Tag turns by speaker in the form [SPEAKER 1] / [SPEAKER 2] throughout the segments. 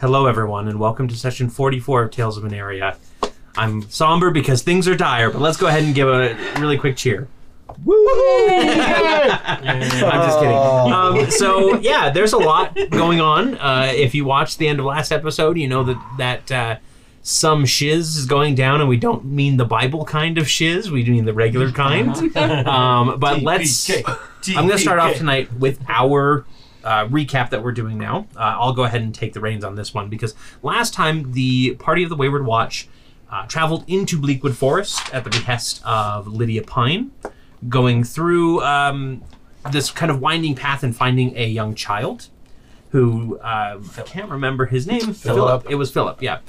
[SPEAKER 1] Hello, everyone, and welcome to session 44 of Tales of an Area. I'm somber because things are dire, but let's go ahead and give a really quick cheer. I'm just kidding.
[SPEAKER 2] Oh.
[SPEAKER 3] Oh.
[SPEAKER 1] Um, so yeah, there's a lot going on. Uh, if you watched the end of last episode, you know that that uh, some shiz is going down, and we don't mean the Bible kind of shiz. We mean the regular kind. Um, but let's. I'm going to start off tonight with our uh, recap that we're doing now. Uh, I'll go ahead and take the reins on this one because last time the party of the Wayward Watch uh, traveled into Bleakwood Forest at the behest of Lydia Pine, going through um, this kind of winding path and finding a young child who uh, I can't remember his name. Philip. It was Philip. Yeah.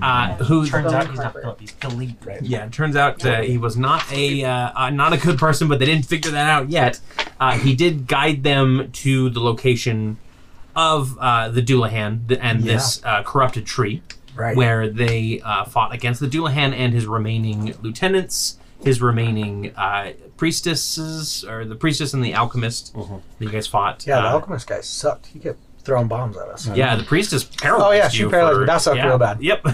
[SPEAKER 1] Uh, who
[SPEAKER 4] Turns out he's not Philip. He's Philippe, right?
[SPEAKER 1] yeah, it turns out uh, he was not a uh, uh, not a good person, but they didn't figure that out yet. Uh, he did guide them to the location of uh, the Doulahan th- and this uh, corrupted tree,
[SPEAKER 4] Right.
[SPEAKER 1] where they uh, fought against the Doulahan and his remaining lieutenants, his remaining uh, priestesses, or the priestess and the alchemist that you guys fought.
[SPEAKER 3] Mm-hmm. Yeah, the
[SPEAKER 1] Uh,
[SPEAKER 3] alchemist guy sucked. He kept throwing bombs at us.
[SPEAKER 1] yeah, the priestess paralyzed
[SPEAKER 3] Oh, yeah, she
[SPEAKER 1] you
[SPEAKER 3] paralyzed
[SPEAKER 1] for-
[SPEAKER 3] me. That sucked
[SPEAKER 1] yeah,
[SPEAKER 3] real bad.
[SPEAKER 1] Yep.
[SPEAKER 3] I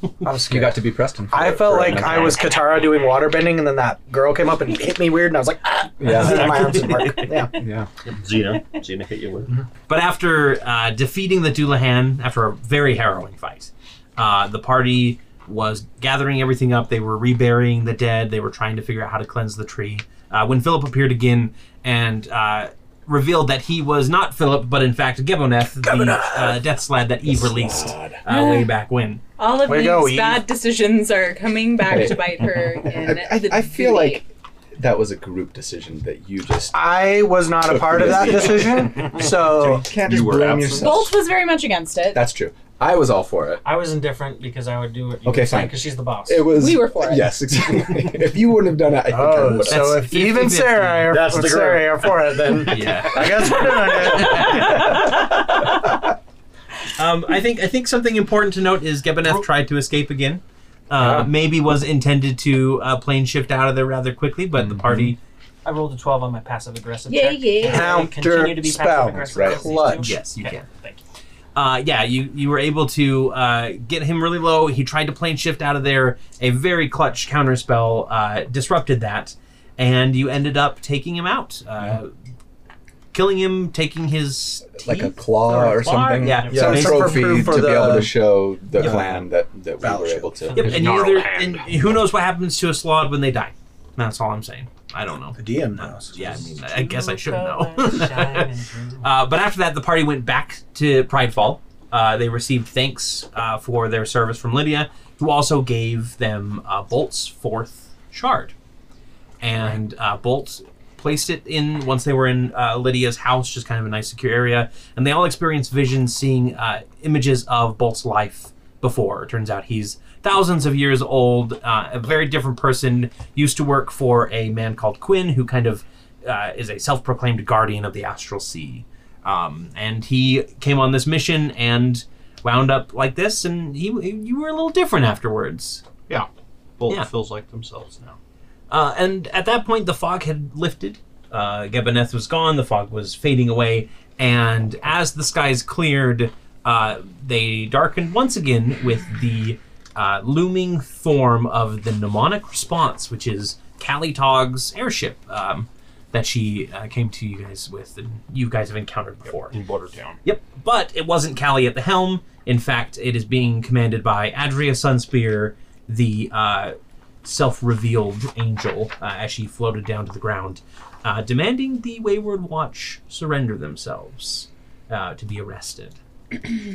[SPEAKER 3] was
[SPEAKER 5] You
[SPEAKER 3] scared.
[SPEAKER 5] got to be Preston. for-
[SPEAKER 3] I felt
[SPEAKER 5] for
[SPEAKER 3] like
[SPEAKER 5] another
[SPEAKER 3] I was Katara doing waterbending, and then that girl came up and hit me weird, and I was like, ah,
[SPEAKER 5] Yeah.
[SPEAKER 3] my arms didn't work. Yeah.
[SPEAKER 5] round. Yeah.
[SPEAKER 6] Xena. Xena hit you with.
[SPEAKER 1] But after uh, defeating the Doulahan after a very harrowing fight, uh, the party was gathering everything up. They were reburying the dead. They were trying to figure out how to cleanse the tree. Uh, when Philip appeared again and uh, revealed that he was not Philip, but in fact Geboneth, the uh, death sled that Eve released uh, way back when.
[SPEAKER 2] All of
[SPEAKER 3] Way to
[SPEAKER 2] these
[SPEAKER 3] go, Eve.
[SPEAKER 2] bad decisions are coming back to bite her in
[SPEAKER 5] I,
[SPEAKER 2] the
[SPEAKER 5] I, I feel
[SPEAKER 2] booty.
[SPEAKER 5] like that was a group decision that you just.
[SPEAKER 3] I was not a part of that decision, so
[SPEAKER 5] You can't
[SPEAKER 6] You
[SPEAKER 5] just
[SPEAKER 6] were
[SPEAKER 5] blame
[SPEAKER 6] absent.
[SPEAKER 5] yourself.
[SPEAKER 2] Bolt was very much against it.
[SPEAKER 5] That's true. I was all for it.
[SPEAKER 4] I was indifferent because I would do what you
[SPEAKER 5] Okay,
[SPEAKER 4] were saying
[SPEAKER 5] fine.
[SPEAKER 4] because she's the boss.
[SPEAKER 5] It was.
[SPEAKER 2] We were for it.
[SPEAKER 5] Yes, exactly. if you wouldn't have done it, I think I
[SPEAKER 3] oh,
[SPEAKER 5] would have.
[SPEAKER 3] so
[SPEAKER 1] That's
[SPEAKER 3] if even
[SPEAKER 1] 50-50.
[SPEAKER 3] Sarah, are,
[SPEAKER 6] That's
[SPEAKER 3] if
[SPEAKER 6] the
[SPEAKER 3] Sarah are for it, then
[SPEAKER 1] Yeah.
[SPEAKER 3] I guess we're doing it.
[SPEAKER 1] Um, I think I think something important to note is Gebeneth tried to escape again. Uh, Maybe was intended to uh, plane shift out of there rather quickly, but
[SPEAKER 6] Mm-hmm.
[SPEAKER 1] the party
[SPEAKER 4] I rolled a 12 on my passive aggressive
[SPEAKER 2] Yeah,
[SPEAKER 4] check.
[SPEAKER 2] yeah.
[SPEAKER 4] And I will continue to be
[SPEAKER 3] Counter
[SPEAKER 4] passive
[SPEAKER 5] spell. Right.
[SPEAKER 4] aggressive.
[SPEAKER 3] Clutch.
[SPEAKER 1] Yes, you
[SPEAKER 4] Okay,
[SPEAKER 1] can.
[SPEAKER 4] Thank you.
[SPEAKER 1] uh, yeah, you you were able to uh, get him really low. He tried to plane shift out of there. A very clutch counterspell uh, disrupted that, and you ended up taking him out, uh, killing him, taking his
[SPEAKER 5] Like a
[SPEAKER 1] teeth?
[SPEAKER 5] claw
[SPEAKER 1] Or a
[SPEAKER 5] or,
[SPEAKER 1] claw,
[SPEAKER 5] something.
[SPEAKER 1] yeah.
[SPEAKER 5] Some
[SPEAKER 3] Yeah.
[SPEAKER 5] trophy
[SPEAKER 3] For- for
[SPEAKER 5] to be able
[SPEAKER 3] the-
[SPEAKER 5] to show the
[SPEAKER 3] Yeah.
[SPEAKER 5] clan that, that we were
[SPEAKER 3] Battleship.
[SPEAKER 5] able to.
[SPEAKER 1] Yep, and,
[SPEAKER 6] gnarled
[SPEAKER 1] neither, and
[SPEAKER 6] hand.
[SPEAKER 1] who knows what happens to a slod when they die. That's all I'm saying. I don't know.
[SPEAKER 3] The DM
[SPEAKER 1] Yeah, I mean, I guess I should know.
[SPEAKER 4] Shine and dream.
[SPEAKER 1] Uh, but after that, the party went back to Pridefall. Uh, they received thanks uh, for their service from Lydia, who also gave them uh, Bolt's fourth shard. And uh, Bolt placed it in once they were in uh, Lydia's house, just kind of a nice secure area. And they all experienced visions, seeing uh, images of Bolt's life before. It turns out he's thousands of years old, uh, a very different person, used to work for a man called Quinn, who kind of uh, is a self proclaimed guardian of the astral sea. Um, and he came on this mission and wound up like this, and he, you were a little different afterwards.
[SPEAKER 6] Yeah. Bolt
[SPEAKER 1] Yeah.
[SPEAKER 6] feels like themselves now.
[SPEAKER 1] Uh, and at that point, the fog had lifted. Uh, Gebeneth was gone. The fog was fading away. And as the skies cleared, uh, they darkened once again with the uh, looming form of the mnemonic response, which is Callie Tog's airship um, that she uh, came to you guys with and you guys have encountered before.
[SPEAKER 6] In Bordertown.
[SPEAKER 1] Yep, but it wasn't Callie at the helm. In fact, it is being commanded by Adria Sunspear, the uh, self-revealed angel, uh, as she floated down to the ground, uh, demanding the Wayward Watch surrender themselves uh, to be arrested.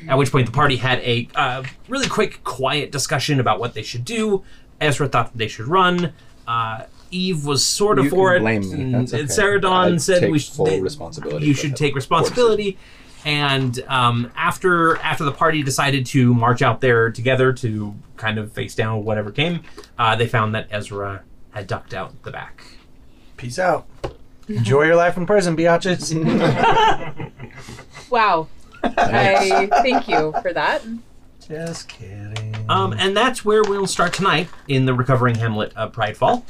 [SPEAKER 1] At which point, the party had a uh, really quick, quiet discussion about what they should do. Ezra thought that they should run. Uh, Eve was sort of
[SPEAKER 5] You
[SPEAKER 1] for
[SPEAKER 5] can
[SPEAKER 1] it.
[SPEAKER 5] blame me.
[SPEAKER 1] and,
[SPEAKER 5] That's
[SPEAKER 1] and
[SPEAKER 5] okay.
[SPEAKER 1] Sarah Dawn
[SPEAKER 5] I
[SPEAKER 1] said
[SPEAKER 5] take
[SPEAKER 1] we should
[SPEAKER 5] full
[SPEAKER 1] they-
[SPEAKER 5] responsibility
[SPEAKER 1] You
[SPEAKER 5] for
[SPEAKER 1] should
[SPEAKER 5] that.
[SPEAKER 1] take responsibility. And um, after after the party decided to march out there together to kind of face down whatever came, uh, they found that Ezra had ducked out the back.
[SPEAKER 3] Peace out. Enjoy your life in prison, biatches.
[SPEAKER 2] Wow. I thank you for that.
[SPEAKER 3] Just kidding.
[SPEAKER 1] Um, and that's where we'll start tonight in the recovering Hamlet of Pridefall.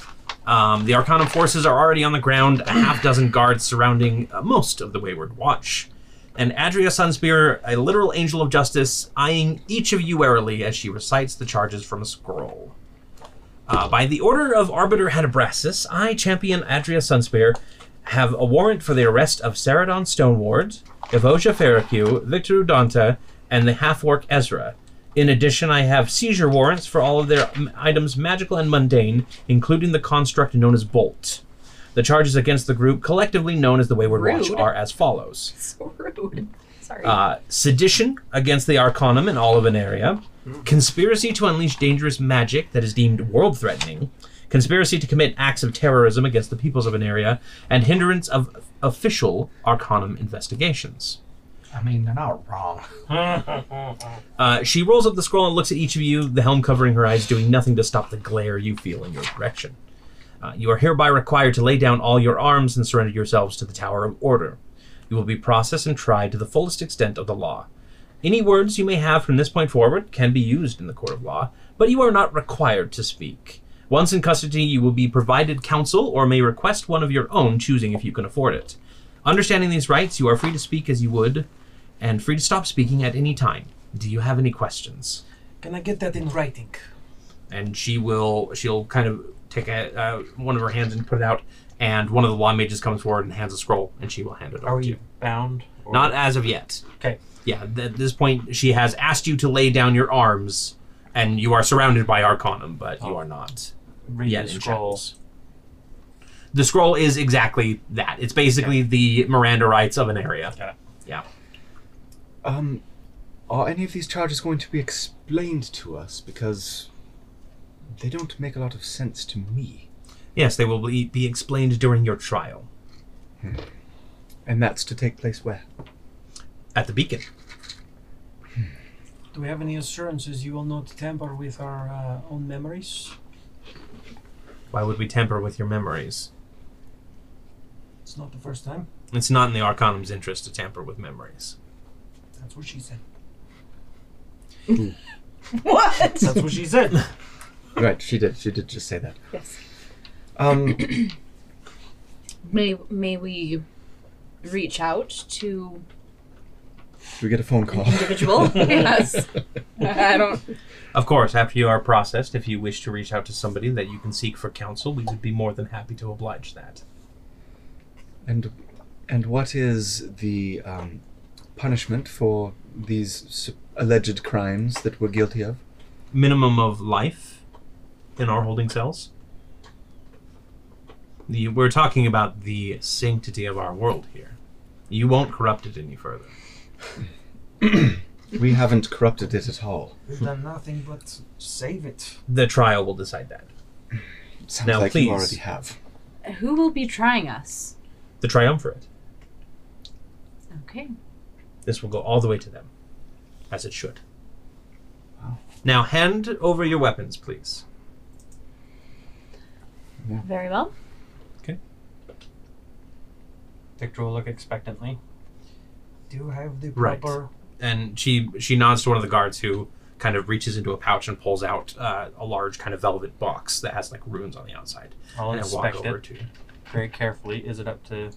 [SPEAKER 1] Um, the Arcanum forces are already on the ground, a half dozen guards surrounding uh, most of the Wayward Watch. and Adria Sunspear, a literal angel of justice, eyeing each of you warily as she recites the charges from a scroll. Uh, by the order of Arbiter Hadabrassus, I, Champion Adria Sunspear, have a warrant for the arrest of Saradon Stoneward, Evoja Ferricu, Victor Udanta, and the half-orc Ezra. In addition, I have seizure warrants for all of their um, items, magical and mundane, including the construct known as Bolt. The charges against the group, collectively known as the Wayward Watch,
[SPEAKER 2] Rude.
[SPEAKER 1] are as follows
[SPEAKER 2] So rude. Sorry.
[SPEAKER 1] uh, sedition against the Arcanum and all of an area, conspiracy to unleash dangerous magic that is deemed world threatening, conspiracy to commit acts of terrorism against the peoples of an area, and hindrance of official Arcanum investigations.
[SPEAKER 3] I mean, they're not wrong.
[SPEAKER 1] Uh, she rolls up the scroll and looks at each of you, the helm covering her eyes, doing nothing to stop the glare you feel in your direction. Uh, you are hereby required to lay down all your arms and surrender yourselves to the Tower of Order. You will be processed and tried to the fullest extent of the law. Any words you may have from this point forward can be used in the court of law, but you are not required to speak. Once in custody, you will be provided counsel or may request one of your own, choosing if you can afford it. Understanding these rights, you are free to speak as you would and free to stop speaking at any time. Do you have any questions?
[SPEAKER 4] Can I get that in writing?
[SPEAKER 1] And she will she'll kind of take a, uh, one of her hands and put it out, and one of the law mages comes forward and hands a scroll, and she will hand it
[SPEAKER 4] Are
[SPEAKER 1] over to
[SPEAKER 4] we
[SPEAKER 1] you.
[SPEAKER 4] bound? or-
[SPEAKER 1] Not as of yet.
[SPEAKER 4] Okay.
[SPEAKER 1] Yeah, th- at this point, she has asked you to lay down your arms, and you are surrounded by Arcanum, but
[SPEAKER 4] Oh.
[SPEAKER 1] you are not
[SPEAKER 4] Read
[SPEAKER 1] yet
[SPEAKER 4] the
[SPEAKER 1] in
[SPEAKER 4] scroll.
[SPEAKER 1] shackles. The scroll is exactly that. It's basically the Miranda rights of an area.
[SPEAKER 4] Got it.
[SPEAKER 1] Yeah.
[SPEAKER 5] Um, are any of these charges going to be explained to us? Because they don't make a lot of sense to me.
[SPEAKER 1] Yes, they will be, be explained during your trial
[SPEAKER 5] And that's to take place where?
[SPEAKER 1] at the beacon.
[SPEAKER 4] Do we have any assurances you will not tamper with our uh, own memories?
[SPEAKER 1] Why would we tamper with your memories?
[SPEAKER 4] It's not the first time.
[SPEAKER 1] It's not in the Arcanum's interest to tamper with memories.
[SPEAKER 4] That's what she said.
[SPEAKER 2] what?
[SPEAKER 4] That's what she said.
[SPEAKER 5] Right, she did. She did just say that.
[SPEAKER 2] yes.
[SPEAKER 5] Um,
[SPEAKER 2] May may we reach out to
[SPEAKER 5] we get a phone call.
[SPEAKER 2] individual? yes. I don't.
[SPEAKER 1] Of course, after you are processed, if you wish to reach out to somebody that you can seek for counsel, we would be more than happy to oblige that.
[SPEAKER 5] And and what is the um, punishment for these su- alleged crimes that we're guilty of?
[SPEAKER 1] Minimum of life in our holding cells. The, we're talking about the sanctity of our world here. You won't corrupt it any further.
[SPEAKER 5] We haven't corrupted it at all.
[SPEAKER 4] We've done nothing but save it.
[SPEAKER 1] The trial will decide that.
[SPEAKER 5] Sounds
[SPEAKER 1] Now,
[SPEAKER 5] like
[SPEAKER 1] please.
[SPEAKER 5] you already have.
[SPEAKER 2] Who will be trying us?
[SPEAKER 1] The triumvirate.
[SPEAKER 2] Okay.
[SPEAKER 1] This will go all the way to them, as it should. Now, hand over your weapons, please.
[SPEAKER 2] Very well.
[SPEAKER 4] Victor will look expectantly. Do you have the
[SPEAKER 1] Right.
[SPEAKER 4] proper?
[SPEAKER 1] and she she nods to one of the guards who kind of reaches into a pouch and pulls out uh, a large kind of velvet box that has like runes on the outside
[SPEAKER 4] I'll
[SPEAKER 1] and I walk
[SPEAKER 4] inspect
[SPEAKER 1] over
[SPEAKER 4] it
[SPEAKER 1] to you.
[SPEAKER 4] very carefully. Is it up to?
[SPEAKER 1] oh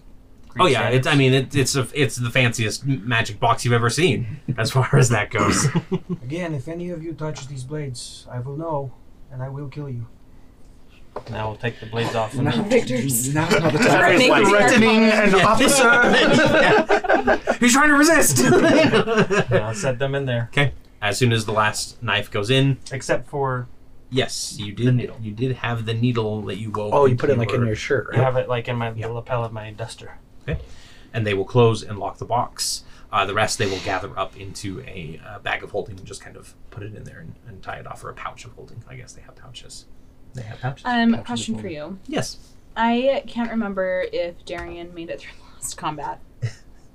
[SPEAKER 4] Greek
[SPEAKER 1] yeah it's i
[SPEAKER 4] standards?
[SPEAKER 1] mean it, it's a, it's the fanciest m- magic box you've ever seen as far as that goes
[SPEAKER 4] Again, if any of you touch these blades, I will know, and I will kill you. Now we'll take the blades off. And
[SPEAKER 2] Victor's.
[SPEAKER 5] Now's not the
[SPEAKER 2] Sorry,
[SPEAKER 5] time.
[SPEAKER 2] Make
[SPEAKER 3] like
[SPEAKER 2] it
[SPEAKER 3] threatening
[SPEAKER 2] your
[SPEAKER 3] an officer.
[SPEAKER 1] he's trying to resist
[SPEAKER 4] I'll set them in there,
[SPEAKER 1] as soon as the last knife goes in
[SPEAKER 4] except for
[SPEAKER 1] yes you
[SPEAKER 4] The
[SPEAKER 1] did
[SPEAKER 4] needle.
[SPEAKER 1] you did have the needle that you wove
[SPEAKER 3] oh, you
[SPEAKER 1] into
[SPEAKER 3] put it like in
[SPEAKER 1] your-
[SPEAKER 3] your shirt,
[SPEAKER 4] I
[SPEAKER 3] right?
[SPEAKER 4] have it like in my
[SPEAKER 1] Yeah.
[SPEAKER 4] the lapel of my duster.
[SPEAKER 1] and they will close and lock the box. Uh, the rest they will gather up into a uh, bag of holding and just kind of put it in there and, and tie it off, or a pouch of holding. I guess they have pouches. They have pouches.
[SPEAKER 2] Um, a question for you.
[SPEAKER 1] yes.
[SPEAKER 2] I can't remember if Darian made it through last combat.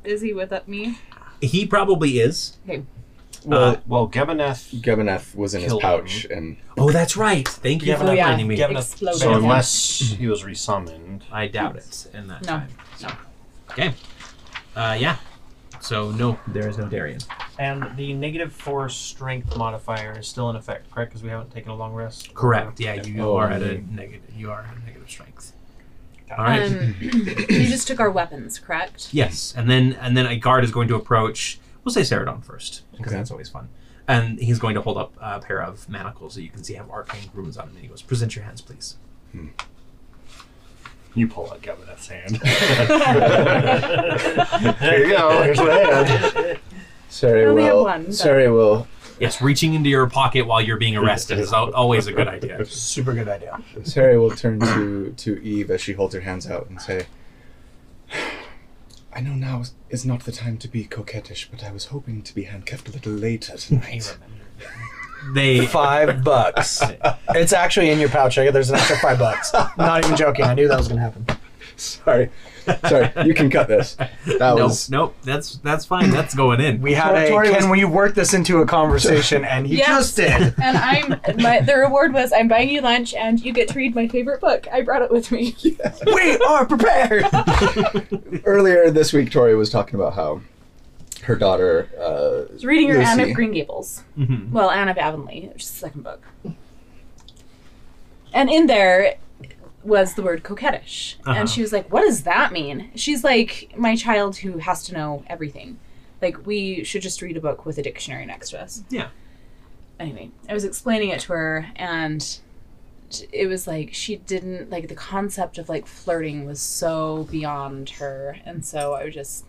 [SPEAKER 2] Is he with me?
[SPEAKER 1] He probably is.
[SPEAKER 2] Uh,
[SPEAKER 6] Well, well, Gebaneth.
[SPEAKER 5] Gabaneth was in his
[SPEAKER 6] Killed
[SPEAKER 5] pouch, and
[SPEAKER 1] Oh, that's right. Thank you
[SPEAKER 4] Yeah,
[SPEAKER 1] for
[SPEAKER 4] but-
[SPEAKER 1] reminding me.
[SPEAKER 4] yeah, but-
[SPEAKER 2] Exploded.
[SPEAKER 6] So unless he was resummoned,
[SPEAKER 1] I doubt it in that
[SPEAKER 2] No.
[SPEAKER 1] time.
[SPEAKER 2] No.
[SPEAKER 1] Okay. Uh, yeah. So no, there is no Darien.
[SPEAKER 4] And the negative four strength modifier is still in effect, correct? Because we haven't taken a long rest.
[SPEAKER 1] Correct. Yeah, you
[SPEAKER 5] Oh,
[SPEAKER 1] are at a
[SPEAKER 5] man.
[SPEAKER 1] negative. You are at a negative strength. All right.
[SPEAKER 2] Um, you just took our weapons, correct?
[SPEAKER 1] Yes, and then and then a guard is going to approach. We'll say Ceridon first because
[SPEAKER 5] Okay.
[SPEAKER 1] that's always fun. And he's going to hold up a pair of manacles that you can see have arcane runes on them. And he goes, "Present your hands, please."
[SPEAKER 6] You pull out Gavineth's hand. there you go. Here's my hand.
[SPEAKER 2] I
[SPEAKER 5] Sorry,
[SPEAKER 2] only have
[SPEAKER 5] will.
[SPEAKER 2] one, but-
[SPEAKER 5] Sorry, will.
[SPEAKER 1] Yes, reaching into your pocket while you're being arrested is al- always a good idea.
[SPEAKER 4] Super good idea.
[SPEAKER 5] Sorry, will turn to to Eve as she holds her hands out and say, "I know now is- is not the time to be coquettish, but I was hoping to be handcuffed a little later tonight."
[SPEAKER 1] They
[SPEAKER 3] Five bucks. It's actually in your pouch. I- There's an extra five bucks. Not even joking. I knew that was gonna happen.
[SPEAKER 5] sorry, sorry. You can cut this. That
[SPEAKER 1] nope,
[SPEAKER 5] was
[SPEAKER 1] nope. That's that's fine. That's going in.
[SPEAKER 3] We had a
[SPEAKER 4] Tori
[SPEAKER 3] can
[SPEAKER 4] was-
[SPEAKER 3] we work this into a conversation, and he
[SPEAKER 2] Yes.
[SPEAKER 3] just did.
[SPEAKER 2] And I'm my the reward was I'm buying you lunch and you get to read my favorite book. I brought it with me.
[SPEAKER 5] we are prepared. Earlier this week, Tori was talking about how her daughter. Uh,
[SPEAKER 2] It's reading your Anne
[SPEAKER 5] Lucy.
[SPEAKER 2] of Green Gables.
[SPEAKER 1] Mhm.
[SPEAKER 2] Well, Anne of Avonlea, which is the second book. And in there was the word coquettish.
[SPEAKER 1] Uh-huh.
[SPEAKER 2] And she was like, What does that mean? She's like, My child who has to know everything. Like, we should just read a book with a dictionary next to us.
[SPEAKER 1] Yeah.
[SPEAKER 2] Anyway, I was explaining it to her, and t- it was like, she didn't, like, the concept of, like, flirting was so beyond her. And so I was just,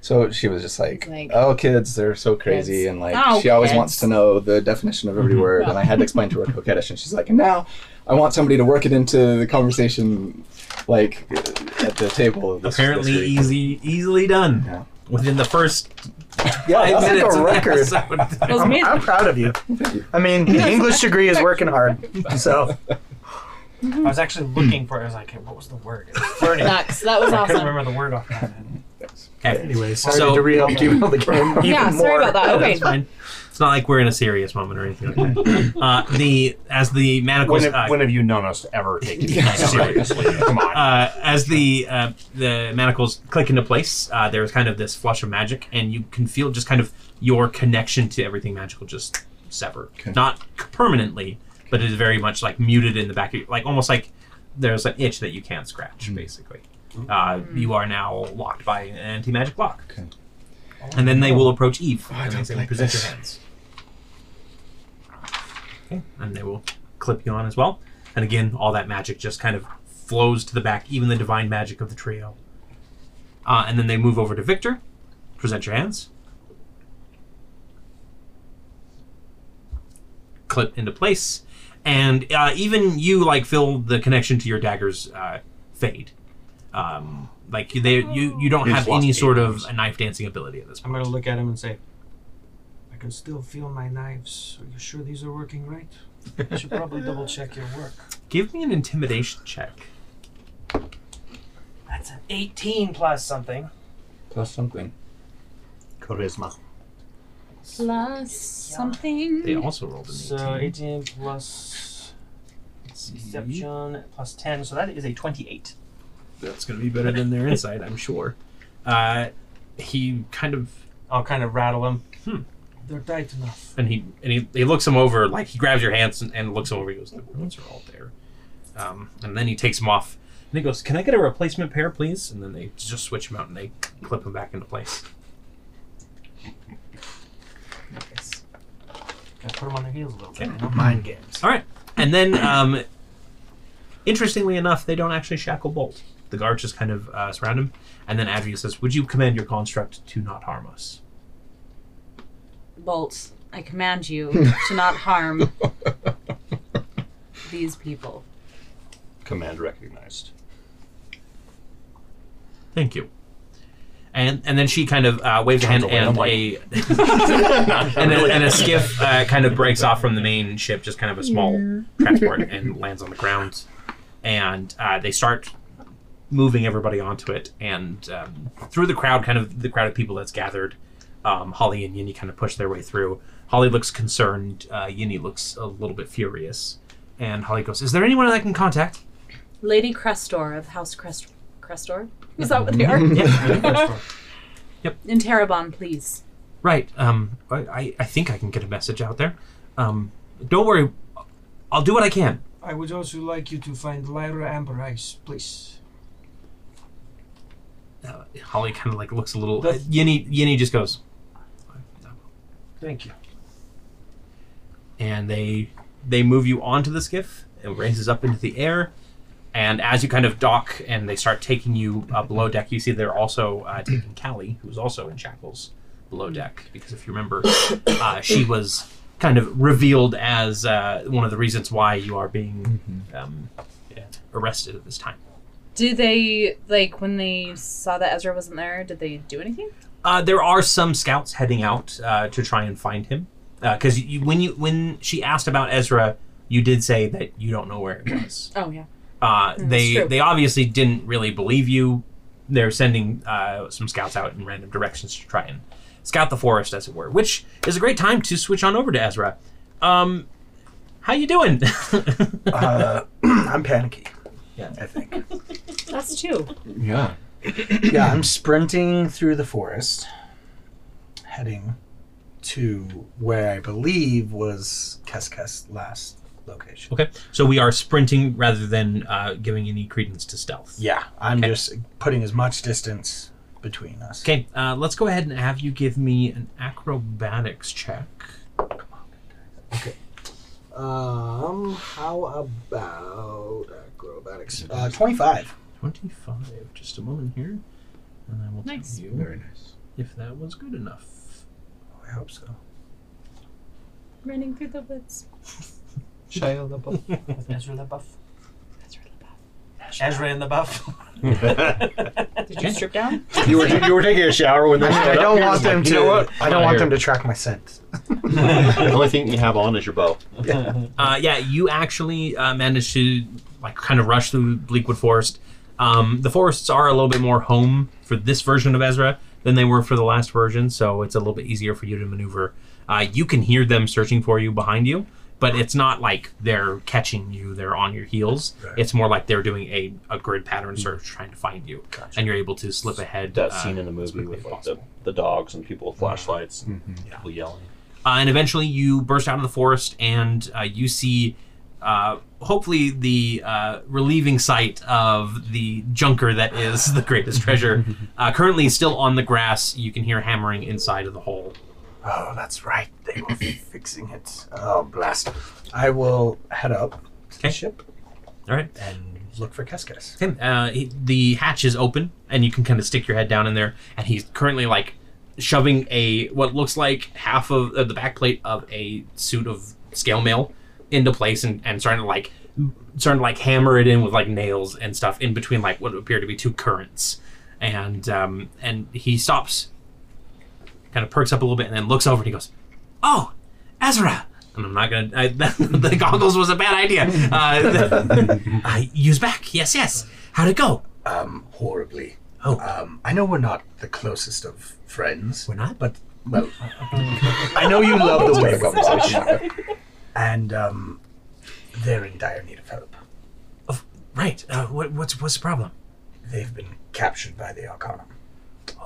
[SPEAKER 5] so she was just like,
[SPEAKER 2] Like-
[SPEAKER 5] "Oh, kids, they're so crazy," and like
[SPEAKER 2] Oh,
[SPEAKER 5] she always
[SPEAKER 2] kids.
[SPEAKER 5] wants to know the definition of every
[SPEAKER 1] Mhm.
[SPEAKER 5] word. And I had to explain to her coquettish, and she's like, "And now, I want somebody to work it into the conversation, like at the table." This,
[SPEAKER 1] Apparently,
[SPEAKER 5] this week.
[SPEAKER 1] easy, easily done
[SPEAKER 5] Yeah.
[SPEAKER 1] within the first
[SPEAKER 3] Yeah,
[SPEAKER 1] five
[SPEAKER 3] Oh, that's like
[SPEAKER 1] minutes
[SPEAKER 3] a
[SPEAKER 1] of the
[SPEAKER 3] record.
[SPEAKER 1] episode.
[SPEAKER 2] Those
[SPEAKER 3] I'm,
[SPEAKER 2] men-
[SPEAKER 3] I'm proud of you.
[SPEAKER 5] you.
[SPEAKER 3] I mean, the English degree is working hard. So
[SPEAKER 4] I was actually looking for. it. I was like, hey, what was the word? It was flirting.
[SPEAKER 2] Nux, Hmm. that was
[SPEAKER 4] I couldn't
[SPEAKER 2] awesome.
[SPEAKER 4] remember the word off hand.
[SPEAKER 1] Okay.
[SPEAKER 3] anyway, sorry
[SPEAKER 1] So-
[SPEAKER 3] to derail derail the game. Even
[SPEAKER 2] Yeah,
[SPEAKER 3] more.
[SPEAKER 2] sorry about that. Okay.
[SPEAKER 1] That's fine. It's not like we're in a serious moment or anything like that. Uh, the as the manacles
[SPEAKER 6] When have,
[SPEAKER 1] uh,
[SPEAKER 6] when have you known us to ever take anything
[SPEAKER 1] Yeah, right.
[SPEAKER 6] seriously? Come on.
[SPEAKER 1] uh, as the uh, the manacles click into place, uh, there's kind of this flush of magic, and you can feel just kind of your connection to everything magical just sever,
[SPEAKER 5] Okay.
[SPEAKER 1] not c- permanently, but it is very much like muted in the back of your, like almost like there's an itch that you can't scratch,
[SPEAKER 6] Hmm.
[SPEAKER 5] Mm.
[SPEAKER 1] basically. Uh, you are now locked by an anti-magic lock,
[SPEAKER 5] Okay.
[SPEAKER 1] and then they will approach Eve
[SPEAKER 5] Oh, I
[SPEAKER 1] and they
[SPEAKER 5] don't
[SPEAKER 1] say,
[SPEAKER 5] like
[SPEAKER 1] "Present
[SPEAKER 5] this."
[SPEAKER 1] your hands." Okay, and they will clip you on as well. And again, all that magic just kind of flows to the back, even the divine magic of the trio. Uh, and then they move over to Victor. Present your hands. Clip into place. And uh, even you like feel the connection to your daggers uh, fade. Um, like they, you, you don't
[SPEAKER 6] You
[SPEAKER 1] have
[SPEAKER 6] just lost
[SPEAKER 1] any
[SPEAKER 6] eight
[SPEAKER 1] sort of
[SPEAKER 6] arms.
[SPEAKER 1] a knife dancing ability at this
[SPEAKER 4] I'm
[SPEAKER 1] point.
[SPEAKER 4] gonna look at him and say, I can still feel my knives. Are you sure these are working right? You should probably double check your work.
[SPEAKER 1] Give me an intimidation check.
[SPEAKER 4] That's an 18 plus something.
[SPEAKER 5] Plus something.
[SPEAKER 6] Charisma.
[SPEAKER 2] Plus something.
[SPEAKER 1] They also rolled an
[SPEAKER 4] So
[SPEAKER 1] 18.
[SPEAKER 4] 18 plus
[SPEAKER 1] Let's see.
[SPEAKER 4] deception plus 10. So that is a 28.
[SPEAKER 1] That's going to be better than their insight, I'm sure. Uh, he kind of
[SPEAKER 4] I'll kind of rattle him.
[SPEAKER 1] Hmm.
[SPEAKER 4] They're tight enough.
[SPEAKER 1] and he and he, he looks him over like he grabs your hands and, and looks him over. He goes, "The runes are all there," um, and then he takes them off and he goes, "Can I get a replacement pair, please?" And then they just switch him out and they clip him back into place.
[SPEAKER 4] Gotta put them on their heels a little bit.
[SPEAKER 1] Okay.
[SPEAKER 4] you know? Mind games.
[SPEAKER 1] All right, and then um, interestingly enough, they don't actually shackle Bolt. The guards just kind of uh, surround him, and then Adria says, "Would you command your construct to not harm us?"
[SPEAKER 2] Bolt, I command you to not harm these people.
[SPEAKER 6] Command recognized.
[SPEAKER 1] Thank you. And and then she kind of uh, waves a hand,
[SPEAKER 6] Turns away,
[SPEAKER 1] and
[SPEAKER 6] I'm like-
[SPEAKER 1] a
[SPEAKER 6] and,
[SPEAKER 1] and a, and a skiff uh, kind of breaks off from the main ship, just kind of a small transport, and lands on the ground. And uh, they start moving everybody onto it, and um, through the crowd, kind of the crowd of people that's gathered, um, Holly and Yinny kind of push their way through. Holly looks concerned. Uh, Yinny looks a little bit furious, and Holly goes, "Is there anyone I can contact?"
[SPEAKER 2] Lady Crestor of House Crest- Crestor? Is that what they are?
[SPEAKER 4] Yeah.
[SPEAKER 2] In Terabon, please.
[SPEAKER 1] Right. Um, I- I, I think I can get a message out there. Um, don't worry. I'll do what I can.
[SPEAKER 4] I would also like you to find Lyra Amber Eyes, please.
[SPEAKER 1] uh, Holly kind of like looks a little.
[SPEAKER 4] The-
[SPEAKER 1] Yinny Yinny just goes,
[SPEAKER 4] Thank you.
[SPEAKER 1] and they they move you onto the skiff. It raises up into the air, and as you kind of dock and they start taking you uh, below deck, you see they're also uh, taking Callie, who's also in shackles below deck. Because if you remember, uh, she was kind of revealed as uh, one of the reasons why you are being um, yeah, arrested at this time.
[SPEAKER 2] Do they like when they saw that Ezra wasn't there? Did they do anything?
[SPEAKER 1] Uh, there are some scouts heading out uh, to try and find him because you, when you when she asked about Ezra, you did say that you don't know where it was.
[SPEAKER 2] Oh yeah.
[SPEAKER 1] Uh, they
[SPEAKER 2] Mm, that's true.
[SPEAKER 1] they obviously didn't really believe you. They're sending uh, some scouts out in random directions to try and scout the forest, as it were, which is a great time to switch on over to Ezra. Um, how you doing?
[SPEAKER 3] Uh, I'm panicky.
[SPEAKER 1] Yeah.
[SPEAKER 3] I think.
[SPEAKER 2] That's two.
[SPEAKER 5] Yeah.
[SPEAKER 3] yeah, I'm sprinting through the forest, heading to where I believe was Keskes' last location.
[SPEAKER 1] okay, so we are sprinting rather than uh, giving any credence to stealth.
[SPEAKER 3] Yeah, I'm
[SPEAKER 1] Okay.
[SPEAKER 3] just putting as much distance between us.
[SPEAKER 1] Okay, uh, let's go ahead and have you give me an acrobatics check.
[SPEAKER 3] Um, how about acrobatics? Uh, 25.
[SPEAKER 1] 25. Just a moment here. And I will
[SPEAKER 2] Nice.
[SPEAKER 1] tell you
[SPEAKER 5] Very nice.
[SPEAKER 1] if that was good enough.
[SPEAKER 3] I hope so.
[SPEAKER 2] Running through the woods.
[SPEAKER 4] Shia LaBeouf. Ezra LaBeouf.
[SPEAKER 2] Ezra LaBeouf.
[SPEAKER 4] Ezra and the Buff.
[SPEAKER 2] Did you strip down?
[SPEAKER 5] You were you were taking a shower when they showed
[SPEAKER 3] I
[SPEAKER 5] up.
[SPEAKER 3] don't
[SPEAKER 5] You're
[SPEAKER 3] want
[SPEAKER 5] just like,
[SPEAKER 3] them
[SPEAKER 5] "You know
[SPEAKER 3] to.
[SPEAKER 5] what?
[SPEAKER 3] I don't want them to track my scent.
[SPEAKER 6] the only thing you have on is your bow.
[SPEAKER 1] Uh, yeah, you actually uh, managed to like kind of rush through Bleakwood Forest. Um, the forests are a little bit more home for this version of Ezra than they were for the last version, so it's a little bit easier for you to maneuver. Uh, you can hear them searching for you behind you, but it's not like they're catching you; they're on your heels.
[SPEAKER 3] Right.
[SPEAKER 1] It's more like they're doing a, a grid pattern search, trying to find you, and you're able to slip ahead.
[SPEAKER 6] That
[SPEAKER 1] uh,
[SPEAKER 6] scene in the
[SPEAKER 1] as quickly
[SPEAKER 6] movie with
[SPEAKER 1] as
[SPEAKER 6] like,
[SPEAKER 1] possible.
[SPEAKER 6] the, the dogs and people with flashlights and people yelling.
[SPEAKER 1] Uh, and eventually, you burst out of the forest, and uh, you see, uh, hopefully, the uh, relieving sight of the junker that is the greatest treasure. Uh, currently, still on the grass, you can hear hammering inside of the hole.
[SPEAKER 3] Oh, that's right. They were fixing it. Oh, blast. I will head up to
[SPEAKER 1] Okay.
[SPEAKER 3] the ship
[SPEAKER 1] All right.
[SPEAKER 3] and look for Keskes.
[SPEAKER 1] Tim, uh, he- the hatch is open, and you can kind of stick your head down in there. And he's currently like shoving a what looks like half of uh, the back plate of a suit of scale mail into place, and, and starting to like starting to like hammer it in with like nails and stuff in between like what appear to be two currents. And um, and he stops, kind of perks up a little bit, and then looks over and he goes, "Oh, Ezra." And I'm not gonna. I, the goggles was a bad idea. Uh, I use back. Yes, yes. How'd it go?
[SPEAKER 3] Um, horribly.
[SPEAKER 1] Oh.
[SPEAKER 3] Um, I know we're not the closest of friends.
[SPEAKER 1] We're not?
[SPEAKER 3] But, well, I know you love the way conversation. And, um, they're in dire need of help.
[SPEAKER 1] Right. Uh, what, what's what's the problem?
[SPEAKER 3] They've been captured by the Arcanum.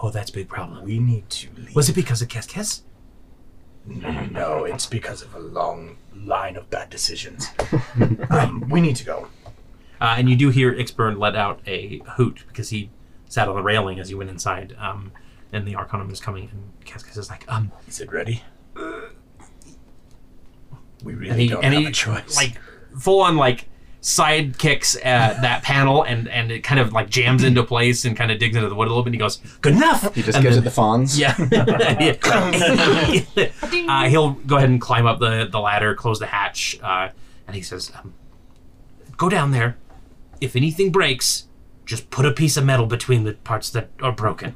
[SPEAKER 1] Oh, that's a big problem.
[SPEAKER 3] We need to leave.
[SPEAKER 1] Was it because of Kes Kes?
[SPEAKER 3] No, it's because of a long line of bad decisions. um, we need to go.
[SPEAKER 1] Uh, and you do hear Ixburn let out a hoot because he sat on the railing as you went inside. Um, and the Arcanum is coming, and Kes Kes is like, um,
[SPEAKER 3] Is it ready? Uh, We really
[SPEAKER 1] and he,
[SPEAKER 3] don't
[SPEAKER 1] and
[SPEAKER 3] have
[SPEAKER 1] he
[SPEAKER 3] a choice.
[SPEAKER 1] like full on like side kicks at that panel, and and it kind of like jams into place and kind of digs into the wood a little bit. And he goes, "Good enough."
[SPEAKER 5] He just
[SPEAKER 1] and
[SPEAKER 5] gives
[SPEAKER 1] then-
[SPEAKER 5] it the fawns.
[SPEAKER 1] Yeah. uh, he'll go ahead and climb up the, the ladder, close the hatch, uh, and he says, um, Go down there. If anything breaks, just put a piece of metal between the parts that are broken.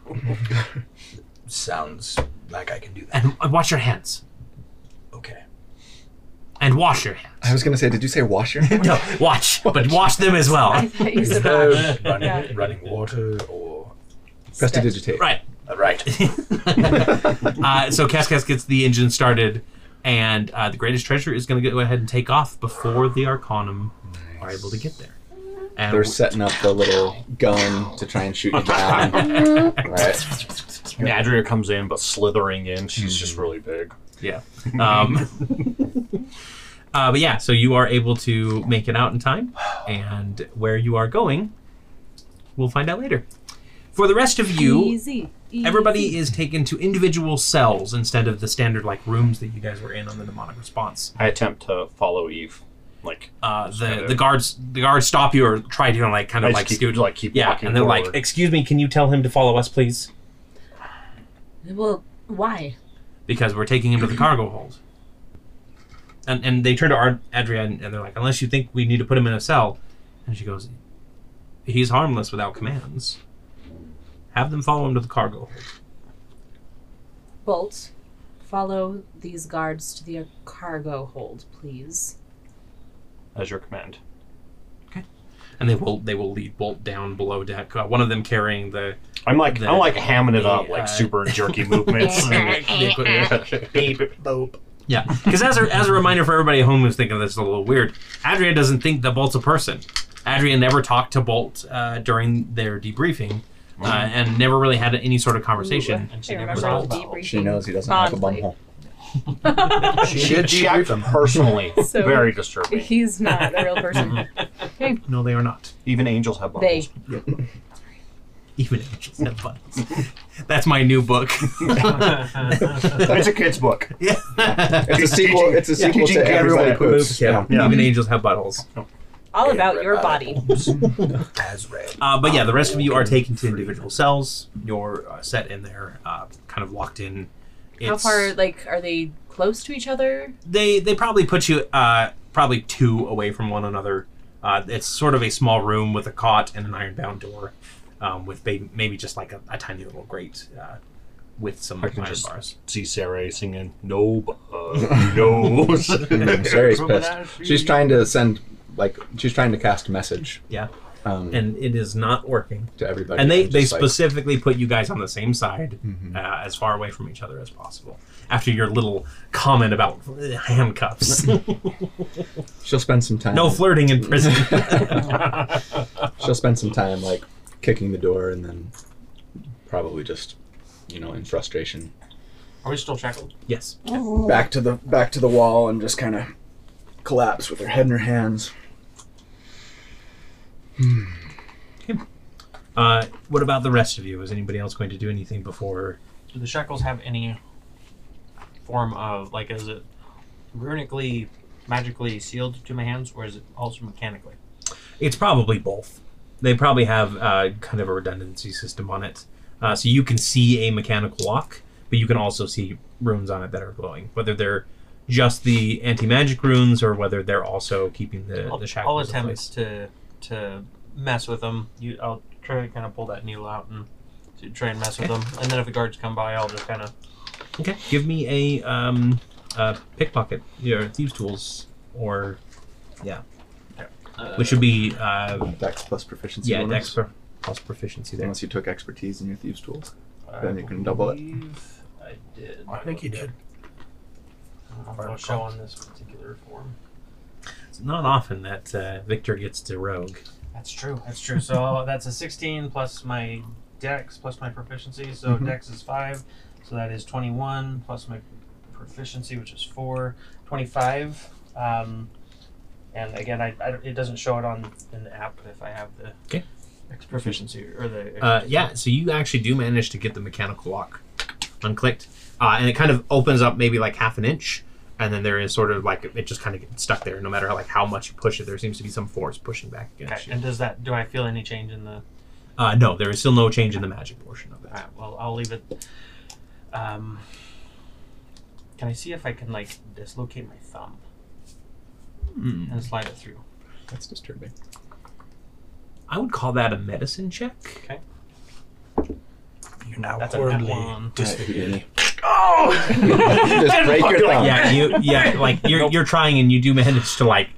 [SPEAKER 3] sounds like I can do that.
[SPEAKER 1] And uh, watch your hands.
[SPEAKER 3] Okay.
[SPEAKER 1] And wash your hands.
[SPEAKER 5] I was gonna say, did you say wash your hands?
[SPEAKER 1] No, watch, but wash them as
[SPEAKER 2] I
[SPEAKER 1] well.
[SPEAKER 2] thought you
[SPEAKER 3] Is
[SPEAKER 2] said
[SPEAKER 3] there
[SPEAKER 2] that.
[SPEAKER 3] running,
[SPEAKER 2] Yeah.
[SPEAKER 3] running water or
[SPEAKER 5] Prestidigitate.
[SPEAKER 1] Right.
[SPEAKER 3] uh, right?
[SPEAKER 1] uh, so Cascas gets the engine started, and uh, the greatest treasure is going to go ahead and take off before the Arcanum are able to get there. And
[SPEAKER 5] They're setting up the little gun to try and shoot you down. right.
[SPEAKER 6] Nadria comes in, but slithering in. She's just really big.
[SPEAKER 1] Yeah. Um, uh, but yeah, so you are able to make it out in time, and where you are going, we'll find out later. For the rest of you,
[SPEAKER 2] Easy. easy.
[SPEAKER 1] everybody is taken to individual cells instead of the standard like rooms that you guys were in on the mnemonic response.
[SPEAKER 6] I attempt to follow Eve. Like
[SPEAKER 1] Uh, the
[SPEAKER 6] Kinda-
[SPEAKER 1] the guards the guards stop you or try to like kind
[SPEAKER 6] I
[SPEAKER 1] of
[SPEAKER 6] just
[SPEAKER 1] like
[SPEAKER 6] keep,
[SPEAKER 1] scoot
[SPEAKER 6] like keep
[SPEAKER 1] yeah,
[SPEAKER 6] walking
[SPEAKER 1] and they're like,
[SPEAKER 6] forward.
[SPEAKER 1] "Excuse me, can you tell him to follow us, please?
[SPEAKER 2] Well, why?
[SPEAKER 1] Because we're taking him to the cargo hold." And and they turn to Ar- Adria and, and they're like, "Unless you think we need to put him in a cell," and she goes, "He's harmless without commands. Have them follow him to the cargo hold."
[SPEAKER 2] Bolt, follow these guards to the cargo hold, please.
[SPEAKER 6] as your command.
[SPEAKER 1] and they will they will lead Bolt down below deck. Uh, one of them carrying the,
[SPEAKER 6] I'm like
[SPEAKER 1] The-
[SPEAKER 6] I'm like hamming it up,
[SPEAKER 1] the,
[SPEAKER 6] like
[SPEAKER 1] uh,
[SPEAKER 6] super jerky movements.
[SPEAKER 1] the equipment.
[SPEAKER 3] Boop.
[SPEAKER 1] Yeah, because as a, as a reminder for everybody at home who's thinking this is a little weird, Adria doesn't think that Bolt's a person. Adria never talked to Bolt uh, during their debriefing, uh, and never really had any sort of conversation.
[SPEAKER 4] And she
[SPEAKER 2] I remember
[SPEAKER 4] never saw
[SPEAKER 2] the
[SPEAKER 4] Val.
[SPEAKER 5] She
[SPEAKER 2] debriefing
[SPEAKER 5] knows he doesn't have a
[SPEAKER 2] fondly.
[SPEAKER 5] bumhole.
[SPEAKER 3] She did
[SPEAKER 6] she
[SPEAKER 3] debrief
[SPEAKER 6] acted
[SPEAKER 3] him.
[SPEAKER 6] personally
[SPEAKER 2] So-
[SPEAKER 6] very disturbing.
[SPEAKER 2] He's not a real person.
[SPEAKER 1] No, they are not.
[SPEAKER 6] Even angels have bubbles.
[SPEAKER 2] they.
[SPEAKER 1] Even angels have buttons. That's my new book.
[SPEAKER 6] It's a kid's book.
[SPEAKER 1] yeah.
[SPEAKER 5] It's a sequel. It's a sequel
[SPEAKER 6] teaching
[SPEAKER 5] to everybody
[SPEAKER 6] everybody
[SPEAKER 5] poops. Yeah.
[SPEAKER 6] Yeah.
[SPEAKER 1] Even angels have buttholes.
[SPEAKER 2] All about your body.
[SPEAKER 3] As red.
[SPEAKER 1] Uh, but yeah, the rest of you are taken to individual cells. You're uh, set in there, uh, kind of locked in.
[SPEAKER 2] How
[SPEAKER 1] It's-
[SPEAKER 2] far, like, are they close to each other?
[SPEAKER 1] They they probably put you uh, probably two away from one another. Uh, it's sort of a small room with a cot and an ironbound door, um, with maybe, maybe just like a, a tiny little grate uh, with some
[SPEAKER 6] I
[SPEAKER 1] iron
[SPEAKER 6] can just-
[SPEAKER 1] bars.
[SPEAKER 6] See Sarah singing "No uh, knows."
[SPEAKER 5] Mm, Sherry's pissed. She's trying to send, like, she's trying to cast a message.
[SPEAKER 1] Yeah.
[SPEAKER 5] Um,
[SPEAKER 1] And it is not working.
[SPEAKER 5] to everybody.
[SPEAKER 1] And they,
[SPEAKER 5] I'm
[SPEAKER 1] they
[SPEAKER 5] just like,
[SPEAKER 1] specifically put you guys on the same side,
[SPEAKER 5] Mhm.
[SPEAKER 1] uh, as far away from each other as possible. After your little comment about uh, handcuffs.
[SPEAKER 5] She'll spend some time.
[SPEAKER 1] No flirting in prison.
[SPEAKER 5] She'll spend some time like kicking the door and then probably just, you know, in frustration,
[SPEAKER 4] Are we still shackled?
[SPEAKER 1] yes.
[SPEAKER 7] back to the back to the wall and just kind of collapse with her head in her hands.
[SPEAKER 1] Uh, what about the rest of you? Is anybody else going to do anything before?
[SPEAKER 4] Do the shackles have any form of like? Is it runically, magically sealed to my hands, or is it also mechanically?
[SPEAKER 1] It's probably both. They probably have uh, kind of a redundancy system on it, uh, so you can see a mechanical lock, but you can also see runes on it that are glowing. Whether they're just the anti-magic runes or whether they're also keeping the,
[SPEAKER 4] I'll,
[SPEAKER 1] the
[SPEAKER 4] I'll
[SPEAKER 1] shackles in
[SPEAKER 4] attempt
[SPEAKER 1] place.
[SPEAKER 4] to to mess with them. You, I'll try to kind of pull that needle out and to try and mess with them. And then if the guards come by, I'll just kind of
[SPEAKER 1] Okay, give me a um, uh, pickpocket, your thieves' tools, or yeah, which would be uh,
[SPEAKER 7] Dex plus proficiency.
[SPEAKER 1] yeah,
[SPEAKER 7] bonus.
[SPEAKER 1] dex for plus proficiency there.
[SPEAKER 7] Unless you took expertise in your thieves' tools, then you can double it.
[SPEAKER 4] I did.
[SPEAKER 3] I think you did.
[SPEAKER 4] I'll show on this particular form.
[SPEAKER 1] It's not often that uh, Victor gets to rogue.
[SPEAKER 4] That's true. That's true. So that's a 16 plus my dex plus my proficiency. So
[SPEAKER 7] Mhm.
[SPEAKER 4] dex is 5. So that is 21 plus my proficiency, which is 4. 25. Um, and again, I, I, it doesn't show it on in the app if I have the
[SPEAKER 1] 'Kay.
[SPEAKER 4] ex proficiency or the.
[SPEAKER 1] Uh, yeah, so you actually do manage to get the mechanical lock unclicked, uh, and it kind of opens up maybe like half an inch, and then there is sort of like it just kind of gets stuck there. No matter like how much you push it, there seems to be some force pushing back against
[SPEAKER 4] Okay,
[SPEAKER 1] you.
[SPEAKER 4] And does that? Do I feel any change in the?
[SPEAKER 1] Uh, no, there is still no change in the magic portion of it.
[SPEAKER 4] Alright, well, I'll leave it. Um, can I see if I can like dislocate my thumb and slide it through?
[SPEAKER 5] That's disturbing.
[SPEAKER 1] I would call that a medicine check.
[SPEAKER 3] You're now
[SPEAKER 4] That's a nat
[SPEAKER 3] horribly
[SPEAKER 4] one.
[SPEAKER 3] disfigured. Oh!
[SPEAKER 5] just break your thumb.
[SPEAKER 1] Yeah, you yeah like you're you're trying and you do manage to like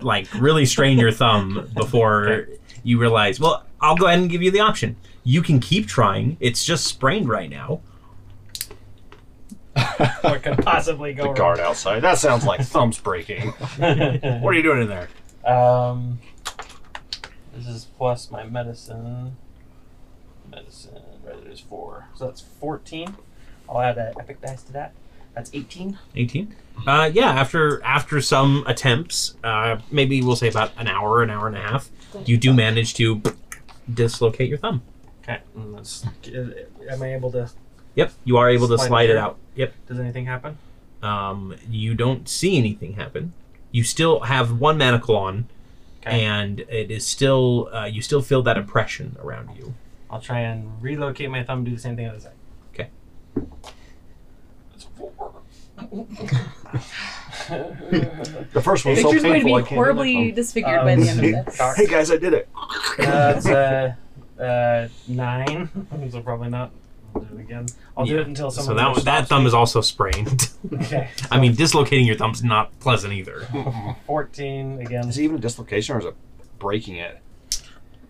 [SPEAKER 1] like really strain your thumb before you realize. Well, I'll go ahead and give you the option. You can keep trying. It's just sprained right now.
[SPEAKER 4] What could possibly go
[SPEAKER 6] The guard outside. That sounds like thumbs breaking.
[SPEAKER 4] wrong?
[SPEAKER 6] What are you doing in there?
[SPEAKER 4] um, this is plus my medicine. Medicine, right? It is four, so that's fourteen. I'll add an epic dice to that. That's eighteen.
[SPEAKER 1] 18 uh, yeah after after some attempts uh, maybe we'll say about an hour an hour and a half you do manage to dislocate your thumb
[SPEAKER 4] Okay. mm, that's- Am I able to?
[SPEAKER 1] Yep, you are able to
[SPEAKER 4] Slide it
[SPEAKER 1] slide it
[SPEAKER 4] through.
[SPEAKER 1] out. Yep.
[SPEAKER 4] Does anything happen?
[SPEAKER 1] Um, you don't see anything happen. You still have one manacle on,
[SPEAKER 4] Okay.
[SPEAKER 1] and it is still uh, you still feel that oppression around you.
[SPEAKER 4] I'll try and relocate my thumb. Do the same thing on the side.
[SPEAKER 1] Okay.
[SPEAKER 4] That's four.
[SPEAKER 6] The first one's so
[SPEAKER 2] Victor's going to
[SPEAKER 6] painful.
[SPEAKER 2] be
[SPEAKER 6] I can't
[SPEAKER 2] horribly disfigured by
[SPEAKER 4] Um,
[SPEAKER 2] the end of this.
[SPEAKER 7] Hey guys, I did it.
[SPEAKER 4] That's uh, uh, nine. so probably not. I'll do it again. I'll do
[SPEAKER 1] Yeah.
[SPEAKER 4] it until
[SPEAKER 1] So
[SPEAKER 4] someone.
[SPEAKER 1] that
[SPEAKER 4] else
[SPEAKER 1] one- that
[SPEAKER 4] stops
[SPEAKER 1] thumb
[SPEAKER 4] me.
[SPEAKER 1] is also sprained.
[SPEAKER 4] okay.
[SPEAKER 1] I mean, dislocating your thumb's not pleasant either.
[SPEAKER 4] Fourteen again.
[SPEAKER 6] Is it even a dislocation or is it breaking it?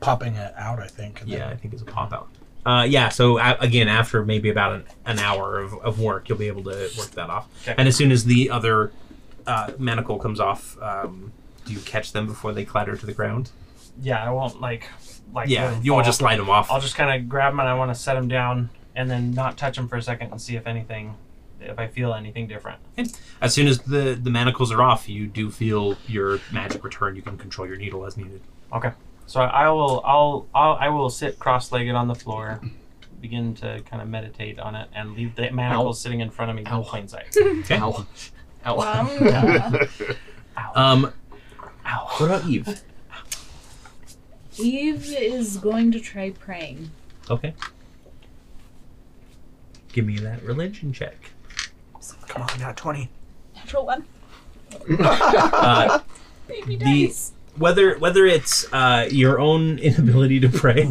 [SPEAKER 3] Popping it out, I think. and then-
[SPEAKER 1] Yeah, I think it's a pop out. Uh, yeah, so a again, after maybe about an, an hour of, of work, you'll be able to work that off.
[SPEAKER 4] Okay.
[SPEAKER 1] And as soon as the other uh, manacle comes off, um, do you catch them before they clatter to the ground?
[SPEAKER 4] Yeah, I won't like like. let
[SPEAKER 1] Yeah,
[SPEAKER 4] 'em
[SPEAKER 1] you won't
[SPEAKER 4] fall.
[SPEAKER 1] just slide them off.
[SPEAKER 4] I'll just kind of grab them and I want to set them down and then not touch them for a second and see if anything, if I feel anything different.
[SPEAKER 1] As soon as the, the manacles are off, you do feel your magic return. You can control your needle as needed.
[SPEAKER 4] So I will, I'll, I'll I will sit cross-legged on the floor, begin to kind of meditate on it, and leave the manacles sitting in front of me in plain sight.
[SPEAKER 1] Ow.
[SPEAKER 2] Um,
[SPEAKER 1] Um,
[SPEAKER 4] Ow.
[SPEAKER 1] what about Eve?
[SPEAKER 2] Eve is going to try praying.
[SPEAKER 1] Okay. Give me that religion check.
[SPEAKER 7] Come on, now twenty.
[SPEAKER 2] Natural one.
[SPEAKER 1] Uh,
[SPEAKER 2] Baby
[SPEAKER 1] The-
[SPEAKER 2] dice.
[SPEAKER 1] whether whether it's uh, your own inability to pray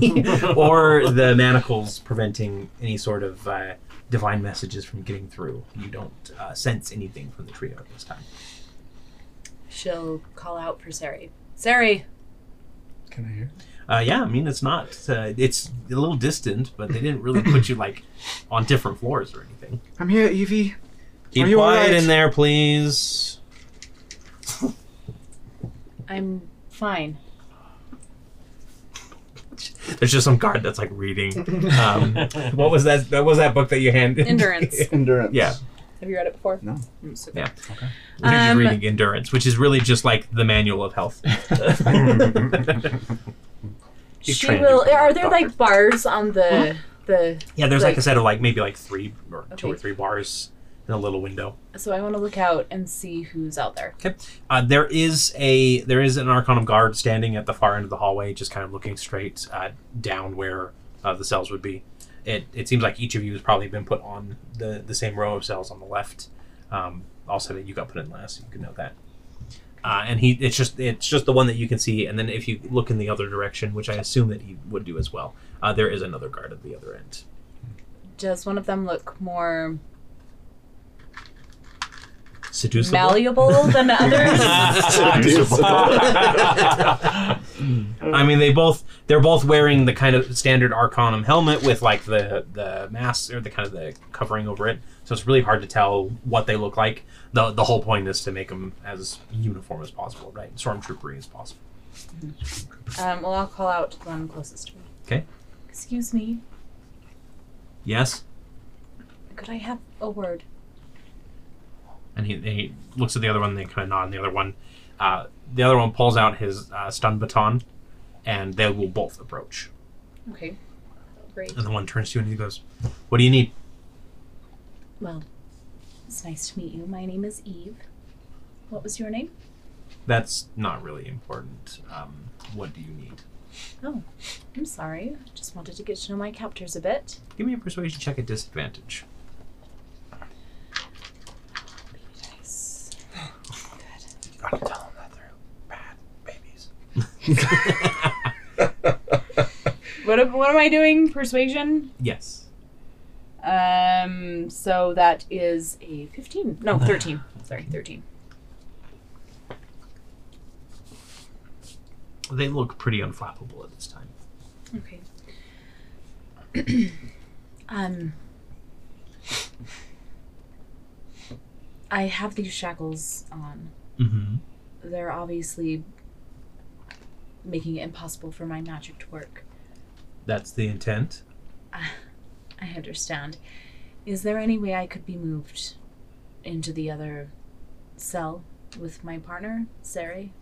[SPEAKER 1] or the manacles preventing any sort of uh, divine messages from getting through, you don't uh, sense anything from the trio at this time.
[SPEAKER 2] She'll call out for Sari. Sari,
[SPEAKER 5] Can I hear?
[SPEAKER 1] Uh, yeah, I mean it's not uh, it's a little distant, but they didn't really put you like on different floors or anything.
[SPEAKER 5] I'm here, Evie.
[SPEAKER 1] Keep
[SPEAKER 5] you all
[SPEAKER 1] quiet
[SPEAKER 5] right?
[SPEAKER 1] in there, please.
[SPEAKER 2] I'm fine.
[SPEAKER 1] There's just some guard that's like reading. Um, what was that? That was that book that you handed.
[SPEAKER 2] Endurance.
[SPEAKER 7] Endurance.
[SPEAKER 1] Yeah.
[SPEAKER 2] Have you read it before?
[SPEAKER 7] No.
[SPEAKER 2] Mm, so-
[SPEAKER 1] Yeah. You're just
[SPEAKER 2] Um,
[SPEAKER 1] reading endurance, which is really just like the manual of health.
[SPEAKER 6] He's
[SPEAKER 2] she
[SPEAKER 6] trained
[SPEAKER 2] will.
[SPEAKER 6] you.
[SPEAKER 2] Are there like bars on the the?
[SPEAKER 1] Yeah, there's like,
[SPEAKER 2] Like-
[SPEAKER 1] a set of like maybe like three or two or
[SPEAKER 2] Okay.
[SPEAKER 1] three bars in a little window.
[SPEAKER 2] So I want to look out and see who's out there.
[SPEAKER 1] Uh, there is a there is an Arcanum guard standing at the far end of the hallway, just kind of looking straight uh, down where uh, the cells would be. It it seems like each of you has probably been put on the the same row of cells on the left. Um, also, that you got put in last, so you can know that. Uh, and he it's just it's just the one that you can see, and then if you look in the other direction, which I assume that he would do as well, uh, there is another guard at the other end.
[SPEAKER 2] Does one of them look more
[SPEAKER 1] Seducible.
[SPEAKER 2] malleable than the others?
[SPEAKER 1] I mean, they both they're both wearing the kind of standard Arcanum helmet with like the the mask or the kind of the covering over it. So it's really hard to tell what they look like. the The whole point is to make them as uniform as possible, right? Stormtroopery as possible.
[SPEAKER 2] um, well, I'll call out to the one closest to me.
[SPEAKER 1] 'Kay.
[SPEAKER 2] Excuse me.
[SPEAKER 1] Yes.
[SPEAKER 2] Could I have a word?
[SPEAKER 1] And he, he looks at the other one. They kind of nod. And the other one, uh, the other one pulls out his uh, stun baton, and they will both approach.
[SPEAKER 2] Okay. Great.
[SPEAKER 1] And the one turns to you and he goes, "What do you need?"
[SPEAKER 2] Well, it's nice to meet you. My name is Eve. What was your name?
[SPEAKER 1] That's not really important. Um, what do you need?
[SPEAKER 2] I'm sorry. Just wanted to get to know my captors a bit.
[SPEAKER 1] Give me a persuasion check at disadvantage.
[SPEAKER 2] Nice.
[SPEAKER 7] You gotta tell them that they're bad babies.
[SPEAKER 2] What, am- what am I doing? Persuasion?
[SPEAKER 1] yes.
[SPEAKER 2] Um, so that is a 15. No, 13. Sorry, 13.
[SPEAKER 1] They look pretty unflappable at this time.
[SPEAKER 2] Okay. um, I have these shackles on.
[SPEAKER 1] Mm-hmm.
[SPEAKER 2] They're obviously making it impossible for my magic to work.
[SPEAKER 1] That's the intent.
[SPEAKER 2] I understand. Is there any way I could be moved into the other cell with my partner, Sari?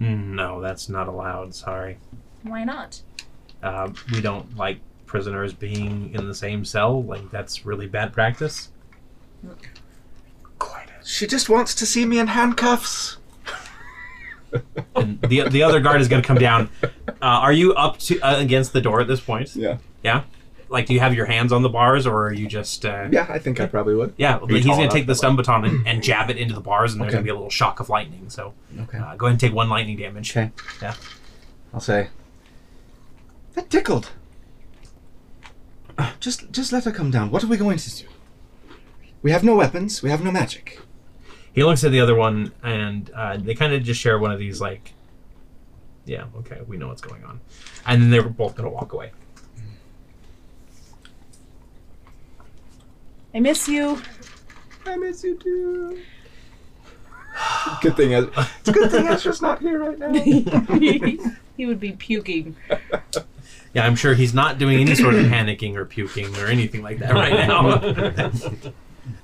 [SPEAKER 1] Mm, No, that's not allowed. Sorry.
[SPEAKER 2] Why not?
[SPEAKER 1] Uh, we don't like prisoners being in the same cell. Like that's really bad practice.
[SPEAKER 7] She just wants to see me in handcuffs.
[SPEAKER 1] And the the other guard is going to come down. Uh, are you up to uh, against the door at this point?
[SPEAKER 5] Yeah.
[SPEAKER 1] Yeah. Like, do you have your hands on the bars, or are you just? Uh,
[SPEAKER 5] Yeah, I think I probably would.
[SPEAKER 1] yeah. like, he's
[SPEAKER 6] tall
[SPEAKER 1] going to
[SPEAKER 6] enough
[SPEAKER 1] take
[SPEAKER 6] for
[SPEAKER 1] the stun baton and, and jab it into the bars, and there's
[SPEAKER 5] Okay.
[SPEAKER 1] going to be a little shock of lightning. So
[SPEAKER 5] Okay.
[SPEAKER 1] uh, go ahead and take one lightning damage.
[SPEAKER 5] Okay.
[SPEAKER 1] Yeah.
[SPEAKER 5] I'll say. That tickled. Uh, Just, just let her come down. What are we going to do? We have no weapons. We have no magic.
[SPEAKER 1] He looks at the other one, and uh, they kind of just share one of these like, yeah, okay, we know what's going on, and then they're both going to walk away.
[SPEAKER 2] I miss you.
[SPEAKER 5] I miss you too. Ah.
[SPEAKER 7] Good thing is,
[SPEAKER 5] It's a good thing Ezra's not here right now.
[SPEAKER 2] he would be puking.
[SPEAKER 1] Yeah, I'm sure he's not doing any sort of panicking or puking or anything like that right now.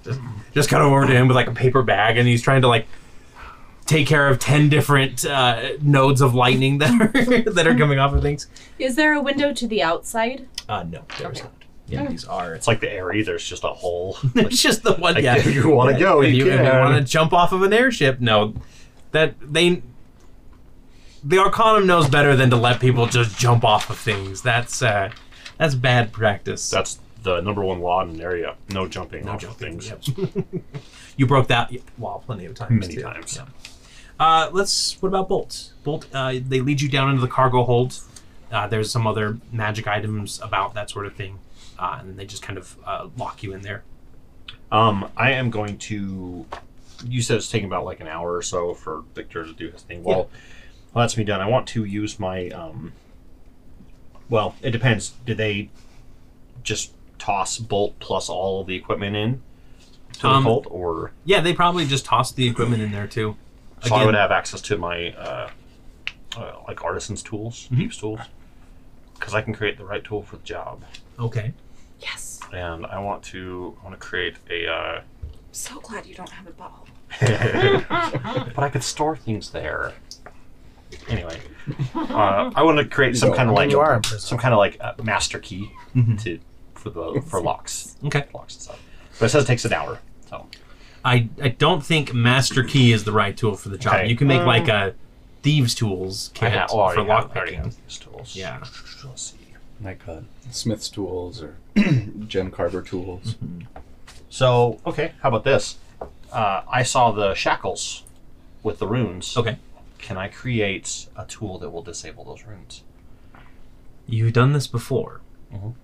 [SPEAKER 1] just, just cut over to him with like a paper bag, and he's trying to like take care of ten different uh, nodes of lightning that are that are coming off of things.
[SPEAKER 2] Is there a window to the outside?
[SPEAKER 1] Uh, no, there's not. Yeah, these are.
[SPEAKER 6] It's like the airy. There's just a hole.
[SPEAKER 1] It's just the one.
[SPEAKER 6] Like,
[SPEAKER 1] yeah,
[SPEAKER 6] if you wanna
[SPEAKER 1] Yeah,
[SPEAKER 6] go,
[SPEAKER 1] If
[SPEAKER 6] you
[SPEAKER 1] you,
[SPEAKER 6] can.
[SPEAKER 1] want to jump off of an airship, no, that they. The Arcanum knows better than to let people just jump off of things. That's uh, that's bad practice.
[SPEAKER 6] That's the number one law in an area. No jumping
[SPEAKER 1] No
[SPEAKER 6] off of
[SPEAKER 1] jumping.
[SPEAKER 6] things.
[SPEAKER 1] yep. you broke that wall plenty of times.
[SPEAKER 6] Many
[SPEAKER 1] too.
[SPEAKER 6] times.
[SPEAKER 1] Yeah. Uh, let's. What about Bolt? Bolt. Uh, they lead you down into the cargo hold. Uh, there's some other magic items about that sort of thing, uh, and they just kind of uh, lock you in there.
[SPEAKER 6] Um, I am going to. You said it's taking about like an hour or so for Victor to do his thing. Well, well that's me done. I want to use my. Um, well, it depends. Do they just toss bolt plus all of the equipment in to
[SPEAKER 1] Um,
[SPEAKER 6] the bolt, or
[SPEAKER 1] Yeah, they probably just tossed the equipment in there too.
[SPEAKER 6] so I would have access to my uh, uh, like artisans tools, thieves tools, because I can create the right tool for the job.
[SPEAKER 1] okay.
[SPEAKER 2] Yes.
[SPEAKER 6] And I want to I want to create a. Uh,
[SPEAKER 2] I'm so glad you don't have a bottle.
[SPEAKER 6] but I could store things there. Anyway, uh, I want to create some kind of like
[SPEAKER 3] you are in prison.
[SPEAKER 6] some kind of like a master key to for the for locks,
[SPEAKER 1] Okay.
[SPEAKER 6] locks and stuff. But it says it takes an hour. So
[SPEAKER 1] I, I don't think master key is the right tool for the job.
[SPEAKER 6] Okay.
[SPEAKER 1] You can make like a thieves tools
[SPEAKER 6] I
[SPEAKER 1] kit
[SPEAKER 6] have, oh, I
[SPEAKER 1] for
[SPEAKER 6] already have, I already
[SPEAKER 1] lockpicking.
[SPEAKER 6] have these tools.
[SPEAKER 1] Yeah.
[SPEAKER 6] Let's see.
[SPEAKER 5] Like uh, Smith's tools or gem carver tools.
[SPEAKER 6] So okay, how about this? Uh, I saw the shackles with the runes.
[SPEAKER 1] Okay.
[SPEAKER 6] Can I create a tool that will disable those runes?
[SPEAKER 1] You've done this before.
[SPEAKER 6] Mhm.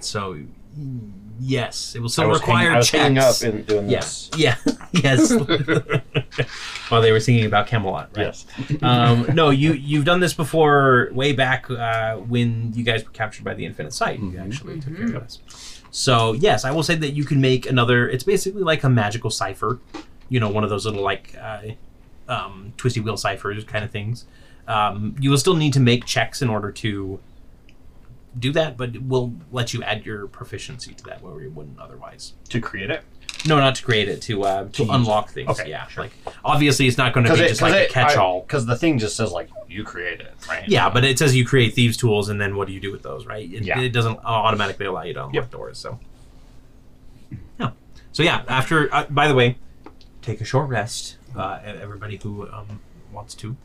[SPEAKER 1] So yes, it will
[SPEAKER 6] I
[SPEAKER 1] still
[SPEAKER 6] was
[SPEAKER 1] require
[SPEAKER 6] hang- I was hanging
[SPEAKER 1] checks.
[SPEAKER 6] up and doing
[SPEAKER 1] yes.
[SPEAKER 6] this.
[SPEAKER 1] Yeah. yes. While they were singing about Camelot, right?
[SPEAKER 6] Yes.
[SPEAKER 1] um, no, you you've done this before, way back uh, when you guys were captured by the Infinite Sight.
[SPEAKER 6] Mm-hmm.
[SPEAKER 1] You actually took care of us. So yes, I will say that you can make another. It's basically like a magical cipher, you know, one of those little like uh, um, twisty wheel ciphers kind of things. Um, you will still need to make checks in order to do that, but we'll let you add your proficiency to that where we wouldn't otherwise.
[SPEAKER 6] To create it.
[SPEAKER 1] No, not to create it to uh, to
[SPEAKER 6] use.
[SPEAKER 1] unlock things.
[SPEAKER 6] Okay,
[SPEAKER 1] yeah, like obviously it's not going to be just like a catch-all.
[SPEAKER 6] Because the thing just says like you create it, right?
[SPEAKER 1] Yeah, but it says you create thieves tools, and then what do you do with those, right? It,
[SPEAKER 6] Yeah.
[SPEAKER 1] it doesn't automatically allow you to unlock
[SPEAKER 6] Yep.
[SPEAKER 1] doors. So, yeah. So yeah. After, uh, by the way, take a short rest. Uh, e- everybody who um, wants to,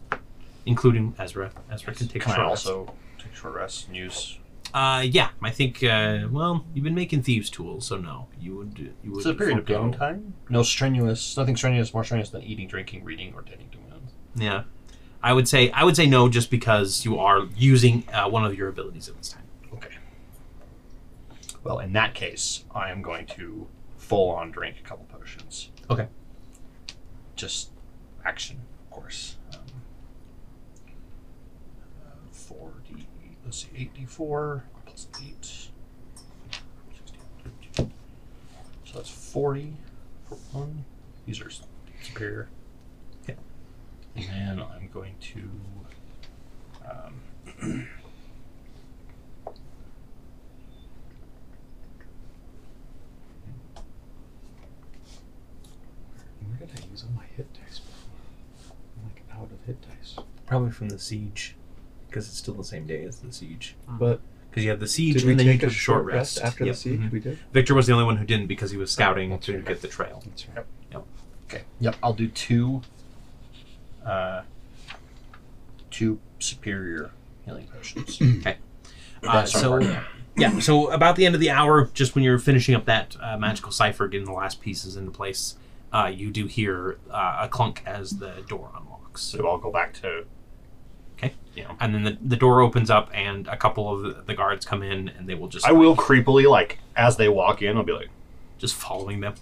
[SPEAKER 1] including Ezra. Ezra can take
[SPEAKER 6] Can
[SPEAKER 1] a
[SPEAKER 6] I
[SPEAKER 1] short
[SPEAKER 6] also take short rest and use?
[SPEAKER 1] rest. Uh, yeah, I think. Uh, well, you've been making thieves tools, so no, you would. You would.
[SPEAKER 6] It's a period of
[SPEAKER 1] forego-
[SPEAKER 6] downtime. No strenuous, nothing strenuous, more strenuous than eating, drinking, reading, or tending to wounds.
[SPEAKER 1] Yeah, I would say I would say no, just because you are using uh, one of your abilities at this time.
[SPEAKER 6] Okay. Well, in that case, I am going to full on drink a couple potions.
[SPEAKER 1] Okay.
[SPEAKER 6] Just action, of course. Um, uh, four D. Let's see, eight D four plus eight. 16. So that's forty for one. These are superior.
[SPEAKER 1] Yeah.
[SPEAKER 6] And then I'm going to. Um,
[SPEAKER 5] Where did I use all my hit dice before? I'm like out of hit dice.
[SPEAKER 1] Probably from the siege, because it's still the same day as the siege.
[SPEAKER 5] But
[SPEAKER 1] Because because you have the siege
[SPEAKER 5] Did we
[SPEAKER 1] and then you
[SPEAKER 5] take
[SPEAKER 1] took
[SPEAKER 5] a short rest, Mm-hmm. after
[SPEAKER 1] Yep.
[SPEAKER 5] the siege?
[SPEAKER 1] Mhm.
[SPEAKER 5] We did.
[SPEAKER 1] Victor was the only one who didn't because he was scouting
[SPEAKER 6] That's
[SPEAKER 1] to
[SPEAKER 6] right.
[SPEAKER 1] get the trail.
[SPEAKER 5] That's right.
[SPEAKER 6] Okay. Yep. I'll do two. Uh, two superior healing potions.
[SPEAKER 1] Uh,
[SPEAKER 6] That's our
[SPEAKER 1] so
[SPEAKER 6] part.
[SPEAKER 1] yeah, so about the end of the hour, just when you're finishing up that uh, magical cipher, getting the last pieces into place, uh, you do hear uh, a clunk as the door unlocks.
[SPEAKER 6] so I'll go back to.
[SPEAKER 1] Okay.
[SPEAKER 6] Yeah.
[SPEAKER 1] and then the, the door opens up, and a couple of the- the guards come in, and they will just
[SPEAKER 6] I will creepily like as they walk in. I'll be like.
[SPEAKER 1] just following them.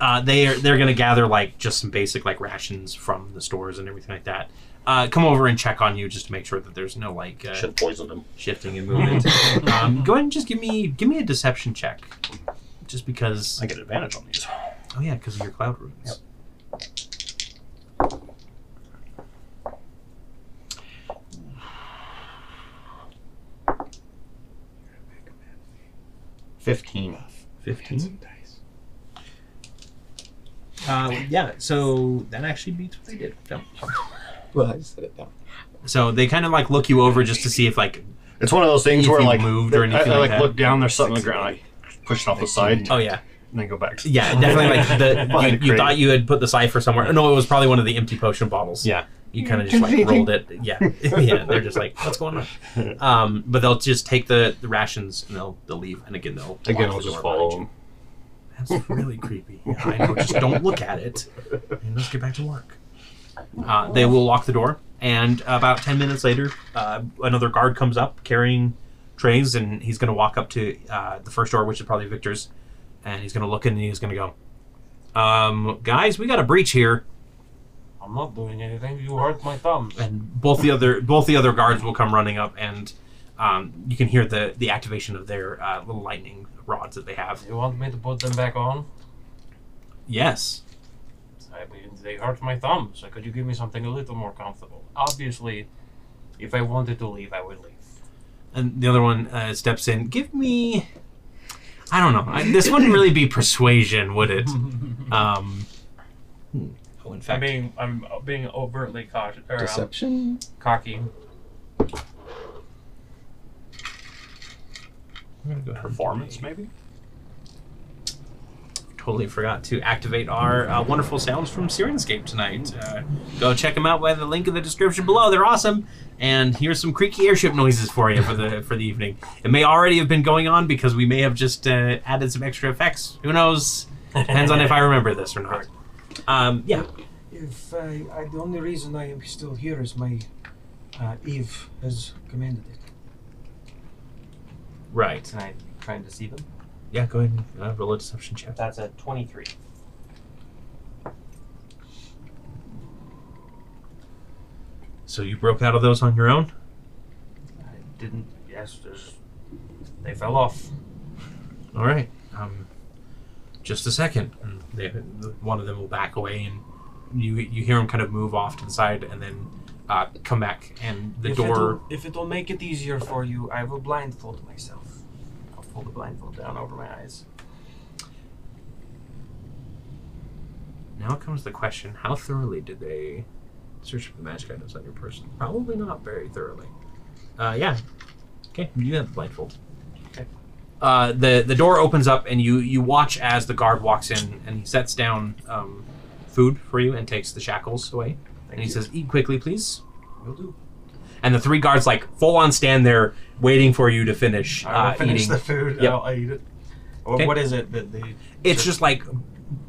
[SPEAKER 1] uh, they are they're gonna gather like just some basic like rations from the stores and everything like that. Uh, come over and check on you just to make sure that there's no like uh,
[SPEAKER 6] Should poison them.
[SPEAKER 1] shifting and movement. um, go ahead and just give me give me a deception check, just because.
[SPEAKER 6] I get advantage on these.
[SPEAKER 1] oh yeah, because of your cloud runes.
[SPEAKER 6] Fifteen.
[SPEAKER 1] Fifteen. Uh, yeah, so that actually beats what they did. No.
[SPEAKER 5] Well, I just set it down.
[SPEAKER 1] So they kind of like look you over just to see if like
[SPEAKER 6] It's one of those things
[SPEAKER 1] If
[SPEAKER 6] where
[SPEAKER 1] you
[SPEAKER 6] like
[SPEAKER 1] moved or
[SPEAKER 6] I-
[SPEAKER 1] anything
[SPEAKER 6] I,
[SPEAKER 1] like
[SPEAKER 6] like
[SPEAKER 1] that.
[SPEAKER 6] look down. There's something on the ground. I push it off the side and
[SPEAKER 1] oh yeah
[SPEAKER 6] then go back. To
[SPEAKER 1] yeah definitely like
[SPEAKER 6] Behind
[SPEAKER 1] the
[SPEAKER 6] a
[SPEAKER 1] you, you
[SPEAKER 6] crate.
[SPEAKER 1] thought you had put the cipher somewhere. No, it was probably one of the empty potion bottles.
[SPEAKER 6] Yeah.
[SPEAKER 1] you kind of just like rolled it. Yeah, yeah. They're just like what's going on? Um, but they'll just take the, the rations and they'll they'll leave and again they'll
[SPEAKER 6] Again,
[SPEAKER 1] lock
[SPEAKER 6] I'll
[SPEAKER 1] the door
[SPEAKER 6] just
[SPEAKER 1] behind
[SPEAKER 6] follow
[SPEAKER 1] you.
[SPEAKER 6] them.
[SPEAKER 1] That's really creepy. Yeah, I know. Just don't look at it. And let's get back to work. Uh, they will lock the door, and about 10 minutes later, uh, another guard comes up carrying trays, and he's going to walk up to uh, the first door, which is probably Victor's, and he's going to look in and he's going to go, um, Guys, we got a breach here.
[SPEAKER 4] I'm not doing anything. You hurt my thumbs.
[SPEAKER 1] And both the other both the other guards will come running up, and um, you can hear the, the activation of their uh, little lightning rods that they have.
[SPEAKER 4] You want me to put them back on?
[SPEAKER 1] Yes.
[SPEAKER 4] I mean, they hurt my thumbs. So could you give me something a little more comfortable? Obviously, if I wanted to leave, I would leave.
[SPEAKER 1] and the other one uh, steps in. Give me, I don't know. I, this wouldn't really be persuasion, would it? Um, hmm. oh, in
[SPEAKER 4] I'm
[SPEAKER 1] fact,
[SPEAKER 4] being I'm being overtly cautious or um,
[SPEAKER 5] Deception.
[SPEAKER 4] cocky.
[SPEAKER 1] I'm gonna go ahead and
[SPEAKER 6] Performance,
[SPEAKER 1] do a-
[SPEAKER 6] maybe.
[SPEAKER 1] Totally forgot to activate our uh, wonderful sounds from Sirenscape tonight. Uh, go check them out by the link in the description below. They're awesome. And here's some creaky airship noises for you for the for the evening. It may already have been going on because we may have just uh, added some extra effects. Who knows? Depends on if I remember this or not. Um, yeah,
[SPEAKER 8] If uh, I, the only reason I am still here is my uh, Eve has commanded it.
[SPEAKER 1] right.
[SPEAKER 4] Can I trying to see them?
[SPEAKER 1] Yeah, go ahead and uh, roll a deception check.
[SPEAKER 4] That's a twenty-three.
[SPEAKER 1] So you broke out of those on your own?
[SPEAKER 4] I didn't. Yes, there's. They fell off.
[SPEAKER 1] All right. Um, just a second. And they, one of them will back away, and you you hear him kind of move off to the side, and then uh, come back, and the
[SPEAKER 8] if
[SPEAKER 1] door.
[SPEAKER 8] It'll, if it'll make it easier for you, I will blindfold myself.
[SPEAKER 4] I'll pull the blindfold down over my eyes.
[SPEAKER 1] Now comes the question: How thoroughly did they search for the magic items on your person? Probably not very thoroughly. Uh, yeah. Okay, you have the blindfold.
[SPEAKER 4] Okay.
[SPEAKER 1] Uh, the the door opens up and you you watch as the guard walks in and he sets down um, food for you and takes the shackles away and he says, "Eat quickly, please."
[SPEAKER 4] Will do.
[SPEAKER 1] And the three guards like full on stand there waiting for you to finish
[SPEAKER 4] I will
[SPEAKER 1] uh,
[SPEAKER 4] finish
[SPEAKER 1] eating.
[SPEAKER 4] the food.
[SPEAKER 1] Yep.
[SPEAKER 4] I'll, i eat it. Or
[SPEAKER 1] Okay.
[SPEAKER 4] What is it that they?
[SPEAKER 1] it's just like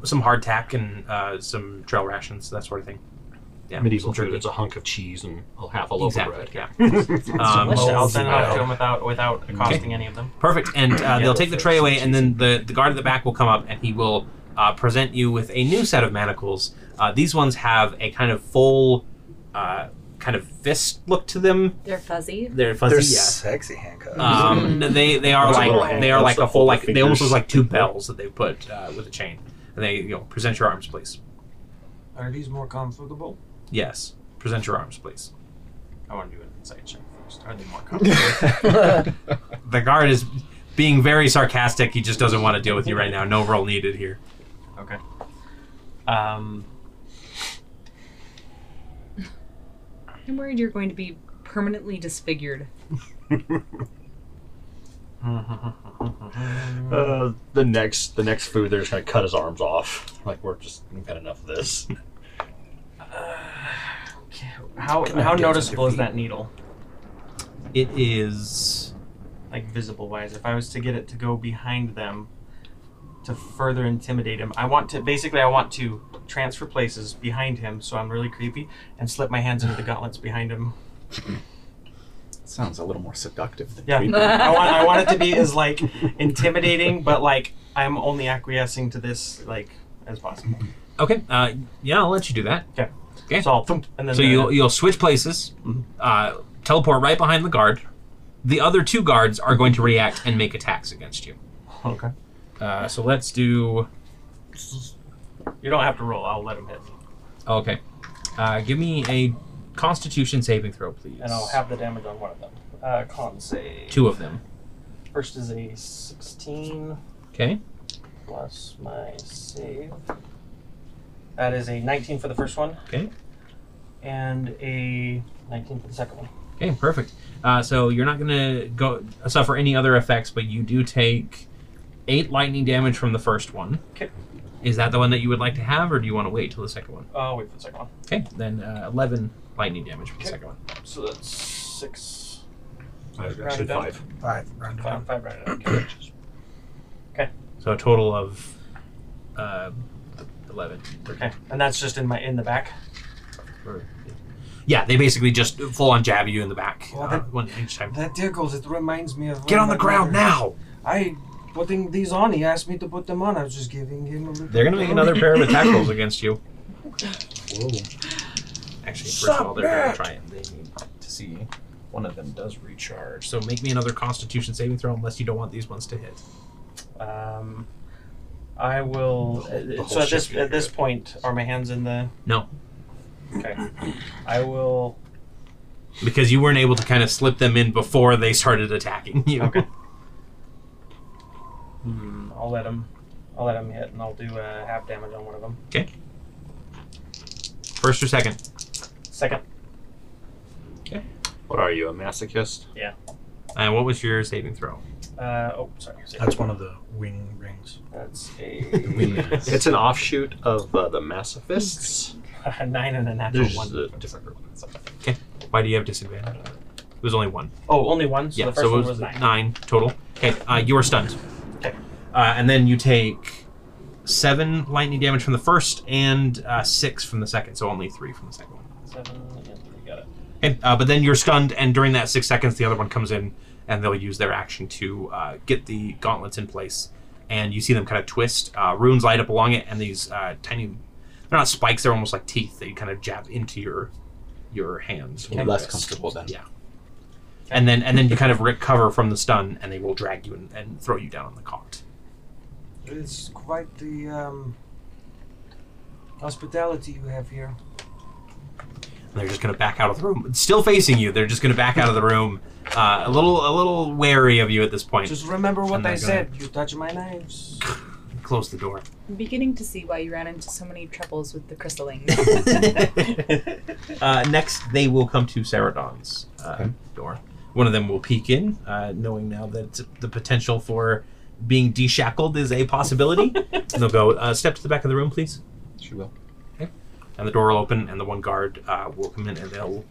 [SPEAKER 1] some hardtack and uh, some trail rations, that sort of thing. Yeah,
[SPEAKER 6] Medieval
[SPEAKER 1] some
[SPEAKER 6] food. It's a hunk of cheese and a half a loaf
[SPEAKER 1] exactly.
[SPEAKER 6] of bread.
[SPEAKER 1] Yeah.
[SPEAKER 4] I'll
[SPEAKER 1] Um,
[SPEAKER 4] I'll send it off to them without without accosting any of them.
[SPEAKER 1] Perfect. And uh, they'll take the
[SPEAKER 4] that's
[SPEAKER 1] tray away,
[SPEAKER 4] cheesy.
[SPEAKER 1] and then the, the guard at the back will come up and he will uh, present you with a new set of manacles. Uh, these ones have a kind of full, uh, kind of fist look to them.
[SPEAKER 2] They're fuzzy.
[SPEAKER 1] They're
[SPEAKER 3] They're
[SPEAKER 1] fuzzy. yeah.
[SPEAKER 3] sexy handcuffs.
[SPEAKER 1] Um, they they are
[SPEAKER 6] Those are little
[SPEAKER 1] like they are
[SPEAKER 6] handcuffs
[SPEAKER 1] like
[SPEAKER 6] that
[SPEAKER 1] a full
[SPEAKER 6] hold the
[SPEAKER 1] like they almost
[SPEAKER 6] fingers.
[SPEAKER 1] look like two bells that they put uh, with a chain, and they you know present your arms, please.
[SPEAKER 8] Are these more comfortable?
[SPEAKER 1] Yes, present your arms, please.
[SPEAKER 4] I want to do an insight check first. Are they more comfortable?
[SPEAKER 1] The guard is being very sarcastic. He just doesn't want to deal with you right now. No roll needed here.
[SPEAKER 4] okay. Um.
[SPEAKER 2] I'm worried you're going to be permanently disfigured.
[SPEAKER 6] Uh, the next, the next food, they're just gonna cut his arms off. Like we're just we've had enough of this.
[SPEAKER 3] I
[SPEAKER 4] How how
[SPEAKER 3] dance with
[SPEAKER 4] noticeable
[SPEAKER 3] your
[SPEAKER 4] is
[SPEAKER 3] feet?
[SPEAKER 4] that needle?
[SPEAKER 1] It is.
[SPEAKER 4] Like visible wise, if I was to get it to go behind them to further intimidate him, I want to basically I want to transfer places behind him so I'm really creepy and slip my hands into the gauntlets behind him.
[SPEAKER 5] Sounds a little more seductive than
[SPEAKER 4] Yeah.
[SPEAKER 5] creepy.
[SPEAKER 4] I want I want it to be as like intimidating, but like I'm only acquiescing to this like as possible.
[SPEAKER 1] Okay. Uh, yeah, I'll let you do that. Okay.
[SPEAKER 4] So I'll thump, and then
[SPEAKER 1] So
[SPEAKER 4] the-
[SPEAKER 1] you'll you'll switch places, uh, teleport right behind the guard. The other two guards are going to react and make attacks against you.
[SPEAKER 4] okay.
[SPEAKER 1] Uh, so let's do.
[SPEAKER 4] You don't have to roll. I'll let him hit,
[SPEAKER 1] oh, Okay. Uh, give me a Constitution saving throw, please.
[SPEAKER 4] and I'll have the damage on one of them. Uh, con save.
[SPEAKER 1] two of them.
[SPEAKER 4] First is a 16
[SPEAKER 1] Okay.
[SPEAKER 4] plus my save. That is a 19 for the first one.
[SPEAKER 1] Okay.
[SPEAKER 4] And a 19 for the second one.
[SPEAKER 1] Okay. Perfect. Uh, so you're not gonna go suffer any other effects, but you do take eight lightning damage from the first one.
[SPEAKER 4] Okay.
[SPEAKER 1] Is that the one that you would like to have, or do you want to wait till the second one?
[SPEAKER 4] Oh, wait for the second one.
[SPEAKER 1] Okay. Then uh, eleven lightning damage for the
[SPEAKER 4] Okay.
[SPEAKER 1] second one.
[SPEAKER 4] So that's six.
[SPEAKER 6] Actually,
[SPEAKER 4] down.
[SPEAKER 6] five.
[SPEAKER 3] Five round down.
[SPEAKER 4] Five, five right out. Okay.
[SPEAKER 1] So a total of uh, eleven.
[SPEAKER 4] okay. And that's just in my in the back.
[SPEAKER 1] Or- yeah, they basically just full on jab you in the back
[SPEAKER 8] Well,
[SPEAKER 1] uh,
[SPEAKER 8] that-
[SPEAKER 1] one each time.
[SPEAKER 8] That tickles. It reminds me of.
[SPEAKER 1] Get
[SPEAKER 8] when
[SPEAKER 1] on the
[SPEAKER 8] my
[SPEAKER 1] ground
[SPEAKER 8] brother-
[SPEAKER 1] now.
[SPEAKER 8] I putting these on. He asked me to put them on. I was just giving him a little.
[SPEAKER 1] They're gonna make another pair of attack rolls against you.
[SPEAKER 5] Whoa.
[SPEAKER 1] Actually, first of all, they're gonna try it.
[SPEAKER 5] They need to see one of them does recharge.
[SPEAKER 1] So make me another Constitution saving throw unless you don't want these ones to hit.
[SPEAKER 4] Um, I will. uh,
[SPEAKER 5] The whole
[SPEAKER 4] so at
[SPEAKER 5] ship's
[SPEAKER 4] this
[SPEAKER 5] gonna
[SPEAKER 4] at this
[SPEAKER 5] go.
[SPEAKER 4] point, are my hands in the?
[SPEAKER 1] No.
[SPEAKER 4] Okay. I will.
[SPEAKER 1] Because you weren't able to kind of slip them in before they started attacking you.
[SPEAKER 4] Okay. Hmm, I'll let him. I'll let him hit, and I'll do uh, half damage on one of them.
[SPEAKER 1] First or second?
[SPEAKER 4] Second.
[SPEAKER 6] What are you, a masochist?
[SPEAKER 1] And Uh, what was your saving throw?
[SPEAKER 4] Uh, oh, sorry.
[SPEAKER 3] That's one of the wing rings.
[SPEAKER 4] That's a
[SPEAKER 6] It's an offshoot of uh, the masochists.
[SPEAKER 4] a nine and a natural
[SPEAKER 6] There's just
[SPEAKER 4] one.
[SPEAKER 6] a different group.
[SPEAKER 1] Why do you have disadvantage? It was only one.
[SPEAKER 4] Oh, only one. So
[SPEAKER 1] yeah,
[SPEAKER 4] the first
[SPEAKER 1] so it
[SPEAKER 4] one
[SPEAKER 1] was,
[SPEAKER 4] was nine.
[SPEAKER 1] total. Okay, uh, you are stunned.
[SPEAKER 4] Okay.
[SPEAKER 1] Uh, and then you take seven lightning damage from the first and uh, six from the second, so only three from the second one.
[SPEAKER 4] Seven and three. Got it.
[SPEAKER 1] Okay, uh, but then you're stunned, and during that six seconds, the other one comes in, and they'll use their action to uh, get the gauntlets in place. And you see them kind of twist. Uh, runes light up along it, and these uh, tiny—they're not spikes; they're almost like teeth that you kind of jab into your your hands.
[SPEAKER 5] You're less comfortable then.
[SPEAKER 1] Yeah. and then and then you kind of recover from the stun, and they will drag you and, and throw you down on the cart.
[SPEAKER 8] It's quite the um, hospitality you have here.
[SPEAKER 1] And they're just going to back out of the room, still facing you. They're just going to back out of the room, uh, a little a little wary of you at this point.
[SPEAKER 8] Just remember what
[SPEAKER 1] I'm not
[SPEAKER 8] I
[SPEAKER 1] gonna-
[SPEAKER 8] said. You touch my knives.
[SPEAKER 1] close the door.
[SPEAKER 2] I'm beginning to see why you ran into so many troubles with the crystalline.
[SPEAKER 1] uh, next, they will come to Saradon's uh,
[SPEAKER 5] Okay.
[SPEAKER 1] door. One of them will peek in, uh, knowing now that the potential for being deshackled is a possibility. and they'll go, uh, step to the back of the room, please.
[SPEAKER 5] She will.
[SPEAKER 1] and the door will open, and the one guard uh, will come in, and they'll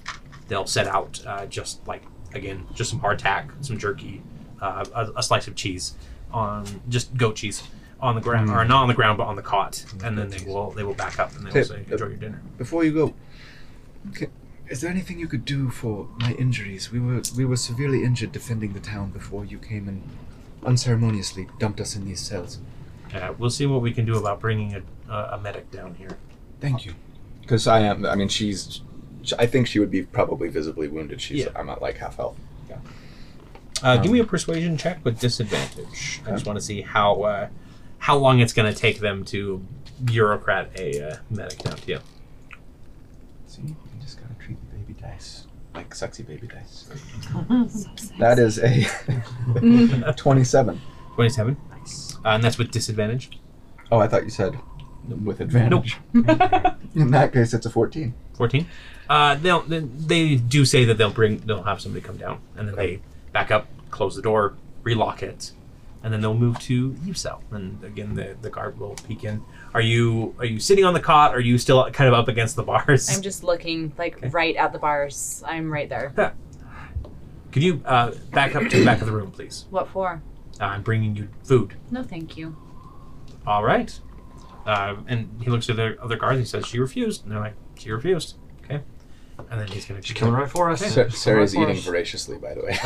[SPEAKER 1] they'll set out uh, just like again, just some hardtack, some jerky, uh, a, a slice of cheese on just goat cheese on the ground, or not on the ground, but on the cot, and then they will they will back up and they will say,
[SPEAKER 5] Okay.
[SPEAKER 1] "Enjoy your dinner."
[SPEAKER 5] Before you go, ca- is there anything you could do for my injuries? We were we were severely injured defending the town before you came and unceremoniously dumped us in these cells.
[SPEAKER 1] Uh, we'll see what we can do about bringing a, a, a medic down here.
[SPEAKER 5] Thank you.
[SPEAKER 9] Because I am. I mean, she's. I think she would be probably visibly wounded. She's.
[SPEAKER 1] Yeah.
[SPEAKER 9] I'm at like half health.
[SPEAKER 1] Uh, give me a persuasion check with disadvantage. I just want to see how uh, how long it's going to take them to bureaucrat a uh, medic down to you.
[SPEAKER 9] See, you just gotta treat the baby dice like sexy baby dice.
[SPEAKER 2] That
[SPEAKER 9] That is a twenty-seven.
[SPEAKER 1] Twenty-seven. Uh, and that's with disadvantage.
[SPEAKER 9] Oh, I thought you said with advantage. In that case, it's a fourteen.
[SPEAKER 1] Fourteen. Uh, they'll they- they do say that they'll bring they'll have somebody come down and then they back up, close the door, relock it, and then they'll move to you cell. And again, the the guard will peek in. Are you are you sitting on the cot? are you still kind of up against the bars?
[SPEAKER 2] I'm just looking like
[SPEAKER 1] Okay.
[SPEAKER 2] right at the bars. I'm right there.
[SPEAKER 1] Could you uh, back up to the back of the room, please?
[SPEAKER 2] What for?
[SPEAKER 1] Uh, I'm bringing you food.
[SPEAKER 2] No, thank you.
[SPEAKER 1] All right. Uh, and he looks at the other guards. and He says she refused, and they're like, she refused. Okay. And then he's gonna
[SPEAKER 4] She's coming right for us.
[SPEAKER 1] Okay.
[SPEAKER 4] She's
[SPEAKER 1] Sa-
[SPEAKER 4] coming
[SPEAKER 5] Sarah's
[SPEAKER 4] right for
[SPEAKER 5] eating
[SPEAKER 4] us.
[SPEAKER 5] voraciously, by the way.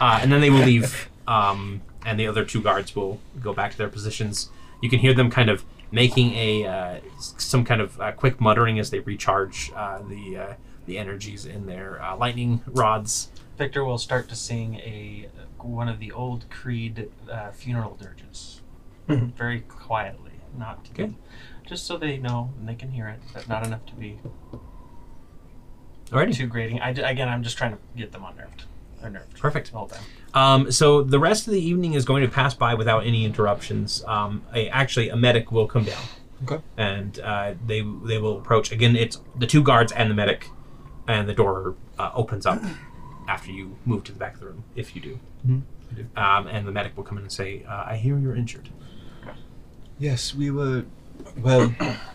[SPEAKER 1] Uh, and then they will leave, um, and the other two guards will go back to their positions. You can hear them kind of making a uh, s- some kind of uh, quick muttering as they recharge uh, the uh, the energies in their uh, lightning rods.
[SPEAKER 4] Victor will start to sing a one of the old Creed uh, funeral dirges, very quietly, not to
[SPEAKER 1] Mm-hmm. Okay.
[SPEAKER 4] be, just so they know and they can hear it, but not enough to be
[SPEAKER 1] Alrighty,
[SPEAKER 4] too grating. I, again, I'm just trying to get them unnerved, unnerved
[SPEAKER 1] perfect.
[SPEAKER 4] the whole time.
[SPEAKER 1] Um, so the rest of the evening is going to pass by without any interruptions. Um, a, actually, a medic will come down.
[SPEAKER 5] Okay.
[SPEAKER 1] And uh, they they will approach again. It's the two guards and the medic, and the door uh, opens up after you move to the back of the room, if you do. Um, and the medic will come in and say, uh, "I hear you're injured."
[SPEAKER 5] Yes, we were. Well,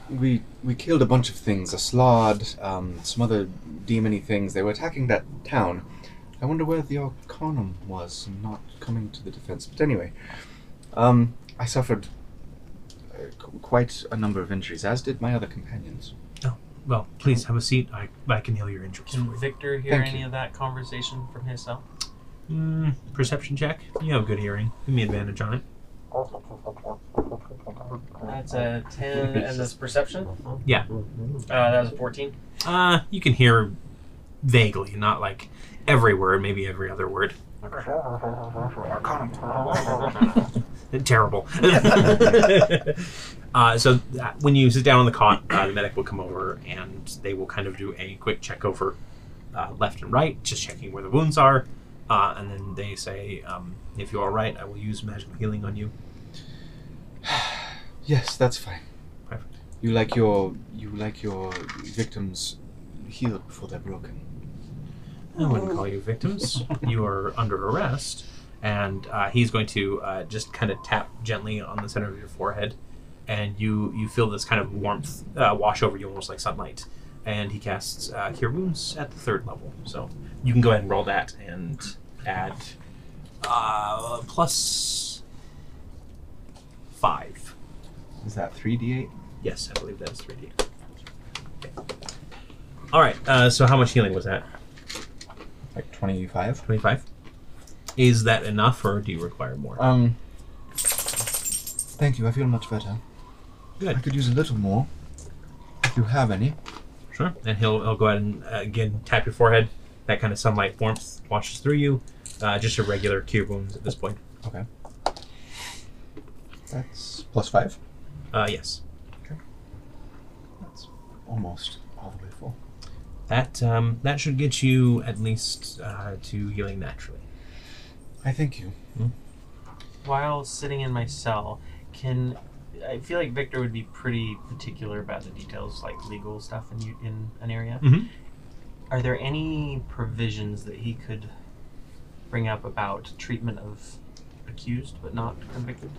[SPEAKER 5] we we killed a bunch of things. A slod, um, some other demony things. They were attacking that town. I wonder where the Arcanum was, and not coming to the defense. But anyway, um, I suffered uh, qu- quite a number of injuries, as did my other companions.
[SPEAKER 1] Well, please have a seat. I, I can heal your injuries.
[SPEAKER 4] Can Victor hear
[SPEAKER 5] Thank
[SPEAKER 4] any
[SPEAKER 5] you.
[SPEAKER 4] of that conversation from his cell?
[SPEAKER 1] Mm, perception check. You have good hearing. Give me advantage on it.
[SPEAKER 4] That's a ten, and that's perception.
[SPEAKER 1] Yeah.
[SPEAKER 4] Uh, that was a fourteen.
[SPEAKER 1] Uh, you can hear vaguely, not like every word, maybe every other word.
[SPEAKER 3] Oh,
[SPEAKER 1] Terrible. uh, so uh, when you sit down on the cot, uh, the medic will come over and they will kind of do a quick check over uh, left and right, just checking where the wounds are. Uh, and then they say, um, if you're all right, I will use magical healing on you.
[SPEAKER 5] Yes, that's fine.
[SPEAKER 1] Perfect.
[SPEAKER 5] You like your you like your victims healed before they're broken.
[SPEAKER 1] I wouldn't call you victims. you are under arrest. And uh, he's going to uh, just kind of tap gently on the center of your forehead. And you, you feel this kind of warmth uh, wash over you, almost like sunlight. And he casts uh, Cure Wounds at the third level. So you can go ahead and roll that and add uh, plus five.
[SPEAKER 9] Is that 3d8?
[SPEAKER 1] Yes, I believe that is 3D. Okay. All right, uh, so how much healing was that?
[SPEAKER 9] Like 25?
[SPEAKER 1] 25. Is that enough, or do you require more?
[SPEAKER 5] Um. Thank you. I feel much better.
[SPEAKER 1] Good.
[SPEAKER 5] I could use a little more. If you have any.
[SPEAKER 1] Sure. And he'll, he'll go ahead and uh, again tap your forehead. That kind of sunlight warmth washes through you. Uh, just a regular cure wounds at this point.
[SPEAKER 9] That's plus 5.
[SPEAKER 1] Uh, yes.
[SPEAKER 9] That's almost all the way full.
[SPEAKER 1] That um, that should get you at least uh, to healing naturally.
[SPEAKER 5] I thank you.
[SPEAKER 4] While sitting in my cell, can I feel like Victor would be pretty particular about the details, like legal stuff in you- in an area.
[SPEAKER 1] Mhm.
[SPEAKER 4] Are there any provisions that he could bring up about treatment of accused but not convicted?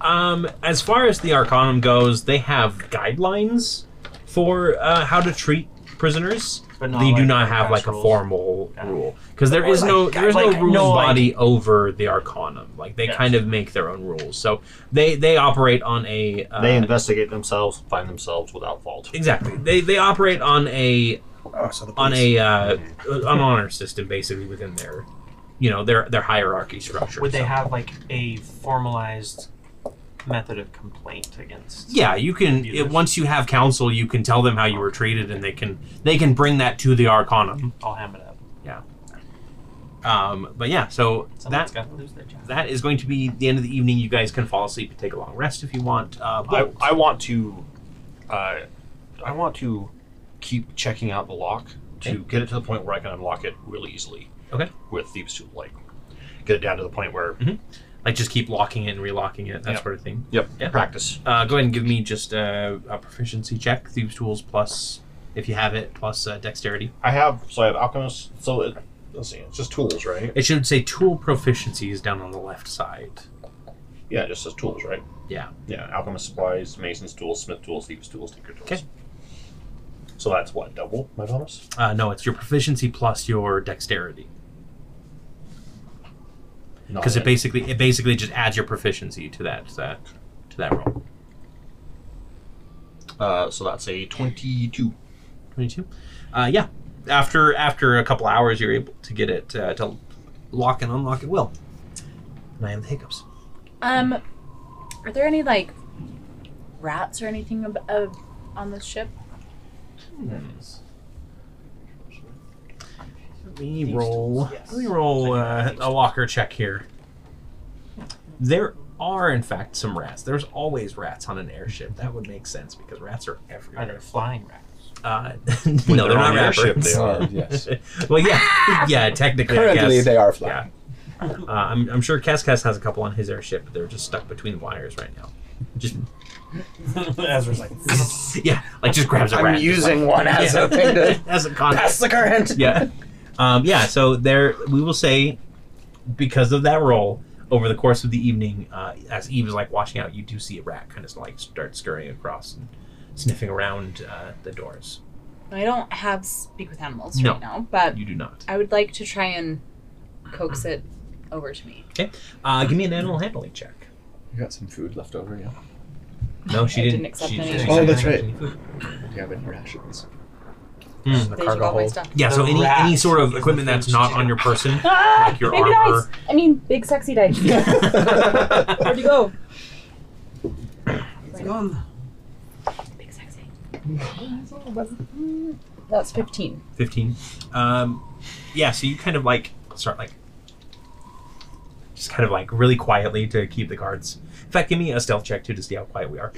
[SPEAKER 1] Um, as far as the Arcanum goes, they have guidelines for uh, how to treat prisoners.
[SPEAKER 4] But
[SPEAKER 1] they do
[SPEAKER 4] like
[SPEAKER 1] not have
[SPEAKER 4] Arcan's
[SPEAKER 1] like a
[SPEAKER 4] rules?
[SPEAKER 1] formal
[SPEAKER 4] Yeah.
[SPEAKER 1] rule because there is
[SPEAKER 4] Or
[SPEAKER 1] no
[SPEAKER 4] like-
[SPEAKER 1] there is no
[SPEAKER 4] like,
[SPEAKER 1] ruling
[SPEAKER 4] no, like-
[SPEAKER 1] body over the Arcanum. Like they
[SPEAKER 4] Yes.
[SPEAKER 1] kind of make their own rules, so they they operate on a uh,
[SPEAKER 6] they investigate themselves, find themselves without fault.
[SPEAKER 1] exactly they they operate on a
[SPEAKER 3] Oh, so the
[SPEAKER 1] on
[SPEAKER 3] police-
[SPEAKER 1] a uh, an honor system basically within their you know their their hierarchy structure.
[SPEAKER 4] Would they
[SPEAKER 1] so-
[SPEAKER 4] have like a formalized method of complaint against?
[SPEAKER 1] Yeah, you can.
[SPEAKER 4] Abusers.
[SPEAKER 1] It, once you have counsel, you can tell them how you were treated, and they can they can bring that to the Arcanum.
[SPEAKER 4] I'll ham it up.
[SPEAKER 1] Um, but yeah, so
[SPEAKER 4] Someone's
[SPEAKER 1] that
[SPEAKER 4] got to lose their job.
[SPEAKER 1] that is going to be the end of the evening. You guys can fall asleep and take a long rest if you want. Um,
[SPEAKER 6] I, I want to, uh, I want to keep checking out the lock to
[SPEAKER 1] Okay.
[SPEAKER 6] get it to the point where I can unlock it really easily.
[SPEAKER 1] Okay.
[SPEAKER 6] With thieves' tool, like get it down to the point where
[SPEAKER 1] Mhm. like just keep locking it and relocking it, that
[SPEAKER 6] Yep.
[SPEAKER 1] sort of thing.
[SPEAKER 6] Yep.
[SPEAKER 1] Yeah.
[SPEAKER 6] Practice.
[SPEAKER 1] Uh, go ahead and give me just uh, a proficiency check, thieves tools plus, if you have it, plus uh, dexterity.
[SPEAKER 6] I have so I have alchemist. So it, let's see, it's just tools, right?
[SPEAKER 1] It should say tool proficiency is down on the left side.
[SPEAKER 6] Yeah, it just says tools, right?
[SPEAKER 1] Yeah.
[SPEAKER 6] Yeah, alchemist supplies, mason's tools, smith tools, thieves tools, tinker tools.
[SPEAKER 1] 'Kay.
[SPEAKER 6] So that's what double my bonus.
[SPEAKER 1] Uh, no, it's your proficiency plus your dexterity because it basically it basically just adds your proficiency to that uh, to that roll.
[SPEAKER 6] Uh, so that's a twenty-two.
[SPEAKER 1] Twenty-two. Uh, yeah. After after a couple hours, you're able to get it uh, to lock and unlock at will. And I have the hiccups.
[SPEAKER 2] Um, are there any like rats or anything ab- ab- on this ship?
[SPEAKER 1] Let me roll. Let me roll uh, a locker check here. There are, in fact, some rats. There's always rats on an airship. That would make sense because rats are
[SPEAKER 4] Are
[SPEAKER 1] everywhere.
[SPEAKER 4] there flying rats?
[SPEAKER 1] Uh, no, they're not
[SPEAKER 6] on the airship,
[SPEAKER 1] rappers.
[SPEAKER 6] they are.
[SPEAKER 9] yes.
[SPEAKER 1] well, yeah, yeah. Technically, I
[SPEAKER 7] Currently,
[SPEAKER 1] guess.
[SPEAKER 7] they are flat.
[SPEAKER 1] Uh, I'm, I'm sure Cascas has a couple on his airship, but they're just stuck between the wires right now. Just
[SPEAKER 4] Ezra's like,
[SPEAKER 1] yeah, like just grabs a
[SPEAKER 3] I'm
[SPEAKER 1] rat. just
[SPEAKER 3] using one
[SPEAKER 1] like-
[SPEAKER 3] as
[SPEAKER 1] yeah.
[SPEAKER 3] a thing to
[SPEAKER 1] as a contact.
[SPEAKER 3] pass the current.
[SPEAKER 1] yeah. Um, yeah, so there we will say because of that role over the course of the evening, uh, as Eve is like watching out, you do see a rat kind of like start scurrying across and sniffing around uh, the doors.
[SPEAKER 2] I don't have speak with animals
[SPEAKER 1] No.
[SPEAKER 2] right now, but
[SPEAKER 1] You do not.
[SPEAKER 2] I would like to try and coax it over to me.
[SPEAKER 1] Uh, give me an animal handling check.
[SPEAKER 5] You got some food left over, yeah?
[SPEAKER 1] No, she
[SPEAKER 2] I
[SPEAKER 1] didn't.
[SPEAKER 2] didn't accept
[SPEAKER 1] she
[SPEAKER 2] any.
[SPEAKER 1] didn't
[SPEAKER 5] Oh,
[SPEAKER 1] accept
[SPEAKER 5] that's right.
[SPEAKER 1] any food.
[SPEAKER 5] Do you have any rations?
[SPEAKER 1] Mm.
[SPEAKER 2] They took all my stuff.
[SPEAKER 1] Yeah, so
[SPEAKER 4] The
[SPEAKER 1] any,
[SPEAKER 4] rat
[SPEAKER 1] any sort of
[SPEAKER 4] is the
[SPEAKER 1] equipment that's
[SPEAKER 4] first
[SPEAKER 1] not
[SPEAKER 4] to
[SPEAKER 1] on your person,
[SPEAKER 2] Ah,
[SPEAKER 1] like your
[SPEAKER 2] big dice.
[SPEAKER 1] armor.
[SPEAKER 2] I mean, big sexy dice. Where'd you go?
[SPEAKER 8] It's gone.
[SPEAKER 2] Big sexy. That's fifteen.
[SPEAKER 1] 15 um, yeah so you kind of like start like just kind of like really quietly to keep the guards in fact give me a stealth check too to see how quiet we are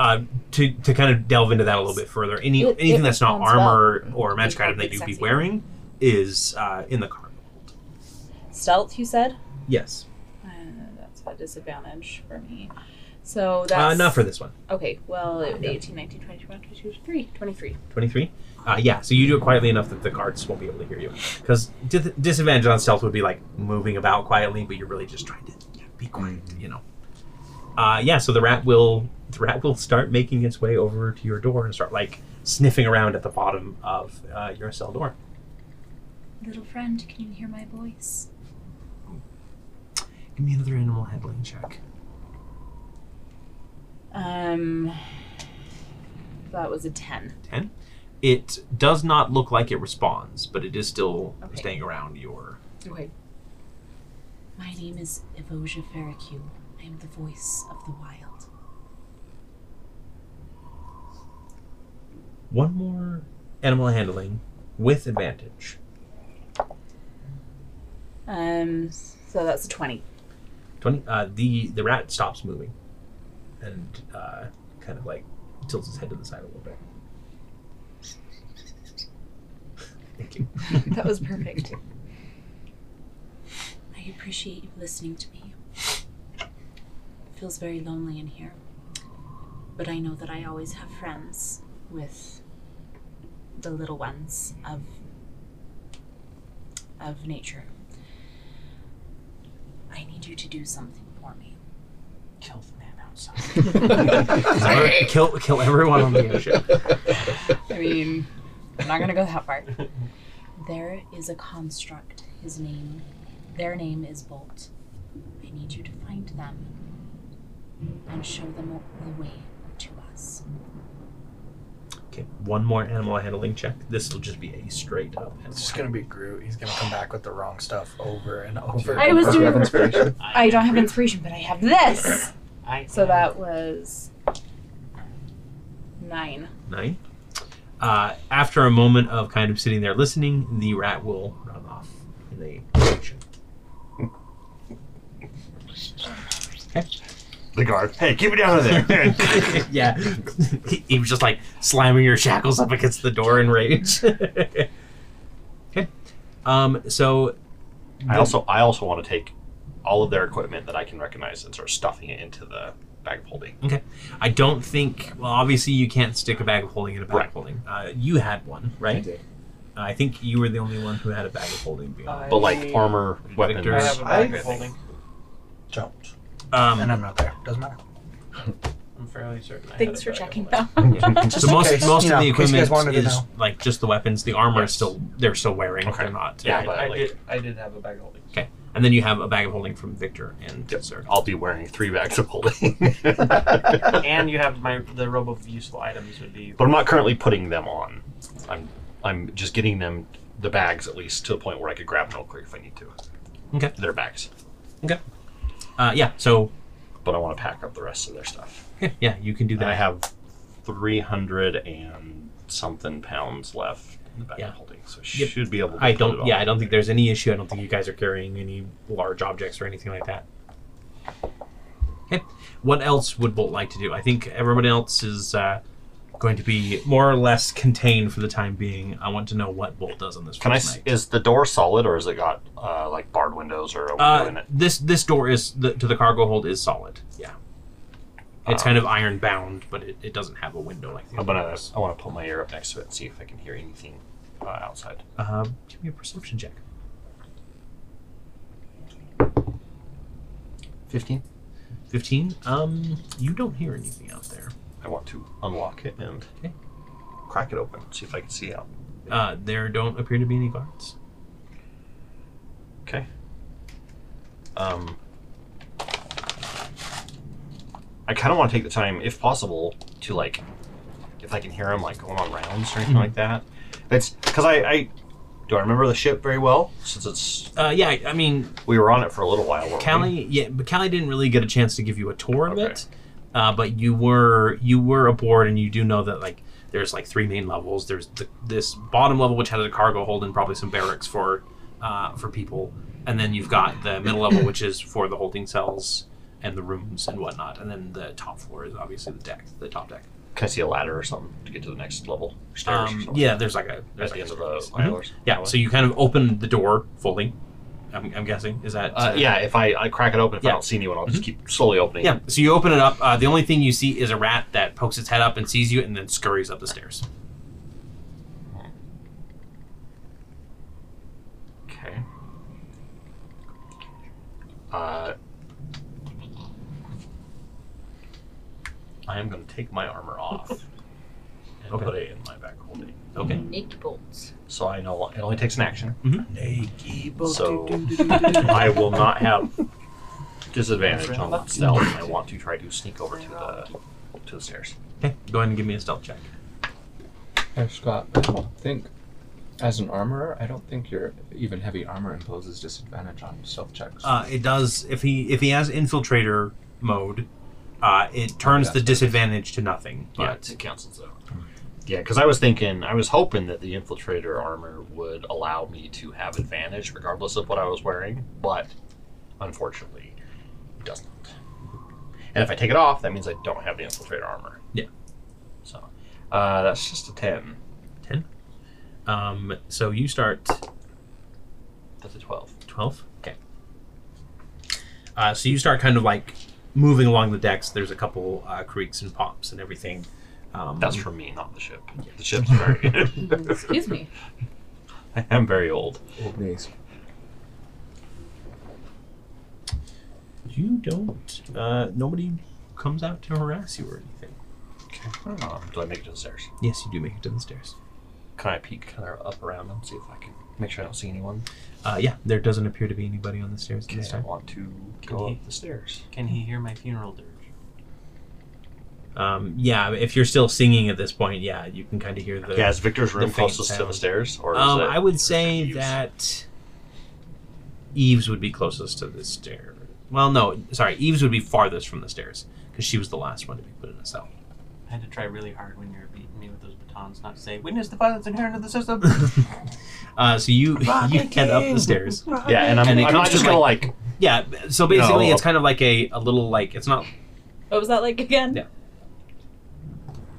[SPEAKER 1] uh, to, to kind of delve into that a little bit further any
[SPEAKER 2] It-
[SPEAKER 1] anything
[SPEAKER 2] it
[SPEAKER 1] that's not
[SPEAKER 2] sounds well.
[SPEAKER 1] armor or magic item that
[SPEAKER 2] It's
[SPEAKER 1] you'd be
[SPEAKER 2] sexy.
[SPEAKER 1] wearing is uh, in the cargo hold
[SPEAKER 2] Stealth, you said.
[SPEAKER 1] yes
[SPEAKER 2] Uh, that's a disadvantage for me. So
[SPEAKER 1] uh,
[SPEAKER 2] that's
[SPEAKER 1] not for this one
[SPEAKER 2] Okay, well, it would be
[SPEAKER 1] Yeah.
[SPEAKER 2] 18, 19, 20, 21, 22, 23, 23.
[SPEAKER 1] 23 uh, yeah so you do it quietly enough that the guards won't be able to hear you because di- disadvantage on stealth would be like moving about quietly but you're really just trying to yeah, be quiet you know uh, yeah so the rat will the rat will start making its way over to your door and start like sniffing around at the bottom of uh, your cell door
[SPEAKER 2] Little friend, can you hear my voice?
[SPEAKER 1] give me another animal handling check
[SPEAKER 2] Um, that was a 10.
[SPEAKER 1] it does not look like it responds but it is still
[SPEAKER 2] Okay.
[SPEAKER 1] staying around your
[SPEAKER 2] Okay. My name is Evosia Ferricue. I am the voice of the wild.
[SPEAKER 1] one more animal handling with advantage
[SPEAKER 2] Um, so that's a 20.
[SPEAKER 1] 20 uh, the the rat stops moving and uh, kind of like tilts his head to the side a little bit thank you
[SPEAKER 2] That was perfect. I appreciate you listening to me. It feels very lonely in here. But I know that I always have friends with the little ones of of nature. I need you to do something for me.
[SPEAKER 4] kill the man outside.
[SPEAKER 1] kill kill everyone on the airship
[SPEAKER 2] I mean, I'm not gonna go that far. There is a construct. His name, their name is Bolt. I need you to find them and show them the way to us.
[SPEAKER 1] okay one more animal handling check this will just be a straight up animal
[SPEAKER 3] It's just gonna be Groot. He's gonna come back with the wrong stuff over and over.
[SPEAKER 2] I was
[SPEAKER 5] Do you have
[SPEAKER 2] doing-
[SPEAKER 5] inspiration?
[SPEAKER 2] I don't have inspiration, but I have this.
[SPEAKER 4] I
[SPEAKER 2] So
[SPEAKER 4] am-
[SPEAKER 2] that was nine.
[SPEAKER 1] nine uh, after a moment of kind of sitting there listening the rat will run off in a direction
[SPEAKER 6] The guard. Hey, keep it down in there.
[SPEAKER 1] yeah he, he was just like slamming your shackles up against the door in rage okay um so
[SPEAKER 6] I also I also want to take all of their equipment that I can recognize and start stuffing it into the bag of holding.
[SPEAKER 1] I don't think. Well, obviously you can't stick a bag of holding in a bag
[SPEAKER 6] Right.
[SPEAKER 1] of holding. Uh, you had one, right? I did. I think you were the only one who had a bag of holding. Beyond.
[SPEAKER 6] But like armor, weapons.
[SPEAKER 4] I have a bag
[SPEAKER 3] I-
[SPEAKER 4] of holding.
[SPEAKER 3] Don't. Uh,
[SPEAKER 1] Um,
[SPEAKER 3] And I'm not there. Doesn't matter.
[SPEAKER 4] I'm fairly certain. I had
[SPEAKER 2] Thanks
[SPEAKER 4] a
[SPEAKER 2] for
[SPEAKER 4] bag of
[SPEAKER 2] checking,
[SPEAKER 4] holding.
[SPEAKER 2] though.
[SPEAKER 1] so most
[SPEAKER 3] case,
[SPEAKER 1] most
[SPEAKER 3] you
[SPEAKER 1] of
[SPEAKER 3] know,
[SPEAKER 1] the
[SPEAKER 3] in case you guys
[SPEAKER 1] equipment
[SPEAKER 3] wanted to
[SPEAKER 1] is
[SPEAKER 3] know.
[SPEAKER 1] like just the weapons. The armor is still they're still wearing.
[SPEAKER 6] Okay.
[SPEAKER 1] They're not.
[SPEAKER 6] Yeah,
[SPEAKER 1] uh,
[SPEAKER 6] but
[SPEAKER 4] I, I
[SPEAKER 6] like-
[SPEAKER 4] did. I did have a bag of holding.
[SPEAKER 1] And then you have a bag of holding from Victor and
[SPEAKER 6] Yep.
[SPEAKER 1] Sir.
[SPEAKER 6] I'll be wearing three bags of holding.
[SPEAKER 4] and you have my the robe of useful items would be.
[SPEAKER 6] But I'm not currently putting them on. I'm I'm just getting them the bags at least to the point where I could grab them real quick if I need to.
[SPEAKER 1] Okay.
[SPEAKER 6] Their bags.
[SPEAKER 1] Uh, yeah. So
[SPEAKER 6] But I want to pack up the rest of their stuff.
[SPEAKER 1] yeah, you can do
[SPEAKER 6] And I
[SPEAKER 1] that.
[SPEAKER 6] have three hundred and something pounds left in the bag
[SPEAKER 1] Yeah.
[SPEAKER 6] of holding. So
[SPEAKER 1] Yep.
[SPEAKER 6] should be able to
[SPEAKER 1] I
[SPEAKER 6] put it
[SPEAKER 1] don't.
[SPEAKER 6] all
[SPEAKER 1] Yeah, I
[SPEAKER 6] in
[SPEAKER 1] don't
[SPEAKER 6] there.
[SPEAKER 1] think there's any issue. I don't think you guys are carrying any large objects or anything like that. Okay. What else would Bolt like to do? I think everyone else is uh, going to be more or less contained for the time being. I want to know what Bolt does on this.
[SPEAKER 6] Can I?
[SPEAKER 1] first
[SPEAKER 6] s-
[SPEAKER 1] night.
[SPEAKER 6] Is the door solid, or has it got uh, like barred windows or a window in
[SPEAKER 1] Uh,
[SPEAKER 6] it?
[SPEAKER 1] this this door is the, to the cargo hold is solid. Yeah. It's
[SPEAKER 6] Um,
[SPEAKER 1] kind of iron bound, but it, it doesn't have a window like the
[SPEAKER 6] I'm
[SPEAKER 1] other
[SPEAKER 6] gonna.
[SPEAKER 1] ones.
[SPEAKER 6] I want to put my ear up next to it and see if I can hear anything uh, outside.
[SPEAKER 1] Uh, give me a perception check.
[SPEAKER 6] Fifteen.
[SPEAKER 1] Fifteen. Um, you don't hear anything out there.
[SPEAKER 6] I want to unlock it and
[SPEAKER 1] Okay.
[SPEAKER 6] crack it open. See if I can see out.
[SPEAKER 1] Uh, there don't appear to be any guards.
[SPEAKER 6] Okay. Um, I kind of want to take the time, if possible, to like, if I can hear him like going on rounds or anything
[SPEAKER 1] Mhm.
[SPEAKER 6] like that. That's because I, I do I remember the ship very well since it's
[SPEAKER 1] Uh, yeah, I mean,
[SPEAKER 6] we were on it for a little while. weren't we?
[SPEAKER 1] Callie. Yeah, but Callie didn't really get a chance to give you a tour of
[SPEAKER 6] Okay.
[SPEAKER 1] it. Uh, but you were you were aboard, and you do know that like there's like three main levels. There's the, this bottom level, which has a cargo hold and probably some barracks for uh, for people, and then you've got the middle level, which is for the holding cells and the rooms and whatnot, and then the top floor is obviously the deck, the top deck.
[SPEAKER 6] Can I see a ladder or something to get to the next level? Stairs or
[SPEAKER 1] Um,
[SPEAKER 6] something?
[SPEAKER 1] yeah, there's like a
[SPEAKER 6] At
[SPEAKER 1] there's
[SPEAKER 6] the
[SPEAKER 1] like
[SPEAKER 6] end
[SPEAKER 1] a
[SPEAKER 6] of the
[SPEAKER 1] Mhm.
[SPEAKER 6] aisle or something.
[SPEAKER 1] yeah. So you kind of open the door fully. I'm, I'm guessing is that
[SPEAKER 6] Uh, yeah, if I, I crack it open, if
[SPEAKER 1] Yeah.
[SPEAKER 6] I don't see anyone, I'll just keep slowly opening.
[SPEAKER 1] Yeah. So you open it up. Uh, the only thing you see is a rat that pokes its head up and sees you, and then scurries up the stairs.
[SPEAKER 6] Okay. Uh, I am going to take my armor off and
[SPEAKER 1] Okay.
[SPEAKER 6] put it in my back holding.
[SPEAKER 1] Okay. Mm-hmm.
[SPEAKER 2] Nick bolts.
[SPEAKER 6] So I know it only takes an action.
[SPEAKER 3] Naked.
[SPEAKER 6] So I will not have disadvantage on that stealth. and I want to try to sneak over to the to the stairs.
[SPEAKER 1] Okay. Go ahead and give me a stealth check.
[SPEAKER 5] Hey, Scott, I don't think, as an armorer, I don't think your even heavy armor imposes disadvantage on stealth checks.
[SPEAKER 1] Uh, it does if he if he has infiltrator mode, uh, it turns the disadvantage to nothing. But
[SPEAKER 6] it cancels out. Yeah, because I was thinking, I was hoping that the infiltrator armor would allow me to have advantage regardless of what I was wearing, but unfortunately, it doesn't. And if I take it off, that means I don't have the infiltrator armor.
[SPEAKER 1] Yeah.
[SPEAKER 6] So uh, that's just a 10.
[SPEAKER 1] um, so you start
[SPEAKER 6] That's a 12.
[SPEAKER 1] 12 okay uh, so you start kind of like moving along the decks there's a couple uh, creaks and pops and everything um,
[SPEAKER 6] That's from me, not the ship. The ship's very.
[SPEAKER 2] Excuse me.
[SPEAKER 6] I am very old.
[SPEAKER 5] Old days.
[SPEAKER 1] you don't uh, nobody comes out to harass you or anything
[SPEAKER 6] Um, do I make it to the stairs?
[SPEAKER 1] yes you do make it to the stairs
[SPEAKER 6] Can I peek kind of up around them, see if I can make sure I don't see anyone?
[SPEAKER 1] uh, yeah there doesn't appear to be anybody on the stairs this
[SPEAKER 6] I
[SPEAKER 1] time
[SPEAKER 6] want to
[SPEAKER 4] Can
[SPEAKER 6] go
[SPEAKER 4] he-
[SPEAKER 6] up the stairs.
[SPEAKER 4] Can he hear my funeral dirge?
[SPEAKER 1] um, yeah if you're still singing at this point yeah you can kind of hear the
[SPEAKER 6] Yeah, is Victor's room
[SPEAKER 1] the faint
[SPEAKER 6] closest to the
[SPEAKER 1] sound.
[SPEAKER 6] stairs, or is
[SPEAKER 1] um,
[SPEAKER 6] it
[SPEAKER 1] I would say
[SPEAKER 6] Eve's?
[SPEAKER 1] that Eves would be closest to the stair. Well, no, sorry, Eves would be farthest from the stairs because she was the last one to be put in a cell.
[SPEAKER 4] I had to try really hard when you were beating me with those batons not to say, witness the violence inherent in the system.
[SPEAKER 1] Uh, so you you head up the stairs.
[SPEAKER 6] Yeah, and I'm,
[SPEAKER 1] And it
[SPEAKER 6] I'm
[SPEAKER 1] comes
[SPEAKER 6] not
[SPEAKER 1] to
[SPEAKER 6] just gonna like
[SPEAKER 1] Yeah. So basically,
[SPEAKER 6] No.
[SPEAKER 1] it's kind of like a, a little like it's not
[SPEAKER 2] What was that like again?
[SPEAKER 1] Yeah.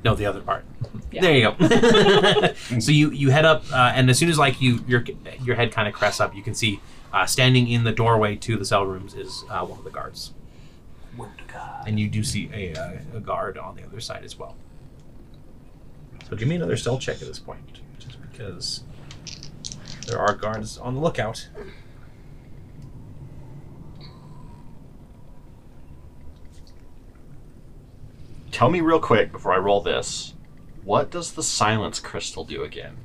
[SPEAKER 1] no the other part.
[SPEAKER 2] Yeah.
[SPEAKER 1] There you go. so you you head up, uh, and as soon as like you your your head kind of crests up, you can see Uh, standing in the doorway to the cell rooms is uh, one of the guards. And you do see a, uh, a guard on the other side as well. So give me another stealth check at this point, just because there are guards on the lookout.
[SPEAKER 6] Tell me real quick before I roll this. What does the silence crystal do again?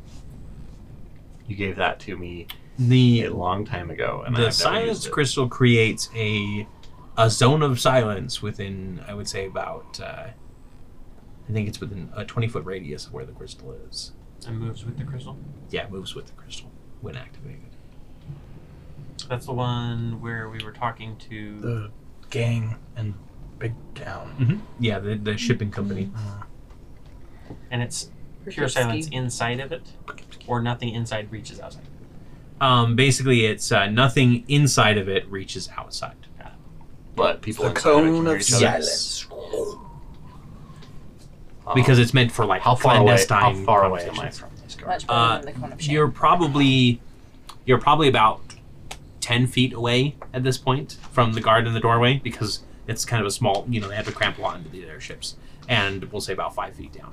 [SPEAKER 6] You gave that to me
[SPEAKER 1] The
[SPEAKER 6] a long time ago, and I
[SPEAKER 1] the
[SPEAKER 6] have never used
[SPEAKER 1] silence
[SPEAKER 6] it.
[SPEAKER 1] crystal creates a a zone of silence within I would say about uh, I think it's within a twenty foot radius of where the crystal is.
[SPEAKER 4] And moves with the crystal.
[SPEAKER 1] Yeah, it moves with the crystal when activated.
[SPEAKER 4] That's the one where we were talking to.
[SPEAKER 3] The gang and big town.
[SPEAKER 1] Yeah, the, the shipping company.
[SPEAKER 4] and it's pure silence inside of it, or nothing inside reaches outside.
[SPEAKER 1] Um, basically, it's uh, nothing inside of it reaches outside.
[SPEAKER 6] But people
[SPEAKER 3] The
[SPEAKER 6] inside of it can
[SPEAKER 3] cone
[SPEAKER 6] hear
[SPEAKER 3] of
[SPEAKER 6] each other.
[SPEAKER 3] silence.
[SPEAKER 6] Uh,
[SPEAKER 1] because it's meant for like
[SPEAKER 6] how far away? How
[SPEAKER 1] clandestine
[SPEAKER 6] far away am I
[SPEAKER 1] conversations.
[SPEAKER 6] from this guard?
[SPEAKER 2] Much better
[SPEAKER 1] Uh,
[SPEAKER 2] than the cone of shame.
[SPEAKER 1] You're probably you're probably about ten feet away at this point from the guard in the doorway because it's kind of a small. You know, they have to cramp a lot into the airships, and we'll say about five feet down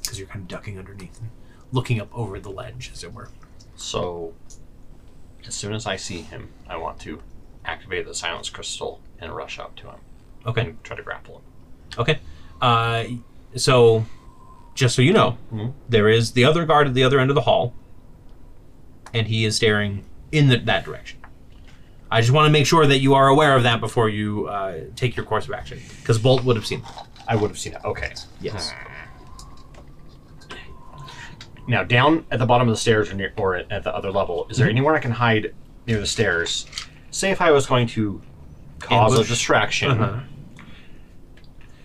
[SPEAKER 1] because you're kind of ducking underneath, and looking up over the ledge, as it were.
[SPEAKER 6] So, as soon as I see him, I want to activate the silence crystal and rush up to him
[SPEAKER 1] Okay.
[SPEAKER 6] and try to grapple him.
[SPEAKER 1] Okay. Uh, so, just so you know,
[SPEAKER 4] Mm-hmm.
[SPEAKER 6] Mhm.
[SPEAKER 1] there is the other guard at the other end of the hall, and he is staring in the, that direction. I just want to make sure that you are aware of that before you uh, take your course of action, because Bolt would have seen that.
[SPEAKER 6] I would have seen it. Okay.
[SPEAKER 1] Yes.
[SPEAKER 6] Now, down at the bottom of the stairs or, near, or at the other level, is there
[SPEAKER 1] Mm-hmm.
[SPEAKER 6] anywhere I can hide near the stairs? Say if I was going to cause
[SPEAKER 1] Ambush?
[SPEAKER 6] a distraction,
[SPEAKER 1] Uh-huh.
[SPEAKER 4] Mm-hmm.
[SPEAKER 1] Um,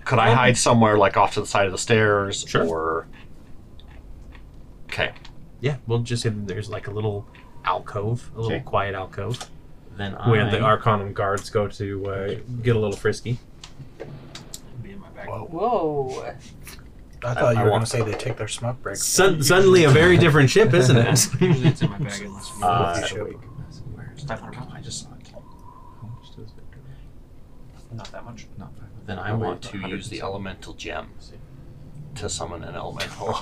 [SPEAKER 6] could I hide somewhere like off to the side of the stairs?
[SPEAKER 1] Sure.
[SPEAKER 6] Or. Okay.
[SPEAKER 1] Yeah, we'll just say that there's like a little alcove, a little
[SPEAKER 6] Okay.
[SPEAKER 1] quiet alcove,
[SPEAKER 6] Then
[SPEAKER 1] where the Arcanum guards go to uh, get a little frisky.
[SPEAKER 4] Be in my back.
[SPEAKER 2] Whoa.
[SPEAKER 3] I thought
[SPEAKER 6] I
[SPEAKER 3] you were going
[SPEAKER 6] want-
[SPEAKER 3] to say they take their smoke break.
[SPEAKER 1] Sud suddenly a very different ship, isn't it?
[SPEAKER 4] Usually it's in my bag unless we
[SPEAKER 6] Uh,
[SPEAKER 3] You should.
[SPEAKER 4] Stop for a moment.
[SPEAKER 6] I just saw it.
[SPEAKER 9] How much does Victor?
[SPEAKER 4] Not that much.
[SPEAKER 9] Not five. hundred.
[SPEAKER 6] Then I
[SPEAKER 9] Oh, wait,
[SPEAKER 6] want to use the
[SPEAKER 9] 100%.
[SPEAKER 6] elemental gem to summon an elemental.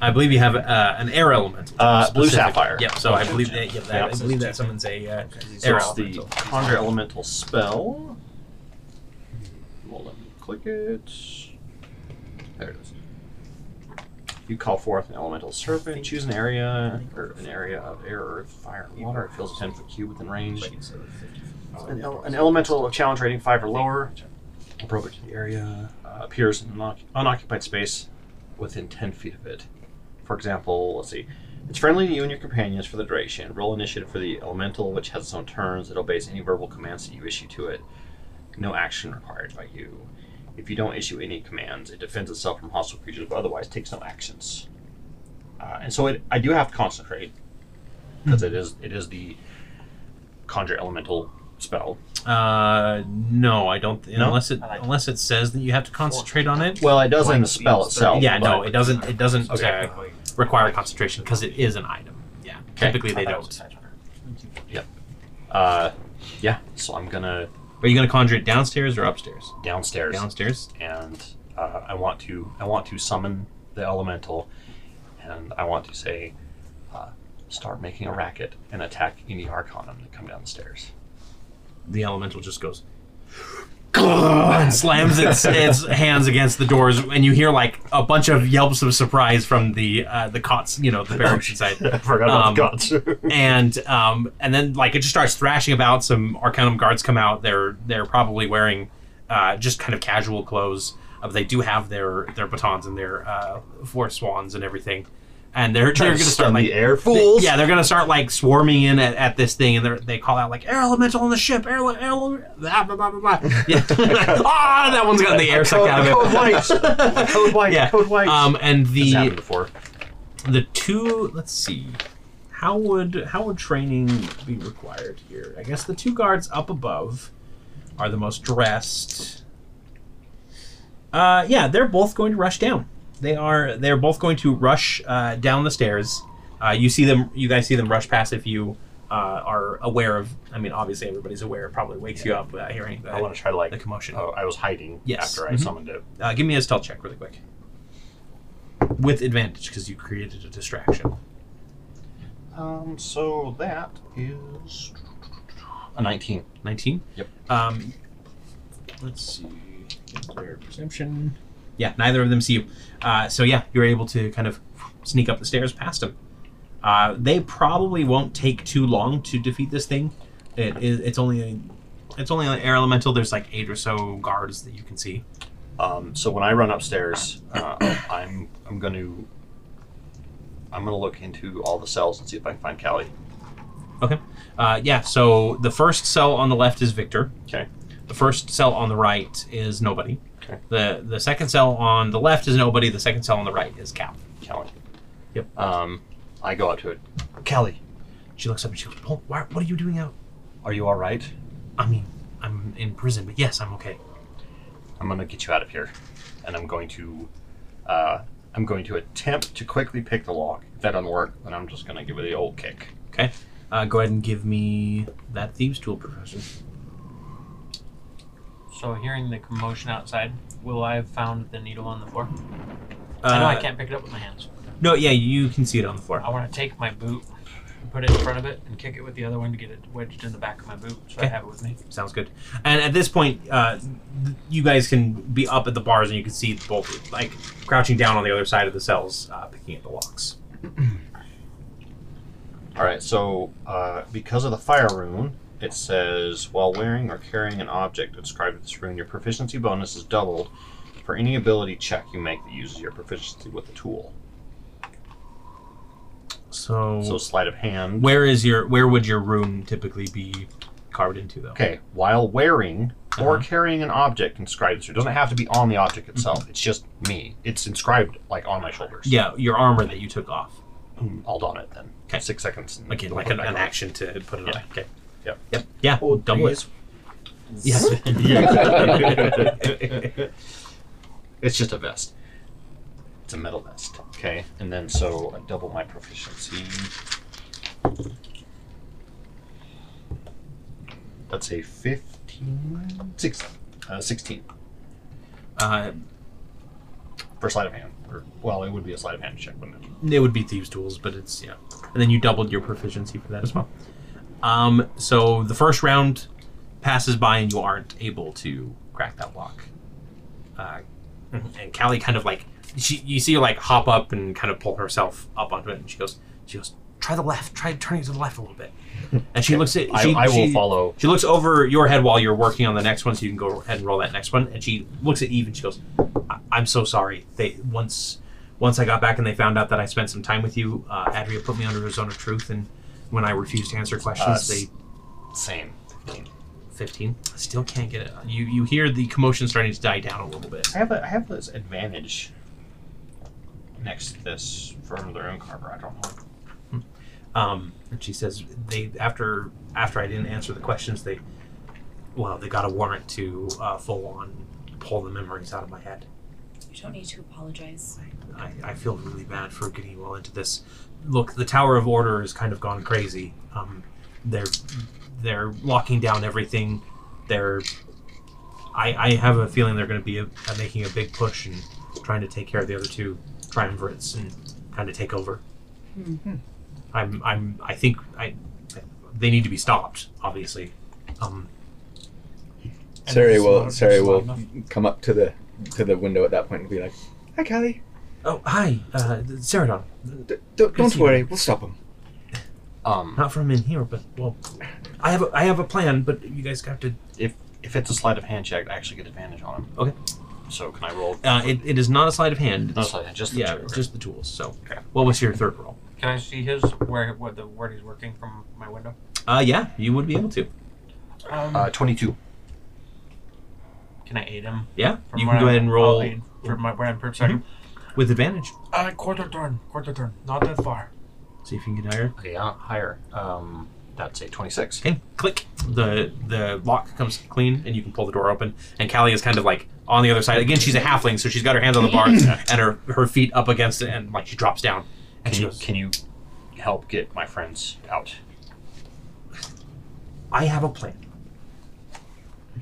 [SPEAKER 1] I believe you have uh, an air elemental.
[SPEAKER 6] Uh, blue
[SPEAKER 1] specifically.
[SPEAKER 6] sapphire.
[SPEAKER 1] Yep. So I believe that. Yep, that
[SPEAKER 6] Yeah.
[SPEAKER 1] I believe that summons a uh,
[SPEAKER 6] So
[SPEAKER 1] air
[SPEAKER 6] it's the
[SPEAKER 1] elemental.
[SPEAKER 6] conjure elemental spell. Well, let me click it. There it is. You call forth an elemental serpent. Choose an area or an area of air, earth, fire, and water. It fills a ten foot cube within range. An, el- an elemental of challenge rating five or lower, appropriate to the area, uh, appears in an unoc- unoccupied space within ten feet of it. For example, let's see. It's friendly to you and your companions for the duration. Roll initiative for the elemental, which has its own turns. It obeys any verbal commands that you issue to it. No action required by you. If you don't issue any commands, it defends itself from hostile creatures, but otherwise takes no actions. Uh, and so it, I do have to concentrate because it is it is the conjure elemental spell.
[SPEAKER 1] Uh, no, I don't.
[SPEAKER 6] No?
[SPEAKER 1] Unless it
[SPEAKER 4] I like-
[SPEAKER 1] unless it says that you have to concentrate on it.
[SPEAKER 6] Well, it does in the spell itself.
[SPEAKER 1] yeah, no,
[SPEAKER 6] but-
[SPEAKER 1] it doesn't. It doesn't
[SPEAKER 6] Okay.
[SPEAKER 1] uh, require concentration because it is an item. Yeah.
[SPEAKER 6] Okay.
[SPEAKER 1] Typically they
[SPEAKER 4] I thought it was
[SPEAKER 1] don't.
[SPEAKER 4] a side runner.
[SPEAKER 6] Uh, yeah, so I'm gonna
[SPEAKER 1] Are you gonna conjure it downstairs or upstairs?
[SPEAKER 6] downstairs.
[SPEAKER 1] Downstairs.
[SPEAKER 6] and uh, I want to I want to summon the elemental, and I want to say, uh, start making a racket and attack any arcanum that come down the stairs.
[SPEAKER 1] The elemental just goes. And slams its, its hands against the doors, and you hear like a bunch of yelps of surprise from the uh, the cots, you know, the barracks inside. about
[SPEAKER 6] forgot
[SPEAKER 1] the
[SPEAKER 6] the gods.
[SPEAKER 1] and um, and then like it just starts thrashing about. Some Arcanum guards come out. They're they're probably wearing uh, just kind of casual clothes. Uh, but they do have their their batons and their uh, four swans and everything. And they're they're gonna start like
[SPEAKER 6] the air fools.
[SPEAKER 1] yeah, they're gonna start like swarming in at, at this thing, and they they call out like air elemental on the ship, air, ele- air ele- blah blah blah blah. blah." Yeah, ah, that one's got the air sucked out of it.
[SPEAKER 6] Code white. Code white.
[SPEAKER 1] Yeah.
[SPEAKER 6] Code white.
[SPEAKER 1] Um, and
[SPEAKER 6] It's
[SPEAKER 1] the
[SPEAKER 6] happened before.
[SPEAKER 1] the two let's see how would how would training be required here i guess the two guards up above are the most dressed uh yeah they're both going to rush down they are they're both going to rush uh, down the stairs Uh, you see them. You guys see them rush past if you uh, are aware of. I mean, obviously everybody's aware. It probably wakes you up without hearing
[SPEAKER 6] I
[SPEAKER 1] the,
[SPEAKER 6] want to try to
[SPEAKER 1] the
[SPEAKER 6] like.
[SPEAKER 1] commotion.
[SPEAKER 6] Oh, I was hiding
[SPEAKER 1] Yes.
[SPEAKER 6] after I
[SPEAKER 1] Mhm.
[SPEAKER 6] summoned it.
[SPEAKER 1] Uh, give me a stealth check really quick. With advantage because you created a distraction.
[SPEAKER 6] Um, so that is a 19.
[SPEAKER 1] 19?
[SPEAKER 6] Yep.
[SPEAKER 1] Um, let's see. Their perception. Yeah, neither of them see you. Uh, so, yeah, you're able to kind of sneak up the stairs past them. Uh, they probably won't take too long to defeat this thing. It, it, it's only a, it's only an air elemental. There's like eight or so guards that you can see.
[SPEAKER 6] Um, so when I run upstairs, uh, I'm I'm going to I'm going to look into all the cells and see if I can find Callie.
[SPEAKER 1] Uh, yeah, so the first cell on the left is Victor.
[SPEAKER 6] Okay.
[SPEAKER 1] The first cell on the right is nobody.
[SPEAKER 6] Okay.
[SPEAKER 1] The the second cell on the left is nobody. The second cell on the right is Cal.
[SPEAKER 6] Callie.
[SPEAKER 1] Yep.
[SPEAKER 6] Um, I go up to it. Callie,
[SPEAKER 1] She looks up and she goes, oh, why, "What are you doing out?
[SPEAKER 6] are you all right?
[SPEAKER 1] I mean, I'm in prison, but yes, I'm okay."
[SPEAKER 6] I'm going to get you out of here, and I'm going to uh, I'm going to attempt to quickly pick the lock. If that doesn't work, then I'm just going to give it the old kick.
[SPEAKER 1] Okay. Uh, go ahead and give me that thieves tool, Professor.
[SPEAKER 4] So, hearing the commotion outside, will I have found the needle on the floor?
[SPEAKER 1] Uh,
[SPEAKER 4] I know I can't pick it up with my hands.
[SPEAKER 1] No, yeah, you can see it on the floor.
[SPEAKER 4] I want to take my boot, and put it in front of it, and kick it with the other one to get it wedged in the back of my boot, so I
[SPEAKER 1] Okay.
[SPEAKER 4] have it with me.
[SPEAKER 1] Sounds good. And at this point, uh, th- you guys can be up at the bars and you can see both, like, crouching down on the other side of the cells, uh, picking at the locks.
[SPEAKER 6] All right, so uh, because of the fire rune, it says while wearing or carrying an object described with this rune, your proficiency bonus is doubled for any ability check you make that uses your proficiency with the tool.
[SPEAKER 1] So,
[SPEAKER 6] So sleight of hand.
[SPEAKER 1] where is your where would your room typically be carved into though?
[SPEAKER 6] Okay, while wearing or
[SPEAKER 1] Uh-huh.
[SPEAKER 6] carrying an object inscribed, so it doesn't have to be on the object itself. It's just me. It's inscribed like on my shoulders.
[SPEAKER 1] Yeah, your armor that you took off.
[SPEAKER 6] I'll don it then.
[SPEAKER 1] 'Kay.
[SPEAKER 6] Six seconds. and
[SPEAKER 1] Okay, like
[SPEAKER 6] put it
[SPEAKER 1] an,
[SPEAKER 6] back
[SPEAKER 1] an
[SPEAKER 6] on.
[SPEAKER 1] action to put it
[SPEAKER 6] Yeah.
[SPEAKER 1] on. Okay.
[SPEAKER 6] Yep.
[SPEAKER 1] Yep. Yeah.
[SPEAKER 7] Oh,
[SPEAKER 1] Double it.
[SPEAKER 7] geez.
[SPEAKER 1] Yes.
[SPEAKER 6] It's just a vest. It's a metal vest. Okay, and then so I double my proficiency. That's a 15? Six, uh, 16
[SPEAKER 1] uh,
[SPEAKER 6] for sleight of hand. Or, well, it would be a sleight of hand check, wouldn't it?
[SPEAKER 1] it would be thieves tools, but it's yeah. And then you doubled your proficiency for that as well. Um, so the first round passes by and you aren't able to crack that lock. Uh,
[SPEAKER 6] Mm-hmm.
[SPEAKER 1] and Callie kind of like she you see her like hop up and kind of pull herself up onto it and she goes she goes try the left try turning to the left a little bit and she looks at
[SPEAKER 6] I,
[SPEAKER 1] she,
[SPEAKER 6] I will
[SPEAKER 1] she-
[SPEAKER 6] follow.
[SPEAKER 1] She looks over your head while you're working on the next one, so you can go ahead and roll that next one. And she looks at Eve and she goes, I- "I'm so sorry. They once, once I got back and they found out that I spent some time with you, uh, Adria put me under a zone of truth, and when I refused to answer questions,
[SPEAKER 6] Uh,
[SPEAKER 1] they
[SPEAKER 6] Same.
[SPEAKER 1] 15. I still can't get it. You you hear the commotion starting to die down a little bit.
[SPEAKER 6] I have a, I have this advantage next to this for another own carver. I don't know.
[SPEAKER 1] Um, and she says they after after I didn't answer the questions, they well they got a warrant to uh, full on pull the memories out of my head.
[SPEAKER 2] You don't need to apologize.
[SPEAKER 1] I, I feel really bad for getting you all into this. Look, the Tower of Order has kind of gone crazy. Um, they're they're locking down everything. They're I, I have a feeling they're going to be a, a, making a big push and trying to take care of the other two triumvirates and kind of take over.
[SPEAKER 2] Hmm.
[SPEAKER 1] I'm I'm I think I they need to be stopped. Obviously, um,
[SPEAKER 4] And
[SPEAKER 5] Sari
[SPEAKER 4] it's
[SPEAKER 5] will
[SPEAKER 4] not-
[SPEAKER 5] Sari
[SPEAKER 4] it's not
[SPEAKER 5] will
[SPEAKER 4] enough.
[SPEAKER 5] come up to the to the window at that point and be like, "Hi, Callie.
[SPEAKER 1] Oh hi, uh, Ceridon.
[SPEAKER 5] D- d-
[SPEAKER 1] Good
[SPEAKER 5] don't
[SPEAKER 1] to you.
[SPEAKER 5] worry, we'll stop him."
[SPEAKER 6] Um,
[SPEAKER 1] Not from in here, but well, I have a, I have a plan, but you guys have to
[SPEAKER 6] If it's a sleight of hand check, I actually get advantage on him.
[SPEAKER 1] Okay.
[SPEAKER 6] So can I roll?
[SPEAKER 1] Uh, it, it is not a sleight of hand.
[SPEAKER 6] No sleight of hand, just the
[SPEAKER 1] yeah,
[SPEAKER 6] two.
[SPEAKER 1] just the tools. So,
[SPEAKER 6] Okay.
[SPEAKER 1] what was your third roll?
[SPEAKER 4] Can I see his, where, where the word he's working from my window?
[SPEAKER 1] Uh, yeah, you would be able to.
[SPEAKER 4] Um,
[SPEAKER 1] Hmm.
[SPEAKER 6] Uh, Twenty-two.
[SPEAKER 4] can I aid him?
[SPEAKER 1] Yeah,
[SPEAKER 4] from
[SPEAKER 1] you
[SPEAKER 4] where
[SPEAKER 1] can go
[SPEAKER 4] I'm-
[SPEAKER 1] ahead and
[SPEAKER 4] I'll
[SPEAKER 1] roll Mm-hmm.
[SPEAKER 4] aid From my, where I'm perception.
[SPEAKER 1] with advantage.
[SPEAKER 8] Uh, quarter turn, quarter turn, not that far.
[SPEAKER 1] See if you can get uh, higher.
[SPEAKER 6] Okay, yeah, higher. Um, that's a twenty-six.
[SPEAKER 1] Okay, click. The the lock comes clean, and you can pull the door open. And Callie is kind of like on the other side. Again, she's a halfling, so she's got her hands on the bars and her her feet up against it, and like she drops down. And
[SPEAKER 6] Can
[SPEAKER 1] she
[SPEAKER 6] you
[SPEAKER 1] goes,
[SPEAKER 6] can you help get my friends out.
[SPEAKER 1] I have a plan,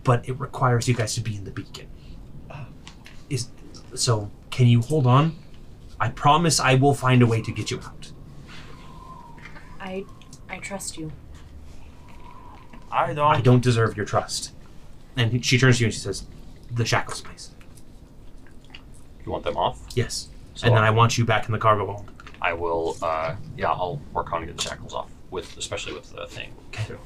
[SPEAKER 1] but it requires you guys to be in the beacon. Is so? Can you hold on? I promise I will find a way to get you out.
[SPEAKER 2] I I trust you.
[SPEAKER 4] I don't.
[SPEAKER 1] I don't deserve your trust. And she turns to you and she says, "The shackles, please.
[SPEAKER 6] You want them off?
[SPEAKER 1] Yes."
[SPEAKER 6] So
[SPEAKER 1] and then I want you back in the cargo hold.
[SPEAKER 6] I will. Uh, yeah, I'll work on getting the shackles off with, especially with the thing. too.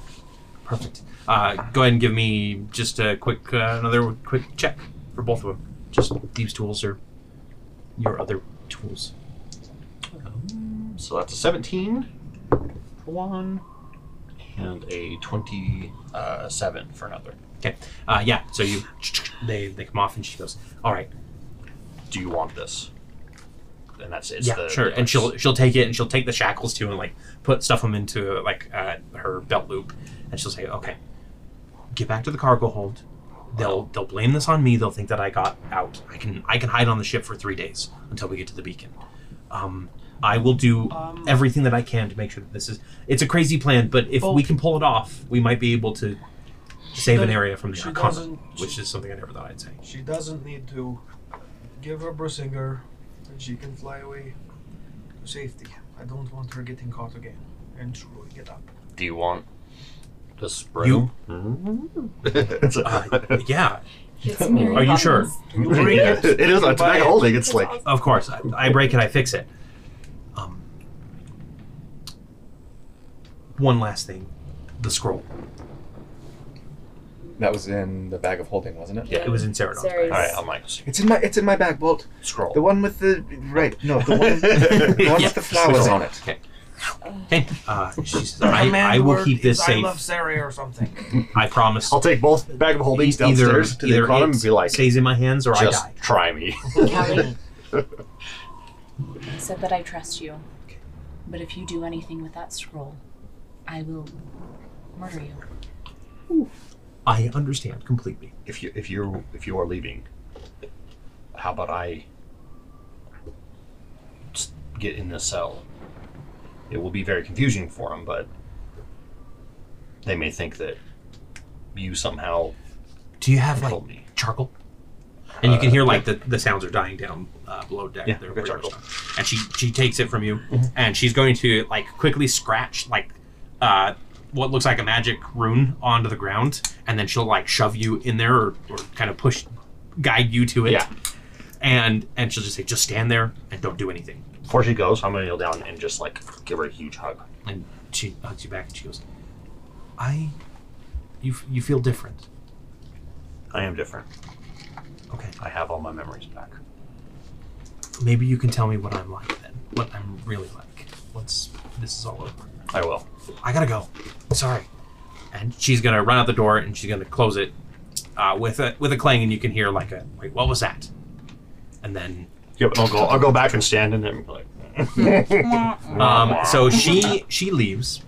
[SPEAKER 1] Perfect. Uh, go ahead and give me just a quick, uh, another quick check for both of them. Just thieves' tools or your other tools.
[SPEAKER 6] So that's a 17 for one, and a 27 for another.
[SPEAKER 1] Okay. Uh, yeah. So you, they they come off, and she goes, "All right,
[SPEAKER 6] Do you want this? And that's it's
[SPEAKER 1] yeah,
[SPEAKER 6] the
[SPEAKER 1] sure."
[SPEAKER 6] the
[SPEAKER 1] And she'll
[SPEAKER 6] purse.
[SPEAKER 1] she'll take it, and she'll take the shackles too, and like put stuff them into like uh, her belt loop, and she'll say, "Okay, get back to the cargo hold. They'll they'll blame this on me. They'll think that I got out. I can I can hide on the ship for three days until we get to the beacon. Um, I will do
[SPEAKER 4] Um,
[SPEAKER 1] everything that I can to make sure that this is. It's a crazy plan, but if we
[SPEAKER 4] Bolt.
[SPEAKER 1] can pull it off, we might be able to save an
[SPEAKER 4] doesn't-
[SPEAKER 1] area from the
[SPEAKER 4] she
[SPEAKER 1] Arcana,
[SPEAKER 4] doesn't-
[SPEAKER 1] which is something I never thought I'd say.
[SPEAKER 8] She doesn't need to give her Brusinger, and she can fly away to safety. I don't want her getting caught again and screwing it up.
[SPEAKER 6] Do you want this
[SPEAKER 1] You-
[SPEAKER 6] broom? It's a-
[SPEAKER 1] Uh, yeah,
[SPEAKER 2] It's Mary
[SPEAKER 1] Are you sure?
[SPEAKER 2] Poppins.
[SPEAKER 6] it is a tag holding. It's like
[SPEAKER 1] Of course, I, I break it, I fix it. Um, one last thing, the scroll.
[SPEAKER 5] That was in the bag of holding, wasn't it?
[SPEAKER 6] Yeah.
[SPEAKER 1] It was in Cerados.
[SPEAKER 6] all
[SPEAKER 2] Ceres.
[SPEAKER 6] right. I'm like
[SPEAKER 5] It's in my it's in my bag, Bolt.
[SPEAKER 6] scroll.
[SPEAKER 5] The one with the right, no, the one, the one
[SPEAKER 1] Yeah,
[SPEAKER 5] with the flowers
[SPEAKER 1] scroll.
[SPEAKER 5] on it.
[SPEAKER 1] Okay. Okay. Uh, she says, I, I will keep this safe.
[SPEAKER 8] I love Sari or something.
[SPEAKER 1] I promise.
[SPEAKER 6] I'll take both bag of holdings downstairs to the
[SPEAKER 1] E- either
[SPEAKER 6] economy
[SPEAKER 1] it
[SPEAKER 6] and be like,
[SPEAKER 1] stays in my hands or
[SPEAKER 6] just
[SPEAKER 1] I die.
[SPEAKER 6] try me.
[SPEAKER 2] Callie said that I trust you, but if you do anything with that scroll, I will murder you.
[SPEAKER 1] I understand completely.
[SPEAKER 6] if you if you if you are leaving, how about I s- get in this cell? It will be very confusing for them, but they may think that you somehow
[SPEAKER 1] Do you have like
[SPEAKER 6] controlled me.
[SPEAKER 1] charcoal? And you can hear like the, the sounds are dying down uh, below deck.
[SPEAKER 6] Yeah,
[SPEAKER 1] They're
[SPEAKER 6] I've got
[SPEAKER 1] pretty
[SPEAKER 6] charcoal.
[SPEAKER 1] much done. And she she takes it from you, and she's going to like quickly scratch like uh, what looks like a magic rune onto the ground, and then she'll like shove you in there or, or kind of push, guide you to it.
[SPEAKER 6] Yeah.
[SPEAKER 1] And and she'll just say, just stand there and don't do anything.
[SPEAKER 6] Before she goes, I'm gonna kneel down and just like give her a huge hug.
[SPEAKER 1] And she hugs you back and she goes, I, you f- you feel different.
[SPEAKER 6] I am different.
[SPEAKER 1] Okay.
[SPEAKER 6] I have all my memories back.
[SPEAKER 1] Maybe you can tell me what I'm like then. What I'm really like. Once this is all over.
[SPEAKER 6] I will.
[SPEAKER 1] I gotta go. Sorry. And she's gonna run out the door and she's gonna close it uh, with a with a clang, and you can hear like a wait, what was that? And then
[SPEAKER 6] Yep. I'll go. I'll go back and stand in it. And be like,
[SPEAKER 1] um, so she she leaves.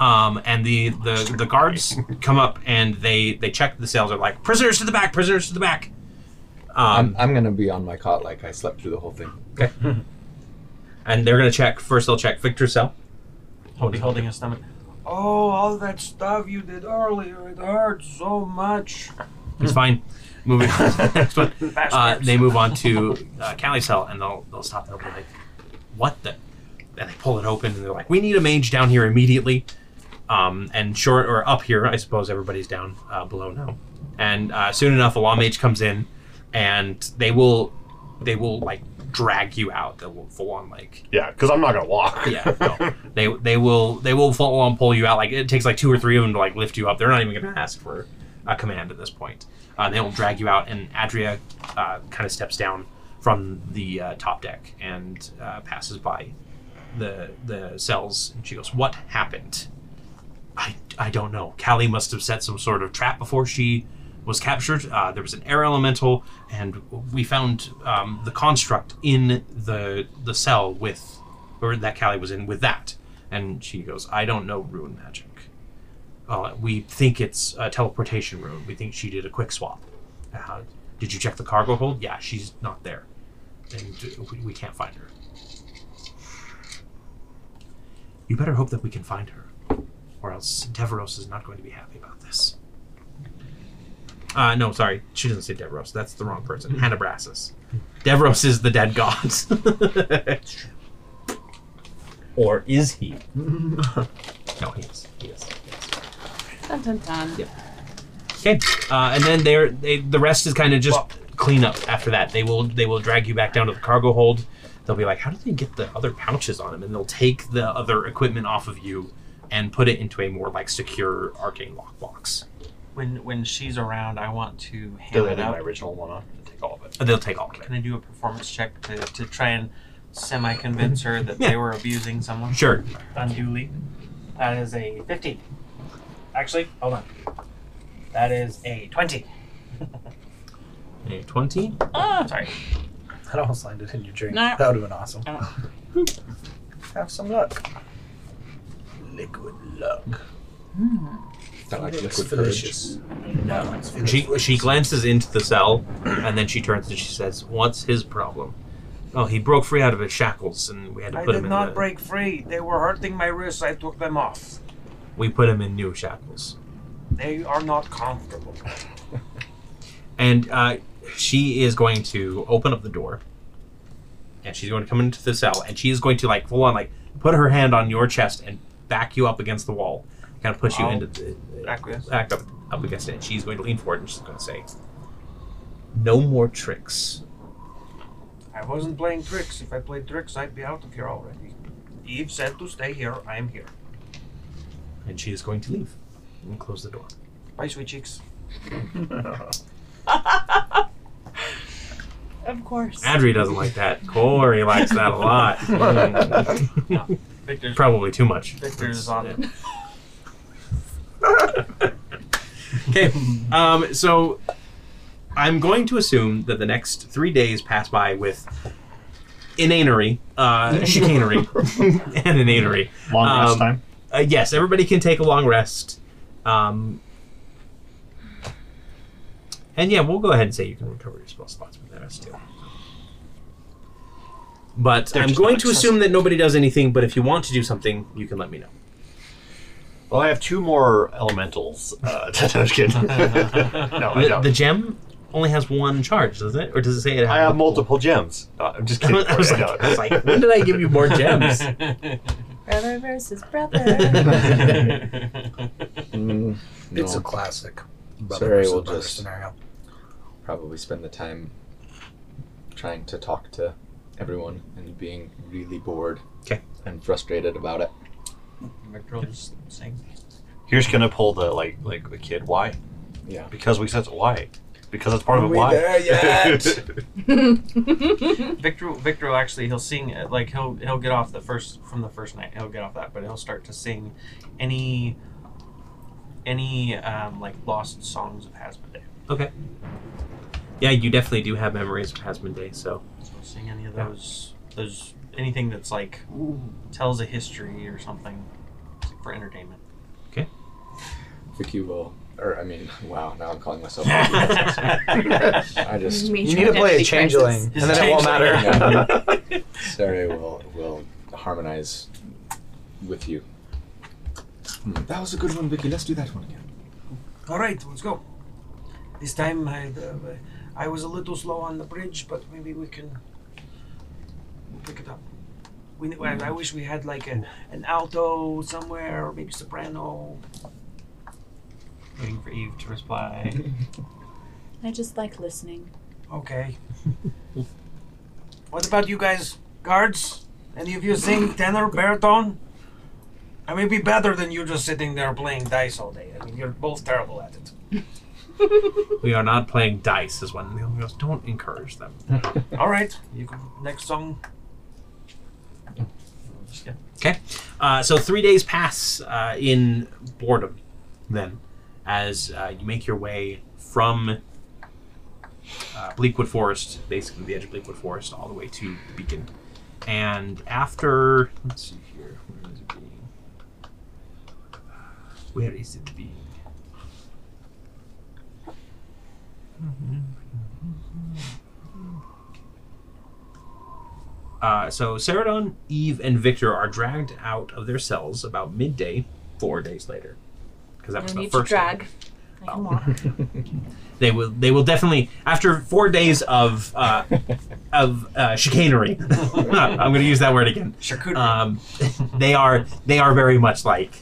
[SPEAKER 1] Um, and the, the, the guards come up and they, they check the cells. They're like prisoners to the back, prisoners to the back. Um,
[SPEAKER 5] I'm, I'm gonna be on my cot like I slept through the whole thing.
[SPEAKER 1] and they're gonna check first. They'll check Victor's cell.
[SPEAKER 4] I'll be holding his stomach.
[SPEAKER 8] Oh, all that stuff you did earlier, it hurts so much.
[SPEAKER 1] It's fine. Moving on to the next one. Uh,
[SPEAKER 4] Bastards.
[SPEAKER 1] they move on to uh, Callie's cell and they'll they'll stop and they'll be like, "What the?" And they pull it open and they're like, "We need a mage down here immediately." Um, and short or up here, I suppose everybody's down uh, below now. And uh, soon enough, a law mage comes in, and they will they will like drag you out. They will full on like
[SPEAKER 6] yeah, because I'm not gonna walk.
[SPEAKER 1] yeah, no. they they will they will full on pull you out. Like it takes like two or three of them to like lift you up. They're not even going to ask for a command at this point. Uh, they will drag you out, and Adria uh, kind of steps down from the uh, top deck and uh, passes by the the cells, and she goes, "What happened?" I, I don't know. Callie must have set some sort of trap before she was captured. Uh, there was an air elemental, and we found um, the construct in the the cell with, or that Callie was in with that. And she goes, I don't know rune magic. Uh, we think it's a teleportation rune. We think she did a quick swap. Uh, did you check the cargo hold? Yeah, she's not there, and we, we can't find her. You better hope that we can find her, or else Deveros is not going to be happy about this. Uh, no, sorry, she doesn't say Deveros. That's the wrong person. Hannah Brassus. Deveros is the dead god. or is he? no, he is. He is. He is.
[SPEAKER 2] Dun dun dun.
[SPEAKER 1] Yeah. Okay, uh, and then they're, they the rest is kind of just cleanup after that. They will they will drag you back down to the cargo hold. They'll be like, "How did they get the other pouches on him?" And they'll take the other equipment off of you and put it into a more like secure arcane lockbox.
[SPEAKER 4] When when she's around, I want to hand it
[SPEAKER 6] Deleting
[SPEAKER 4] out.
[SPEAKER 6] my original one off and take all of it.
[SPEAKER 1] And They'll take all of it.
[SPEAKER 4] Can I do a performance check to, to try and semi convince her that
[SPEAKER 1] Yeah.
[SPEAKER 4] they were abusing someone
[SPEAKER 1] Sure.
[SPEAKER 4] unduly? That is a 50. Actually, hold on. That is a 20.
[SPEAKER 1] A Twenty.
[SPEAKER 4] Ah, sorry.
[SPEAKER 3] That almost landed in your drink.
[SPEAKER 2] No.
[SPEAKER 3] That would have been awesome.
[SPEAKER 2] I
[SPEAKER 3] Have some luck. Liquid luck.
[SPEAKER 5] That like
[SPEAKER 3] It's
[SPEAKER 5] liquid courage.
[SPEAKER 3] delicious. No, it's
[SPEAKER 1] She
[SPEAKER 3] delicious.
[SPEAKER 1] she glances into the cell, and then she turns and she says, "What's his problem?" Oh, he broke free out of his shackles, and we had to
[SPEAKER 8] I
[SPEAKER 1] put him
[SPEAKER 8] did
[SPEAKER 1] in.
[SPEAKER 8] not
[SPEAKER 1] the-
[SPEAKER 8] break free. They were hurting my wrists. I took them off.
[SPEAKER 1] We put him in new shackles.
[SPEAKER 8] They are not comfortable.
[SPEAKER 1] and uh, she is going to open up the door and she's going to come into the cell and she is going to like full on like put her hand on your chest and back you up against the wall kind of push you
[SPEAKER 4] I'll
[SPEAKER 1] into the
[SPEAKER 4] acquiesce.
[SPEAKER 1] back up, up against it and she's going to lean forward and she's going to say no more tricks
[SPEAKER 8] I wasn't playing tricks. If I played tricks, I'd be out of here already. Eve said to stay here. I am here.
[SPEAKER 1] and she is going to leave and close the door
[SPEAKER 8] Bye, sweet cheeks.
[SPEAKER 2] Of course.
[SPEAKER 1] Adri doesn't like that Corey likes that a lot Mm.
[SPEAKER 4] Victor's,
[SPEAKER 1] probably too much
[SPEAKER 4] Victor's on it.
[SPEAKER 1] Okay. Um, so I'm going to assume that the next three days pass by with inanery, uh, chicanery, and inanery.
[SPEAKER 6] Long
[SPEAKER 1] Um,
[SPEAKER 6] last time.
[SPEAKER 1] Uh, yes, everybody can take a long rest. Um, and yeah, we'll go ahead and say you can recover your spell slots with that rest too. But I'm
[SPEAKER 4] just
[SPEAKER 1] going
[SPEAKER 4] not
[SPEAKER 1] to assume that nobody does anything. But if you want to do something, you can let me know.
[SPEAKER 6] Well, I have two more elementals. Uh, no, I'm kidding. no, Oh, I
[SPEAKER 1] The,
[SPEAKER 6] don't.
[SPEAKER 1] the gem only has one charge, does it? Or does it say it?
[SPEAKER 6] I have multiple gems. No, I'm just kidding.
[SPEAKER 1] I was, like, I was like, when did I give you more gems?
[SPEAKER 2] Brother versus brother.
[SPEAKER 5] Mm, no.
[SPEAKER 3] It's a classic. brother
[SPEAKER 5] Sorry,
[SPEAKER 3] versus
[SPEAKER 5] we'll
[SPEAKER 3] brother
[SPEAKER 5] just-
[SPEAKER 3] scenario.
[SPEAKER 5] probably spend the time trying to talk to everyone and being really bored
[SPEAKER 1] 'Kay.
[SPEAKER 5] and frustrated about it.
[SPEAKER 4] Victor will just sing.
[SPEAKER 6] Here's gonna pull the like like the kid. Why?
[SPEAKER 5] Yeah.
[SPEAKER 6] Because we said why. Because that's part
[SPEAKER 7] Are
[SPEAKER 6] of it.
[SPEAKER 7] we
[SPEAKER 6] Why?
[SPEAKER 7] there yet?
[SPEAKER 4] Victor, Victor will actually he'll sing uh, like he'll he'll get off the first from the first night he'll get off that, but he'll start to sing any any um, like lost songs of Hasmonday.
[SPEAKER 1] Okay. Yeah, you definitely do have memories of Hasmond Day, so
[SPEAKER 4] So he'll sing any of
[SPEAKER 1] Yeah.
[SPEAKER 4] those those anything that's like tells a history or something for entertainment.
[SPEAKER 5] Vicky will, or I mean, wow, now I'm calling myself. I just,
[SPEAKER 2] Me
[SPEAKER 3] You need
[SPEAKER 2] trying
[SPEAKER 3] to play a
[SPEAKER 2] fix
[SPEAKER 3] changeling, and
[SPEAKER 4] crisis.
[SPEAKER 3] then it won't matter.
[SPEAKER 5] sorry, will will harmonize with you.
[SPEAKER 9] Hmm, That was a good one, Vicky. Let's do that one again.
[SPEAKER 8] All right, let's go. This time I, uh, I was a little slow on the bridge, but maybe we can we'll pick it up. We, ne- I, I wish we had like a, an alto somewhere, or maybe soprano.
[SPEAKER 4] Waiting for Eve to reply.
[SPEAKER 2] I just like listening.
[SPEAKER 8] Okay. what about you guys, guards? Any of you sing tenor, baritone? I may be better than you just sitting there playing dice all day. I mean, you're both terrible at it.
[SPEAKER 1] we are not playing dice is one thing. Just Don't encourage them.
[SPEAKER 8] All right, you can, next song.
[SPEAKER 4] Just, yeah.
[SPEAKER 1] Uh, so three days pass uh, in boredom, then, as uh, you make your way from uh, Bleakwood Forest, basically the edge of Bleakwood Forest, all the way to the beacon. And after, let's see here, where is it being? Where is it being? Uh, so Saradon, Eve, and Victor are dragged out of their cells about midday, four days later. Because that was
[SPEAKER 2] no
[SPEAKER 1] the
[SPEAKER 2] need to
[SPEAKER 1] first Oh.
[SPEAKER 2] drag. I can walk.
[SPEAKER 1] they will they will definitely after four days of uh, of uh, chicanery. I'm going to use that word again.
[SPEAKER 4] Charcuterie.
[SPEAKER 1] Um, they are they are very much like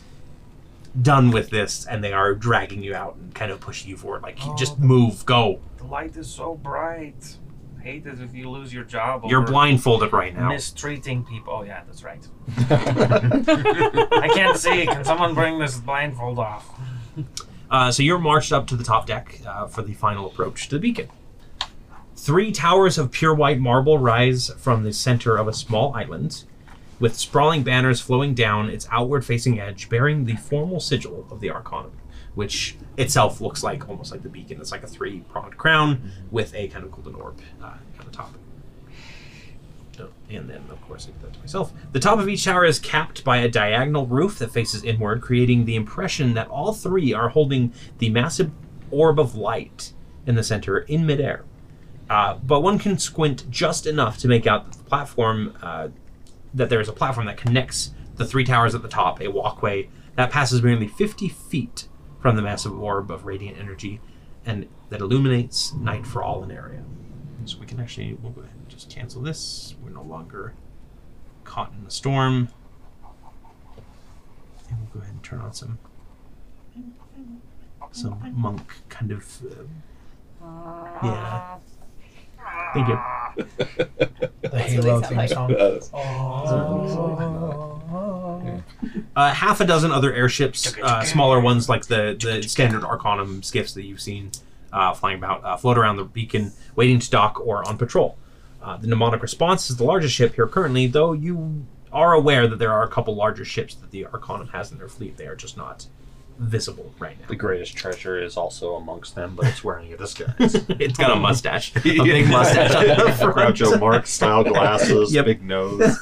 [SPEAKER 1] done with this, and they are dragging you out and kind of pushing you forward. Like you just move, go.
[SPEAKER 4] the light is so bright. Hate it if you lose your job.
[SPEAKER 1] You're
[SPEAKER 4] over
[SPEAKER 1] blindfolded right now.
[SPEAKER 4] Mistreating people. Oh yeah, that's right. I can't see. Can someone bring this blindfold off?
[SPEAKER 1] Uh, so you're marched up to the top deck uh, for the final approach to the beacon. Three towers of pure white marble rise from the center of a small island, with sprawling banners flowing down its outward facing edge, bearing the formal sigil of the Arcanum, which itself looks like almost like the beacon. It's like a three pronged crown with a kind of golden orb uh, at the top. Oh, And then, of course, I did that to myself. The top of each tower is capped by a diagonal roof that faces inward, creating the impression that all three are holding the massive orb of light in the center in midair. Uh, but one can squint just enough to make out that the platform, uh, that there is a platform that connects the three towers at the top, a walkway that passes merely 50 feet from the massive orb of radiant energy and that illuminates night for all in area. So we can actually we'll go ahead and just cancel this. We're no longer caught in the storm. And we'll go ahead and turn on some some monk kind of uh, yeah. Thank you.
[SPEAKER 3] The
[SPEAKER 2] what they
[SPEAKER 3] Halo
[SPEAKER 2] sound
[SPEAKER 3] theme
[SPEAKER 2] like.
[SPEAKER 3] song.
[SPEAKER 1] Uh, half a dozen other airships, uh, smaller ones like the, the standard Arcanum skiffs that you've seen uh, flying about, uh, float around the beacon, waiting to dock or on patrol. Uh, the mnemonic response is the largest ship here currently, though you are aware that there are a couple larger ships that the Arcanum has in their fleet. They are just not visible right now.
[SPEAKER 6] The greatest treasure is also amongst them, but it's wearing a disguise.
[SPEAKER 1] it's got a mustache, a big mustache on the front.
[SPEAKER 6] Groucho Marx style glasses,
[SPEAKER 1] Yep.
[SPEAKER 6] big nose.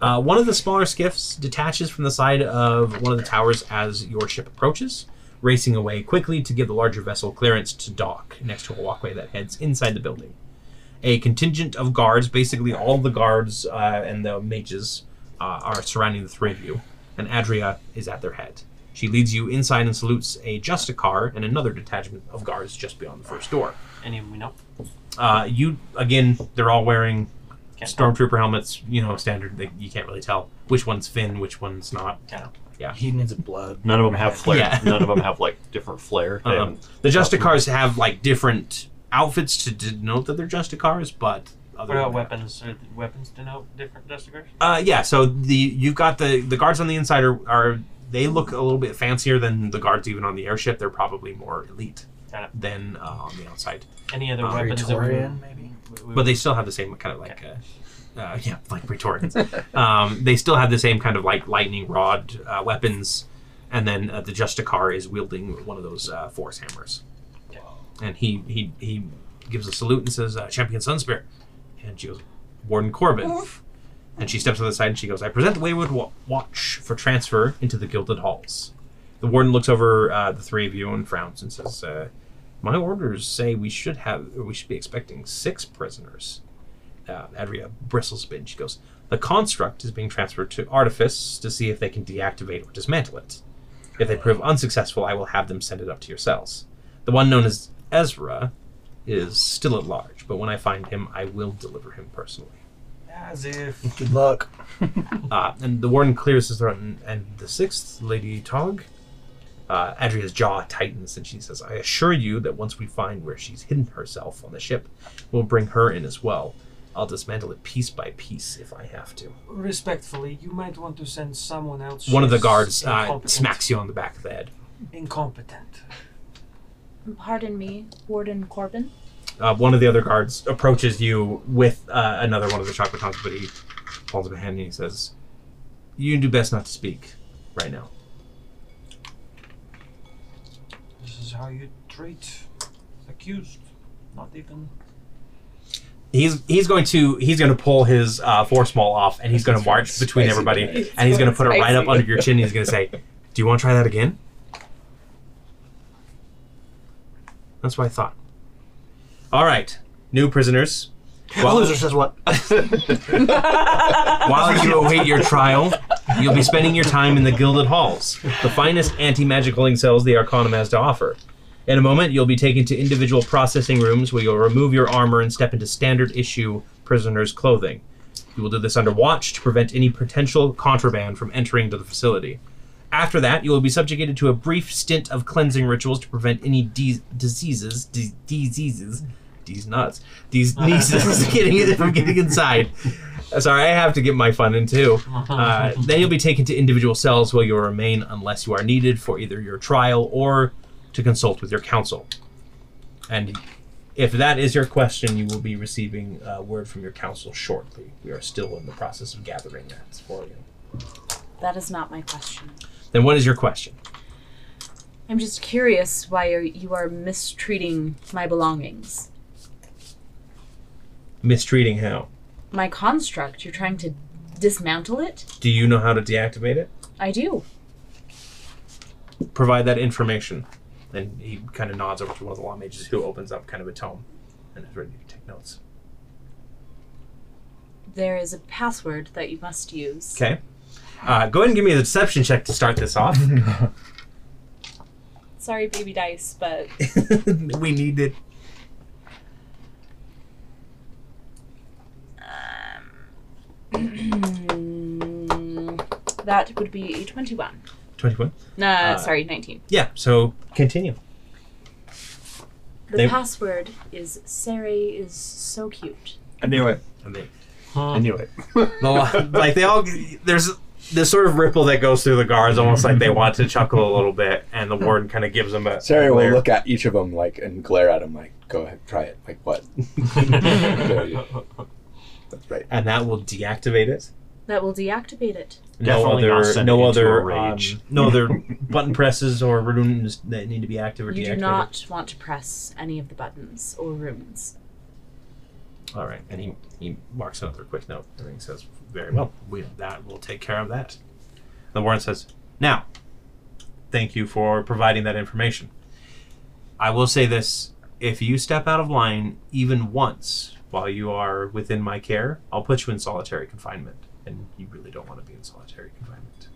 [SPEAKER 1] Uh, one of the smaller skiffs detaches from the side of one of the towers as your ship approaches, racing away quickly to give the larger vessel clearance to dock next to a walkway that heads inside the building. A contingent of guards, basically all the guards uh, and the mages, uh, are surrounding the three of you, and Adria is at their head. She leads you inside and salutes a Justicar and another detachment of guards just beyond the first door.
[SPEAKER 4] Any we know?
[SPEAKER 1] Uh, you again, they're all wearing
[SPEAKER 4] Can't
[SPEAKER 1] stormtrooper helmets. You know, standard. They, you can't really tell which one's Finn, which one's not.
[SPEAKER 4] Can't.
[SPEAKER 3] He needs blood.
[SPEAKER 6] None of them have flair.
[SPEAKER 1] Yeah.
[SPEAKER 6] None of them have like different Um, flair. They
[SPEAKER 1] Uh-huh.
[SPEAKER 6] haven't-
[SPEAKER 1] The Justicars have like different outfits to denote that they're Justicars, but other
[SPEAKER 4] What about
[SPEAKER 1] than that-
[SPEAKER 4] weapons? Are the weapons denote different justicars?
[SPEAKER 1] Uh, yeah. So the you've got the the guards on the inside are, are they look a little bit fancier than the guards even on the airship. They're probably more elite
[SPEAKER 4] Got it.
[SPEAKER 1] than uh, on the outside,
[SPEAKER 4] Any other
[SPEAKER 1] Uh,
[SPEAKER 4] weapons? that we-
[SPEAKER 3] Praetorian,
[SPEAKER 4] maybe. We, we,
[SPEAKER 1] but they still have the same kind of like. Uh, uh, yeah, like Praetorians. um, they still have the same kind of like lightning rod uh, weapons, and then uh, the Justicar is wielding one of those uh, force hammers.
[SPEAKER 4] Okay.
[SPEAKER 1] And he he he gives a salute and says, uh, "Champion Sunspear," and she goes, "Warden Corbin." And she steps to the side and she goes, "I present the Wayward wa- Watch for transfer into the Gilded Halls." The warden looks over uh, the three of you and frowns and says, uh, "My orders say we should have we should be expecting six prisoners." uh, Adria bristles a bit and she goes, The construct is being transferred to Artifice to see if they can deactivate or dismantle it. If they prove unsuccessful, I will have them send it up to your cells. The one known as Ezra is still at large, but when I find him, I will deliver him personally.
[SPEAKER 4] as if
[SPEAKER 3] Good luck.
[SPEAKER 1] Uh, and the warden clears his throat, and, and the sixth, Lady Tog, uh, Adria's jaw tightens, and she says, I assure you that once we find where she's hidden herself on the ship, we'll bring her in as well. I'll dismantle it piece by piece if I have to.
[SPEAKER 8] Respectfully, you might want to send someone else.
[SPEAKER 1] one of the
[SPEAKER 8] who's
[SPEAKER 1] guards uh,
[SPEAKER 8] incompetent.
[SPEAKER 1] smacks you on the back of the head.
[SPEAKER 8] Incompetent.
[SPEAKER 2] Pardon me, Warden Corbin.
[SPEAKER 1] Uh, one of the other guards approaches you with uh, another one of the chocolate tongs, but he holds up a hand and he says, "You do best not to speak right now."
[SPEAKER 8] This is how you treat accused. Not even.
[SPEAKER 1] He's he's going to he's going to pull his uh, force maul off and he's going to march between
[SPEAKER 5] spicy
[SPEAKER 1] everybody
[SPEAKER 5] tonight.
[SPEAKER 1] and he's going to put it right up
[SPEAKER 2] Spicy.
[SPEAKER 1] under your chin. and He's going to say, "Do you want to try that again?" That's what I thought. All right, new prisoners. Well-
[SPEAKER 6] loser says what?
[SPEAKER 1] While you await your trial, you'll be spending your time in the Gilded Halls, the finest anti magicaling cells the Arcanum has to offer. In a moment, you'll be taken to individual processing rooms where you'll remove your armor and step into standard issue prisoners' clothing. You will do this under watch to prevent any potential contraband from entering the facility. After that, you will be subjugated to a brief stint of cleansing rituals to prevent any de- diseases, de- diseases, these nuts, these nieces getting from getting inside. Uh, Sorry, I have to get my fun in too. Uh, then you'll be taken to individual cells where you'll remain unless you are needed for either your trial or to consult with your counsel. And if that is your question, you will be receiving uh, word from your counsel shortly. We are still in the process of gathering that for you.
[SPEAKER 2] That is not my question.
[SPEAKER 1] Then what is your question?
[SPEAKER 2] I'm just curious why are, you are mistreating my belongings.
[SPEAKER 1] Mistreating how?
[SPEAKER 2] My construct, you're trying to dismantle it?
[SPEAKER 1] Do you know how to deactivate it?
[SPEAKER 2] I do.
[SPEAKER 1] Provide that information. And he kind of nods over to one of the law mages who opens up kind of a tome and is ready to take notes.
[SPEAKER 2] There is a password that you must use.
[SPEAKER 1] Okay. Uh, go ahead and give me the deception check to start this off.
[SPEAKER 2] Sorry, baby dice, but
[SPEAKER 1] we need it.
[SPEAKER 2] that would be 21.
[SPEAKER 1] 21.
[SPEAKER 2] No,
[SPEAKER 1] Uh,
[SPEAKER 2] sorry, 19.
[SPEAKER 1] Yeah, so continue.
[SPEAKER 2] The
[SPEAKER 1] they-
[SPEAKER 2] password is Sari is so cute.
[SPEAKER 9] I knew it.
[SPEAKER 1] And they-
[SPEAKER 9] I knew it.
[SPEAKER 1] the li- uh, like they all there's this sort of ripple that goes through the guards almost like
[SPEAKER 6] Mm-hmm.
[SPEAKER 1] they want to chuckle a little bit and the warden kind of gives them a
[SPEAKER 5] Sarah
[SPEAKER 1] a
[SPEAKER 5] will
[SPEAKER 1] glare.
[SPEAKER 5] look at each of them like and glare at them like, "Go ahead, try it." Like what? That's right.
[SPEAKER 1] and that will deactivate it
[SPEAKER 2] That will deactivate it.
[SPEAKER 6] Definitely
[SPEAKER 1] no
[SPEAKER 6] not
[SPEAKER 1] other
[SPEAKER 6] send
[SPEAKER 1] no
[SPEAKER 6] it into a
[SPEAKER 1] other um,
[SPEAKER 6] rage.
[SPEAKER 1] no other button presses or runes that need to be active or
[SPEAKER 2] You do
[SPEAKER 1] deactivated
[SPEAKER 2] not want to press any of the buttons or rooms.
[SPEAKER 1] all right and he he marks another quick note and he says very well we, that will take care of that the warden says now thank you for providing that information I will say this if you step out of line even once while you are within my care, I'll put you in solitary confinement. And you really don't want to be in solitary confinement.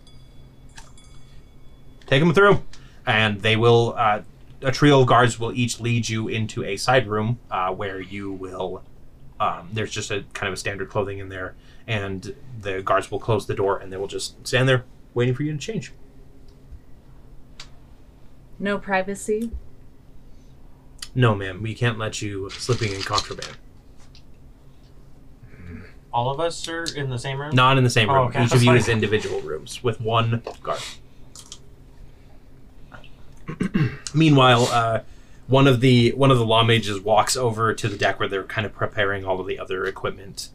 [SPEAKER 1] Take them through, and they will. Uh, a trio of guards will each lead you into a side room uh, where you will. Um, there's just a kind of a standard clothing in there, and the guards will close the door and they will just stand there waiting for you to change.
[SPEAKER 2] No privacy.
[SPEAKER 1] No, ma'am, we can't let you slipping in contraband.
[SPEAKER 4] All of us are in the same room.
[SPEAKER 1] Not in the same
[SPEAKER 4] Oh,
[SPEAKER 1] room.
[SPEAKER 4] okay.
[SPEAKER 1] Each of you
[SPEAKER 4] Sorry.
[SPEAKER 1] is individual rooms with one guard. Meanwhile, uh, one of the one of the law mages walks over to the deck where they're kind of preparing all of the other equipment.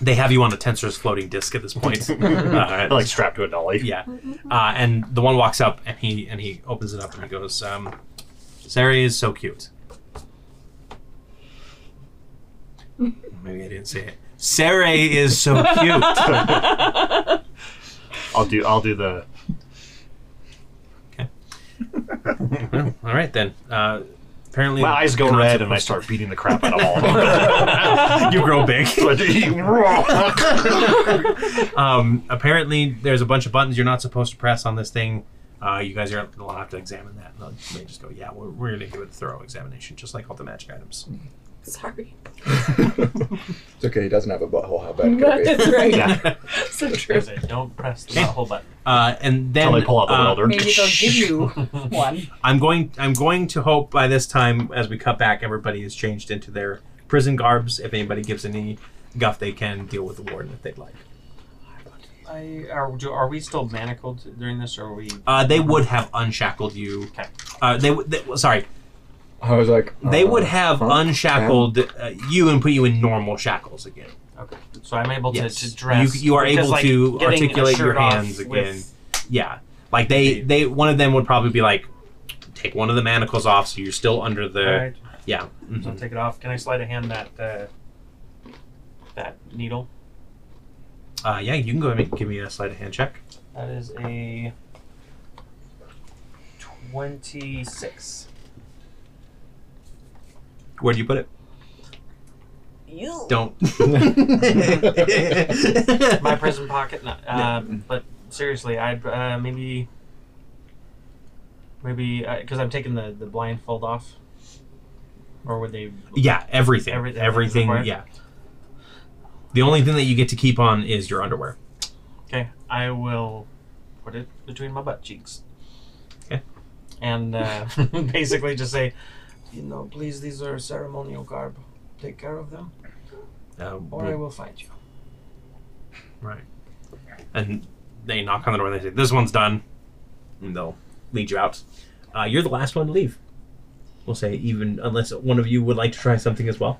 [SPEAKER 1] They have you on a tensor's floating disc at this point. Uh,
[SPEAKER 6] like strapped to a dolly.
[SPEAKER 1] yeah, uh, and the one walks up and he and he opens it up and he goes, um, "Sari is so cute." Maybe I didn't say it. Sari is so cute.
[SPEAKER 6] I'll do. I'll do the.
[SPEAKER 1] Well, all right then. Uh, apparently,
[SPEAKER 6] My eyes go red and I start beating the crap out of all of them.
[SPEAKER 1] You grow big.
[SPEAKER 6] So I do-
[SPEAKER 1] Um, apparently, there's a bunch of buttons you're not supposed to press on this thing. Uh, you guys are will have to examine that. And they just go, yeah, we're, we're going to do a thorough examination, just like all the magic items.
[SPEAKER 2] Sorry.
[SPEAKER 5] It's okay. He doesn't have a butthole. How bad could it be?
[SPEAKER 2] right.
[SPEAKER 6] yeah.
[SPEAKER 2] So true.
[SPEAKER 4] There's a don't press the
[SPEAKER 1] Okay.
[SPEAKER 4] whole button.
[SPEAKER 1] Uh, and then
[SPEAKER 6] Until they pull out the
[SPEAKER 1] uh,
[SPEAKER 6] welder.
[SPEAKER 2] Maybe they'll give you one.
[SPEAKER 1] I'm going. I'm going to hope by this time, as we cut back, everybody has changed into their prison garbs. If anybody gives any guff, they can deal with the warden if they'd like.
[SPEAKER 4] I, are, do, are we still manacled during this, or are we?
[SPEAKER 1] Uh, they would have unshackled you.
[SPEAKER 4] Okay.
[SPEAKER 1] Uh, they, would- they sorry.
[SPEAKER 5] I was like,
[SPEAKER 1] They
[SPEAKER 5] uh,
[SPEAKER 1] would have
[SPEAKER 5] huh?
[SPEAKER 1] unshackled uh, you and put you in normal shackles again.
[SPEAKER 4] Okay. So I'm able
[SPEAKER 1] Yes.
[SPEAKER 4] to, to dress.
[SPEAKER 1] You- you are
[SPEAKER 4] because,
[SPEAKER 1] able
[SPEAKER 4] like,
[SPEAKER 1] to
[SPEAKER 4] getting a
[SPEAKER 1] articulate your
[SPEAKER 4] shirt off
[SPEAKER 1] hands
[SPEAKER 4] with-
[SPEAKER 1] again. Yeah, like they they one of them would probably be like, take one of the manacles off, so you're still under the
[SPEAKER 4] All right.
[SPEAKER 1] yeah.
[SPEAKER 4] So I'll
[SPEAKER 1] mhm.
[SPEAKER 4] take it off. Can I slide a hand that uh, that needle?
[SPEAKER 1] Uh, yeah, you can go ahead and give me a sleight of hand check.
[SPEAKER 4] That is a twenty-six.
[SPEAKER 1] Where do you put it?
[SPEAKER 2] Ew.
[SPEAKER 1] Don't.
[SPEAKER 4] my prison pocket. Not, uh, But seriously, I'd uh, maybe, maybe because I'm taking the the blindfold off. Or would they?
[SPEAKER 1] yeah, everything.
[SPEAKER 4] Everything-
[SPEAKER 1] everything.
[SPEAKER 4] everything.
[SPEAKER 1] Yeah. The only thing that you get to keep on is your underwear.
[SPEAKER 4] Okay, I will put it between my butt cheeks.
[SPEAKER 1] Okay.
[SPEAKER 4] And uh, basically just say,
[SPEAKER 8] You know, please, these are ceremonial garb. Take care of them,
[SPEAKER 1] Uh,
[SPEAKER 8] or I will find you.
[SPEAKER 1] and they knock on the door and they say, "This one's done," and they'll lead you out. Uh, you're the last one to leave. We'll say even unless one of you would like to try something as well.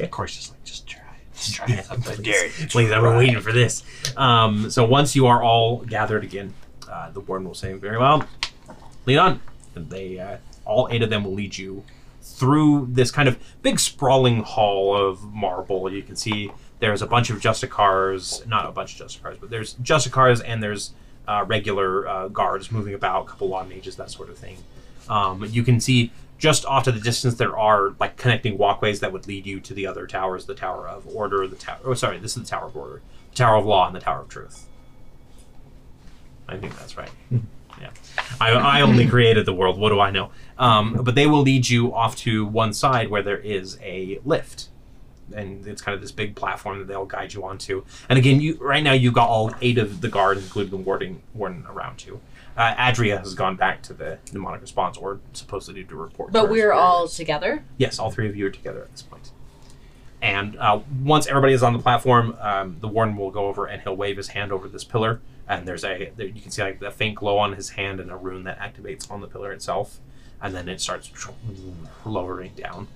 [SPEAKER 6] Of course, just like just try. it, Just try.
[SPEAKER 1] Yeah,
[SPEAKER 6] it. dare
[SPEAKER 1] please, please, I've been waiting for this. Um, so once you are all gathered again, uh, the warden will say, "Very well, lead on." And they uh, all eight of them will lead you through this kind of big sprawling hall of marble. You can see there's a bunch of justicars, not a bunch of justicars, but there's justicars and there's uh, regular uh, guards moving about, a couple law mages, that sort of thing. Um, you can see just off to the distance there are like connecting walkways that would lead you to the other towers: the Tower of Order, the Tower. Oh, sorry, this is the Tower of Order, the Tower of Law, and the Tower of Truth. I think that's right. yeah, I, I only created the world. What do I know? Um, but they will lead you off to one side where there is a lift. And it's kind of this big platform that they'll guide you onto. And again, you right now you've got all eight of the guards, including the warden, warden around you. Uh, Adria has gone back to the mnemonic response, or supposedly to report. to
[SPEAKER 2] But
[SPEAKER 1] her
[SPEAKER 2] we're all
[SPEAKER 1] superiors.
[SPEAKER 2] together.
[SPEAKER 1] Yes, all three of you are together at this point. And uh, once everybody is on the platform, um, the warden will go over and he'll wave his hand over this pillar. And there's a there, you can see like the faint glow on his hand and a rune that activates on the pillar itself, and then it starts lowering down.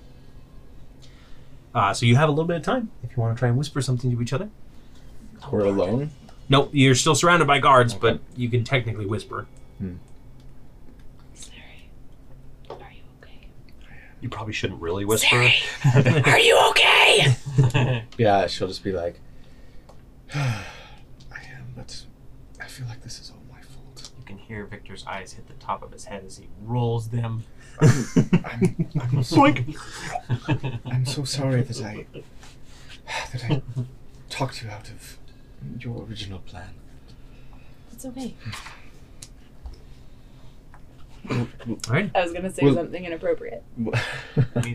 [SPEAKER 1] Uh, so you have a little bit of time if you want to try and whisper something to each other.
[SPEAKER 5] We're alone.
[SPEAKER 1] Nope, you're still surrounded by guards, but you can technically whisper.
[SPEAKER 2] Sari, are you okay?
[SPEAKER 6] You probably shouldn't really whisper.
[SPEAKER 2] Sari, are you okay?
[SPEAKER 5] Yeah, she'll just be like,
[SPEAKER 9] I am, but I feel like this is all my fault.
[SPEAKER 4] you can hear Victor's eyes hit the top of his head as he rolls them.
[SPEAKER 9] I'm, I'm, so, I'm so sorry that I that I talked you out of your original plan.
[SPEAKER 2] It's okay.
[SPEAKER 1] All right.
[SPEAKER 2] I was gonna say
[SPEAKER 5] Well-
[SPEAKER 2] something inappropriate.
[SPEAKER 4] Me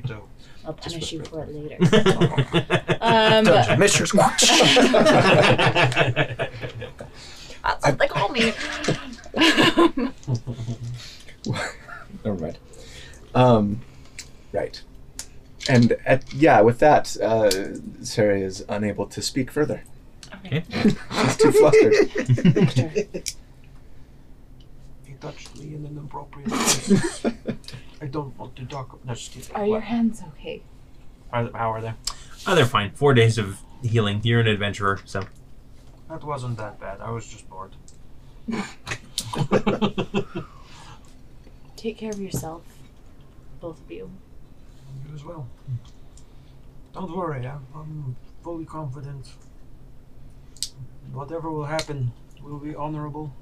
[SPEAKER 4] too.
[SPEAKER 2] I'll punish you for it later. Um,
[SPEAKER 1] um,
[SPEAKER 3] Mr. Squatch.
[SPEAKER 2] that's what they call me.
[SPEAKER 5] Never mind. Um, right. And at, yeah, with that, uh, Sarah is unable to speak further.
[SPEAKER 1] Okay.
[SPEAKER 5] She's too flustered.
[SPEAKER 8] He touched me in an inappropriate place. I don't want to talk. No, just kidding.
[SPEAKER 2] Are your hands okay?
[SPEAKER 4] How are- how are they?
[SPEAKER 1] oh, they're fine. Four days of healing. You're an adventurer, so
[SPEAKER 4] That wasn't that bad. I was just bored.
[SPEAKER 2] Take care of yourself, both of you.
[SPEAKER 8] You as well. Don't worry, I'm, I'm fully confident. Whatever will happen will be honorable.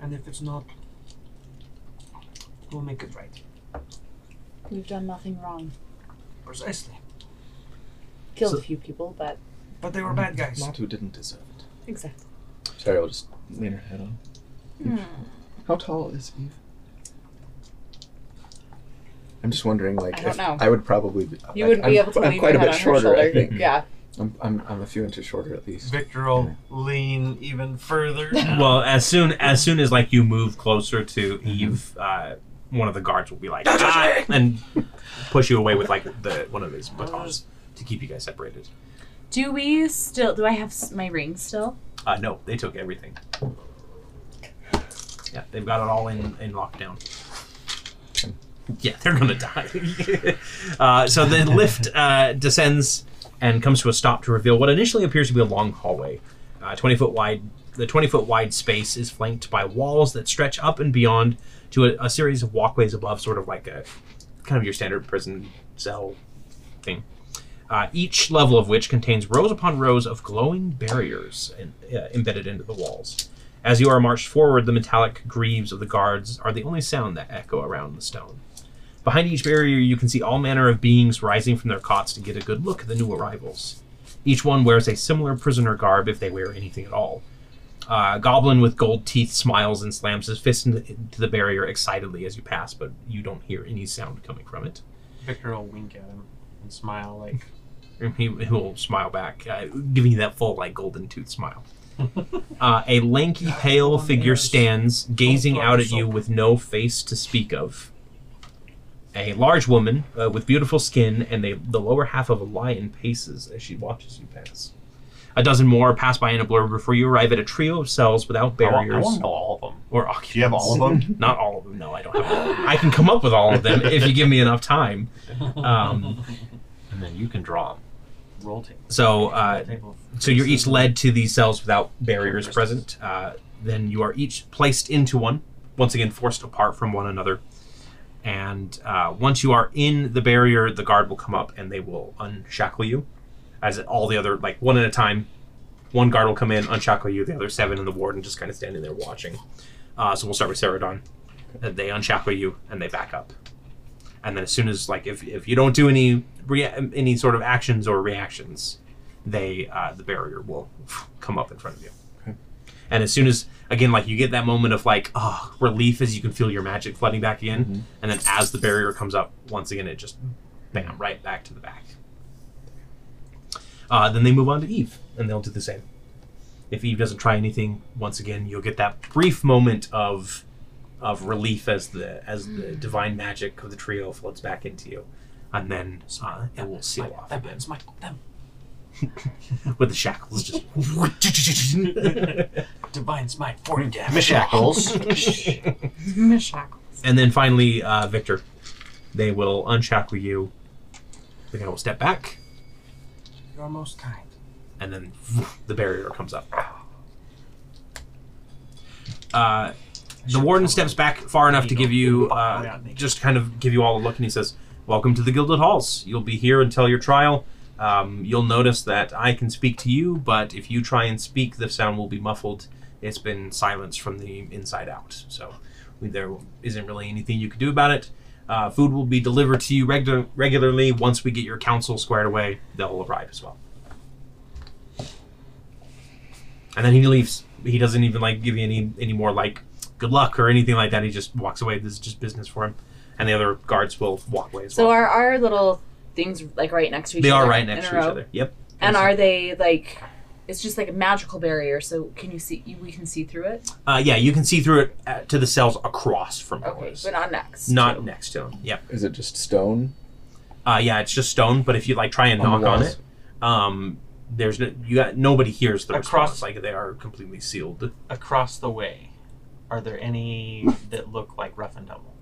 [SPEAKER 8] And if it's not, we'll make it right.
[SPEAKER 2] We've done nothing wrong.
[SPEAKER 8] Precisely.
[SPEAKER 2] Killed
[SPEAKER 1] So-
[SPEAKER 2] a few people, but
[SPEAKER 8] But they were bad guys.
[SPEAKER 5] Not who didn't deserve it.
[SPEAKER 2] exactly.
[SPEAKER 5] Sarah will just lean her head on.
[SPEAKER 2] Hmm.
[SPEAKER 5] How tall is Eve? I'm just wondering, like,
[SPEAKER 2] I don't
[SPEAKER 5] if-
[SPEAKER 2] know.
[SPEAKER 5] I would probably be.
[SPEAKER 2] You
[SPEAKER 5] like,
[SPEAKER 2] wouldn't be
[SPEAKER 5] I'm-
[SPEAKER 2] able to
[SPEAKER 5] I'm
[SPEAKER 2] lean your
[SPEAKER 5] quite
[SPEAKER 2] head
[SPEAKER 5] a bit
[SPEAKER 2] on her
[SPEAKER 5] shorter,
[SPEAKER 2] shoulder.
[SPEAKER 5] I think.
[SPEAKER 2] Yeah.
[SPEAKER 5] I'm, I'm, I'm a few inches shorter at least.
[SPEAKER 4] Victor will lean even further.
[SPEAKER 1] Well, as soon as soon as like you move closer to Eve, uh, one of the guards will be like "Ah!" and push you away with like the one of his batons to keep you guys separated.
[SPEAKER 2] Do we still? Do I have s- my ring still?
[SPEAKER 1] Uh, no, they took everything. Yeah, they've got it all in in lockdown. Yeah, they're gonna die. uh, so the lift uh, descends and comes to a stop to reveal what initially appears to be a long hallway. Uh, 20 foot wide, the 20 foot wide space is flanked by walls that stretch up and beyond to a, a series of walkways above, sort of like a kind of your standard prison cell thing. Uh, each level of which contains rows upon rows of glowing barriers in, uh, embedded into the walls. As you are marched forward, the metallic greaves of the guards are the only sound that echo around the stone. Behind each barrier, you can see all manner of beings rising from their cots to get a good look at the new arrivals. Each one wears a similar prisoner garb if they wear anything at all. Uh, goblin with gold teeth smiles and slams his fist into, into the barrier excitedly as you pass, but you don't hear any sound coming from it.
[SPEAKER 4] Victor will wink at him and smile like
[SPEAKER 1] And He, he will smile back, uh, giving you that full, like, golden tooth smile. uh, a lanky, pale figure stands, gazing out at you with no face to speak of. A large woman uh, with beautiful skin and a, the lower half of a lion paces as she watches you pass. A dozen more pass by in a blur before you arrive at a trio of cells without
[SPEAKER 6] I want, I
[SPEAKER 1] barriers
[SPEAKER 6] want to know all of them.
[SPEAKER 1] or
[SPEAKER 6] Do you have all of them?
[SPEAKER 1] Not all of them. No, I don't have all of them. I can come up with all of them if you give me enough time. Um,
[SPEAKER 6] and then you can draw them.
[SPEAKER 4] roll tape.
[SPEAKER 1] so uh,
[SPEAKER 4] table.
[SPEAKER 1] So you're each led to these cells without barriers present. Uh, then you are each placed into one, once again forced apart from one another. And uh, once you are in the barrier, the guard will come up and they will unshackle you, as all the other like one at a time. One guard will come in, unshackle you. The other seven in the warden just kind of standing there watching. Uh, so we'll start with Ceradon. Uh, They unshackle you and they back up. And then as soon as like if, if you don't do any rea- any sort of actions or reactions, they uh, the barrier will come up in front of you. And as soon as again, like you get that moment of like oh, relief as you can feel your magic flooding back in, and then as the barrier comes up once again, it just bam right back to the back. Uh, then they move on to Eve, and they'll do the same. If Eve doesn't try anything, once again, you'll get that brief moment of of relief as the as the divine magic of the trio floods back into you, and then uh, it will seal off
[SPEAKER 4] Them,
[SPEAKER 1] again
[SPEAKER 4] it's my them.
[SPEAKER 1] with the shackles just
[SPEAKER 4] Divine smite, 40 damage.
[SPEAKER 6] Mishackles.
[SPEAKER 2] Mishackles.
[SPEAKER 1] and then finally uh, victor they will unshackle you they're gonna step back
[SPEAKER 8] You're most kind.
[SPEAKER 1] and then the barrier comes up uh, the warden steps back far enough to give you uh, just kind of give you all a look and he says welcome to the gilded halls you'll be here until your trial um, you'll notice that i can speak to you but if you try and speak the sound will be muffled it's been silenced from the inside out so we- there isn't really anything you can do about it uh, food will be delivered to you regu- regularly once we get your council squared away they'll arrive as well and then he leaves he doesn't even like give you any any more like good luck or anything like that he just walks away this is just business for him and the other guards will walk away as
[SPEAKER 2] So
[SPEAKER 1] well
[SPEAKER 2] are our little things like right next to each
[SPEAKER 1] they
[SPEAKER 2] other?
[SPEAKER 1] are right
[SPEAKER 2] in
[SPEAKER 1] next
[SPEAKER 2] a
[SPEAKER 1] to each
[SPEAKER 2] row?
[SPEAKER 1] other yep
[SPEAKER 2] And are they like? It's just like a magical barrier, so can you see? You, we can see through it.
[SPEAKER 1] uh, yeah you can see through it uh, to the cells across from
[SPEAKER 2] Okay,
[SPEAKER 1] ours
[SPEAKER 2] but not next.
[SPEAKER 1] not next to him yep
[SPEAKER 7] Is it just stone?
[SPEAKER 1] uh, yeah it's just stone but if you like try and
[SPEAKER 7] On the
[SPEAKER 1] knock on
[SPEAKER 7] walls?
[SPEAKER 1] it um there's no you got nobody hears the
[SPEAKER 4] Across-
[SPEAKER 1] response like they are completely sealed
[SPEAKER 4] Across the way, are there any that look like rough and tumble?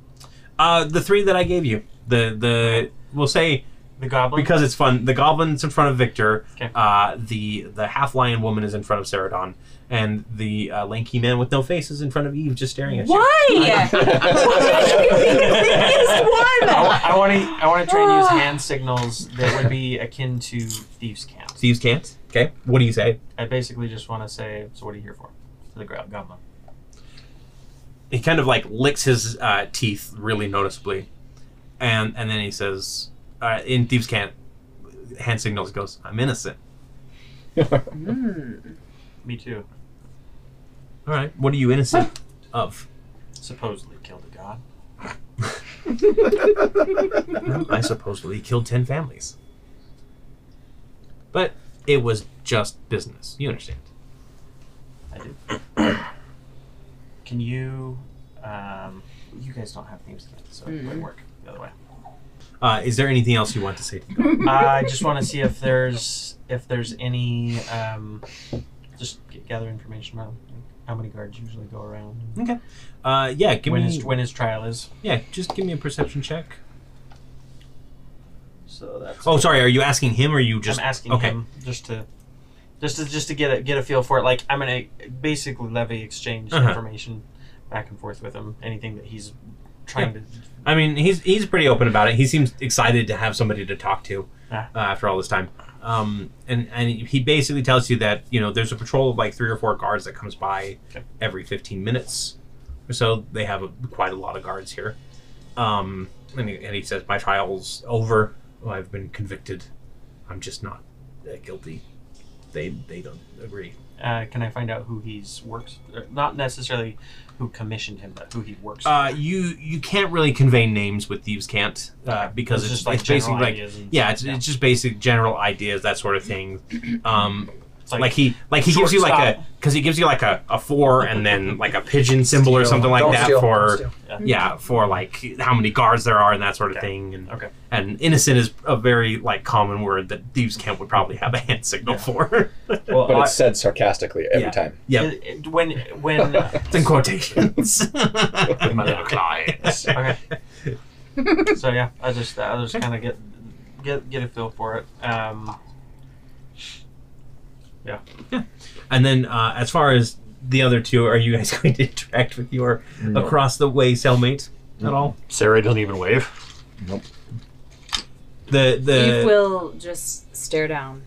[SPEAKER 1] uh the three that i gave you the the we'll say
[SPEAKER 4] The goblin?
[SPEAKER 1] because it's fun. The goblin's in front of Victor.
[SPEAKER 4] Okay.
[SPEAKER 1] Uh, the the half lion woman is in front of Ceradon, and the uh, lanky man with no face is in front of Eve, just staring at you.
[SPEAKER 2] Why? Why should you be the biggest
[SPEAKER 4] I,
[SPEAKER 2] one?
[SPEAKER 4] wa- I want to. I want to try and use
[SPEAKER 2] Ah.
[SPEAKER 4] hand signals that would be akin to thieves' camp.
[SPEAKER 1] Thieves can't. Okay. What do you say?
[SPEAKER 4] I basically just want to say, "So what are you here for?" To the gro- goblin.
[SPEAKER 1] He kind of like licks his uh, teeth really noticeably, and and then he says, uh, in thieves can't, hand signals goes, I'm innocent.
[SPEAKER 2] Mm.
[SPEAKER 4] Me too.
[SPEAKER 1] All right. What are you innocent of?
[SPEAKER 4] Supposedly killed a god.
[SPEAKER 1] Well, Hmm, I supposedly killed ten families, but it was just business. You understand?
[SPEAKER 4] I do. Can you? Um, you guys don't have thieves' camp, so it might work the other way.
[SPEAKER 1] Uh, is there anything else you want to say to the
[SPEAKER 4] I just want to see if there's if there's any um, just g- gather information about like, how many guards usually go around.
[SPEAKER 1] Okay. Uh, yeah, give
[SPEAKER 4] when
[SPEAKER 1] me.
[SPEAKER 4] his when his trial is.
[SPEAKER 1] yeah, just give me a perception check.
[SPEAKER 4] So that's.
[SPEAKER 1] Oh, sorry. Are you asking him, or are you just
[SPEAKER 4] I'm asking
[SPEAKER 1] okay.
[SPEAKER 4] him just to just to just to get a get a feel for it. Like I'm gonna basically levy exchange
[SPEAKER 1] Uh-huh.
[SPEAKER 4] information back and forth with him. Anything that he's trying
[SPEAKER 1] I mean, he's he's pretty open about it. He seems excited to have somebody to talk to
[SPEAKER 4] Ah.
[SPEAKER 1] uh, after all this time. Um, and and he basically tells you that you know there's a patrol of like three or four guards that comes by
[SPEAKER 4] Okay.
[SPEAKER 1] every 15 minutes or so. They have a, quite a lot of guards here. Um, and he, and he says, "My trial's over. Well, I've been convicted. I'm just not uh, guilty." They they don't agree.
[SPEAKER 4] Uh, can I find out who he's works? or Not necessarily who commissioned him, but who he works.
[SPEAKER 1] Uh, you you can't really convey names with thieves can't uh, because
[SPEAKER 4] It's
[SPEAKER 1] it's,
[SPEAKER 4] just, like,
[SPEAKER 1] it's basically
[SPEAKER 4] general
[SPEAKER 1] like
[SPEAKER 4] ideas and-
[SPEAKER 1] yeah it's,
[SPEAKER 4] yeah.
[SPEAKER 1] it's just basic general ideas that sort of thing. Um,
[SPEAKER 4] It's
[SPEAKER 1] like, he like he gives you like a because he gives you like a, a four and then like a pigeon symbol or something like
[SPEAKER 3] Don't
[SPEAKER 1] that
[SPEAKER 3] steal, don't
[SPEAKER 1] for
[SPEAKER 3] steal.
[SPEAKER 1] yeah for like how many guards there are and that sort of
[SPEAKER 4] Okay.
[SPEAKER 1] thing and
[SPEAKER 4] Okay.
[SPEAKER 1] and innocent is a very like common word that thieves camp would probably have a hand signal for
[SPEAKER 4] Well,
[SPEAKER 7] But
[SPEAKER 4] I-
[SPEAKER 7] it's said sarcastically every
[SPEAKER 1] Yeah.
[SPEAKER 7] time.
[SPEAKER 1] yeah
[SPEAKER 4] it- it- when when uh,
[SPEAKER 1] it's in quotations my little clients
[SPEAKER 4] okay. so yeah, I just I just kind of get get get a feel for it. Um,
[SPEAKER 1] And then, uh, as far as the other two, are you guys going to interact with your across the way cellmate at all?
[SPEAKER 6] Sarah doesn't even wave.
[SPEAKER 1] The
[SPEAKER 2] Eve
[SPEAKER 1] the
[SPEAKER 2] will just stare down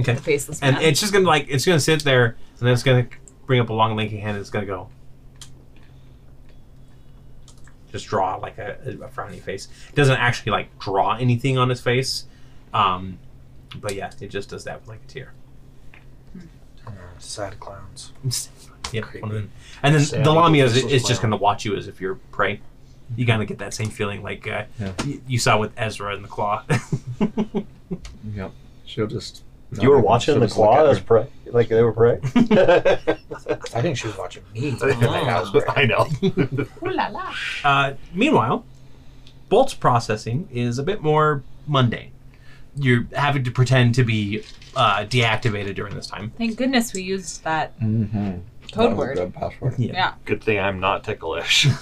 [SPEAKER 1] okay,
[SPEAKER 2] the faceless
[SPEAKER 1] and
[SPEAKER 2] man.
[SPEAKER 1] it's just gonna like it's gonna sit there, and then it's gonna bring up a long linking hand, and it's gonna go. Just draw like a, a frowny face. It doesn't actually like draw anything on his face, um, but yeah, it just does that with like a tear.
[SPEAKER 3] Sad clowns.
[SPEAKER 1] Yeah, one of them. And then
[SPEAKER 6] Sad
[SPEAKER 1] the Lamia is,
[SPEAKER 6] little
[SPEAKER 1] is just
[SPEAKER 6] clown.
[SPEAKER 1] going to watch you as if you're prey. You kind of get that same feeling like uh,
[SPEAKER 5] Mm-hmm. Yeah.
[SPEAKER 1] y- you saw with Ezra and the Claw.
[SPEAKER 5] Yep. She'll just.
[SPEAKER 6] You were watching the claw as Oh, prey, like they were prey.
[SPEAKER 3] I think she was watching me. Oh
[SPEAKER 1] Oh.
[SPEAKER 6] I know.
[SPEAKER 2] Ooh la la.
[SPEAKER 1] uh, meanwhile, Bolt's processing is a bit more mundane. You're having to pretend to be uh, deactivated during this time.
[SPEAKER 2] Thank goodness we used that
[SPEAKER 5] Mm-hmm.
[SPEAKER 2] code word.
[SPEAKER 5] password.
[SPEAKER 1] Yeah.
[SPEAKER 2] Yeah.
[SPEAKER 6] Good thing I'm not ticklish.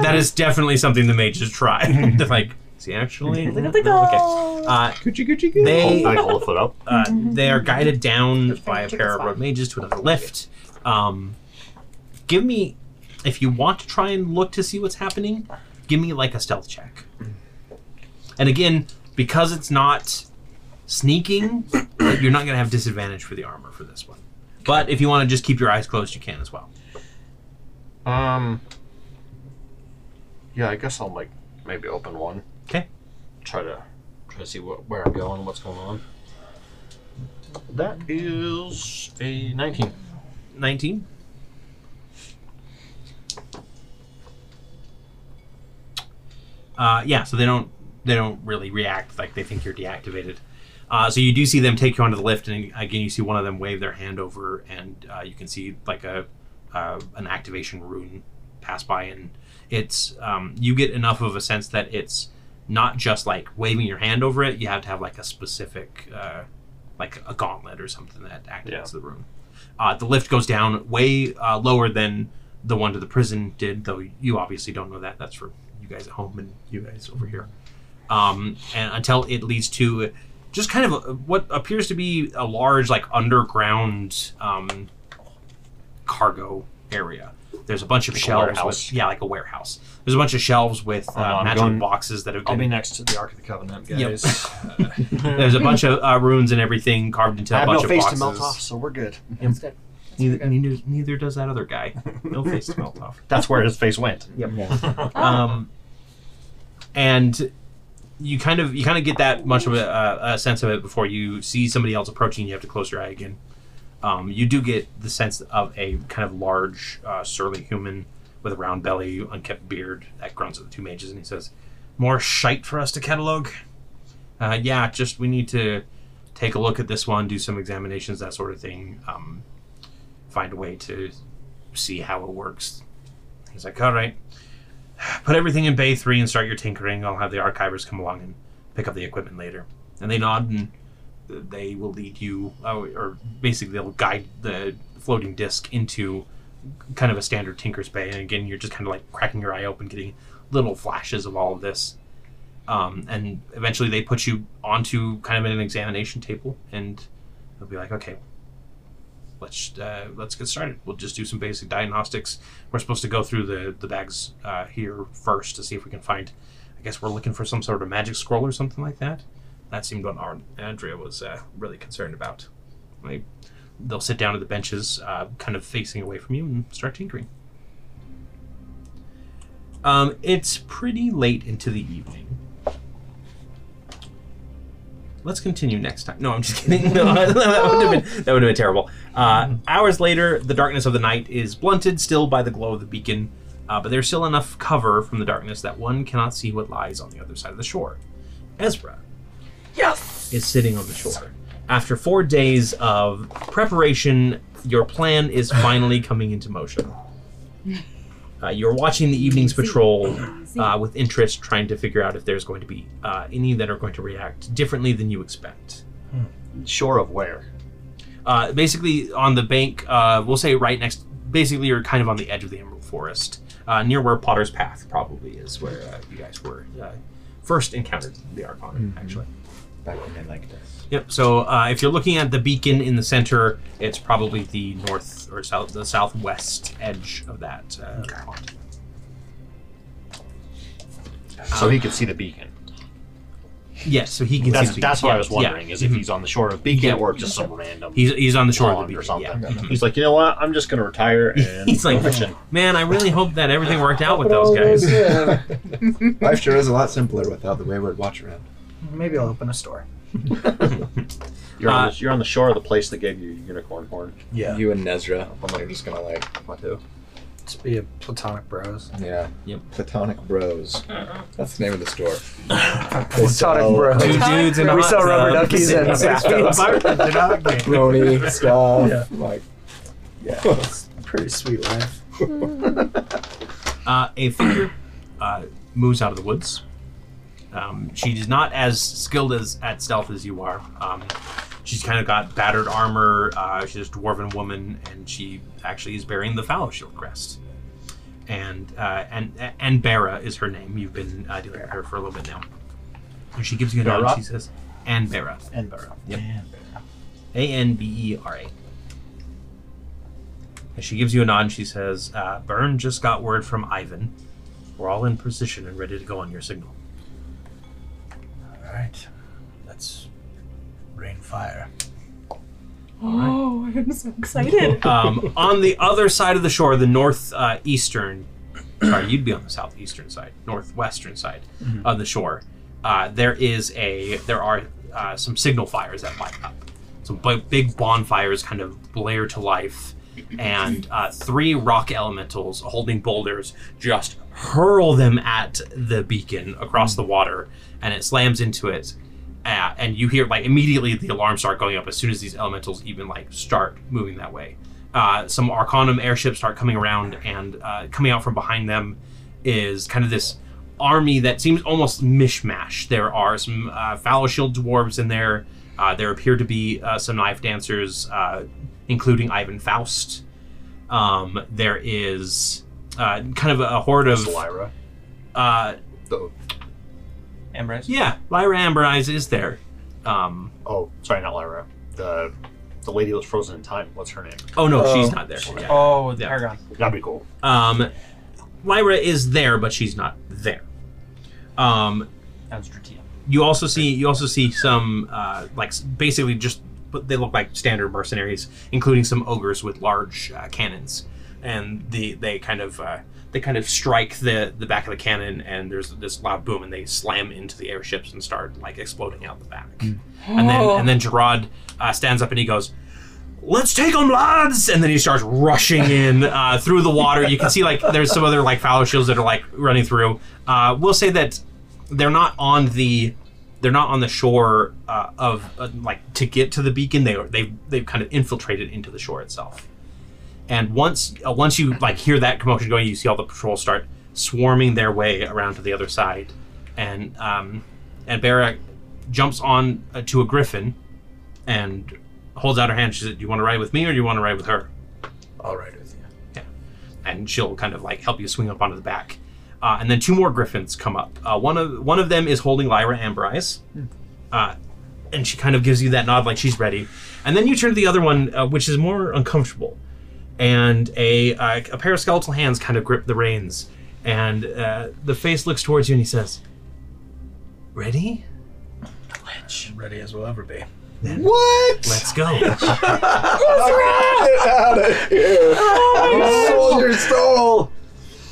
[SPEAKER 1] That is definitely something the mages try. They're like, see, actually, okay. Uh,
[SPEAKER 5] Coochie coochie coo.
[SPEAKER 1] they
[SPEAKER 6] I hold a foot up.
[SPEAKER 1] Uh, they are guided down
[SPEAKER 2] Just
[SPEAKER 1] by
[SPEAKER 2] bring
[SPEAKER 1] a
[SPEAKER 2] the
[SPEAKER 1] pair
[SPEAKER 2] chickens
[SPEAKER 1] of road
[SPEAKER 2] back.
[SPEAKER 1] mages to another lift. Um, give me, if you want to try and look to see what's happening, give me like a stealth check. And again, because it's not sneaking, you're not going to have disadvantage for the armor for this one. But if you want to just keep your eyes closed, you can as well.
[SPEAKER 6] Um. Yeah, I guess I'll like maybe open one.
[SPEAKER 1] 'Kay.
[SPEAKER 6] Try to try to see what, where I'm going, what's going on. That is a 19.
[SPEAKER 1] 19. Uh, yeah, so they don't they don't really react like they think you're deactivated. Uh, so you do see them take you onto the lift, and again you see one of them wave their hand over, and uh, you can see like a uh, an activation rune pass by, and it's um, you get enough of a sense that it's not just like waving your hand over it. You have to have like a specific uh, like a gauntlet or something that activates
[SPEAKER 6] Yeah.
[SPEAKER 1] the rune. Uh, the lift goes down way uh, lower than the one to the prison did, though you obviously don't know that. That's for you guys at home and you guys over here. Um, and until it leads to just kind of a, what appears to be a large, like underground um, cargo area. There's a bunch of
[SPEAKER 6] Like a
[SPEAKER 1] shelves.
[SPEAKER 6] warehouse.
[SPEAKER 1] With, yeah, like a warehouse. There's a bunch of shelves with uh,
[SPEAKER 6] Oh, no, I'm
[SPEAKER 1] magic
[SPEAKER 6] going-
[SPEAKER 1] boxes that have
[SPEAKER 6] I'll
[SPEAKER 1] been
[SPEAKER 6] be next to the Ark of the Covenant,
[SPEAKER 1] Yep.
[SPEAKER 6] guys.
[SPEAKER 1] There's a bunch of uh, runes and everything carved into
[SPEAKER 6] I
[SPEAKER 1] a
[SPEAKER 6] have no
[SPEAKER 1] bunch of
[SPEAKER 6] face
[SPEAKER 1] boxes.
[SPEAKER 6] to melt off, so we're good.
[SPEAKER 2] That's good.
[SPEAKER 1] Neither, neither, neither does that other guy. No face to melt off.
[SPEAKER 6] That's where his face went.
[SPEAKER 1] Um, and you kind of you kind of get that much of a, a, a sense of it before you see somebody else approaching. You have to close your eye again. Um, you do get the sense of a kind of large, uh, surly human with a round belly, unkempt beard that grunts at the two mages, and he says, "More shite for us to catalog." Uh, yeah, just we need to take a look at this one, do some examinations, that sort of thing. Um, find a way to see how it works. He's like, "All right, put everything in bay three and start your tinkering. I'll have the archivers come along and pick up the equipment later. And they nod and they will lead you, uh, or basically they'll guide the floating disc into kind of a standard tinker's bay. And again, you're just kind of like cracking your eye open, getting little flashes of all of this. Um, and eventually they put you onto kind of an examination table and they'll be like, okay, let's uh, let's get started. We'll just do some basic diagnostics. We're supposed to go through the the bags uh, here first to see if we can find. I guess we're looking for some sort of magic scroll or something like that. That seemed what Ar- Andrea was uh, really concerned about. Like, they'll sit down at the benches, uh, kind of facing away from you, and start tinkering. Um, it's pretty late into the evening. Let's continue next time. No, I'm just kidding. No, that would have been that would have been terrible. Uh, hours later, the darkness of the night is blunted still by the glow of the beacon, uh, but there's still enough cover from the darkness that one cannot see what lies on the other side of the shore. Ezra
[SPEAKER 2] Yes.
[SPEAKER 1] is sitting on the shore. After four days of preparation, your plan is finally coming into motion. Uh, you're watching the evening's patrol uh, with interest, trying to figure out if there's going to be uh, any that are going to react differently than you expect.
[SPEAKER 6] Shore of where?
[SPEAKER 1] Uh, basically, on the bank, uh, we'll say right next. Basically, you're kind of on the edge of the Emerald Forest, uh, near where Potter's Path probably is, where uh, you guys were uh, first encountered the Archon,
[SPEAKER 6] Mm-hmm.
[SPEAKER 1] actually.
[SPEAKER 5] Back when they liked us.
[SPEAKER 1] Yep. So uh, if you're looking at the beacon in the center, it's probably the north or south, the southwest edge of that. Uh, pond.
[SPEAKER 6] So he could see the beacon.
[SPEAKER 1] Yes. So he can.
[SPEAKER 6] That's
[SPEAKER 1] see the
[SPEAKER 6] that's
[SPEAKER 1] beacon.
[SPEAKER 6] what I was
[SPEAKER 1] Yeah,
[SPEAKER 6] wondering is if
[SPEAKER 1] mhm.
[SPEAKER 6] he's on the shore of beacon
[SPEAKER 1] Yeah.
[SPEAKER 6] or just some random
[SPEAKER 1] He's, he's on the shore of the
[SPEAKER 6] pond
[SPEAKER 1] beacon.
[SPEAKER 6] or something.
[SPEAKER 1] Yeah. Mhm.
[SPEAKER 6] He's like, you know what? I'm just gonna retire and
[SPEAKER 1] He's like,
[SPEAKER 6] go fishing."
[SPEAKER 1] man, I really hope that everything worked out with those guys.
[SPEAKER 5] Life sure is a lot simpler without the wayward watch around.
[SPEAKER 3] Maybe I'll open a store.
[SPEAKER 6] you're, on
[SPEAKER 1] uh,
[SPEAKER 6] the, you're on the shore of the place that gave you your unicorn horn.
[SPEAKER 3] Yeah.
[SPEAKER 5] You and Nezra, I'm just gonna like what to.
[SPEAKER 3] Let's be a platonic bros.
[SPEAKER 5] Yeah.
[SPEAKER 1] Yep.
[SPEAKER 5] Platonic Bros. That's the name of the store. They
[SPEAKER 3] Platonic
[SPEAKER 5] sell
[SPEAKER 3] bros.
[SPEAKER 1] Two dudes in uh, a
[SPEAKER 3] We
[SPEAKER 1] hot
[SPEAKER 3] sell rubber
[SPEAKER 1] tub,
[SPEAKER 3] duckies and
[SPEAKER 1] six feet
[SPEAKER 3] bathtubs.
[SPEAKER 1] apart.
[SPEAKER 5] Pepperoni stuff. Like, yeah. that's-
[SPEAKER 3] Pretty sweet life.
[SPEAKER 1] Uh, a figure uh, moves out of the woods. Um, she is not as skilled as at stealth as you are. Um, she's kind of got battered armor. Uh, she's a dwarven woman, and she actually is bearing the Fallow Shield crest. And uh, and and Bera is her name. You've been uh, dealing with her for a little bit now. And she gives you a nod.
[SPEAKER 6] Bera?
[SPEAKER 1] She says, "And Bera,
[SPEAKER 6] And Burrow.
[SPEAKER 1] Yep. A N B E R A." And she gives you a nod and she says, uh, Byrne just got word from Ivan. We're all in position and ready to go on your signal.
[SPEAKER 3] All right. Let's rain fire.
[SPEAKER 2] Oh, I'm so excited.
[SPEAKER 1] Um, on the other side of the shore, the north uh, eastern, sorry, you'd be on the southeastern side, northwestern side of the shore. Uh, there is a, there are uh, some signal fires that light up. Some bi- big bonfires kind of blare to life, and uh, three rock elementals holding boulders just hurl them at the beacon across the water, and it slams into it. Uh, and you hear like immediately the alarms start going up as soon as these elementals even like start moving that way. Uh, some Arcanum airships start coming around, and uh, coming out from behind them is kind of this army that seems almost mishmash. There are some uh, Fallow Shield dwarves in there. Uh, there appear to be uh, some knife dancers, uh, including Ivan Faust. Um, there is uh, kind of a horde of
[SPEAKER 6] Lyra.
[SPEAKER 1] uh,
[SPEAKER 4] Amber Eyes?
[SPEAKER 1] yeah, Lyra Amber Eyes is there. Um,
[SPEAKER 6] Oh, sorry, not Lyra. The the lady that was frozen in time. What's her name?
[SPEAKER 1] oh no,
[SPEAKER 7] Oh.
[SPEAKER 1] she's not there. Yeah.
[SPEAKER 4] Oh, the
[SPEAKER 1] Yeah.
[SPEAKER 4] Paragon.
[SPEAKER 6] That'd be cool.
[SPEAKER 1] Um, Lyra is there, but she's not there. Um,
[SPEAKER 4] That was Dratia.
[SPEAKER 1] you also see you also see some uh, like s- basically just but they look like standard mercenaries, including some ogres with large uh, cannons, and the they kind of uh, they kind of strike the the back of the cannon, and there's this loud boom, and they slam into the airships and start like exploding out the back, and then and then Gerard uh, stands up and he goes. Let's take them, lads! And then he starts rushing in uh, through the water. You can see like there's some other like fallow shields that are like running through. Uh, we'll say that they're not on the they're not on the shore uh, of uh, like to get to the beacon. They are they've they've kind of infiltrated into the shore itself. And once uh, once you like hear that commotion going, you see all the patrols start swarming their way around to the other side, and um, and Barra jumps on uh, to a griffin and holds out her hand. She says, "Do you want to ride with me, or do you want to ride with her?"
[SPEAKER 3] All right with you.
[SPEAKER 1] and she'll kind of like help you swing up onto the back. Uh, and then two more griffins come up. Uh, one of one of them is holding Lyra Amber Eyes, uh, and she kind of gives you that nod like she's ready. And then you turn to the other one, uh, which is more uncomfortable, and a uh, a pair of skeletal hands kind of grip the reins, and uh, the face looks towards you and he says, "Ready?
[SPEAKER 3] Ready as we'll ever be.
[SPEAKER 1] Let's go."
[SPEAKER 5] Get out of here! Soldier stole!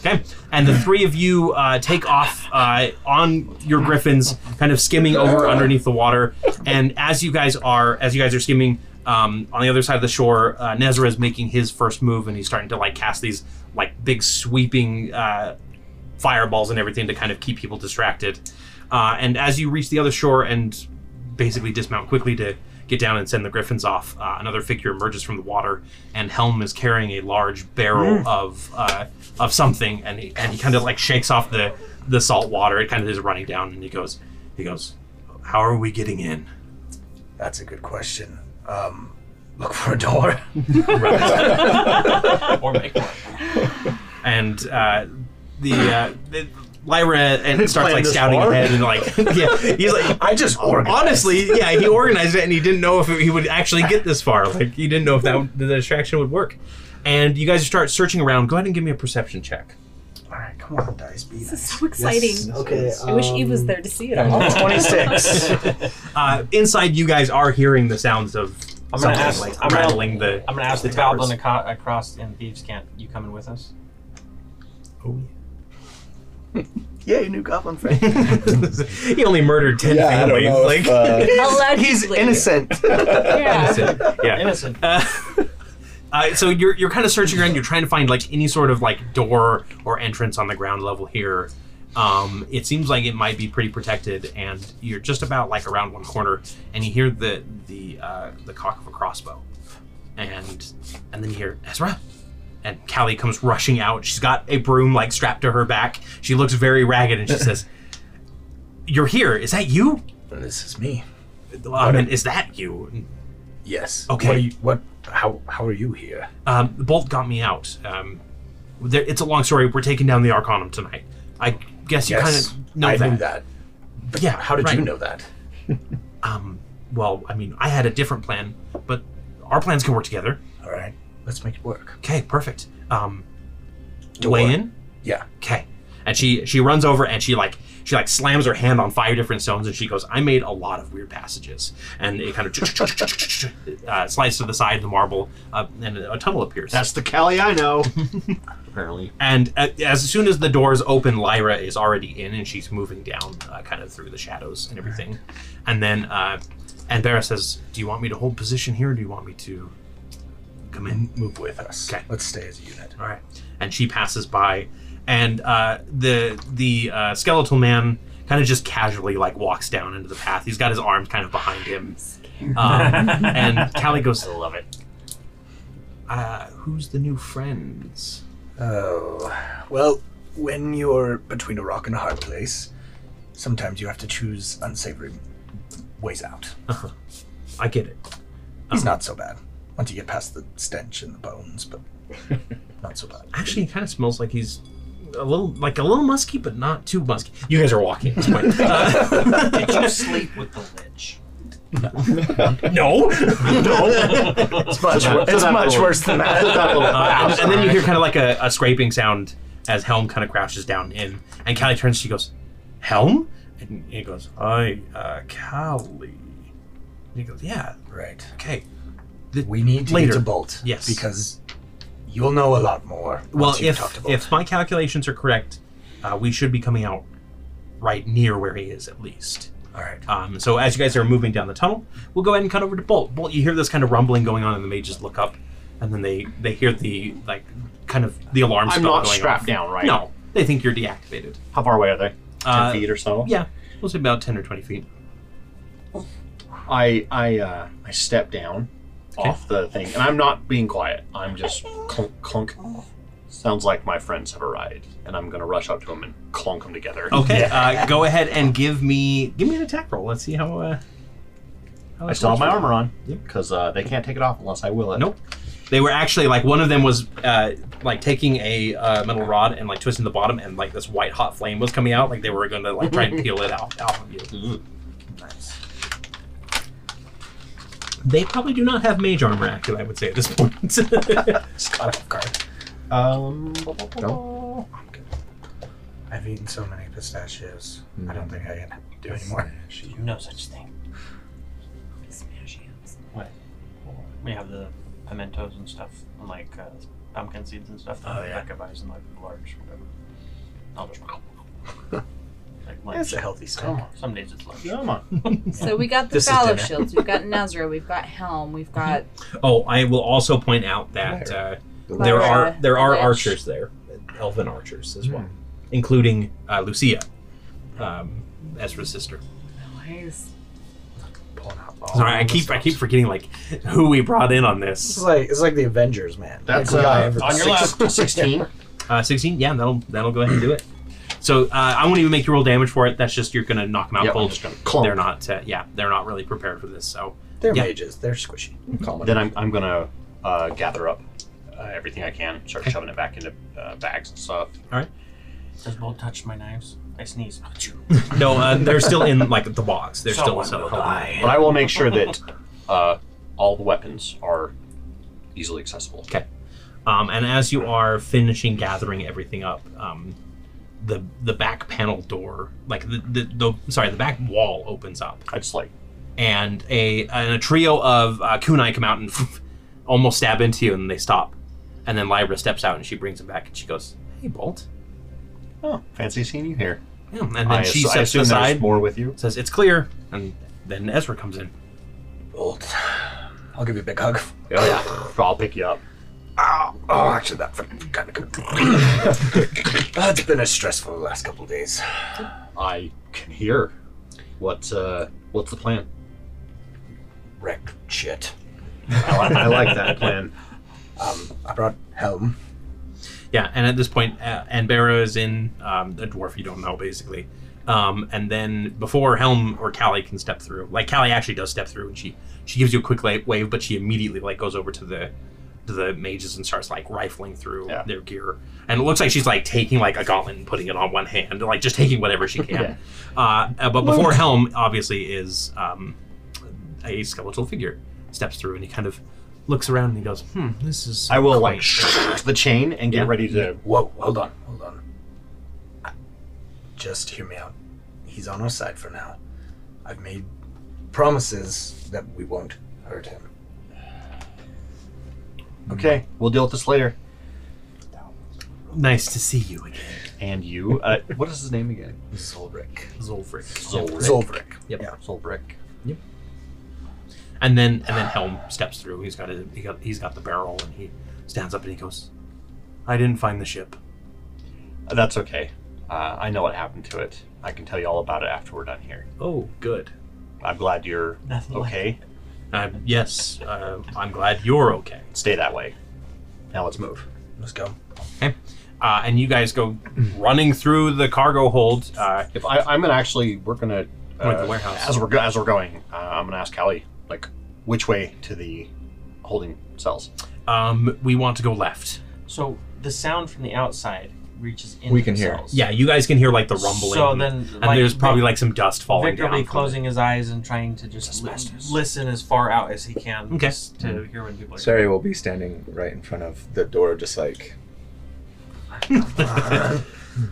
[SPEAKER 1] Okay. and the three of you uh, take off uh, on your griffins, kind of skimming over underneath the water. And as you guys are, as you guys are skimming um, on the other side of the shore, uh, Nezra is making his first move, and he's starting to like cast these like big sweeping uh, fireballs and everything to kind of keep people distracted. Uh, and as you reach the other shore and basically dismount quickly to get down and send the griffins off, uh, another figure emerges from the water, and Helm is carrying a large barrel of uh, of something, and he, and he kind of like shakes off the the salt water. It kind of is running down, and he goes, he goes, "How are we getting in?"
[SPEAKER 3] That's a good question. Um, look for a door.
[SPEAKER 4] or make one.
[SPEAKER 1] and uh, the, uh, the Lyra uh, and starts
[SPEAKER 6] plan
[SPEAKER 1] like
[SPEAKER 6] this
[SPEAKER 1] scouting
[SPEAKER 6] far?
[SPEAKER 1] ahead and like yeah he's like
[SPEAKER 3] I just organized.
[SPEAKER 1] honestly yeah he organized it and he didn't know if he would actually get this far like he didn't know if
[SPEAKER 7] Hmm.
[SPEAKER 1] that the distraction would work and you guys start searching around go ahead and give me a perception check
[SPEAKER 3] All right, come on, dice. Be
[SPEAKER 2] This
[SPEAKER 3] nice.
[SPEAKER 2] is so exciting.
[SPEAKER 3] Okay.
[SPEAKER 2] I wish Eve was
[SPEAKER 3] um,
[SPEAKER 2] there to see it all.
[SPEAKER 3] Twenty-six.
[SPEAKER 1] uh, inside you guys are hearing the sounds of
[SPEAKER 4] I'm gonna
[SPEAKER 1] something
[SPEAKER 4] ask.
[SPEAKER 1] like
[SPEAKER 4] I'm gonna-
[SPEAKER 1] rattling the
[SPEAKER 4] I'm gonna ask the
[SPEAKER 1] the towers.
[SPEAKER 4] goblin aco- across in thieves' camp. You coming with us?
[SPEAKER 7] Yay, new goblin friend.
[SPEAKER 1] he only murdered 10
[SPEAKER 7] Yeah, I don't
[SPEAKER 1] families
[SPEAKER 7] know
[SPEAKER 1] like
[SPEAKER 7] if, uh,
[SPEAKER 2] Allegedly.
[SPEAKER 7] he's innocent.
[SPEAKER 2] Yeah.
[SPEAKER 1] yeah
[SPEAKER 4] Innocent.
[SPEAKER 1] Uh, uh, so you're you're kind of searching around. You're trying to find like any sort of like door or entrance on the ground level here. Um, it seems like it might be pretty protected, and you're just about like around one corner, and you hear the the uh, the cock of a crossbow, and and then you hear Ezra, and Callie comes rushing out. She's got a broom like strapped to her back. She looks very ragged, and she says, "You're here. Is that you?
[SPEAKER 3] This is me.
[SPEAKER 1] I mean, is that you?"
[SPEAKER 3] Yes.
[SPEAKER 1] Okay.
[SPEAKER 3] What? Are you, what how? How are you here?
[SPEAKER 1] um, Bolt got me out. Um, there, it's a long story. We're taking down the Arcanum tonight. I guess you kind of know
[SPEAKER 3] I
[SPEAKER 1] that.
[SPEAKER 3] knew that. But
[SPEAKER 1] Yeah,
[SPEAKER 3] How did
[SPEAKER 1] right.
[SPEAKER 3] you know that?
[SPEAKER 1] Um, well, I mean, I had a different plan, but our plans can work together.
[SPEAKER 3] All right. Let's make it work.
[SPEAKER 1] Okay, perfect. Um,
[SPEAKER 3] Door.
[SPEAKER 1] weigh in.
[SPEAKER 3] Yeah.
[SPEAKER 1] Okay. And she she runs over and she like she like slams her hand on five different stones and she goes, I made a lot of weird passages. And it kind of uh, slides to the side of the marble uh, and a tunnel appears.
[SPEAKER 6] That's the Cali I know. Apparently.
[SPEAKER 1] And a- as soon as the doors open, Lyra is already in, and she's moving down, uh, kind of through the shadows and everything. And then, uh, and Barra says, "Do you want me to hold position here, or do you want me to come in?"
[SPEAKER 3] Move with us.
[SPEAKER 1] Okay.
[SPEAKER 3] Let's stay as a unit.
[SPEAKER 1] All right. And she passes by, and uh, the the uh, skeletal man kind of just casually like walks down into the path. He's got his arms kind of behind him, um, and Callie goes, "I love it." Uh, who's the new friends?
[SPEAKER 3] Oh, well, when you're between a rock and a hard place, sometimes you have to choose unsavory ways out.
[SPEAKER 1] I get it.
[SPEAKER 3] He's not so bad once you get past the stench and the bones, but not so bad.
[SPEAKER 1] actually kind of smells like he's a little like a little musky but not too musky you guys are walking at this point Uh,
[SPEAKER 4] Did you sleep with the lich?
[SPEAKER 1] no no
[SPEAKER 3] It's much, wor- it's much worse than that.
[SPEAKER 1] Uh, and, and then you hear kind of like a, a scraping sound as helm kind of crashes down in and callie turns she goes helm and he goes i uh callie and he goes yeah
[SPEAKER 3] right.
[SPEAKER 1] okay
[SPEAKER 3] We need to
[SPEAKER 1] Later.
[SPEAKER 3] get to Bolt.
[SPEAKER 1] Yes.
[SPEAKER 3] Because you'll know a lot more.
[SPEAKER 1] well
[SPEAKER 3] once you talk to
[SPEAKER 1] if
[SPEAKER 3] Bolt.
[SPEAKER 1] if my calculations are correct uh, we should be coming out right near where he is at least
[SPEAKER 3] All right.
[SPEAKER 1] Um, so as you guys are moving down the tunnel, we'll go ahead and cut over to Bolt. Bolt, you hear this kind of rumbling going on, and the mages look up, and then they they hear the like kind of the alarm.
[SPEAKER 6] I'm
[SPEAKER 1] spell
[SPEAKER 6] not
[SPEAKER 1] going
[SPEAKER 6] strapped
[SPEAKER 1] off.
[SPEAKER 6] down, right?
[SPEAKER 1] No, they think you're deactivated.
[SPEAKER 6] How far away are they? Ten
[SPEAKER 1] Uh,
[SPEAKER 6] feet or so.
[SPEAKER 1] Yeah, we'll say about ten or twenty feet.
[SPEAKER 6] I I uh, I step down off the thing, and I'm not being quiet. I'm just clunk clunk. Sounds like my friends have arrived, and I'm gonna rush up to them and clunk them together.
[SPEAKER 1] Okay, uh, go ahead and give me give me an attack roll. Let's see how. Uh, how
[SPEAKER 6] I
[SPEAKER 1] this
[SPEAKER 6] still have
[SPEAKER 1] goes
[SPEAKER 6] my
[SPEAKER 1] for you.
[SPEAKER 6] armor on because uh, they can't take it off unless I will it.
[SPEAKER 1] Nope. They were actually like one of them was uh, like taking a uh, metal rod and like twisting the bottom, and like this white hot flame was coming out. Like they were going to like try and peel it out out of you.
[SPEAKER 6] Ooh.
[SPEAKER 1] Nice. They probably do not have mage armor active, I would say at this point.
[SPEAKER 6] Um.
[SPEAKER 3] I've eaten so many pistachios. I don't think I can do anymore.
[SPEAKER 4] No such thing.
[SPEAKER 2] Pistachios.
[SPEAKER 4] We have the pimentos and stuff, and like uh, pumpkin seeds and stuff. that
[SPEAKER 3] Oh,
[SPEAKER 4] Rebecca
[SPEAKER 3] yeah.
[SPEAKER 4] buys in like large. Whatever. I'll try. like
[SPEAKER 3] That's
[SPEAKER 4] lunch.
[SPEAKER 3] a healthy snack.
[SPEAKER 4] Some days it's lunch.
[SPEAKER 6] Come on.
[SPEAKER 2] So we got the
[SPEAKER 1] This is
[SPEAKER 2] fallow
[SPEAKER 1] dinner.
[SPEAKER 2] shields. We've got Nazra. We've got Helm. We've got
[SPEAKER 1] Oh, I will also point out that uh, there
[SPEAKER 2] Lyra,
[SPEAKER 1] are there are
[SPEAKER 2] Witch.
[SPEAKER 1] archers there, elven archers as well, including uh, Lucia, um, Ezra's sister.
[SPEAKER 3] Pulling out all
[SPEAKER 1] Sorry, I
[SPEAKER 3] the
[SPEAKER 1] keep I
[SPEAKER 3] stops.
[SPEAKER 1] keep forgetting like who we brought in on
[SPEAKER 3] This is
[SPEAKER 1] this.
[SPEAKER 3] like it's like the Avengers, man.
[SPEAKER 6] That's
[SPEAKER 3] Like, we got
[SPEAKER 6] uh,
[SPEAKER 3] everybody.
[SPEAKER 6] on your left. Sixteen.
[SPEAKER 1] Uh, Sixteen, yeah, that'll that'll go ahead and do it. So uh, I won't even make you roll damage for it. That's just you're gonna knock them out
[SPEAKER 6] Yep, I'm
[SPEAKER 1] cold.
[SPEAKER 6] just gonna
[SPEAKER 1] They're not, uh, yeah, they're not really prepared for this. So
[SPEAKER 3] They're
[SPEAKER 1] Yeah.
[SPEAKER 3] mages. They're squishy.
[SPEAKER 6] Then I'm, I'm gonna uh, gather up uh, everything I can, start shoving it back into uh, bags and stuff.
[SPEAKER 4] Does Bolt touch my knives? I sneeze.
[SPEAKER 1] no, uh, they're still in like the box. They're
[SPEAKER 4] Someone
[SPEAKER 1] still
[SPEAKER 4] will
[SPEAKER 1] in the
[SPEAKER 6] But I will make sure that uh, all the weapons are easily accessible.
[SPEAKER 1] Um, and as you are finishing gathering everything up, um, the the back panel door, like the, the the sorry, the back wall opens up,
[SPEAKER 6] I just like
[SPEAKER 1] and a and a trio of uh, kunai come out and almost stab into you, and they stop. And then Lyra steps out and she brings him back, and she goes, "Hey, Bolt."
[SPEAKER 6] oh, fancy seeing you here.
[SPEAKER 1] Yeah, and then
[SPEAKER 6] I,
[SPEAKER 1] she
[SPEAKER 6] assu- I
[SPEAKER 1] steps
[SPEAKER 6] assume there's
[SPEAKER 1] aside,
[SPEAKER 6] more with you.
[SPEAKER 1] says, "It's clear," and then Ezra comes in.
[SPEAKER 3] Old. I'll give you a big hug.
[SPEAKER 6] Oh, Yeah, I'll pick you up.
[SPEAKER 3] Ow. Oh, actually, that kind of good. Uh, it's been a stressful last couple of days.
[SPEAKER 6] I can hear. What uh, what's the plan?
[SPEAKER 3] Wrecked shit.
[SPEAKER 6] I, li- I like that plan.
[SPEAKER 3] Um, I brought Helm.
[SPEAKER 1] Yeah, and at this point, uh, Anbera is in um, a dwarf you don't know, basically. Um, and then before Helm or Callie can step through, like Callie actually does step through, and she she gives you a quick la- wave, but she immediately like goes over to the to the mages and starts like rifling through
[SPEAKER 6] Yeah.
[SPEAKER 1] their gear, and it looks like she's like taking like a gauntlet and putting it on one hand, like just taking whatever she can. uh, uh, but before Helm, obviously, is um, a skeletal figure steps through, and he kind of looks around and he goes, "Hmm, this is."
[SPEAKER 6] I will like
[SPEAKER 1] quaint."
[SPEAKER 6] the chain and get
[SPEAKER 1] Yeah.
[SPEAKER 6] ready to.
[SPEAKER 3] Whoa, hold on, hold on. I- Just hear me out. He's on our side for now. I've made promises that we won't hurt him.
[SPEAKER 6] Okay, we'll deal with this later.
[SPEAKER 1] nice to see you again.
[SPEAKER 6] And you, uh, what is his name again?
[SPEAKER 3] Zolbrick.
[SPEAKER 1] Zolfric.
[SPEAKER 6] Zolric.
[SPEAKER 3] Zolbrick.
[SPEAKER 1] Yep.
[SPEAKER 3] Yeah.
[SPEAKER 6] Zolric.
[SPEAKER 1] And then and then Helm steps through. He's got a, he got he's got the barrel and he stands up and he goes, "I didn't find the ship."
[SPEAKER 6] That's okay. Uh, I know what happened to it. I can tell you all about it after we're done here.
[SPEAKER 1] Oh, good.
[SPEAKER 6] I'm glad you're
[SPEAKER 4] Nothing like
[SPEAKER 6] okay.
[SPEAKER 1] Uh, yes, uh, I'm glad you're okay.
[SPEAKER 6] Stay that way. Now let's move.
[SPEAKER 3] Let's go.
[SPEAKER 1] Uh, and you guys go running through the cargo hold. Uh,
[SPEAKER 6] If I, I'm gonna actually, we're gonna uh,
[SPEAKER 1] Went to the warehouse.
[SPEAKER 6] as we're go- as we're going. Uh, I'm gonna ask Callie like which way to the holding cells.
[SPEAKER 1] um, we want to go left.
[SPEAKER 4] So the sound from the outside reaches in.
[SPEAKER 5] We can hear.
[SPEAKER 1] Yeah, you guys can hear like the rumbling.
[SPEAKER 4] So then,
[SPEAKER 1] and
[SPEAKER 4] like,
[SPEAKER 1] there's probably
[SPEAKER 4] Vic-
[SPEAKER 1] like some dust falling
[SPEAKER 4] Victor will
[SPEAKER 1] down.
[SPEAKER 4] be closing his eyes and trying to just li- listen as far out as he can
[SPEAKER 1] Okay. Hmm.
[SPEAKER 4] just to hear when people are.
[SPEAKER 5] Sari will be standing right in front of the door, just like,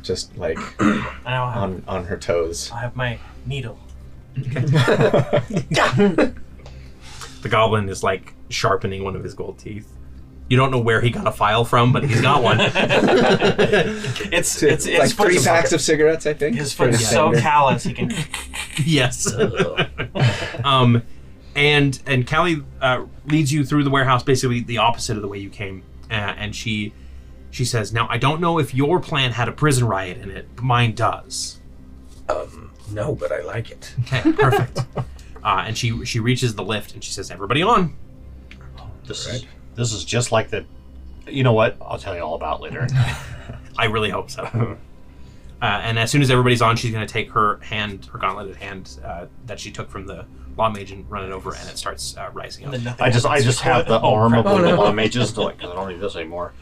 [SPEAKER 5] just like
[SPEAKER 4] And I'll have,
[SPEAKER 5] on on her toes.
[SPEAKER 4] I'll have my needle.
[SPEAKER 1] the goblin is like sharpening one of his gold teeth. You don't know where he got a file from, but he's got one.
[SPEAKER 4] It's it's, it's,
[SPEAKER 5] like three packs of cigarettes, I think.
[SPEAKER 4] His
[SPEAKER 5] for
[SPEAKER 4] foot
[SPEAKER 5] the
[SPEAKER 4] is so
[SPEAKER 5] standard.
[SPEAKER 4] callous he can.
[SPEAKER 1] yes. um, and and Callie uh, leads you through the warehouse, basically the opposite of the way you came. Uh, and she she says, "Now I don't know if your plan had a prison riot in it. but Mine does."
[SPEAKER 3] Um, no, but I like it.
[SPEAKER 1] Okay, perfect. uh, and she she reaches the lift and she says, "Everybody on."
[SPEAKER 6] This is this is just like the. You know what? I'll tell you all about later.
[SPEAKER 1] I really hope so. Uh, and as soon as everybody's on, she's going to take her hand, her gauntleted hand uh, that she took from the law mage, and run it over, and it starts uh, rising up.
[SPEAKER 4] And then nothing
[SPEAKER 6] I just I just have the
[SPEAKER 4] Oh,
[SPEAKER 6] arm
[SPEAKER 4] crap.
[SPEAKER 6] of one of the law mages to like. 'cause I don't need this anymore.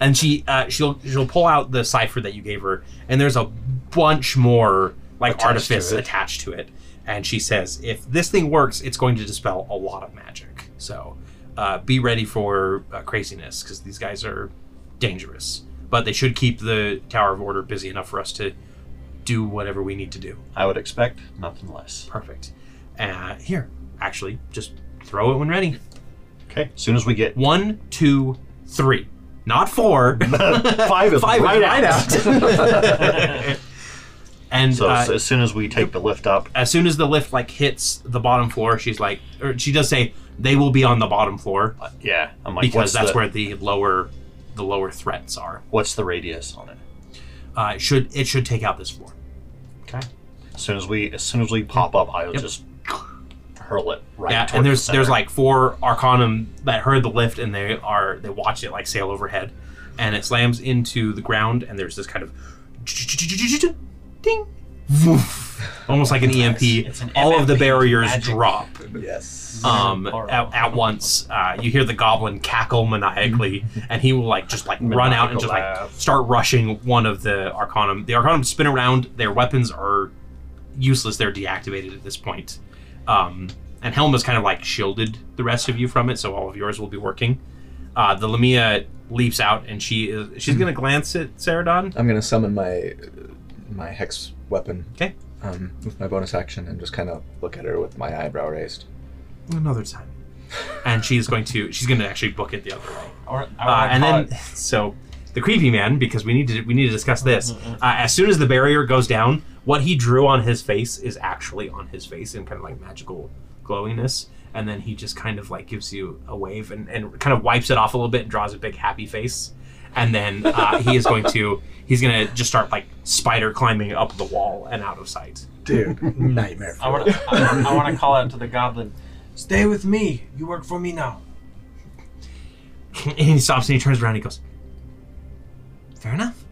[SPEAKER 1] and she uh, she'll she'll pull out the cipher that you gave her, and there's a bunch more like artifice
[SPEAKER 6] to it.
[SPEAKER 1] attached to it. And she says, if this thing works, it's going to dispel a lot of magic. So uh, be ready for uh, craziness because these guys are dangerous. But they should keep the Tower of Order busy enough for us to do whatever we need to do.
[SPEAKER 6] I would expect nothing less.
[SPEAKER 1] Perfect. Uh, here, actually, just throw it when ready.
[SPEAKER 6] Okay. As soon as we get
[SPEAKER 1] One, two, three. Not four.
[SPEAKER 6] Five is
[SPEAKER 1] Five
[SPEAKER 6] right
[SPEAKER 1] right out. and
[SPEAKER 6] So
[SPEAKER 1] uh,
[SPEAKER 6] as- as soon as we take the lift up,
[SPEAKER 1] as soon as the lift like hits the bottom floor, she's like, or she does say they will be on the bottom floor
[SPEAKER 6] yeah, I'm like,
[SPEAKER 1] because
[SPEAKER 6] what's
[SPEAKER 1] that's
[SPEAKER 6] the,
[SPEAKER 1] where the lower the lower threats are.
[SPEAKER 6] what's the radius on it?
[SPEAKER 1] Uh, it should it should take out this floor?
[SPEAKER 6] As soon as we as soon as we pop up, I'll
[SPEAKER 1] Yep.
[SPEAKER 6] just hurl it right.
[SPEAKER 1] yeah,
[SPEAKER 6] toward
[SPEAKER 1] and there's
[SPEAKER 6] the
[SPEAKER 1] there's
[SPEAKER 6] center.
[SPEAKER 1] like four Arcanum that heard the lift and they are they watched it like sail overhead, and it slams into the ground and there's this kind of ding, woof, almost like an EMP.
[SPEAKER 4] It's an
[SPEAKER 1] All of the
[SPEAKER 4] MMP
[SPEAKER 1] barriers
[SPEAKER 4] magic.
[SPEAKER 1] drop.
[SPEAKER 3] Yes.
[SPEAKER 1] um,
[SPEAKER 4] Horrible.
[SPEAKER 1] at, at once. Uh, you hear the goblin cackle maniacally, and he will like just like run out and just like
[SPEAKER 6] Maniacal
[SPEAKER 1] start rushing one of the Arcanum. The Arcanum spin around. Their weapons are useless. They're deactivated at this point. Um, and Helm has kind of like shielded the rest of you from it, so all of yours will be working. Uh, the Lamia leaps out, and she is she's gonna glance at Ceradon.
[SPEAKER 9] I'm gonna summon my my hex weapon.
[SPEAKER 1] 'Kay.
[SPEAKER 9] Um, with my bonus action and just kind of look at her with my eyebrow raised.
[SPEAKER 1] Another time. And she's going to she's gonna actually book it the other way.
[SPEAKER 4] Or, I
[SPEAKER 1] Uh,
[SPEAKER 4] wanna
[SPEAKER 1] and
[SPEAKER 4] call
[SPEAKER 1] then,
[SPEAKER 4] it-
[SPEAKER 1] so the creepy man, because we need to we need to discuss this. Uh, as soon as the barrier goes down, what he drew on his face is actually on his face in kind of like magical glowiness, and then he just kind of like gives you a wave and, and kind of wipes it off a little bit and draws a big happy face, and then uh, he is going to he's gonna just start like spider climbing up the wall and out of sight.
[SPEAKER 3] Dude, nightmare.
[SPEAKER 4] I want to I, I want to call out to the goblin.
[SPEAKER 8] Stay with me. You work for me now.
[SPEAKER 1] and he stops and he turns around and he goes, "Fair enough."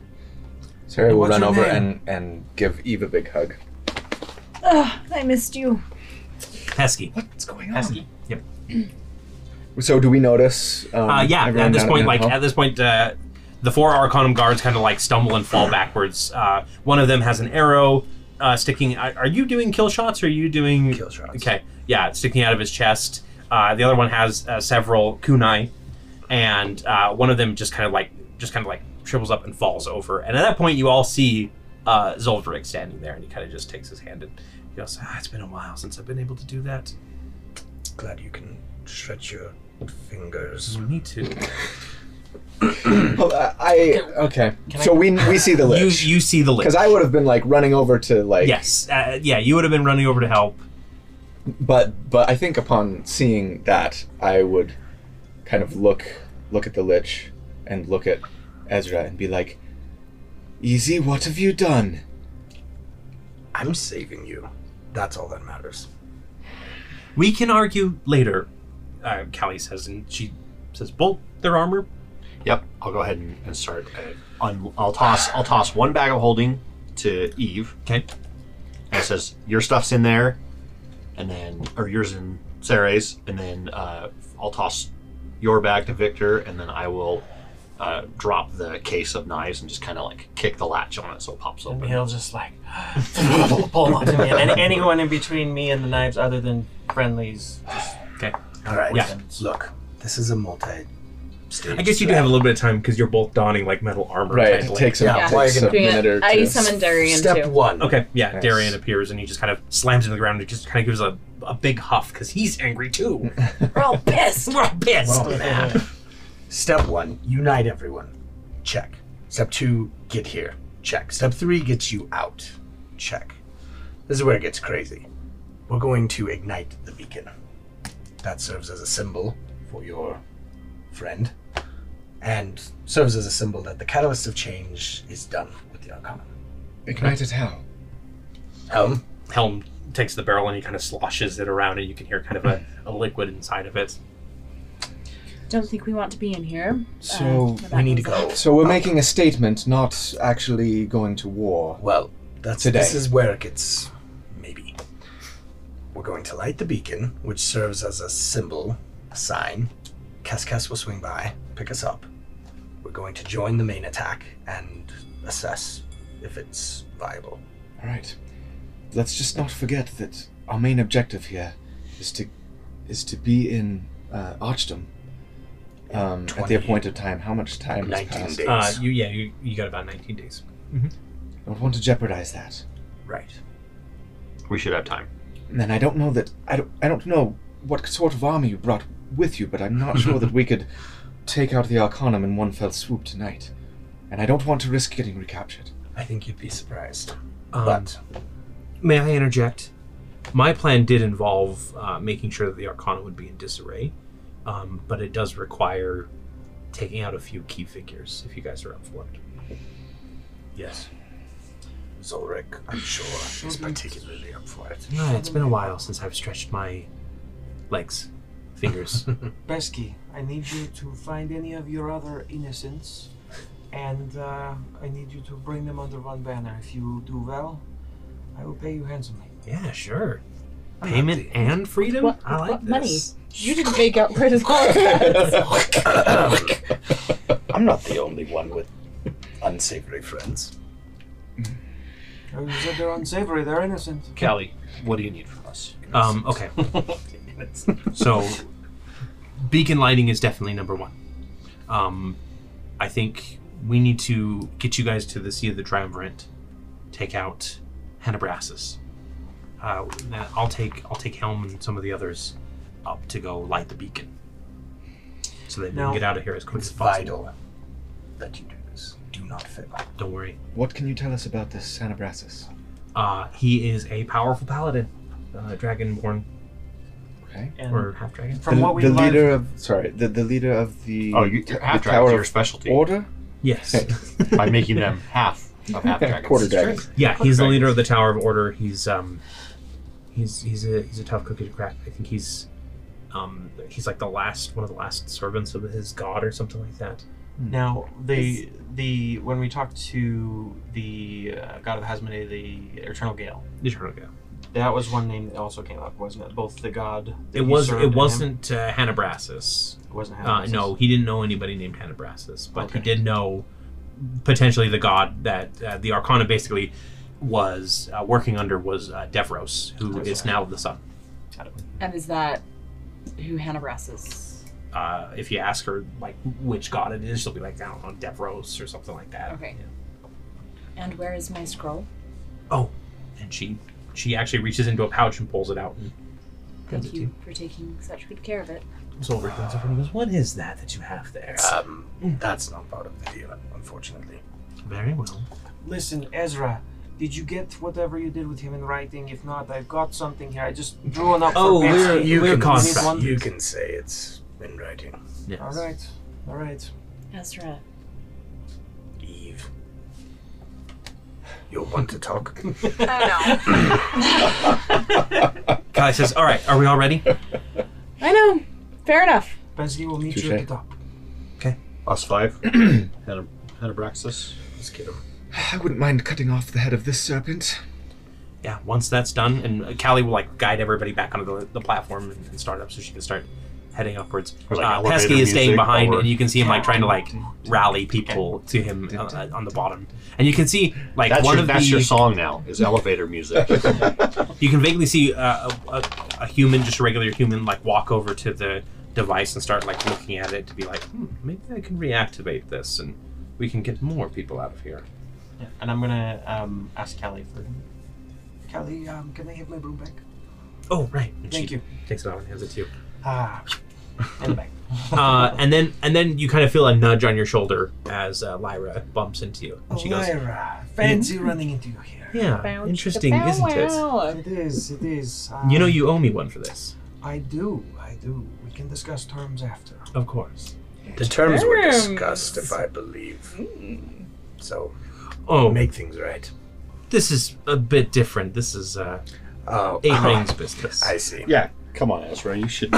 [SPEAKER 9] Sarah will
[SPEAKER 8] What's
[SPEAKER 9] run
[SPEAKER 8] your
[SPEAKER 9] over
[SPEAKER 8] name?
[SPEAKER 9] and and give Eve a big hug.
[SPEAKER 2] Ugh, I missed you.
[SPEAKER 1] Pesky.
[SPEAKER 9] What's going
[SPEAKER 4] Pesky.
[SPEAKER 9] So do we notice? Um,
[SPEAKER 1] Uh, yeah,
[SPEAKER 9] everyone
[SPEAKER 1] at this
[SPEAKER 9] down
[SPEAKER 1] point,
[SPEAKER 9] in
[SPEAKER 1] like
[SPEAKER 9] hall?
[SPEAKER 1] at this point, uh, the four Arcanum guards kind of like stumble and fall backwards. Uh, one of them has an arrow uh, sticking. Are are you doing kill shots? Or are you doing
[SPEAKER 3] Kill shots.
[SPEAKER 1] Okay, yeah, it's sticking out of his chest. Uh, the other one has uh, several kunai, and uh, one of them just kind of like just kind of like triples up and falls over. And at that point, you all see uh, Zoldrig standing there, and he kind of just takes his hand and he goes, ah, "It's been a while since I've been able to do that."
[SPEAKER 3] Glad you can stretch your fingers.
[SPEAKER 1] Me too.
[SPEAKER 9] Oh, uh, I okay.
[SPEAKER 4] Can I-
[SPEAKER 9] so we we see the
[SPEAKER 1] You
[SPEAKER 9] lich.
[SPEAKER 1] you see the
[SPEAKER 9] Because
[SPEAKER 1] list.
[SPEAKER 9] I would have been like running over to like
[SPEAKER 1] Yes, uh, yeah, you would have been running over to help.
[SPEAKER 9] but but I think upon seeing that I would kind of look look at the lich and look at Ezra and be like, "Easy, what have you done?"
[SPEAKER 3] I'm saving you. That's all that matters.
[SPEAKER 1] We can argue later, uh, Callie says, and she says, bolt their armor.
[SPEAKER 6] Yep, I'll go ahead and, and start. Uh, un- I'll toss. I'll toss one bag of holding to Eve.
[SPEAKER 1] Okay.
[SPEAKER 6] And it says your stuff's in there, and then or yours in Sarah's, and then uh, I'll toss your bag to Victor, and then I will uh, drop the case of knives and just kind of like kick the latch on it so it pops
[SPEAKER 4] And
[SPEAKER 6] open.
[SPEAKER 4] he'll just like pull him onto me, and anyone in between me and the knives, other than friendlies.
[SPEAKER 3] All right.
[SPEAKER 1] Yeah.
[SPEAKER 3] Look, this is a multi.
[SPEAKER 1] I guess you do have a little bit of time because you're both donning like metal armor.
[SPEAKER 9] Right, it
[SPEAKER 1] technically.
[SPEAKER 9] takes, him,
[SPEAKER 3] Yeah,
[SPEAKER 9] takes
[SPEAKER 3] why are
[SPEAKER 9] a
[SPEAKER 3] you gonna-
[SPEAKER 9] minute or
[SPEAKER 2] I
[SPEAKER 9] two.
[SPEAKER 2] summon Darian
[SPEAKER 3] Step
[SPEAKER 2] too.
[SPEAKER 3] one.
[SPEAKER 1] Okay, yeah.
[SPEAKER 9] Nice.
[SPEAKER 1] Darian appears and he just kind of slams into the ground and just kind of gives a, a big huff because he's angry too.
[SPEAKER 2] We're all pissed.
[SPEAKER 1] We're all pissed.
[SPEAKER 3] Well, uh, Step one, unite everyone. Check. Step two, get here. Check. Step three gets you out. Check. This is where it gets crazy. We're going to ignite the beacon. That serves as a symbol for your friend, and serves as a symbol that the catalyst of change is done with the Arcana.
[SPEAKER 9] Ignited how?
[SPEAKER 3] Um,
[SPEAKER 1] Helm takes the barrel and he kind of sloshes it around and you can hear kind of a, a liquid inside of it.
[SPEAKER 2] Don't think we want to be in here.
[SPEAKER 9] So,
[SPEAKER 2] my
[SPEAKER 3] we
[SPEAKER 2] back
[SPEAKER 3] need to
[SPEAKER 2] was up.
[SPEAKER 3] go.
[SPEAKER 9] So we're making a statement, not actually going to war.
[SPEAKER 3] Well, that's
[SPEAKER 9] Today.
[SPEAKER 3] This is where it gets maybe. We're going to light the beacon, which serves as a symbol, a sign. Cascas will swing by, pick us up. We're going to join the main attack and assess if it's viable.
[SPEAKER 9] All right. Let's just not forget that our main objective here is to is to be in uh, Archdom um, at the
[SPEAKER 3] 20
[SPEAKER 9] appointed time. How much time has
[SPEAKER 3] 19
[SPEAKER 9] passed?
[SPEAKER 3] days.
[SPEAKER 1] Uh, you yeah, you, you got about 19 days.
[SPEAKER 9] I don't want to jeopardize that.
[SPEAKER 3] Right.
[SPEAKER 6] We should have time.
[SPEAKER 9] And then I don't know that I don't I don't know what sort of army you brought with you, but I'm not sure that we could take out the Arcanum in one fell swoop tonight, and I don't want to risk getting recaptured.
[SPEAKER 3] I think you'd be surprised.
[SPEAKER 1] Um,
[SPEAKER 3] but
[SPEAKER 1] May I interject? My plan did involve uh, making sure that the Arcana would be in disarray, um, but it does require taking out a few key figures if you guys are up for it.
[SPEAKER 3] yes, Zolric, I'm sure, is particularly up for it.
[SPEAKER 1] Yeah, it's been a while since I've stretched my legs, fingers.
[SPEAKER 8] Besky, I need you to find any of your other innocents, and uh, I need you to bring them under one banner. If you do well, I will pay you handsomely.
[SPEAKER 1] yeah, sure. Payment and freedom.
[SPEAKER 2] What-
[SPEAKER 1] I like
[SPEAKER 2] what
[SPEAKER 1] this.
[SPEAKER 2] money? You didn't make out where the ball was.
[SPEAKER 3] I'm not the only one with unsavory friends.
[SPEAKER 8] Oh, You said they're unsavory, they're innocent.
[SPEAKER 6] Callie, what do you need from us?
[SPEAKER 1] Um, okay. so, beacon lighting is definitely number one. Um, I think we need to get you guys to the Sea of the Triumvirate, take out Hanabrasis. Uh, that- I'll take I'll take Helm and some of the others up to go light the beacon, so that we
[SPEAKER 8] Now,
[SPEAKER 1] can get out of here as quick
[SPEAKER 3] It's
[SPEAKER 1] as possible.
[SPEAKER 3] vital that you do this. Do not fail.
[SPEAKER 1] Don't worry.
[SPEAKER 9] What can you tell us about this Sanabrasis?
[SPEAKER 1] Uh, he is a powerful paladin, uh, dragonborn
[SPEAKER 9] Okay.
[SPEAKER 4] And
[SPEAKER 1] or half dragon.
[SPEAKER 4] from
[SPEAKER 9] the,
[SPEAKER 4] what we
[SPEAKER 9] the
[SPEAKER 4] learned,
[SPEAKER 9] leader of sorry, the, the leader of the
[SPEAKER 6] Oh, you
[SPEAKER 9] t- the
[SPEAKER 6] half
[SPEAKER 9] Tower
[SPEAKER 6] dragons are your
[SPEAKER 9] of
[SPEAKER 6] specialty
[SPEAKER 9] Order,
[SPEAKER 1] Yes.
[SPEAKER 6] by making them half of half dragons.
[SPEAKER 9] quarter dragon.
[SPEAKER 1] Yeah, he's the leader of the Tower of Order. He's um, he's he's a he's a tough cookie to crack. I think he's um, he's like the last one of the last servants of his god or something like that.
[SPEAKER 4] now the the when we talked to the uh, god of Hasmone, the Eternal Gale,
[SPEAKER 1] Eternal Go.
[SPEAKER 4] that was one name that also came up, wasn't it? Both the god. that
[SPEAKER 1] It
[SPEAKER 4] he
[SPEAKER 1] was
[SPEAKER 4] served
[SPEAKER 1] it
[SPEAKER 4] and him.
[SPEAKER 1] wasn't uh, Hanabrasis.
[SPEAKER 4] It wasn't.
[SPEAKER 1] Uh,
[SPEAKER 4] Hanabrasis.
[SPEAKER 1] no, he didn't know anybody named Hanabrasis, but
[SPEAKER 4] Okay.
[SPEAKER 1] he did know potentially the god that uh, the Arcana basically was uh, working under was uh, Devros, who is
[SPEAKER 4] That's right.
[SPEAKER 1] now the sun.
[SPEAKER 2] and is that who Hannah Brass is?
[SPEAKER 1] Uh, if you ask her like which god it is, she'll be like I don't know Devros or something like that.
[SPEAKER 2] Okay.
[SPEAKER 1] Yeah.
[SPEAKER 2] And where is my scroll?
[SPEAKER 1] Oh, and she she actually reaches into a pouch and pulls it out and hands it
[SPEAKER 2] Thank
[SPEAKER 1] to
[SPEAKER 2] you for taking such good care of it.
[SPEAKER 1] Solver comes up and goes, "What is that that you have there?"
[SPEAKER 8] Uh,
[SPEAKER 3] Um, that's not part of the deal, unfortunately.
[SPEAKER 1] Very well.
[SPEAKER 8] Listen, Ezra, did you get whatever you did with him in writing? If not, I've got something here. I just drew one up
[SPEAKER 1] Oh,
[SPEAKER 8] for
[SPEAKER 1] we're-
[SPEAKER 8] Betsy.
[SPEAKER 1] you we're
[SPEAKER 3] can,
[SPEAKER 1] can- contract. one-
[SPEAKER 3] you can say it's in writing.
[SPEAKER 1] Yes.
[SPEAKER 8] All right, all right.
[SPEAKER 2] Ezra,
[SPEAKER 3] Eve. You'll want to talk.
[SPEAKER 2] I know.
[SPEAKER 1] Kai says, "All right, are we all ready?"
[SPEAKER 2] I know. Fair enough.
[SPEAKER 8] Bensky will meet you at the top.
[SPEAKER 6] Us five. Hanab- Hanabraxis.
[SPEAKER 3] Let's get him.
[SPEAKER 9] I wouldn't mind cutting off the head of this serpent.
[SPEAKER 1] yeah. Once that's done, and Callie will like guide everybody back onto the, the platform and, and start up, so she can start heading upwards.
[SPEAKER 6] Or, like,
[SPEAKER 1] uh,
[SPEAKER 6] elevator
[SPEAKER 1] Pesky is staying
[SPEAKER 6] music
[SPEAKER 1] behind,
[SPEAKER 6] or-
[SPEAKER 1] and you can see him like trying to like rally people to him uh, uh, on the bottom, and you can see like
[SPEAKER 6] That's,
[SPEAKER 1] one
[SPEAKER 6] your,
[SPEAKER 1] of
[SPEAKER 6] that's
[SPEAKER 1] the
[SPEAKER 6] your song now. Is elevator music.
[SPEAKER 1] you can vaguely see uh, a, a, a human, just a regular human, like walk over to the device and start like looking at it to be like, hmm, maybe I can reactivate this and we can get more people out of here.
[SPEAKER 4] Yeah, and I'm gonna um, ask Callie for.
[SPEAKER 8] Kelly, um, can I have my broom back?
[SPEAKER 1] Oh, right. And
[SPEAKER 4] Thank
[SPEAKER 1] she
[SPEAKER 4] you.
[SPEAKER 1] Takes it out and hands it to you.
[SPEAKER 4] Ah, and back.
[SPEAKER 1] Uh, and then, and then you kind of feel a nudge on your shoulder as uh, Lyra bumps into you, and she goes,
[SPEAKER 8] Lyra, Oh, fancy running into you here.
[SPEAKER 1] "Yeah, Uh, interesting, isn't it?
[SPEAKER 8] It is, it is. Um,
[SPEAKER 1] You know, you owe me one for this,
[SPEAKER 8] I do, I do. We can discuss terms after.
[SPEAKER 1] of course."
[SPEAKER 3] The terms Mm. were
[SPEAKER 2] Terms.
[SPEAKER 3] discussed, if I believe. So
[SPEAKER 1] Oh,
[SPEAKER 3] make things right.
[SPEAKER 1] this is a bit different. This is uh,
[SPEAKER 3] Oh,
[SPEAKER 1] eight rings business.
[SPEAKER 3] I see.
[SPEAKER 6] yeah, come on, Ezra. You should.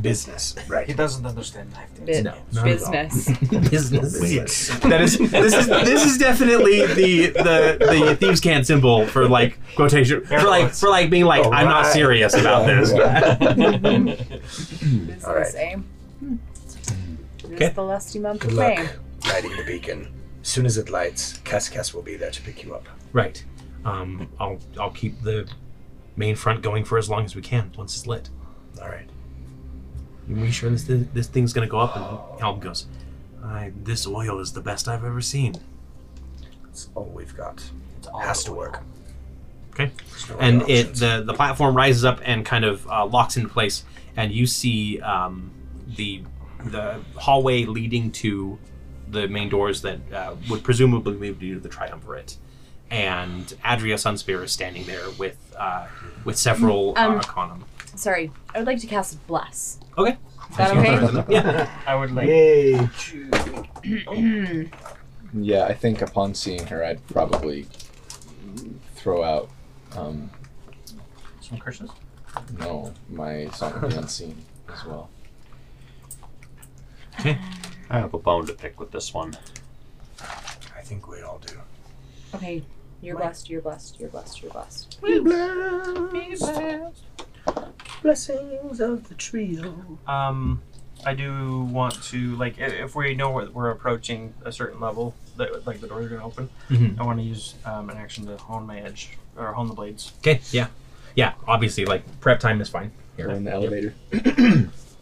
[SPEAKER 3] Business,
[SPEAKER 8] He
[SPEAKER 3] right?
[SPEAKER 8] doesn't understand life.
[SPEAKER 1] No, not at all.
[SPEAKER 2] business.
[SPEAKER 1] business. Yes. That is this is this is definitely the the the thieves can symbol for like quotation for like for like being like I'm not
[SPEAKER 3] Alright.
[SPEAKER 1] serious about this.
[SPEAKER 2] business,
[SPEAKER 3] All right.
[SPEAKER 2] eh? It
[SPEAKER 1] Okay.
[SPEAKER 2] is the lusty month
[SPEAKER 3] Good
[SPEAKER 2] of
[SPEAKER 3] luck
[SPEAKER 2] May.
[SPEAKER 3] lighting the beacon. As soon as it lights, Cass Cass will be there to pick you up.
[SPEAKER 1] Right. Um. I'll I'll keep the main front going for as long as we can once it's lit.
[SPEAKER 3] All right.
[SPEAKER 1] Are we sure this this thing's gonna go up? And Helm goes, I, "This oil is the best I've ever seen."
[SPEAKER 3] That's all we've got.
[SPEAKER 4] It's all
[SPEAKER 3] Has to work.
[SPEAKER 1] Okay.
[SPEAKER 3] There's no other
[SPEAKER 1] and it
[SPEAKER 3] options.
[SPEAKER 1] the the platform rises up and kind of uh, locks into place, and you see um, the the hallway leading to the main doors that uh, would presumably lead you to the triumvirate. And Adria Sunspear is standing there with uh, with several
[SPEAKER 2] Um,
[SPEAKER 1] uh, Arcanum.
[SPEAKER 2] Sorry, I would like to cast Bless.
[SPEAKER 1] Okay.
[SPEAKER 2] Is that okay?
[SPEAKER 1] Yeah.
[SPEAKER 4] I would like.
[SPEAKER 3] Yay.
[SPEAKER 9] Yeah, I think upon seeing her, I'd probably throw out, um,
[SPEAKER 4] Some curses?
[SPEAKER 9] no, my Song of the Unseen as well.
[SPEAKER 6] I have a bone to pick with this one.
[SPEAKER 3] I think we all do.
[SPEAKER 2] okay. You're blessed, you're blessed, you're blessed, you're blessed.
[SPEAKER 3] Blessings of the trio.
[SPEAKER 4] Um, I do want to like i- if we know what we're approaching a certain level, that like the doors are gonna open.
[SPEAKER 1] Mhm.
[SPEAKER 4] I want to use um, an action to hone my edge or hone the blades.
[SPEAKER 1] Okay. Yeah. Yeah. Obviously, like prep time is fine.
[SPEAKER 9] We're in the elevator.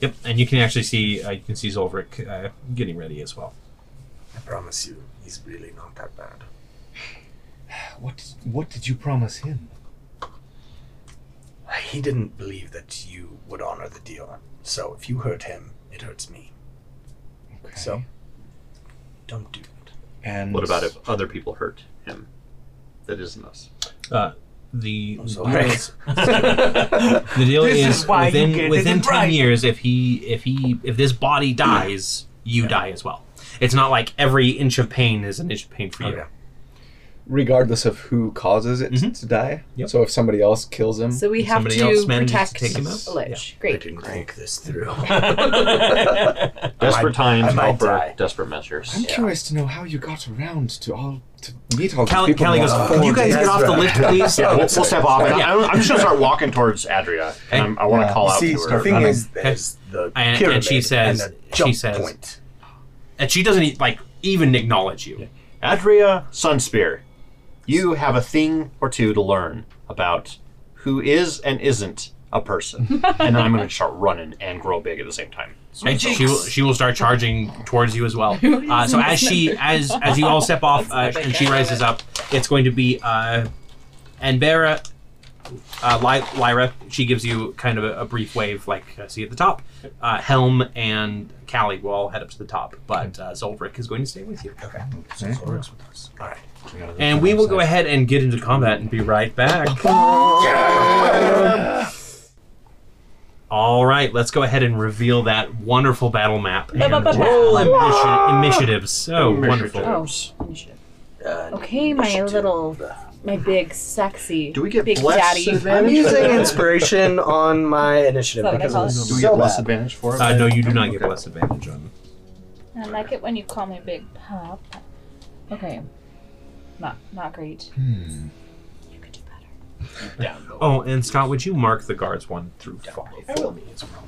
[SPEAKER 1] Yep. And you can actually see uh, you can see Zolvric uh, getting ready as well.
[SPEAKER 3] I promise you, he's really not that bad.
[SPEAKER 9] What did, what did you promise him?
[SPEAKER 3] He didn't believe that you would honor the deal. So if you hurt him, it hurts me.
[SPEAKER 9] Okay.
[SPEAKER 3] So don't do it.
[SPEAKER 9] and
[SPEAKER 6] What about if other people hurt him? That isn't us.
[SPEAKER 1] The
[SPEAKER 3] I'm sorry.
[SPEAKER 1] deal is- the deal
[SPEAKER 4] This
[SPEAKER 1] is,
[SPEAKER 4] is why you
[SPEAKER 1] within
[SPEAKER 4] get it
[SPEAKER 1] within ten
[SPEAKER 4] right.
[SPEAKER 1] years. If he if he if this body dies, you die as well. It's not like every inch of pain is an inch of pain for you.
[SPEAKER 3] Okay.
[SPEAKER 9] regardless of who causes it
[SPEAKER 1] Mhm.
[SPEAKER 9] to die?
[SPEAKER 1] Yep.
[SPEAKER 9] So if somebody else kills him,
[SPEAKER 2] So we have
[SPEAKER 1] Hmm? Somebody
[SPEAKER 2] to
[SPEAKER 1] else manages to
[SPEAKER 2] protect
[SPEAKER 1] take him out?
[SPEAKER 2] a lich.
[SPEAKER 3] I
[SPEAKER 2] Great.
[SPEAKER 3] didn't think this through.
[SPEAKER 6] Desperate
[SPEAKER 3] might- I
[SPEAKER 6] times
[SPEAKER 3] might
[SPEAKER 6] call for
[SPEAKER 3] die.
[SPEAKER 6] desperate measures.
[SPEAKER 9] I'm curious to know how you got around to all to meet all
[SPEAKER 1] Callie,
[SPEAKER 9] these people.
[SPEAKER 1] Callie
[SPEAKER 9] in
[SPEAKER 1] goes,
[SPEAKER 9] one-
[SPEAKER 1] "Can you guys get off the lift, please?
[SPEAKER 6] Yeah, we'll, we'll step off. And I, I'm just gonna start walking towards Adria,
[SPEAKER 1] Hey.
[SPEAKER 6] and I'm, I want to call out
[SPEAKER 3] See,
[SPEAKER 6] to her.
[SPEAKER 3] the thing
[SPEAKER 9] Running.
[SPEAKER 3] is, there's the
[SPEAKER 1] And- and
[SPEAKER 3] pyramid
[SPEAKER 1] she says-
[SPEAKER 3] and the
[SPEAKER 1] she
[SPEAKER 3] jump
[SPEAKER 1] says-
[SPEAKER 3] point.
[SPEAKER 1] And she doesn't e- like even acknowledge you.
[SPEAKER 6] Adria Sunspear, you have a thing or two to learn about who is and isn't a person, and then I'm gonna start running and grow big at the same time.
[SPEAKER 1] And she will, she will start charging towards you as well. Uh, so as she as as you all step off uh, and she rises up, it's going to be uh, Anbera, uh, Ly- Lyra. She gives you kind of a, a brief wave, like uh, see at the top. Uh, Helm and Callie will all head up to the top, but uh, Zolvric is going to stay with you.
[SPEAKER 3] Okay. So it works with us. All right.
[SPEAKER 1] And we will go ahead and get into combat and be right back. All right, let's go ahead and reveal that wonderful battle map and roll ambition, initiative. So wonderful.
[SPEAKER 2] Oh, initiative.
[SPEAKER 1] Uh,
[SPEAKER 2] Okay, my little, my big sexy.
[SPEAKER 6] Do we get
[SPEAKER 2] big
[SPEAKER 6] blessed
[SPEAKER 2] daddy?
[SPEAKER 6] advantage?
[SPEAKER 3] inspiration on my initiative
[SPEAKER 2] Is that what I call it?
[SPEAKER 6] Do we get less advantage for it?
[SPEAKER 1] Uh, no, you do not get plus advantage on.
[SPEAKER 2] I like it when you call me Big Pop. Okay. Not not great.
[SPEAKER 1] Hmm.
[SPEAKER 2] You could do better.
[SPEAKER 1] Oh, and Scott, would you mark the guards one through five for me as well?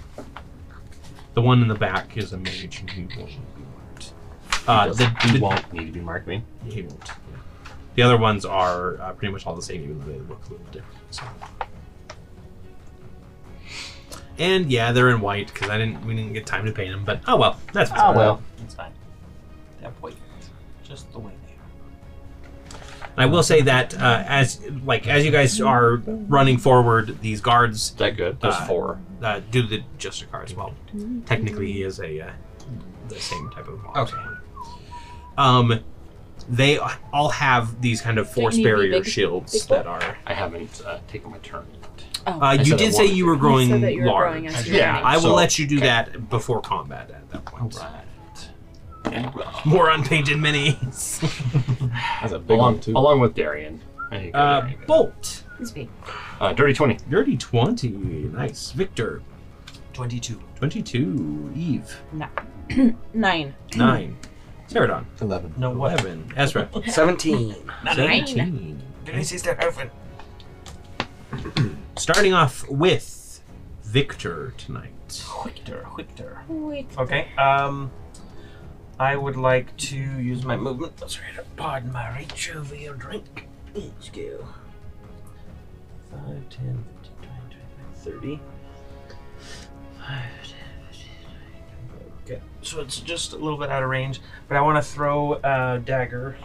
[SPEAKER 1] The one in the back is a mage, and he won't be marked. Uh, the,
[SPEAKER 6] You
[SPEAKER 1] the,
[SPEAKER 6] won't need to be marked me.
[SPEAKER 1] he won't, yeah. The other ones are uh, pretty much all the same, even though they look a little different. So. And yeah, they're in white because I didn't. We didn't get time to paint them, but oh well, that's fine.
[SPEAKER 2] Oh well.
[SPEAKER 4] It's fine. They're pointed, just the way they are.
[SPEAKER 1] I will say that uh, as like as you guys are running forward, these guards
[SPEAKER 6] Is that good? There's
[SPEAKER 1] Uh,
[SPEAKER 6] four.
[SPEAKER 1] uh, do the Jester car as well. Technically, he is a uh, the same type of monster. Um, they all have these kind of force
[SPEAKER 2] need to be
[SPEAKER 1] barrier
[SPEAKER 2] big-
[SPEAKER 1] shields
[SPEAKER 2] big
[SPEAKER 1] that are.
[SPEAKER 6] I haven't uh, taken my turn. yet.
[SPEAKER 1] Uh, you
[SPEAKER 6] said
[SPEAKER 1] did
[SPEAKER 6] I
[SPEAKER 1] say
[SPEAKER 6] wanted
[SPEAKER 1] you were growing
[SPEAKER 2] so that you were
[SPEAKER 1] large.
[SPEAKER 2] growing as you're
[SPEAKER 6] Yeah,
[SPEAKER 2] running.
[SPEAKER 1] I will
[SPEAKER 6] So-
[SPEAKER 1] let you do that before combat at that point.
[SPEAKER 6] Right.
[SPEAKER 1] More on page and minis.
[SPEAKER 9] That's a big
[SPEAKER 6] Along,
[SPEAKER 9] one too.
[SPEAKER 6] along with Darian. I think
[SPEAKER 1] Uh,
[SPEAKER 6] Darian.
[SPEAKER 1] Bolt.
[SPEAKER 2] Excuse me.
[SPEAKER 6] Uh, dirty 20.
[SPEAKER 1] Dirty 20. Nice. Victor.
[SPEAKER 4] 22.
[SPEAKER 1] 22. Eve.
[SPEAKER 2] Nine.
[SPEAKER 1] 9. Pterodon.
[SPEAKER 9] Eleven.
[SPEAKER 4] No, what?
[SPEAKER 1] 11. Ezra.
[SPEAKER 3] 17.
[SPEAKER 1] 17.
[SPEAKER 8] This is the heaven.
[SPEAKER 1] Starting off with Victor tonight.
[SPEAKER 4] Quickter, quickter.
[SPEAKER 2] Wait.
[SPEAKER 4] Okay. Um, I would like to use my movement. That's right. Pardon my reach over your drink. Let's go. 5, 10, 15, 20, 25, 30. 5, 10, 15, 20, 25. Okay. So it's just a little bit out of range, but I want to throw a dagger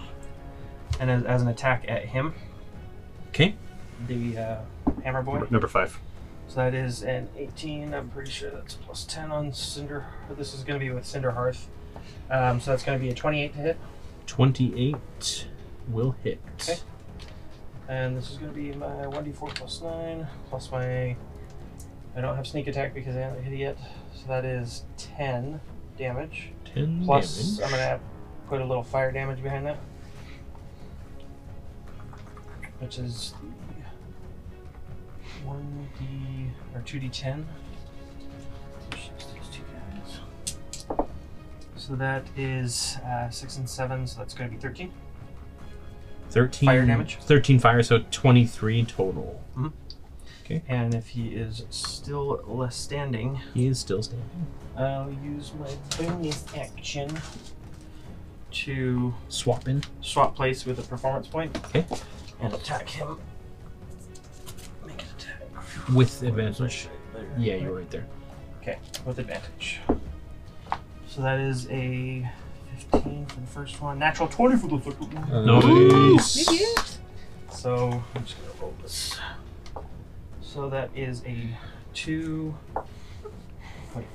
[SPEAKER 4] and as, as an attack at him,
[SPEAKER 1] Okay.
[SPEAKER 4] the uh, hammer boy.
[SPEAKER 6] Number five.
[SPEAKER 4] So that is an 18. I'm pretty sure that's plus 10 on Cinder. This is going to be with Cinder Hearth. Um, so that's going to be a 28 to hit.
[SPEAKER 1] 28 will hit.
[SPEAKER 4] Okay. And this is going to be my 1d4 plus 9, plus my. I don't have sneak attack because I haven't hit it yet. So that is 10 damage.
[SPEAKER 1] 10
[SPEAKER 2] um,
[SPEAKER 4] Plus,
[SPEAKER 1] damage.
[SPEAKER 4] I'm going to put a little fire damage behind that. Which is the 1d. or 2d10. So that is uh, 6 and 7, so that's going to be 13.
[SPEAKER 1] 13
[SPEAKER 4] Fire damage?
[SPEAKER 1] 13 fire, so 23 total.
[SPEAKER 4] And if he is still less standing,
[SPEAKER 1] He is still standing.
[SPEAKER 4] I'll use my bonus action to
[SPEAKER 1] Swap in.
[SPEAKER 4] swap place with a performance point.
[SPEAKER 1] 'Kay.
[SPEAKER 4] And attack him. Make an attack.
[SPEAKER 1] With advantage.
[SPEAKER 4] There.
[SPEAKER 1] Yeah, you're right there.
[SPEAKER 4] Okay, with advantage. So that is a 15 for the first one. Natural 20 for the second one.
[SPEAKER 1] Nice.
[SPEAKER 4] So I'm just gonna roll this. So that is a two. Wait.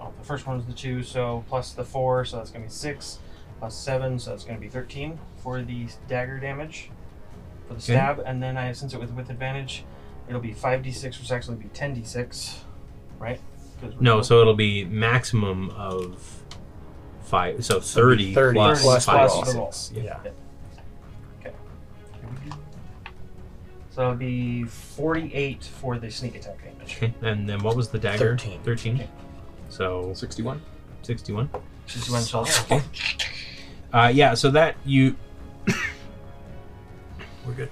[SPEAKER 4] Oh, the first one was the two, so plus the four, so that's gonna be six. Plus seven, so that's gonna be thirteen for the dagger damage, for the
[SPEAKER 1] Okay.
[SPEAKER 4] stab, and then I since it was with advantage, it'll be five d six, which actually be ten d six, right? 'Cause we're
[SPEAKER 1] No,
[SPEAKER 4] both-
[SPEAKER 1] so it'll be maximum of five. So 30,
[SPEAKER 3] 30
[SPEAKER 1] plus,
[SPEAKER 3] plus
[SPEAKER 1] five
[SPEAKER 4] the
[SPEAKER 1] d6.
[SPEAKER 4] roll.
[SPEAKER 1] Yeah.
[SPEAKER 4] so it'll be forty eight for the sneak attack damage.
[SPEAKER 1] Okay. And then what was the dagger?
[SPEAKER 3] 13.
[SPEAKER 1] 13. So
[SPEAKER 9] 61.
[SPEAKER 1] 61.
[SPEAKER 4] Just one shot.
[SPEAKER 1] Uh, yeah, so that you. We're good.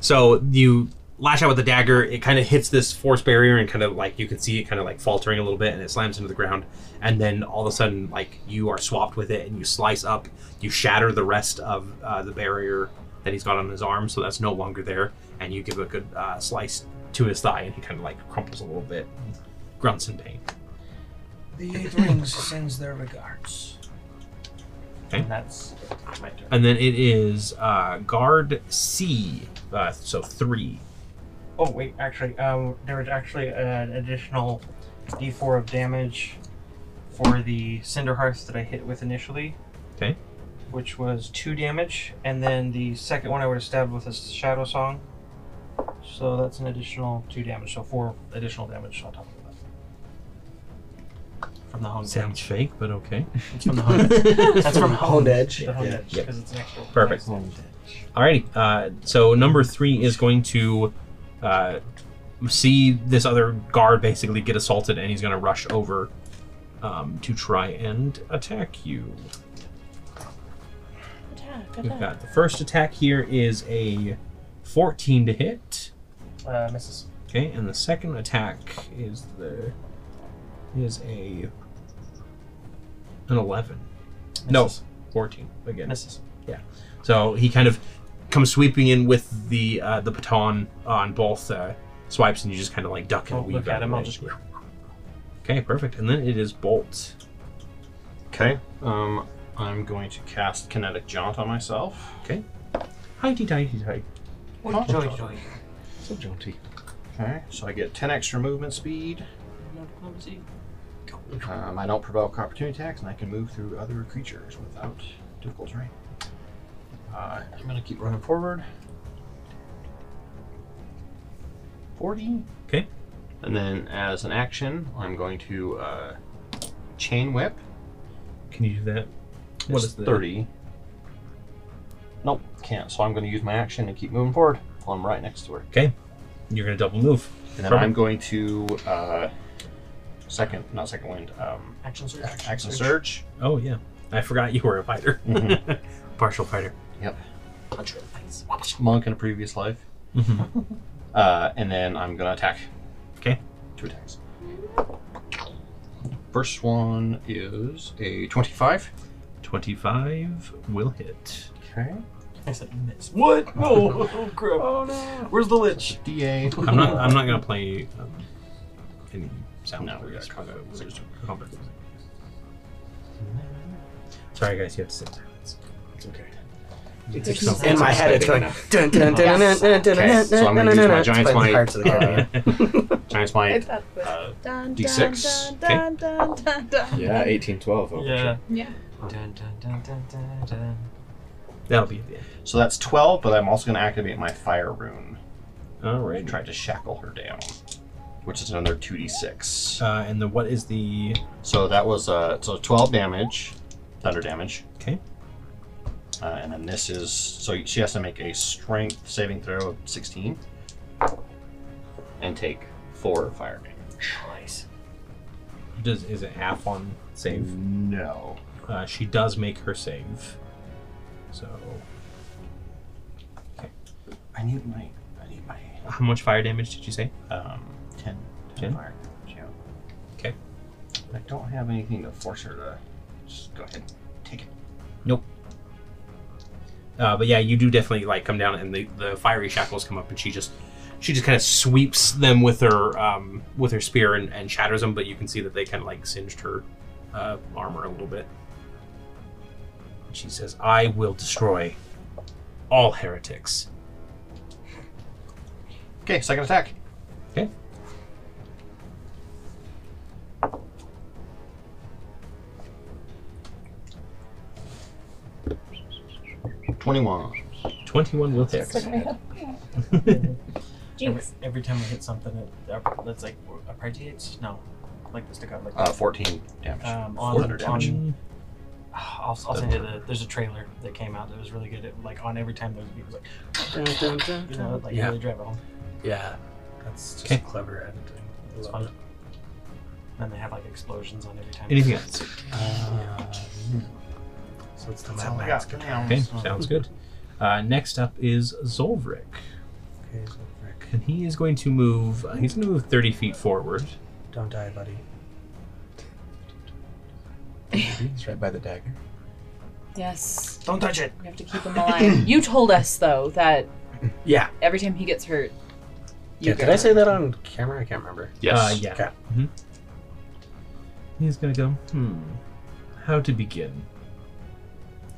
[SPEAKER 1] So you lash out with the dagger. It kind of hits this force barrier and kind of like you can see it kind of like faltering a little bit and it slams into the ground. And then all of a sudden, like you are swapped with it and you slice up. You shatter the rest of uh, the barrier that he's got on his arm, so that's no longer there. And you give a good uh, slice to his thigh and he kind of like crumples a little bit, grunts in pain.
[SPEAKER 8] The Eight Rings sends their regards.
[SPEAKER 4] And that's my turn.
[SPEAKER 1] And then it is uh, guard C, uh, so three.
[SPEAKER 4] Oh wait, actually, um, there was actually an additional D4 of damage for the Cinder Hearth that I hit with initially.
[SPEAKER 1] Okay.
[SPEAKER 4] Which was two damage, and then the second one I would have stabbed with a Shadow Song. So that's an additional two damage, so four additional damage on top of that. From the honed
[SPEAKER 1] Sounds
[SPEAKER 4] edge.
[SPEAKER 1] fake, but okay.
[SPEAKER 4] It's from the honed edge. That's from
[SPEAKER 7] Honed
[SPEAKER 4] honed
[SPEAKER 7] edge.
[SPEAKER 4] The honed
[SPEAKER 7] Yeah.
[SPEAKER 4] edge,
[SPEAKER 1] Yeah.
[SPEAKER 4] because it's an extra.
[SPEAKER 1] Perfect. Alrighty. Uh, so number three is going to uh, see this other guard basically get assaulted, and he's going to rush over um, to try and attack you.
[SPEAKER 2] Attack,
[SPEAKER 1] We've
[SPEAKER 2] attack.
[SPEAKER 1] got the first attack here is a 14 to hit.
[SPEAKER 4] Uh, misses.
[SPEAKER 1] Okay, and the second attack is the is a an eleven. No,
[SPEAKER 4] Misses.
[SPEAKER 1] fourteen again.
[SPEAKER 4] Misses.
[SPEAKER 1] So he kind of comes sweeping in with the uh, the baton on both uh, swipes, and you just kind of like duck and
[SPEAKER 4] Don't
[SPEAKER 1] weave
[SPEAKER 4] look at
[SPEAKER 1] out of
[SPEAKER 4] him,
[SPEAKER 1] the
[SPEAKER 4] I'll
[SPEAKER 1] way.
[SPEAKER 4] just-
[SPEAKER 1] Okay, perfect. And then it is bolt.
[SPEAKER 6] Okay. Um, I'm going to cast kinetic jaunt on myself.
[SPEAKER 1] Highty tighty tight.
[SPEAKER 4] Joey, Joey.
[SPEAKER 9] So jaunty.
[SPEAKER 6] Okay. So I get 10 extra movement speed. Um, I don't provoke opportunity attacks, and I can move through other creatures without difficult terrain. Uh, I'm going to keep running forward. 40.
[SPEAKER 1] Okay.
[SPEAKER 6] And then as an action, I'm going to uh, chain whip.
[SPEAKER 1] Can you do that?
[SPEAKER 6] It's 30. Nope, can't. So I'm going to use my action and keep moving forward until I'm right next to her.
[SPEAKER 1] You're gonna double move.
[SPEAKER 6] And then
[SPEAKER 1] Perfect.
[SPEAKER 6] I'm going to uh, second, not second wind, um,
[SPEAKER 4] Action surge.
[SPEAKER 6] action surge.
[SPEAKER 1] Oh yeah, I forgot you were a fighter.
[SPEAKER 6] Mhm.
[SPEAKER 1] Partial fighter. Mm-hmm.
[SPEAKER 6] Monk in a previous life.
[SPEAKER 1] Mhm.
[SPEAKER 6] Mm-hmm. Uh, and then I'm going to attack.
[SPEAKER 1] 'Kay.
[SPEAKER 6] Two attacks. First one is a 25.
[SPEAKER 1] Twenty-five will hit.
[SPEAKER 6] Okay.
[SPEAKER 4] I said miss. What? No. Oh, crap. Oh, no. Where's the lich?
[SPEAKER 6] DA.
[SPEAKER 1] I'm not. I'm not gonna play um, any sound.
[SPEAKER 6] No, we
[SPEAKER 1] effects,
[SPEAKER 6] got combat
[SPEAKER 1] but we're
[SPEAKER 6] music.
[SPEAKER 1] just- combat music. Sorry, guys. You have to sit.
[SPEAKER 7] It's okay.
[SPEAKER 2] There's
[SPEAKER 9] It's
[SPEAKER 2] no-
[SPEAKER 9] exciting.
[SPEAKER 3] In my head, it's going. Dun, dun, dun, dun, dun, dun, dun,
[SPEAKER 6] Okay, so I'm gonna
[SPEAKER 3] dun,
[SPEAKER 6] use
[SPEAKER 3] dun, dun.
[SPEAKER 6] my giant's
[SPEAKER 3] It's by the
[SPEAKER 6] might,
[SPEAKER 3] Pirates of the Caribbean.
[SPEAKER 6] Giant's Might.
[SPEAKER 2] Dun,
[SPEAKER 6] Uh,
[SPEAKER 2] dun,
[SPEAKER 6] D6,
[SPEAKER 2] dun, dun, dun, dun.
[SPEAKER 9] Yeah, eighteen twelve. oh, Over
[SPEAKER 4] Yeah.
[SPEAKER 2] Yeah.
[SPEAKER 4] Dun, dun, dun, dun, dun, dun.
[SPEAKER 1] That'll be the end.
[SPEAKER 6] so that's 12, but I'm also going to activate my Fire Rune
[SPEAKER 1] All right.
[SPEAKER 6] and try to shackle her down, which is another 2d6.
[SPEAKER 1] Uh, and the what is the
[SPEAKER 6] So that was uh, so 12 damage, thunder damage.
[SPEAKER 1] Okay.
[SPEAKER 6] Uh, and then this is so she has to make a strength saving throw of 16 and take four fire damage.
[SPEAKER 4] Nice.
[SPEAKER 1] does is it half on save?
[SPEAKER 6] No.
[SPEAKER 1] Uh, she does make her save. So
[SPEAKER 6] I need my I need my
[SPEAKER 1] how much fire damage did you say?
[SPEAKER 6] um 10, 10
[SPEAKER 1] Ten?
[SPEAKER 6] fire damage. Yeah.
[SPEAKER 1] Okay.
[SPEAKER 6] I don't have anything to force her to just go ahead and take it.
[SPEAKER 1] Uh, but yeah, you do definitely like come down, and the, the fiery shackles come up, and she just she just kind of sweeps them with her um, with her spear and, and shatters them. But you can see that they kind of like singed her uh, armor a little bit. And she says, "I will destroy all heretics."
[SPEAKER 6] Okay, second attack.
[SPEAKER 1] Okay.
[SPEAKER 6] Twenty-one.
[SPEAKER 1] Twenty-one will hit.
[SPEAKER 4] Every,
[SPEAKER 2] Jinx.
[SPEAKER 4] every time we hit something, it, uh, that's like appreciates. No, like the staccato. Like
[SPEAKER 6] Uh, fourteen damage.
[SPEAKER 4] um, on,
[SPEAKER 6] Thunder damage.
[SPEAKER 4] on- I'll, I'll send you the. There's a trailer that came out that was really good. It, like on every time there was a beat, it was like you know, like
[SPEAKER 3] Yeah.
[SPEAKER 4] really drive it home.
[SPEAKER 3] Yeah, that's just clever editing.
[SPEAKER 4] It's fun. Then they have like explosions on every time.
[SPEAKER 1] Anything else?
[SPEAKER 3] Uh, So it's the
[SPEAKER 4] That's all
[SPEAKER 3] Mad
[SPEAKER 4] I got for
[SPEAKER 3] Max.
[SPEAKER 4] now.
[SPEAKER 1] Okay,
[SPEAKER 4] So-
[SPEAKER 1] sounds good. Uh, next up is Zolvric,
[SPEAKER 3] Okay, so Rick,
[SPEAKER 1] and he is going to move. Uh, he's going to move thirty feet forward.
[SPEAKER 3] don't die, buddy.
[SPEAKER 9] It's right by the dagger.
[SPEAKER 2] Yes.
[SPEAKER 4] Don't touch it.
[SPEAKER 2] We have to keep him alive. you told us though that
[SPEAKER 3] Yeah.
[SPEAKER 2] every time he gets hurt, you
[SPEAKER 3] Yeah,
[SPEAKER 2] get
[SPEAKER 3] did I
[SPEAKER 2] hurt.
[SPEAKER 3] say that on camera? I can't remember.
[SPEAKER 1] Uh, yeah.
[SPEAKER 3] Okay.
[SPEAKER 1] hmm He's gonna go. Hmm. How to begin?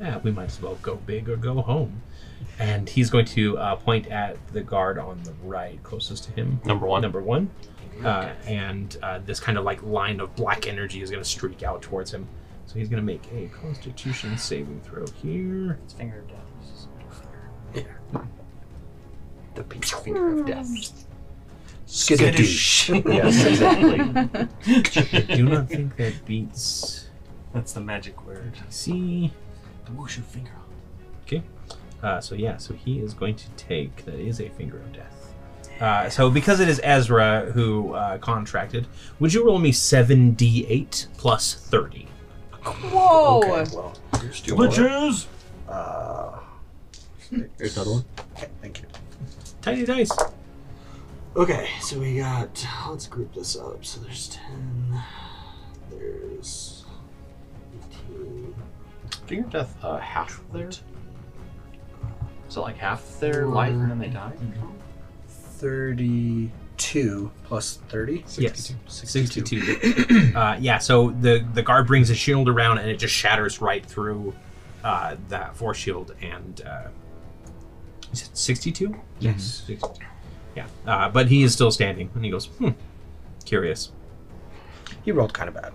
[SPEAKER 1] Yeah, we might as well go big or go home. And he's going to uh, point at the guard on the right, closest to him,
[SPEAKER 6] Number one.
[SPEAKER 1] number one. Uh, and uh, this kind of like line of black energy is gonna streak out towards him. So he's gonna make a Constitution saving throw here.
[SPEAKER 4] It's finger of death. It's just middle finger.
[SPEAKER 3] The pink finger of death.
[SPEAKER 4] Skittish.
[SPEAKER 6] yes, exactly.
[SPEAKER 1] I do not think that beats
[SPEAKER 4] That's the magic word.
[SPEAKER 1] C.
[SPEAKER 4] The wushu finger.
[SPEAKER 1] Uh, so yeah, so he is going to take that is a finger of death. Uh, so because it is Ezra who uh, contracted, would you roll me seven d eight plus thirty?
[SPEAKER 2] Whoa!
[SPEAKER 3] Okay, well,
[SPEAKER 4] Bitches.
[SPEAKER 3] uh,
[SPEAKER 9] There's another one.
[SPEAKER 3] okay, thank you.
[SPEAKER 1] Tiny dice.
[SPEAKER 3] Okay, so we got. Let's group this up. So there's 10. There's 18.
[SPEAKER 6] Finger death. Uh, half there. So like half their life and then they die.
[SPEAKER 3] 32 plus 30.
[SPEAKER 1] Yes. Sixty-two. uh, yeah. So the the guard brings a shield around and it just shatters right through uh, that force shield and. Uh, is it sixty-two? Yes. 62. Yeah. Uh, but he is still standing and he goes, hmm, curious.
[SPEAKER 3] He rolled kind of bad.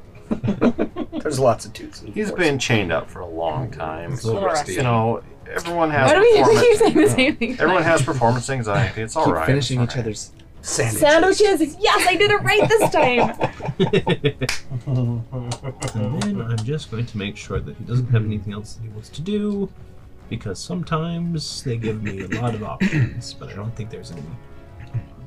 [SPEAKER 3] there's lots of twos. and
[SPEAKER 6] He's
[SPEAKER 3] fours.
[SPEAKER 6] been chained up for a long time.
[SPEAKER 2] a little rusty.
[SPEAKER 6] You know, everyone has.
[SPEAKER 2] Why do we
[SPEAKER 6] performance-
[SPEAKER 2] keep saying the same thing?
[SPEAKER 6] Everyone has performance anxiety. It's all right.
[SPEAKER 9] Keep finishing
[SPEAKER 6] it's
[SPEAKER 9] each
[SPEAKER 6] all right.
[SPEAKER 9] other's.
[SPEAKER 3] Sandwiches.
[SPEAKER 2] Sandwiches. Yes, I did it right this time.
[SPEAKER 1] And then I'm just going to make sure that he doesn't have anything else that he wants to do, because sometimes they give me a lot of options, but I don't think there's any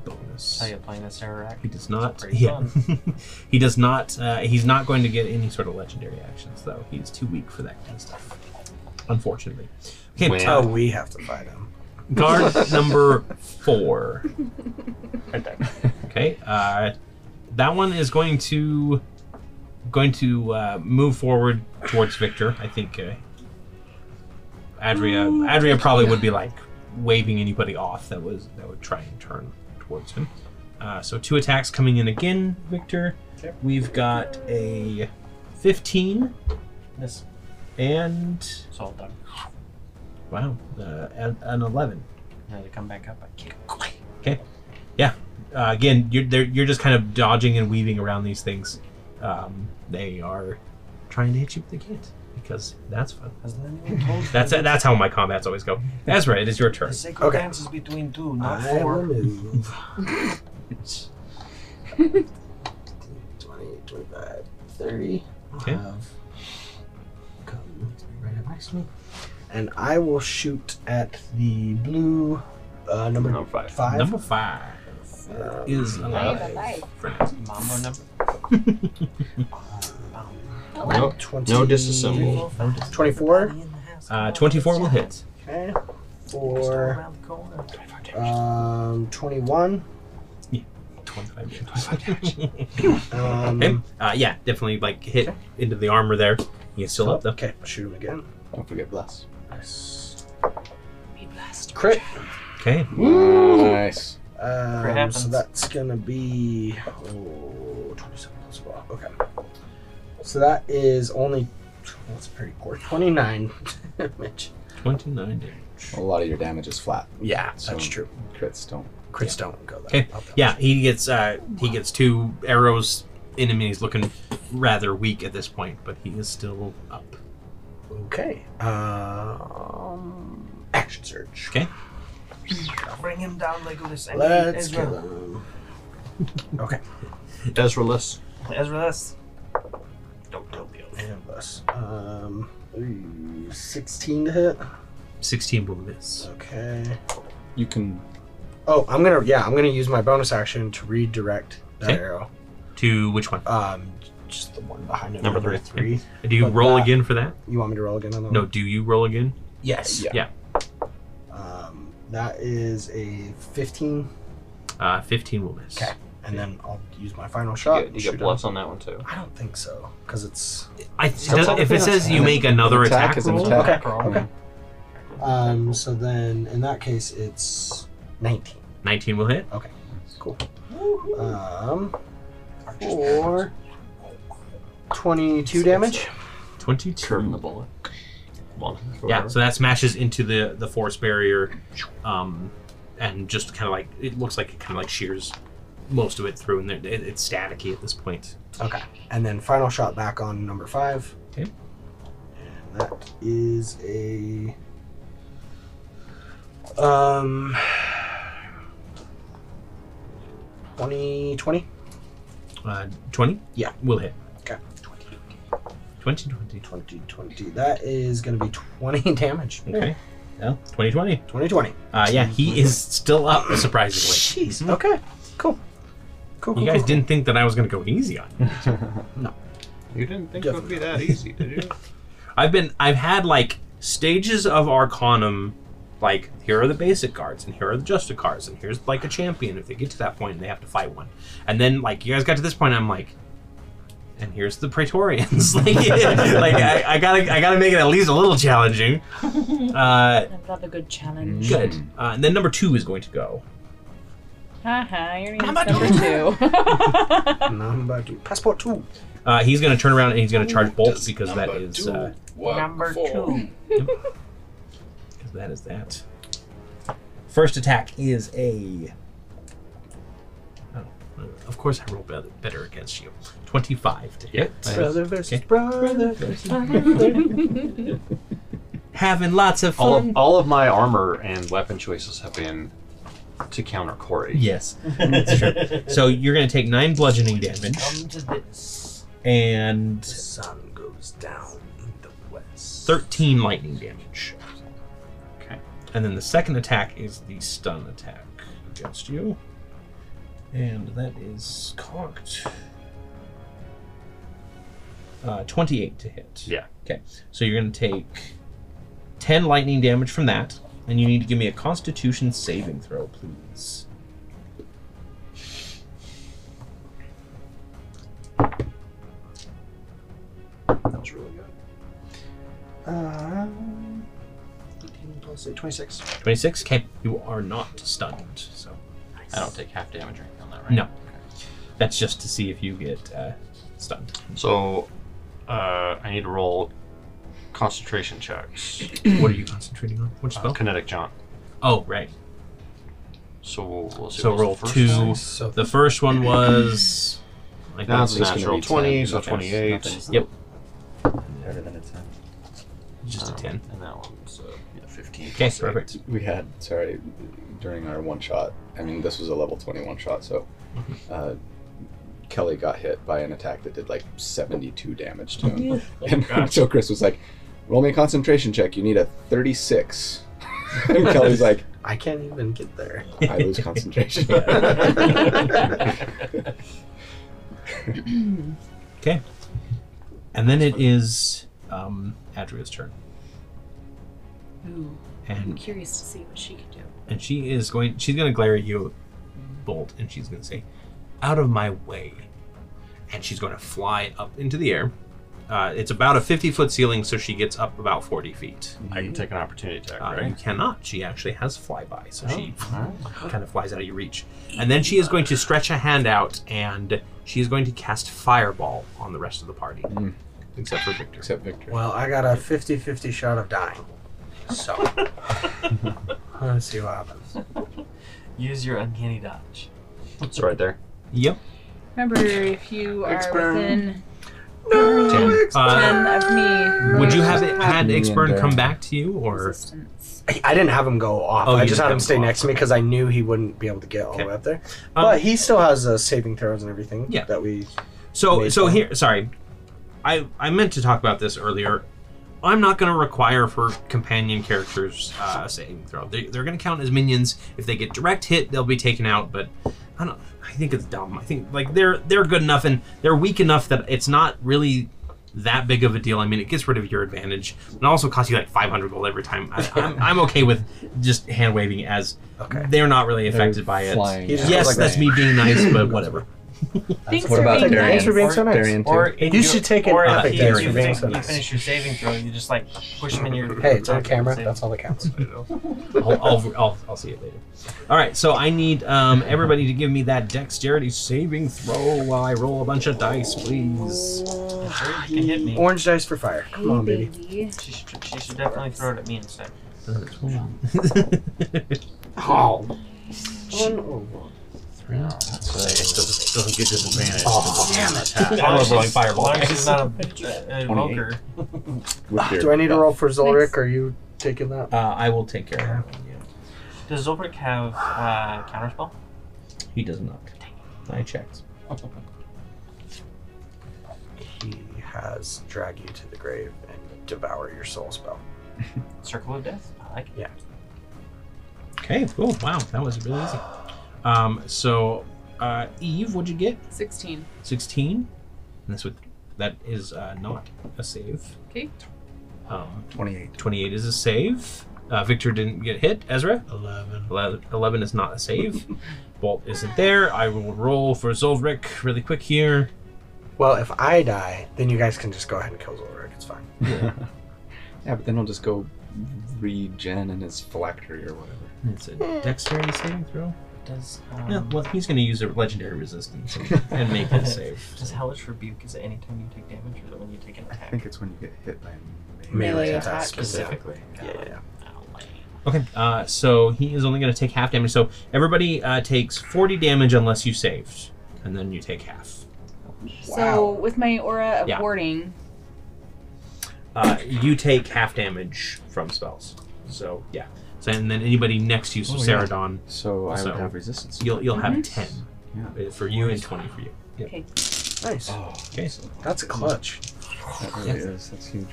[SPEAKER 1] bonus.
[SPEAKER 4] How you playing this Iraq?
[SPEAKER 1] He does not.
[SPEAKER 4] Pretty
[SPEAKER 1] Yeah, he does not. Uh, he's not going to get any sort of legendary actions, though. He's too weak for that kind of stuff. Unfortunately. Okay,
[SPEAKER 6] Well.
[SPEAKER 1] uh,
[SPEAKER 3] Oh, we have to fight him.
[SPEAKER 1] guard number four. Okay, uh, that one is going to going to uh, move forward towards Victor. I think uh, Adria Adria probably would be like waving anybody off that was that would try and turn towards him. Uh, so two attacks coming in again, Victor. We've got a 15
[SPEAKER 4] This
[SPEAKER 1] and
[SPEAKER 4] it's all done.
[SPEAKER 6] Wow, uh, an, an eleven.
[SPEAKER 4] Now they come back up. I kick.
[SPEAKER 1] Uh, again, you're they're, you're just kind of dodging and weaving around these things. Um, they are trying to hit you, but they can't because that's fun.
[SPEAKER 8] Hasn't anyone told you
[SPEAKER 1] That's
[SPEAKER 8] that
[SPEAKER 1] that's how my combats always go. Ezra, it is your turn.
[SPEAKER 8] The sacred
[SPEAKER 3] Okay.
[SPEAKER 8] dance is between two, not
[SPEAKER 3] I
[SPEAKER 8] four.
[SPEAKER 3] will move. 20, 25, 30.
[SPEAKER 1] Okay.
[SPEAKER 3] Have come right up next to me. And I will shoot at the blue uh, number
[SPEAKER 6] Number five.
[SPEAKER 3] five.
[SPEAKER 1] Number five
[SPEAKER 3] Um,
[SPEAKER 1] is
[SPEAKER 2] Bye,
[SPEAKER 1] alive.
[SPEAKER 2] bye,
[SPEAKER 1] Friends.
[SPEAKER 4] Mambo number.
[SPEAKER 2] Oh,
[SPEAKER 3] 20,
[SPEAKER 6] No disassemble.
[SPEAKER 3] 24.
[SPEAKER 1] Uh, Twenty-four will hit.
[SPEAKER 3] Okay. For um, 21.
[SPEAKER 1] Twenty-five. will hit.
[SPEAKER 3] Um,
[SPEAKER 1] Okay. Uh, yeah, definitely like hit into the armor there. He's still up though.
[SPEAKER 3] Okay, shoot him again.
[SPEAKER 9] Don't forget bless.
[SPEAKER 2] Be blessed.
[SPEAKER 3] Crit.
[SPEAKER 1] Okay.
[SPEAKER 9] Nice.
[SPEAKER 3] Um,
[SPEAKER 4] happens.
[SPEAKER 3] so that's gonna be oh, 27 plus four. Okay. So that is only that's pretty poor. 29 damage.
[SPEAKER 1] Twenty-nine damage.
[SPEAKER 9] A lot of your damage is flat.
[SPEAKER 3] Yeah,
[SPEAKER 9] So-
[SPEAKER 3] that's true.
[SPEAKER 9] Crits don't.
[SPEAKER 3] Crits don't go that.
[SPEAKER 1] Okay.
[SPEAKER 3] up that
[SPEAKER 1] Yeah, he gets uh, he gets two arrows in him, and he's looking rather weak at this point, but he is still up.
[SPEAKER 3] much. Okay. Um, action surge.
[SPEAKER 1] Okay.
[SPEAKER 8] Bring him down, Legolas. I need
[SPEAKER 3] Let's
[SPEAKER 8] Ezra.
[SPEAKER 3] kill him.
[SPEAKER 6] Ezra less.
[SPEAKER 8] Ezra, that's. Don't kill the other.
[SPEAKER 3] And plus, um, ooh, 16 to hit.
[SPEAKER 1] Sixteen will miss.
[SPEAKER 3] Okay.
[SPEAKER 9] You can.
[SPEAKER 3] Oh, I'm gonna yeah, I'm gonna use my bonus action to redirect that
[SPEAKER 1] Okay.
[SPEAKER 3] arrow.
[SPEAKER 1] To which one?
[SPEAKER 3] Um, just the one behind it.
[SPEAKER 1] Number three.
[SPEAKER 3] three.
[SPEAKER 1] Do you
[SPEAKER 3] But
[SPEAKER 1] roll
[SPEAKER 3] that-
[SPEAKER 1] again for that?
[SPEAKER 3] You want me to roll again on that?
[SPEAKER 1] No.
[SPEAKER 3] one?
[SPEAKER 1] Do you roll again?
[SPEAKER 3] Yes.
[SPEAKER 9] Yeah.
[SPEAKER 1] Yeah.
[SPEAKER 3] Um, that is a 15,
[SPEAKER 1] Uh, Fifteen will miss.
[SPEAKER 3] Okay. and then I'll use my final shot. and shoot him.
[SPEAKER 6] on that one too.
[SPEAKER 3] I don't think so, because it's
[SPEAKER 1] I, it does, if it says you
[SPEAKER 9] An
[SPEAKER 1] make another
[SPEAKER 9] attack
[SPEAKER 1] attack,
[SPEAKER 9] is an
[SPEAKER 1] roll,
[SPEAKER 9] attack.
[SPEAKER 3] okay. Okay. Um, so then in that case it's 19.
[SPEAKER 1] nineteen will hit.
[SPEAKER 3] Cool. Um, or 22 damage.
[SPEAKER 1] Twenty-two.
[SPEAKER 6] the bullet.
[SPEAKER 1] Yeah, so that smashes into the the force barrier, um, and just kind of like it looks like it kind of like shears most of it through, and it, it's staticky at this point.
[SPEAKER 3] Okay, and then final shot back on number five.
[SPEAKER 1] Okay.
[SPEAKER 3] And that is a um 20 20
[SPEAKER 1] Uh, twenty.
[SPEAKER 3] Yeah.
[SPEAKER 1] will hit.
[SPEAKER 3] Okay.
[SPEAKER 1] 20, 20.
[SPEAKER 3] 20 20 that is gonna be 20 damage
[SPEAKER 1] Okay. Yeah. 20, 20.
[SPEAKER 3] 20 20
[SPEAKER 1] Uh, yeah, he is still up, surprisingly.
[SPEAKER 3] jeez Mm-hmm. okay cool cool, cool
[SPEAKER 1] You guys
[SPEAKER 3] cool.
[SPEAKER 1] didn't think that I was going to go easy on you.
[SPEAKER 6] You didn't think it would be that easy, did you?
[SPEAKER 1] I've been, I've had like stages of Arcanum, like here are the basic cards, and here are the Justa cards, and here's like a champion if they get to that point and they have to fight one. And then like you guys got to this point, I'm like, and here's the Praetorians. like, like I, I gotta, I gotta make it at least a little challenging. Uh,
[SPEAKER 2] I've got a good challenge.
[SPEAKER 1] good. Uh, and then number two is going to go.
[SPEAKER 2] Haha, Uh-huh, you're gonna number two.
[SPEAKER 3] number two passport two
[SPEAKER 1] Uh, he's going to turn around and he's going to charge bolts because that is uh,
[SPEAKER 4] Number two.
[SPEAKER 1] because that is that. First attack is a. Oh, of course I roll better, better against you. Twenty-five to hit.
[SPEAKER 3] brother versus
[SPEAKER 1] Okay.
[SPEAKER 3] brother
[SPEAKER 1] Having lots of
[SPEAKER 6] All
[SPEAKER 1] fun.
[SPEAKER 6] of, all of my armor and weapon choices have been to counter Corey.
[SPEAKER 1] yes, that's true. So you're going to take nine bludgeoning damage,
[SPEAKER 6] Um,
[SPEAKER 8] Come to this.
[SPEAKER 1] and
[SPEAKER 3] the sun goes down in the west
[SPEAKER 1] 13 lightning damage.
[SPEAKER 6] Okay.
[SPEAKER 1] And then the second attack is the stun attack against you. And that is cocked. Uh, 28 to hit.
[SPEAKER 6] Yeah.
[SPEAKER 1] Okay. So you're going to take 10 lightning damage from that. And you need to give me a constitution saving throw, please.
[SPEAKER 6] That was really good.
[SPEAKER 3] Uh, 18 plus 8, 26.
[SPEAKER 1] 26. Okay. You are not stunned. So
[SPEAKER 6] I don't take half damage or anything on that, right?
[SPEAKER 1] No. that's just to see if you get uh, stunned.
[SPEAKER 6] So, uh, I need to roll concentration checks.
[SPEAKER 1] What are you concentrating on? Which
[SPEAKER 6] Uh,
[SPEAKER 1] spell?
[SPEAKER 6] kinetic jaunt.
[SPEAKER 1] Oh, right.
[SPEAKER 6] So we'll, we'll see.
[SPEAKER 1] So
[SPEAKER 6] what was the
[SPEAKER 1] roll
[SPEAKER 6] first
[SPEAKER 1] two.
[SPEAKER 6] one.
[SPEAKER 1] So the first one was. I
[SPEAKER 6] That's a
[SPEAKER 1] think-
[SPEAKER 9] gonna
[SPEAKER 6] natural
[SPEAKER 9] be
[SPEAKER 6] 20,
[SPEAKER 9] 10.
[SPEAKER 6] so 28.
[SPEAKER 1] Yep,
[SPEAKER 9] Better than a 10.
[SPEAKER 1] just a
[SPEAKER 6] Um,
[SPEAKER 1] ten.
[SPEAKER 6] And that one's uh, yeah, 15.
[SPEAKER 1] Okay,
[SPEAKER 6] plus eight.
[SPEAKER 1] perfect.
[SPEAKER 9] We had, sorry, during our one shot, I mean, this was a level 21 shot, so uh, Kelly got hit by an attack that did like 72 damage to him. and so Chris was like, roll me a concentration check. You need a 36. and Kelly's like,
[SPEAKER 3] I can't even get there.
[SPEAKER 9] I lose concentration.
[SPEAKER 1] And then it is um, Adria's turn,
[SPEAKER 2] Ooh, I'm
[SPEAKER 1] and
[SPEAKER 2] curious to see what she can do.
[SPEAKER 1] and she is going. She's going to glare at you, Bolt, and she's going to say, "Out of my way!" And she's going to fly up into the air. Uh, it's about a fifty-foot ceiling, so she gets up about forty feet.
[SPEAKER 6] I can take an opportunity attack,
[SPEAKER 1] Uh, You
[SPEAKER 6] right?
[SPEAKER 1] cannot. She actually has flyby, so she kind of flies out of your reach. And then she is going to stretch a hand out, and she is going to cast Fireball on the rest of the party, except for Victor.
[SPEAKER 9] Except Victor.
[SPEAKER 3] Well, I got a 50 50 shot of dying. So. Let's see what happens.
[SPEAKER 4] Use your uncanny dodge.
[SPEAKER 6] It's right there.
[SPEAKER 1] Yep.
[SPEAKER 2] Remember, if you are
[SPEAKER 7] Expand.
[SPEAKER 2] within
[SPEAKER 1] Ten. Uh,
[SPEAKER 2] 10 of me,
[SPEAKER 1] would you have it, had
[SPEAKER 9] Me and
[SPEAKER 1] Ixburn
[SPEAKER 9] Darren.
[SPEAKER 1] come back to you, or
[SPEAKER 2] resistance?
[SPEAKER 3] I- I didn't have him go off.
[SPEAKER 1] Oh,
[SPEAKER 3] I
[SPEAKER 1] you
[SPEAKER 3] just
[SPEAKER 1] didn't
[SPEAKER 3] had
[SPEAKER 1] have him
[SPEAKER 3] him stay
[SPEAKER 1] go
[SPEAKER 3] next to me because I knew he wouldn't be able to get all the
[SPEAKER 1] Okay.
[SPEAKER 3] way up there.
[SPEAKER 1] Um,
[SPEAKER 3] but he still has uh, saving throws and everything
[SPEAKER 1] Yeah.
[SPEAKER 3] that we.
[SPEAKER 1] So
[SPEAKER 3] Made
[SPEAKER 1] so
[SPEAKER 3] fun.
[SPEAKER 1] here sorry. I I meant to talk about this earlier. I'm not going to require for companion characters uh, saving throw. They, they're going to count as minions. If they get direct hit, they'll be taken out. But I don't. I think it's dumb. I think like they're they're good enough and they're weak enough that it's not really that big of a deal. I mean, it gets rid of your advantage and also costs you like 500 gold every time. I, I'm, I'm okay with just hand waving as
[SPEAKER 3] Okay.
[SPEAKER 1] they're not really affected by it.
[SPEAKER 9] Flying.
[SPEAKER 3] He just
[SPEAKER 1] Yes,
[SPEAKER 3] goes like
[SPEAKER 1] that's
[SPEAKER 3] that.
[SPEAKER 1] me being nice, but whatever.
[SPEAKER 2] Thanks
[SPEAKER 9] What
[SPEAKER 2] for
[SPEAKER 9] about
[SPEAKER 2] being
[SPEAKER 9] Darian?
[SPEAKER 2] nice.
[SPEAKER 3] Thanks for being so nice.
[SPEAKER 9] Darian, too.
[SPEAKER 4] Or if
[SPEAKER 3] You should take an
[SPEAKER 4] or if
[SPEAKER 3] epic
[SPEAKER 4] you-
[SPEAKER 1] dance
[SPEAKER 4] you
[SPEAKER 1] for
[SPEAKER 3] being
[SPEAKER 4] finish-
[SPEAKER 3] so
[SPEAKER 4] you
[SPEAKER 3] nice.
[SPEAKER 4] finish your saving throw. You just like push him in your.
[SPEAKER 3] Hey, it's on
[SPEAKER 4] target
[SPEAKER 3] camera.
[SPEAKER 4] save.
[SPEAKER 3] That's all that counts.
[SPEAKER 1] I'll, I'll, I'll, I'll see it later. All right, so I need um, everybody to give me that dexterity saving throw while I roll a bunch of dice, please.
[SPEAKER 4] Sure, you can hit me.
[SPEAKER 3] Orange dice for fire.
[SPEAKER 2] Hey,
[SPEAKER 3] Come on, baby.
[SPEAKER 2] baby.
[SPEAKER 4] She should, she should definitely throw it at me instead.
[SPEAKER 3] Oh.
[SPEAKER 6] Doesn't, doesn't get disadvantage.
[SPEAKER 3] damn it.
[SPEAKER 6] I'm blowing
[SPEAKER 4] As long
[SPEAKER 6] fireball.
[SPEAKER 4] as he's not a, a, a poker.
[SPEAKER 9] with your-
[SPEAKER 3] Ah, Do I need to roll for Zolric?
[SPEAKER 2] Nice.
[SPEAKER 3] Are you taking that?
[SPEAKER 1] Uh, I will take care of him.
[SPEAKER 4] Does Zolbrick have uh, counterspell?
[SPEAKER 1] He does not. I checked.
[SPEAKER 3] He has drag you to the grave and devour your soul spell.
[SPEAKER 4] Circle of Death? I like it.
[SPEAKER 1] Okay, cool. Wow, that was really easy. Um, so, uh, Eve, what'd you get?
[SPEAKER 2] 16.
[SPEAKER 1] 16? And that's with, that is uh, not a save.
[SPEAKER 2] Okay.
[SPEAKER 1] Um,
[SPEAKER 9] 28.
[SPEAKER 1] 28 is a save. Uh, Victor didn't get hit. Ezra? 11. 11, is not a save. Bolt isn't there. I will roll for Zolvric really quick here.
[SPEAKER 3] Well, if I die, then you guys can just go ahead and kill Zolric. It's fine.
[SPEAKER 9] Yeah, but then I'll just go regen in his phylactery or whatever.
[SPEAKER 1] It's a dexterity saving throw.
[SPEAKER 4] Does,
[SPEAKER 1] Yeah,
[SPEAKER 4] um,
[SPEAKER 1] well, he's going to use a legendary resistance and, and make his save.
[SPEAKER 4] does Hellish Rebuke, is it any time you take damage or is it when you take an
[SPEAKER 9] I
[SPEAKER 4] attack?
[SPEAKER 9] think it's when you get hit by a
[SPEAKER 3] Melee
[SPEAKER 2] Melee
[SPEAKER 3] attack.
[SPEAKER 2] attack.
[SPEAKER 4] Specifically.
[SPEAKER 3] Yeah.
[SPEAKER 1] Okay, uh, so he is only going to take half damage. So everybody uh, takes 40 damage unless you saved, and then you take half.
[SPEAKER 2] So, with my aura of
[SPEAKER 1] Yeah.
[SPEAKER 2] warding,
[SPEAKER 1] Uh, you take half damage from spells. So, yeah. So, and then anybody next to you, so
[SPEAKER 9] Oh, yeah.
[SPEAKER 1] Saradon,
[SPEAKER 9] So I
[SPEAKER 1] So-
[SPEAKER 9] would have resistance.
[SPEAKER 1] You'll you'll have
[SPEAKER 2] Mhm.
[SPEAKER 1] ten
[SPEAKER 9] Yeah.
[SPEAKER 1] uh, for you and twenty for you.
[SPEAKER 3] Nice.
[SPEAKER 9] Oh,
[SPEAKER 1] Okay.
[SPEAKER 3] That's clutch.
[SPEAKER 9] that really is. That's huge.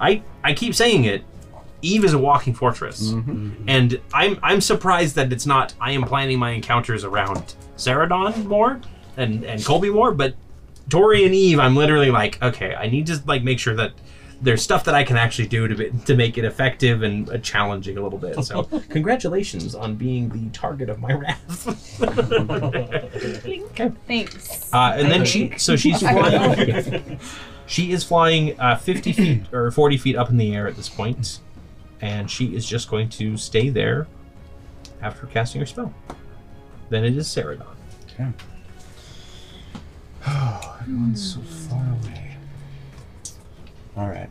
[SPEAKER 1] I I keep saying it. Eve is a walking fortress, and I'm I'm surprised that it's not. I am planning my encounters around Saradon more and and Colby more, but Dory and Eve, I'm literally like, okay, I need to like make sure that there's stuff that I can actually do to be, to make it effective and uh, challenging a little bit. So congratulations on being the target of my wrath. okay.
[SPEAKER 2] thanks.
[SPEAKER 1] Uh, and then she, so she's flying. she is flying uh, 50 feet or 40 feet up in the air at this point, and she is just going to stay there after casting her spell. Then it is Saradon.
[SPEAKER 9] Oh, everyone's so far away. All right.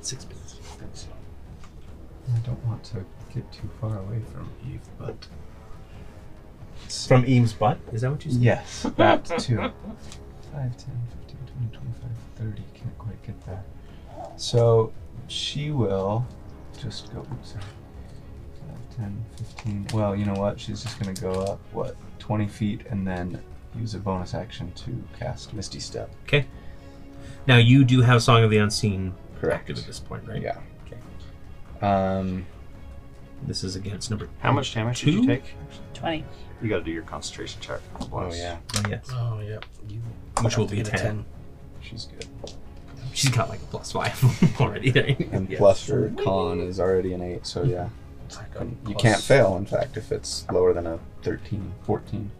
[SPEAKER 5] Sixpence. I don't want to get too far away from Eve, but
[SPEAKER 1] From Eames' butt? Is that what you said?
[SPEAKER 5] yes, that too. 5, 10, 15, 20, 25, 30. Can't quite get there. So she will just go. oops, Sorry. 5, 10, 15. Well, you know what? She's just going to go up, what, 20 feet and then use a bonus action to cast Misty Step.
[SPEAKER 1] Okay. Now you do have Song of the Unseen
[SPEAKER 9] Correct.
[SPEAKER 1] active at this point, right?
[SPEAKER 9] Yeah. Um,
[SPEAKER 1] This is against number.
[SPEAKER 5] How much damage did
[SPEAKER 1] Two?
[SPEAKER 5] you take?
[SPEAKER 2] 20.
[SPEAKER 5] You got to do your concentration check.
[SPEAKER 9] oh, yeah.
[SPEAKER 1] Oh, yes.
[SPEAKER 4] Oh, yeah. You
[SPEAKER 1] Which will
[SPEAKER 4] have to
[SPEAKER 1] be
[SPEAKER 4] get
[SPEAKER 1] 10.
[SPEAKER 4] a 10.
[SPEAKER 9] She's good.
[SPEAKER 1] She's got like a plus five already. right?
[SPEAKER 9] And plus her con is already an 8, so yeah.
[SPEAKER 4] It's like a
[SPEAKER 9] And you
[SPEAKER 4] plus-
[SPEAKER 9] can't fail, in fact, if it's lower than a 13, 14.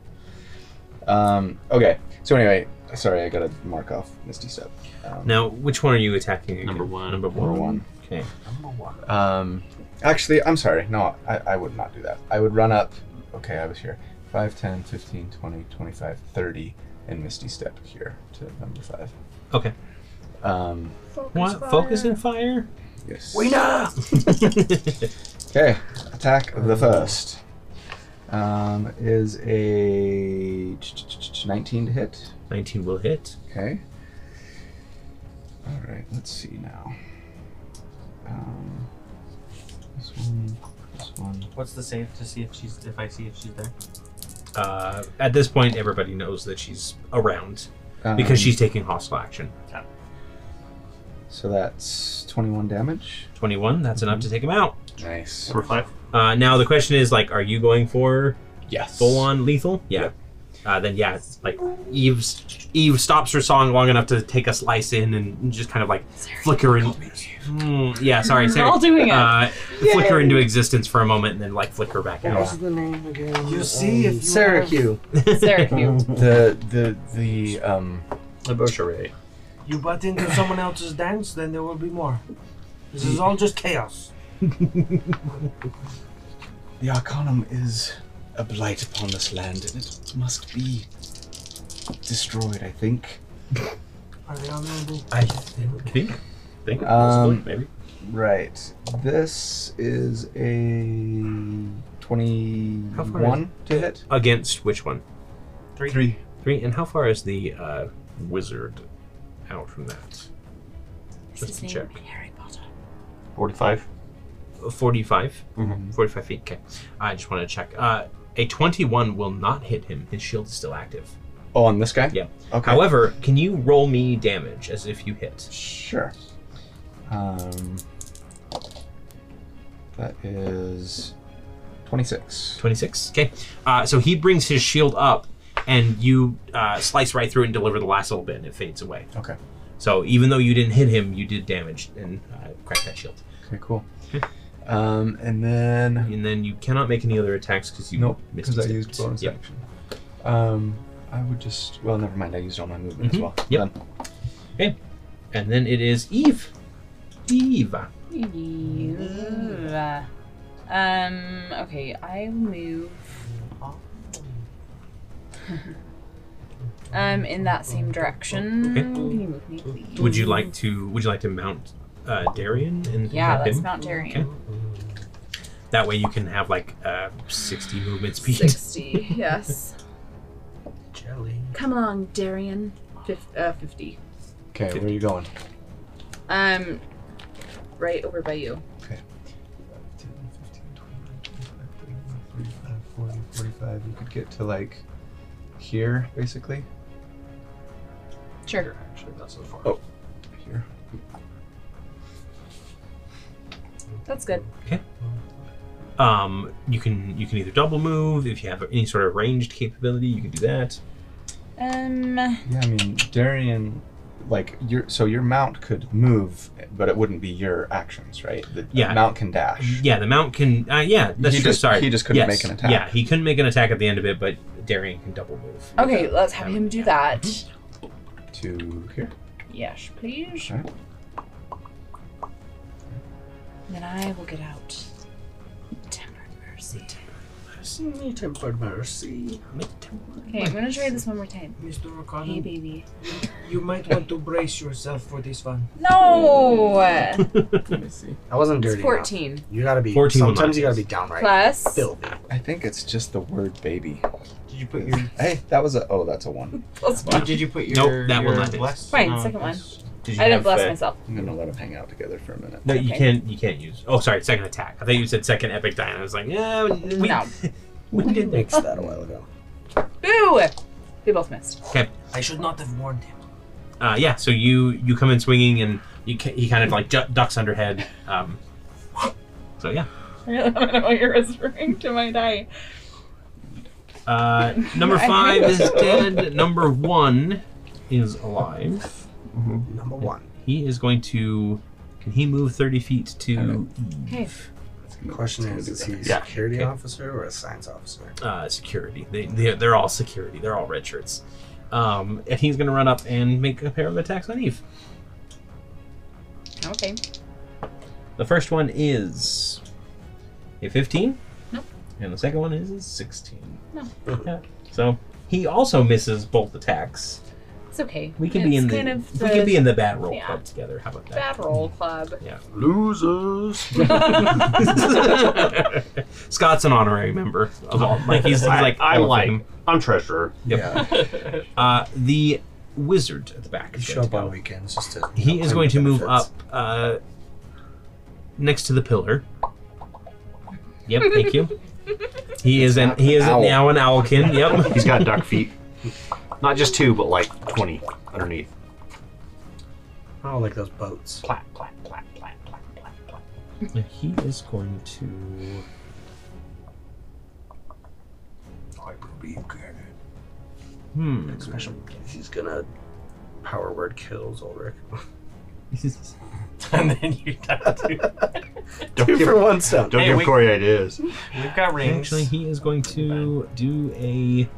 [SPEAKER 9] Um, okay, so anyway, sorry, I gotta mark off Misty Step. Um,
[SPEAKER 1] Now, which one are you attacking? again?
[SPEAKER 5] Number one.
[SPEAKER 1] Number one.
[SPEAKER 9] Number one.
[SPEAKER 1] Okay.
[SPEAKER 9] Um, actually, I'm sorry. No, I, I would not do that. I would run up. Okay, I was here. 5, 10, 15, 20, 25, 30, and Misty Step here to number 5.
[SPEAKER 1] Okay.
[SPEAKER 9] Um,
[SPEAKER 1] What? Focus and fire?
[SPEAKER 9] yes.
[SPEAKER 4] Winner!
[SPEAKER 9] Okay, attack the first. Um, is a 19 to hit.
[SPEAKER 1] 19 will hit.
[SPEAKER 9] Okay. All right. Let's see now. Um, this one. This one.
[SPEAKER 10] What's the save to see if she's if I see if she's there?
[SPEAKER 1] Uh, at this point, everybody knows that she's around
[SPEAKER 9] Um,
[SPEAKER 1] because she's taking hostile action.
[SPEAKER 9] So that's 21 damage.
[SPEAKER 1] 21, that's enough to
[SPEAKER 9] Mhm.
[SPEAKER 1] take him out.
[SPEAKER 9] Nice.
[SPEAKER 5] Number five.
[SPEAKER 1] Uh, now, the question is like, are you going for
[SPEAKER 9] Yes.
[SPEAKER 1] full on lethal? Yeah. Uh, then yeah, it's like Eve's Eve stops her song long enough to take a slice in and just kind of like flicker in. Mm, yeah, sorry,
[SPEAKER 2] We're
[SPEAKER 1] Sarah.
[SPEAKER 2] all doing it.
[SPEAKER 1] Uh, flicker into existence for a moment and then like flicker back out.
[SPEAKER 3] What's the name again?
[SPEAKER 4] You see if you
[SPEAKER 3] Syracuse.
[SPEAKER 2] Syracuse.
[SPEAKER 9] The the the um.
[SPEAKER 5] Charade.
[SPEAKER 4] You butt into someone else's dance, then there will be more. This is all just chaos.
[SPEAKER 11] The Arcanum is a blight upon this land, and it must be destroyed. I think.
[SPEAKER 4] Are they honorable?
[SPEAKER 1] I think, think
[SPEAKER 9] Um,
[SPEAKER 1] maybe.
[SPEAKER 9] Right. This is a twenty-one to hit.
[SPEAKER 1] Against which one?
[SPEAKER 10] Three.
[SPEAKER 1] Three. And how far is the uh, wizard out from that?
[SPEAKER 2] Is
[SPEAKER 1] Just
[SPEAKER 2] his
[SPEAKER 1] to
[SPEAKER 2] name
[SPEAKER 1] check.
[SPEAKER 2] Harry Potter?
[SPEAKER 5] Forty-five.
[SPEAKER 1] 45?
[SPEAKER 9] Mm-hmm.
[SPEAKER 1] 45 feet. Okay. I just want to check. Uh, a 21 will not hit him. His shield is still active.
[SPEAKER 9] Oh, on this guy.
[SPEAKER 1] Yeah.
[SPEAKER 9] Okay.
[SPEAKER 1] However, can you roll me damage as if you hit?
[SPEAKER 9] Sure. Um, that is 26.
[SPEAKER 1] 26. Okay. Uh, so he brings his shield up and you uh, slice right through and deliver the last little bit and it fades away.
[SPEAKER 9] Okay.
[SPEAKER 1] So even though you didn't hit him, you did damage and uh, crack that shield.
[SPEAKER 9] Okay, cool. Um, and then.
[SPEAKER 1] And then you cannot make any other attacks because you
[SPEAKER 9] Nope,
[SPEAKER 1] missed
[SPEAKER 9] because I
[SPEAKER 1] it.
[SPEAKER 9] used bonus
[SPEAKER 1] Yep.
[SPEAKER 9] action. Um, I would just. Well, never mind. I used all my movement
[SPEAKER 1] Mhm.
[SPEAKER 9] as well.
[SPEAKER 1] Yep.
[SPEAKER 9] Done.
[SPEAKER 1] And then it is Eve. Eve.
[SPEAKER 2] Yeah. Um, okay, I move. um, in that same direction.
[SPEAKER 1] Okay.
[SPEAKER 2] Can you move me, please?
[SPEAKER 1] Would you like to? Would you like to mount uh, Darian and
[SPEAKER 2] Yeah,
[SPEAKER 1] have
[SPEAKER 2] that's
[SPEAKER 1] him?
[SPEAKER 2] Mount Darien.
[SPEAKER 1] Okay. That way you can have like uh, sixty movement speed.
[SPEAKER 2] 60, yes.
[SPEAKER 4] Jelly.
[SPEAKER 2] Come along, Darien. Fif- uh, 50.
[SPEAKER 9] Okay, where are you going?
[SPEAKER 2] Um, right over by you.
[SPEAKER 9] 10, 15, 20, 25, 40, 45. You could get to like here, basically.
[SPEAKER 2] Sure.
[SPEAKER 5] Actually, that's so far.
[SPEAKER 9] Oh. Here.
[SPEAKER 2] That's good.
[SPEAKER 1] Um, you can you can either double move if you have any sort of ranged capability. You can do that.
[SPEAKER 2] Um,
[SPEAKER 9] Yeah, I mean, Darian, like your so your mount could move, but it wouldn't be your actions, right? The,
[SPEAKER 1] Yeah.
[SPEAKER 9] the mount can dash.
[SPEAKER 1] Yeah, the mount can. Uh, yeah, that's
[SPEAKER 9] He
[SPEAKER 1] true.
[SPEAKER 9] just-
[SPEAKER 1] Sorry,
[SPEAKER 9] he just couldn't
[SPEAKER 1] Yes.
[SPEAKER 9] make an attack.
[SPEAKER 1] Yeah, he couldn't make an attack at the end of it, but Darian can double move.
[SPEAKER 2] okay, let's have him do that.
[SPEAKER 1] Mm-hmm.
[SPEAKER 9] To here.
[SPEAKER 2] Yes, please.
[SPEAKER 9] Alright.
[SPEAKER 2] Then I will get out. Tempered mercy.
[SPEAKER 3] Mercy, tempered mercy.
[SPEAKER 2] Okay, I'm gonna try this one more time.
[SPEAKER 4] Mr.
[SPEAKER 2] Hey,
[SPEAKER 4] O'Connor.
[SPEAKER 2] baby.
[SPEAKER 8] You might want to brace yourself for this one.
[SPEAKER 2] No!
[SPEAKER 9] Let me see.
[SPEAKER 3] I wasn't dirty.
[SPEAKER 2] It's 14.
[SPEAKER 3] Enough. You gotta be.
[SPEAKER 1] 14 will
[SPEAKER 3] sometimes
[SPEAKER 1] not.
[SPEAKER 3] you gotta be downright
[SPEAKER 2] Plus.
[SPEAKER 3] filthy.
[SPEAKER 9] I think it's just the word baby.
[SPEAKER 4] Did you put your?
[SPEAKER 9] Hey, that was a. Oh, that's a one.
[SPEAKER 2] plus one.
[SPEAKER 4] Did you put your?
[SPEAKER 1] Nope, that
[SPEAKER 4] your
[SPEAKER 1] will not do.
[SPEAKER 4] bless?
[SPEAKER 2] Fine,
[SPEAKER 4] No,
[SPEAKER 2] second one.
[SPEAKER 4] that's-
[SPEAKER 6] Did you
[SPEAKER 2] I
[SPEAKER 6] have,
[SPEAKER 2] didn't bless
[SPEAKER 6] uh,
[SPEAKER 2] myself.
[SPEAKER 9] I'm gonna let them hang out together for a minute.
[SPEAKER 1] No, you
[SPEAKER 2] Okay.
[SPEAKER 1] can't. You can't use. Oh, sorry, second attack. I thought you said second epic die, and I was like, yeah, we,
[SPEAKER 2] No.
[SPEAKER 1] we did
[SPEAKER 3] Fixed that a while ago.
[SPEAKER 2] Boo! They both missed.
[SPEAKER 8] I should not have warned him.
[SPEAKER 1] Uh, yeah, so you you come in swinging, and you ca- he kind of like ju- ducks underhead. Um, so yeah,
[SPEAKER 2] I really don't know what you're whispering to my die.
[SPEAKER 1] uh, number
[SPEAKER 2] I
[SPEAKER 1] five
[SPEAKER 2] know.
[SPEAKER 1] is dead. Number one is alive.
[SPEAKER 3] Number one.
[SPEAKER 1] He is going to. Can he move thirty feet to
[SPEAKER 2] Hey,
[SPEAKER 3] Question is, is he a
[SPEAKER 1] Yeah,
[SPEAKER 3] security
[SPEAKER 1] okay.
[SPEAKER 3] officer or a science officer?
[SPEAKER 1] uh, security? They they're, they're all security. They're all red shirts. Um, and he's going to run up and make a pair of attacks on Eve.
[SPEAKER 2] okay.
[SPEAKER 1] The first one is a 15.
[SPEAKER 2] Nope.
[SPEAKER 1] And the second one is a 16.
[SPEAKER 2] No.
[SPEAKER 1] Yeah. So he also misses both attacks.
[SPEAKER 2] It's okay.
[SPEAKER 1] We can
[SPEAKER 2] it's
[SPEAKER 1] be in
[SPEAKER 2] kind
[SPEAKER 1] the,
[SPEAKER 2] of
[SPEAKER 1] we can be in the bad roll
[SPEAKER 2] yeah.
[SPEAKER 1] club together. How about that?
[SPEAKER 2] bad roll club.
[SPEAKER 9] Losers.
[SPEAKER 1] Scott's an honorary member of all. Like he's, he's
[SPEAKER 6] I,
[SPEAKER 1] like
[SPEAKER 6] I'm
[SPEAKER 1] all of
[SPEAKER 6] like
[SPEAKER 1] them.
[SPEAKER 6] I'm treasurer.
[SPEAKER 9] Yeah.
[SPEAKER 1] uh, the wizard at the back.
[SPEAKER 3] You
[SPEAKER 1] Is
[SPEAKER 3] show
[SPEAKER 1] going to
[SPEAKER 3] up on
[SPEAKER 1] go.
[SPEAKER 3] weekends just to. you
[SPEAKER 1] He
[SPEAKER 3] know,
[SPEAKER 1] is
[SPEAKER 3] claim
[SPEAKER 1] going to move up
[SPEAKER 3] benefits.
[SPEAKER 1] uh, next to the pillar. Yep, thank you. He is an he is
[SPEAKER 9] Owl.
[SPEAKER 1] now an owlkin. Yep.
[SPEAKER 6] He's got duck feet. Not just two, but like twenty underneath.
[SPEAKER 3] I don't Oh, like those boats.
[SPEAKER 6] Plat, plat, plat, plat, plat, plat, plat.
[SPEAKER 1] Uh, He is going to.
[SPEAKER 3] Oh,
[SPEAKER 1] Hmm.
[SPEAKER 3] Special. He's gonna power word kills Ulrich.
[SPEAKER 4] and then you got to.
[SPEAKER 6] Don't
[SPEAKER 3] Two for one stone.
[SPEAKER 6] Don't
[SPEAKER 4] Hey,
[SPEAKER 6] give
[SPEAKER 4] we-
[SPEAKER 6] Corey ideas.
[SPEAKER 4] We've got rings.
[SPEAKER 1] Actually, he is going to do a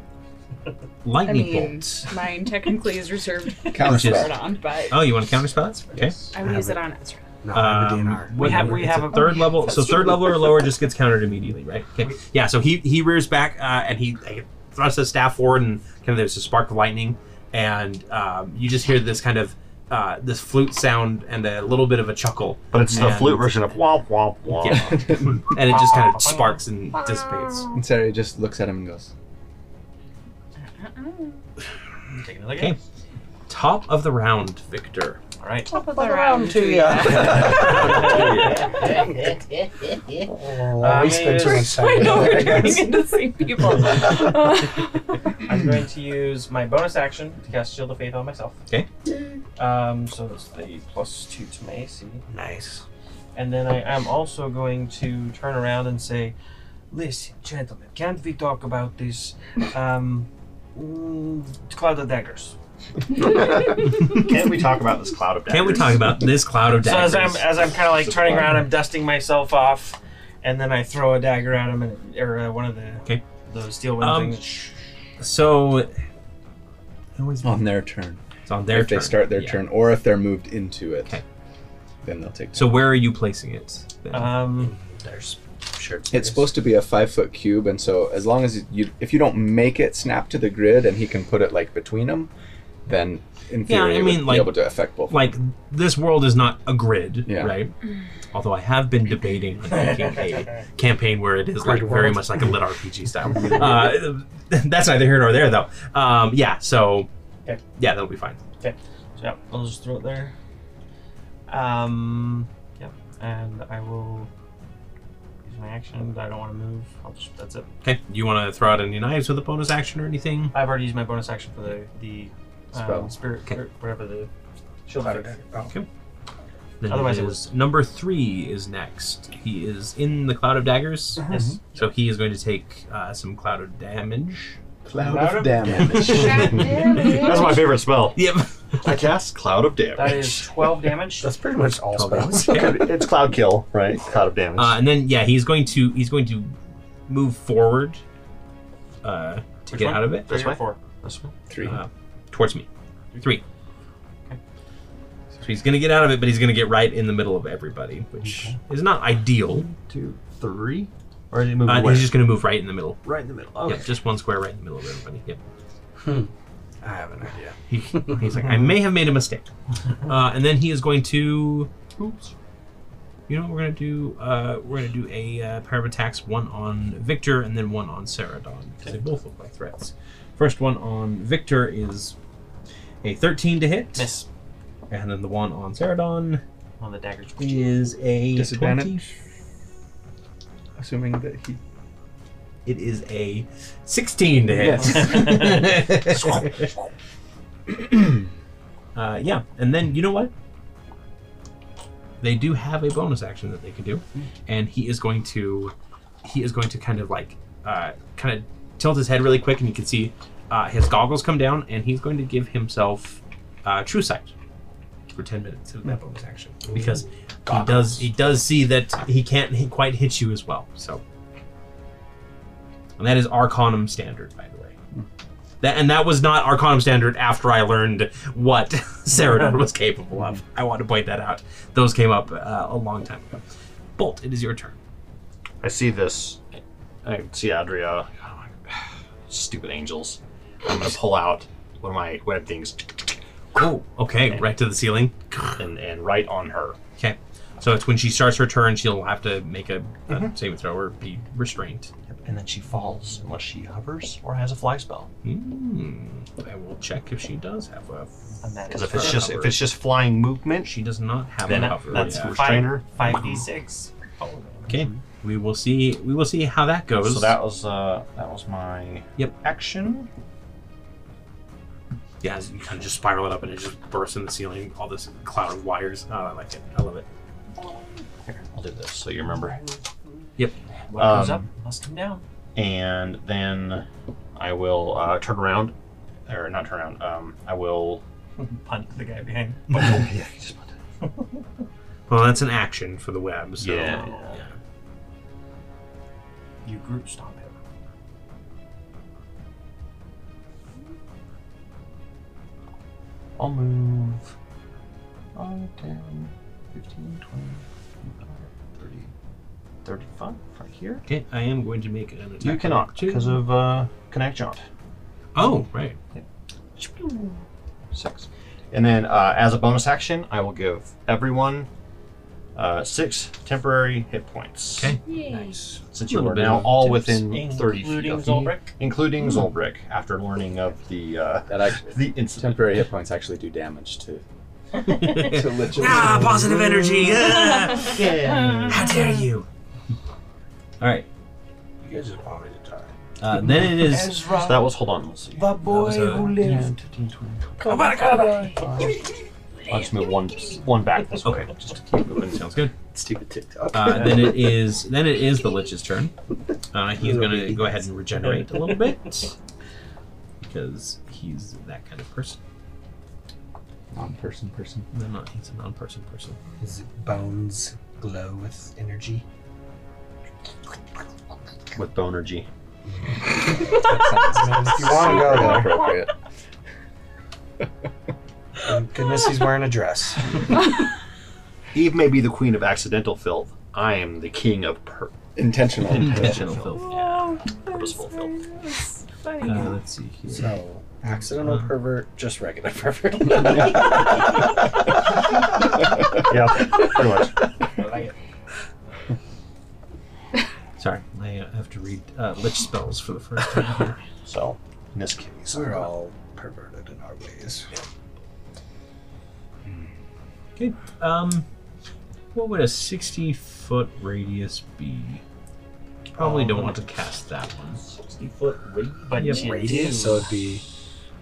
[SPEAKER 2] I
[SPEAKER 1] lightning
[SPEAKER 2] mean,
[SPEAKER 1] bolt.
[SPEAKER 2] mine technically is reserved
[SPEAKER 9] Counter
[SPEAKER 1] Which is-
[SPEAKER 9] spell.
[SPEAKER 2] on, but
[SPEAKER 1] Oh, you want to counterspell it? Okay.
[SPEAKER 2] I would use it on Ezra.
[SPEAKER 3] No,
[SPEAKER 1] Um,
[SPEAKER 3] I have a DNR.
[SPEAKER 1] what-
[SPEAKER 4] have- we
[SPEAKER 1] it's
[SPEAKER 4] have
[SPEAKER 1] a
[SPEAKER 4] a-
[SPEAKER 1] third level. So
[SPEAKER 2] that's
[SPEAKER 1] third
[SPEAKER 2] true.
[SPEAKER 1] level or lower just gets countered immediately, right? Okay. Yeah. So he he rears back uh, and he like, thrusts his staff forward and kind of there's a spark of lightning and um, you just hear this kind of uh, this flute sound and a little bit of a chuckle
[SPEAKER 6] But it's the
[SPEAKER 1] And-
[SPEAKER 6] flute version of womp womp womp.
[SPEAKER 1] Yeah. and it just kind of sparks and dissipates.
[SPEAKER 9] And Sarah just looks at him and goes,
[SPEAKER 4] Take another
[SPEAKER 1] Okay.
[SPEAKER 4] game.
[SPEAKER 1] Top of the round, Victor.
[SPEAKER 4] All right.
[SPEAKER 2] Top of the round to ya.
[SPEAKER 3] Oh,
[SPEAKER 4] Uh,
[SPEAKER 3] we spent too much time.
[SPEAKER 2] I know
[SPEAKER 3] on that,
[SPEAKER 2] we're turning
[SPEAKER 3] guess.
[SPEAKER 2] into same people.
[SPEAKER 4] I'm going to use my bonus action to cast Shield of Faith on myself.
[SPEAKER 1] Okay.
[SPEAKER 4] Um, so that's the plus two to my AC.
[SPEAKER 3] Nice.
[SPEAKER 4] And then I am also going to turn around and say,
[SPEAKER 8] Listen, gentlemen, can't we talk about this? Um, mm, cloud of daggers.
[SPEAKER 6] Can't we talk about this cloud of daggers?
[SPEAKER 1] Can't we talk about this cloud of
[SPEAKER 4] So
[SPEAKER 1] daggers?
[SPEAKER 4] as I'm as I'm kind of like
[SPEAKER 9] It's a
[SPEAKER 4] turning
[SPEAKER 9] fun-
[SPEAKER 4] around, I'm dusting myself off, and then I throw a dagger at him, and or uh, one of the
[SPEAKER 1] Okay.
[SPEAKER 4] the steel one
[SPEAKER 1] Um,
[SPEAKER 4] things.
[SPEAKER 1] so I always
[SPEAKER 9] on their turn.
[SPEAKER 1] it's on their
[SPEAKER 9] if
[SPEAKER 1] turn.
[SPEAKER 9] they start their
[SPEAKER 1] Yeah.
[SPEAKER 9] turn, or if they're moved into it,
[SPEAKER 1] Okay.
[SPEAKER 9] then they'll take.
[SPEAKER 1] So where are you placing it? Then?
[SPEAKER 4] Um,
[SPEAKER 3] There's sure.
[SPEAKER 9] It's supposed to be a five foot cube, and so as long as you, if you don't make it snap to the grid, and he can put it like between them, then in
[SPEAKER 1] Yeah,
[SPEAKER 9] theory,
[SPEAKER 1] I
[SPEAKER 9] it
[SPEAKER 1] mean,
[SPEAKER 9] would
[SPEAKER 1] like-
[SPEAKER 9] be able to affect both.
[SPEAKER 1] like this world is not a grid,
[SPEAKER 9] Yeah.
[SPEAKER 1] right? Although I have been debating on making a campaign where it is like very much like a lit RPG style. Uh, that's neither here nor there, though. Um, yeah, so
[SPEAKER 4] Okay.
[SPEAKER 1] yeah, that'll be fine.
[SPEAKER 4] so yeah, I'll just throw it there. Um, yeah, and I will use my action. I don't want to move. I'll just that's it.
[SPEAKER 1] Okay, you want to throw out any knives with a bonus action or anything?
[SPEAKER 4] I've already used my bonus action for the the um,
[SPEAKER 9] Spell.
[SPEAKER 4] spirit
[SPEAKER 1] Okay.
[SPEAKER 4] or whatever the shield.
[SPEAKER 3] Cloud of
[SPEAKER 4] thing.
[SPEAKER 3] daggers. Oh.
[SPEAKER 1] Then
[SPEAKER 4] Otherwise
[SPEAKER 1] it
[SPEAKER 4] it
[SPEAKER 1] is number three is next. He is in the cloud of daggers,
[SPEAKER 4] Yes.
[SPEAKER 6] Mm-hmm.
[SPEAKER 1] so he is going to take uh, some cloud of damage.
[SPEAKER 9] cloud,
[SPEAKER 4] Cloud
[SPEAKER 9] of,
[SPEAKER 4] of
[SPEAKER 9] damage.
[SPEAKER 6] That's my favorite spell.
[SPEAKER 1] Yep.
[SPEAKER 6] I cast cloud of
[SPEAKER 4] That
[SPEAKER 6] damage.
[SPEAKER 4] is twelve damage.
[SPEAKER 3] That's pretty much all spells.
[SPEAKER 1] Okay.
[SPEAKER 6] it's cloud kill, right? Cloud of damage.
[SPEAKER 1] Uh, and then yeah, he's going to he's going to move forward uh, to
[SPEAKER 4] Which
[SPEAKER 1] get
[SPEAKER 4] one?
[SPEAKER 1] out of it
[SPEAKER 4] Three
[SPEAKER 6] This way?
[SPEAKER 4] or four. This one.
[SPEAKER 9] Three.
[SPEAKER 1] Uh, towards me. Three. So he's going to get out of it, but he's going to get right in the middle of everybody, which is not ideal.
[SPEAKER 6] two, three. Or did it move
[SPEAKER 1] Uh,
[SPEAKER 6] away?
[SPEAKER 1] he's just going to move right in the middle.
[SPEAKER 6] right in the middle.
[SPEAKER 1] Yep, just one square right in the middle of everybody. Yep.
[SPEAKER 3] I have an idea.
[SPEAKER 1] He, he's like, I may have made a mistake. Uh, and then he is going to. Oops. You know what we're gonna do? Uh, we're gonna do a uh, pair of attacks, one on Victor and then one on Saradon, because they both look like threats. First one on Victor is a 13 to hit,
[SPEAKER 4] Miss
[SPEAKER 1] and then the one on Saradon
[SPEAKER 4] on the daggers.
[SPEAKER 1] is a
[SPEAKER 9] Disadvantage? Assuming that he.
[SPEAKER 1] 20. It is a 16 to hit. uh, yeah, and then you know what? They do have a bonus action that they can do, and he is going to, he is going to kind of like, uh, kind of tilt his head really quick, and you can see uh, his goggles come down, and he's going to give himself uh, true sight for ten minutes of that bonus action because he does he does see that he can't hit, quite hit you as well. So, and that is Arcanum standard, by the way. That, and that was not Arcanum standard after I learned what Ceradon was capable of. I want to point that out. Those came up uh, a long time ago. Bolt, it is your turn.
[SPEAKER 6] I see this. I can see Adria. I'm like, Stupid angels. I'm gonna pull out one of my web things
[SPEAKER 1] Oh, okay, right to the ceiling.
[SPEAKER 6] and, and right on her.
[SPEAKER 1] Okay, so it's when she starts her turn, she'll have to make a, a
[SPEAKER 6] Mm-hmm.
[SPEAKER 1] saving throw or be restrained.
[SPEAKER 6] And then she falls unless she hovers or has a fly spell.
[SPEAKER 1] Hmm. I will check if she does have a.
[SPEAKER 4] And that
[SPEAKER 6] Because
[SPEAKER 4] is
[SPEAKER 6] if it's
[SPEAKER 4] for
[SPEAKER 6] just if
[SPEAKER 1] hovers.
[SPEAKER 6] it's just flying movement, she
[SPEAKER 1] She does not have
[SPEAKER 6] then
[SPEAKER 1] a cover.
[SPEAKER 6] that's
[SPEAKER 1] yeah.
[SPEAKER 6] restrainer.
[SPEAKER 4] five d six.
[SPEAKER 1] Okay, we will see. We will see how that goes.
[SPEAKER 6] So that was uh that was my
[SPEAKER 1] Yep.
[SPEAKER 6] action.
[SPEAKER 1] yeah, you kind of just spiral it up and it just bursts in the ceiling. All this cloud of wires. Oh, I like it. I love it.
[SPEAKER 6] I'll do this so you remember.
[SPEAKER 1] Yep.
[SPEAKER 4] What goes up
[SPEAKER 6] Um,
[SPEAKER 4] must come down.
[SPEAKER 6] and then I will uh, turn around, or not turn around. Um, I will.
[SPEAKER 4] Punt the guy behind.
[SPEAKER 6] yeah, just put that.
[SPEAKER 1] Well, that's an action for the web. So
[SPEAKER 6] Yeah,
[SPEAKER 4] You group stomp him.
[SPEAKER 6] I'll move. 5, 10, 15, 20, 30, 35 right here.
[SPEAKER 1] Okay, I am going to make an attack.
[SPEAKER 6] You cannot
[SPEAKER 1] too.
[SPEAKER 6] because of uh, connect jaunt.
[SPEAKER 1] Oh, right.
[SPEAKER 6] Six. And then uh, as a bonus action, I will give everyone uh, six temporary hit points.
[SPEAKER 1] Okay.
[SPEAKER 2] Yay.
[SPEAKER 6] Since you
[SPEAKER 1] Little
[SPEAKER 6] are
[SPEAKER 1] bit
[SPEAKER 6] now
[SPEAKER 1] of
[SPEAKER 6] all
[SPEAKER 1] tips,
[SPEAKER 6] within 30 feet
[SPEAKER 4] including
[SPEAKER 6] of me,
[SPEAKER 4] Zolbrick?
[SPEAKER 6] including Zolbrick, after learning of the uh,
[SPEAKER 9] That actually,
[SPEAKER 6] the incident.
[SPEAKER 9] temporary hit points actually do damage to. to Lich.
[SPEAKER 1] Ah, positive energy. Ah, how dare you? All right.
[SPEAKER 3] You guys just want me to die.
[SPEAKER 1] Uh, then it is.
[SPEAKER 6] So that was hold on. Let's see.
[SPEAKER 8] the boy
[SPEAKER 3] uh,
[SPEAKER 1] was a-
[SPEAKER 8] who lived.
[SPEAKER 6] I'll just move one one back this way.
[SPEAKER 1] Okay.
[SPEAKER 6] Just keep moving.
[SPEAKER 1] Sounds good.
[SPEAKER 9] Stupid TikTok.
[SPEAKER 1] Uh, then it is then it is the lich's turn. Uh, he's gonna go ahead and regenerate a little bit because he's that kind of person.
[SPEAKER 9] Non-person person.
[SPEAKER 1] No, not he's a non-person person.
[SPEAKER 3] His bones glow with energy.
[SPEAKER 6] With bonergy.
[SPEAKER 3] Man, if you want to
[SPEAKER 5] Oh,
[SPEAKER 3] go there,
[SPEAKER 9] Inappropriate.
[SPEAKER 3] thank goodness he's wearing a dress.
[SPEAKER 6] Eve may be the queen of accidental filth. I am the king of per-
[SPEAKER 9] Intentional.
[SPEAKER 1] Intentional filth.
[SPEAKER 6] purposeful filth.
[SPEAKER 1] Uh, let's see here.
[SPEAKER 7] So, accidental
[SPEAKER 1] Uh-huh.
[SPEAKER 7] pervert, just regular pervert.
[SPEAKER 6] yeah, pretty much.
[SPEAKER 1] Sorry, I have to read uh, lich spells for the first time. Here.
[SPEAKER 6] So in this case,
[SPEAKER 3] Uh-huh.
[SPEAKER 7] We're all perverted in our ways.
[SPEAKER 1] Okay. Um, what would a sixty foot radius be? Probably don't want to cast that one.
[SPEAKER 4] Sixty foot radius. But
[SPEAKER 1] Yep.
[SPEAKER 4] you
[SPEAKER 3] Radius,
[SPEAKER 4] do.
[SPEAKER 3] so it'd be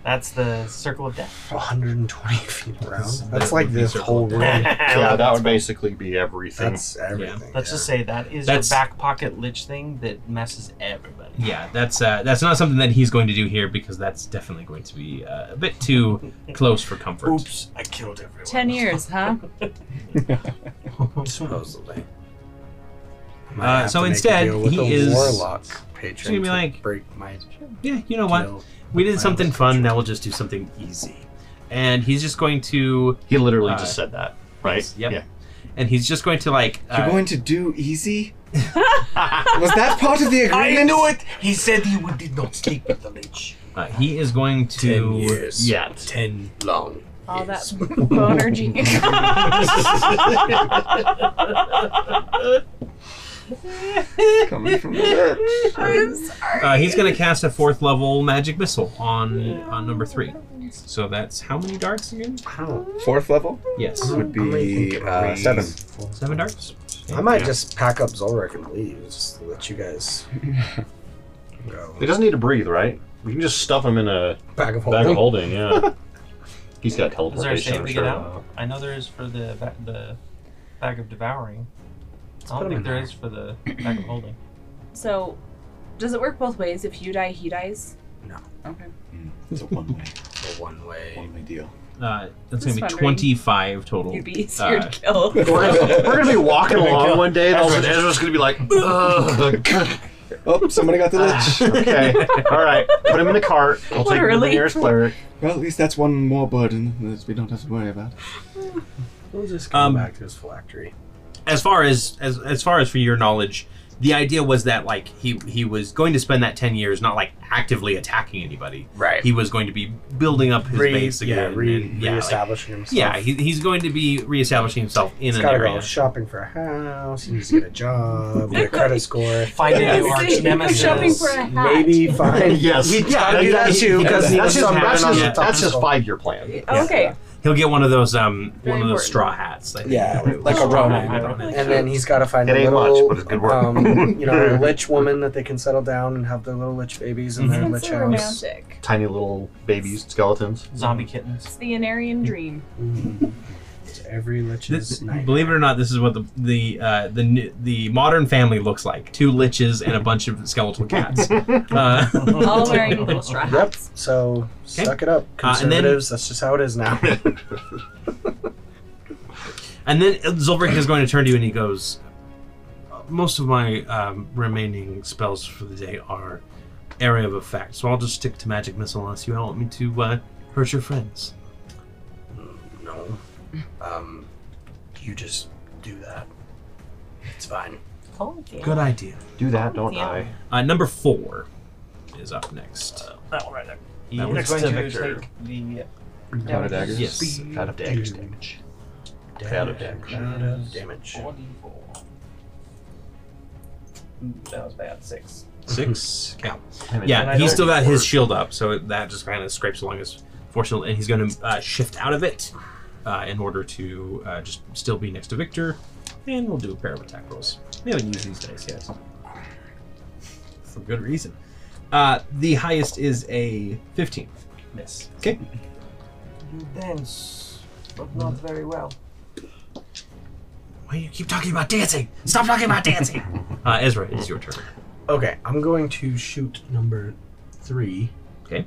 [SPEAKER 4] That's the circle of death.
[SPEAKER 3] 120 feet around.
[SPEAKER 1] That
[SPEAKER 3] That's like
[SPEAKER 1] would be
[SPEAKER 3] this
[SPEAKER 1] circle
[SPEAKER 3] whole
[SPEAKER 1] down.
[SPEAKER 3] room.
[SPEAKER 6] yeah, that would basically be everything.
[SPEAKER 3] That's everything.
[SPEAKER 4] Let's just
[SPEAKER 3] yeah.
[SPEAKER 4] say that is
[SPEAKER 1] That's-
[SPEAKER 4] your back pocket lich thing that messes everybody.
[SPEAKER 1] Yeah, that's uh, that's not something that he's going to do here because that's definitely going to be uh, a bit too close for comfort.
[SPEAKER 4] Oops, I killed everyone.
[SPEAKER 2] Ten years, huh?
[SPEAKER 3] supposedly.
[SPEAKER 1] Uh, so instead, he is-
[SPEAKER 3] warlock patron
[SPEAKER 1] He's gonna be
[SPEAKER 3] to
[SPEAKER 1] like-
[SPEAKER 3] break my
[SPEAKER 1] Yeah, you know what?
[SPEAKER 3] deal.
[SPEAKER 1] We did
[SPEAKER 3] My
[SPEAKER 1] something
[SPEAKER 3] last
[SPEAKER 1] fun.
[SPEAKER 3] picture.
[SPEAKER 1] Now we'll just do something easy. And he's just going to,
[SPEAKER 6] he literally
[SPEAKER 1] Uh,
[SPEAKER 6] just said that, right?
[SPEAKER 1] yep.
[SPEAKER 6] Yeah.
[SPEAKER 1] and he's just going to like.
[SPEAKER 9] You're
[SPEAKER 1] Uh,
[SPEAKER 9] going to do easy? Was that part of the agreement?
[SPEAKER 8] He said he would, did not sleep with the lich.
[SPEAKER 1] Uh, he is going to.
[SPEAKER 3] Ten years.
[SPEAKER 1] Yeah.
[SPEAKER 3] Ten long.
[SPEAKER 2] All that
[SPEAKER 3] years.
[SPEAKER 2] bonergy.
[SPEAKER 9] Coming from the ledge.
[SPEAKER 2] I'm sorry.
[SPEAKER 1] Uh, he's going to cast a fourth level magic missile on on number three. So that's how many darts again?
[SPEAKER 9] Fourth level
[SPEAKER 1] Yes,
[SPEAKER 9] would
[SPEAKER 3] How many
[SPEAKER 9] be
[SPEAKER 3] can
[SPEAKER 9] uh,
[SPEAKER 3] we-
[SPEAKER 9] seven.
[SPEAKER 1] seven darts.
[SPEAKER 3] I might
[SPEAKER 6] Yeah.
[SPEAKER 3] just pack up Zolric and leave, just to let you guys go.
[SPEAKER 6] He doesn't need to breathe, right? We can just stuff him in a
[SPEAKER 3] Pack of
[SPEAKER 6] bag of
[SPEAKER 3] holding.
[SPEAKER 6] holding. Yeah. He's got
[SPEAKER 4] Is there a
[SPEAKER 6] teleportation.
[SPEAKER 4] save
[SPEAKER 6] I'm
[SPEAKER 4] to get
[SPEAKER 6] sure.
[SPEAKER 4] out? I know there is for the ba- the bag of devouring. I
[SPEAKER 1] put 'em
[SPEAKER 4] don't
[SPEAKER 1] in
[SPEAKER 4] think there is for the bag of holding.
[SPEAKER 2] So, does it work both ways? If you die, he dies?
[SPEAKER 3] No.
[SPEAKER 2] Okay.
[SPEAKER 9] It's a one-way,
[SPEAKER 3] One way.
[SPEAKER 9] one-way deal.
[SPEAKER 1] Uh, that's
[SPEAKER 2] Just
[SPEAKER 1] going to be
[SPEAKER 2] wondering.
[SPEAKER 1] twenty-five total.
[SPEAKER 2] You'd be easier
[SPEAKER 1] Uh,
[SPEAKER 2] to kill.
[SPEAKER 6] We're gonna, we're gonna be walking along one day, and all of a sudden Ezra's gonna be like, "Ugh."
[SPEAKER 9] Oh, somebody got the lich.
[SPEAKER 6] "Okay, all right, put him in the cart. I'll take him to the
[SPEAKER 2] Literally.
[SPEAKER 6] nearest cleric."
[SPEAKER 9] well, at least that's one more burden that we don't have to worry about.
[SPEAKER 3] We'll just come
[SPEAKER 1] Um,
[SPEAKER 3] back to his phylactery.
[SPEAKER 1] as far as as as far as for your knowledge, the idea was that like he he was going to spend that ten years not like actively attacking anybody.
[SPEAKER 3] Right.
[SPEAKER 1] He was going to be building up his
[SPEAKER 3] Re-
[SPEAKER 1] base
[SPEAKER 3] yeah,
[SPEAKER 1] again.
[SPEAKER 3] re-
[SPEAKER 1] and, yeah, like-
[SPEAKER 3] reestablishing himself.
[SPEAKER 1] yeah, he, he's going to be reestablishing himself in
[SPEAKER 3] He's
[SPEAKER 1] an
[SPEAKER 3] gotta
[SPEAKER 1] area.
[SPEAKER 3] go shopping for a house. He needs to get a job, get a credit score.
[SPEAKER 4] Find a new
[SPEAKER 2] Yeah.
[SPEAKER 4] arch nemesis.
[SPEAKER 2] Shopping for a hat.
[SPEAKER 3] Maybe find.
[SPEAKER 6] Yes,
[SPEAKER 3] We gotta do that
[SPEAKER 6] He-
[SPEAKER 3] too,
[SPEAKER 6] he-
[SPEAKER 3] because he
[SPEAKER 6] that's
[SPEAKER 3] was
[SPEAKER 6] his,
[SPEAKER 3] some
[SPEAKER 6] that's
[SPEAKER 3] random
[SPEAKER 6] his-
[SPEAKER 3] top
[SPEAKER 6] that's his
[SPEAKER 3] people.
[SPEAKER 6] five-year plan.
[SPEAKER 2] Okay.
[SPEAKER 1] He'll get one of those um
[SPEAKER 2] Very
[SPEAKER 1] one of those
[SPEAKER 2] important.
[SPEAKER 1] straw hats. I think.
[SPEAKER 3] Yeah,
[SPEAKER 9] Like a
[SPEAKER 2] Oh.
[SPEAKER 9] Ronin.
[SPEAKER 4] I don't know.
[SPEAKER 3] And then he's got to find
[SPEAKER 6] It
[SPEAKER 3] a
[SPEAKER 6] ain't
[SPEAKER 3] little,
[SPEAKER 6] much, but it's good work.
[SPEAKER 3] um, you know, lich woman that they can settle down and have their little lich babies in their
[SPEAKER 2] That's
[SPEAKER 3] lich
[SPEAKER 2] so
[SPEAKER 3] house.
[SPEAKER 2] romantic.
[SPEAKER 6] Tiny little babies, skeletons.
[SPEAKER 4] Zombie kittens.
[SPEAKER 2] It's the
[SPEAKER 3] Mm.
[SPEAKER 2] Anarian dream.
[SPEAKER 3] It's Every lich's
[SPEAKER 1] This,
[SPEAKER 3] night.
[SPEAKER 1] believe it or not, this is what the the uh, the n- the modern family looks like: two liches and a bunch of skeletal cats. Uh,
[SPEAKER 2] All wearing little straw
[SPEAKER 3] Yep.
[SPEAKER 2] hats.
[SPEAKER 3] So suck it up,
[SPEAKER 1] Uh, and then-
[SPEAKER 3] conservatives. that's just how it is now.
[SPEAKER 1] And then Zulbrick is going to turn to you and he goes, "Uh, Most of my um, remaining spells for the day are area of effect, so I'll just stick to magic missile unless you want me to uh, hurt your friends.
[SPEAKER 3] no, um, you just do that. It's fine.
[SPEAKER 2] Oh, damn.
[SPEAKER 1] Good idea.
[SPEAKER 6] Do that, don't
[SPEAKER 2] Yeah.
[SPEAKER 6] I?
[SPEAKER 1] Uh, number four is up next.
[SPEAKER 4] That one right there. He
[SPEAKER 1] That one's
[SPEAKER 4] is going
[SPEAKER 1] to
[SPEAKER 4] to
[SPEAKER 1] Victor.
[SPEAKER 4] take the
[SPEAKER 9] Lot of daggers.
[SPEAKER 1] Yes.
[SPEAKER 6] Out of damage. Out of damage.
[SPEAKER 3] Out of damage.
[SPEAKER 4] 44. Mm, That was bad. Six.
[SPEAKER 1] Six. Yeah.
[SPEAKER 6] Damn it.
[SPEAKER 1] Yeah,
[SPEAKER 4] don't
[SPEAKER 1] he's still got his shield up, so it- that just kind of scrapes along his force shield, and he's going to uh, shift out of it uh, in order to uh, just still be next to Victor, and we'll do a pair of attack rolls. We haven't used these dice yet. For good reason. Uh, the highest is a 15.
[SPEAKER 4] Miss.
[SPEAKER 1] Okay.
[SPEAKER 8] You dance, but not very well.
[SPEAKER 1] Hmm. Why do you keep talking about dancing? Stop talking about dancing! uh, Ezra, it's your turn.
[SPEAKER 3] Okay, I'm going to shoot number three.
[SPEAKER 1] Okay.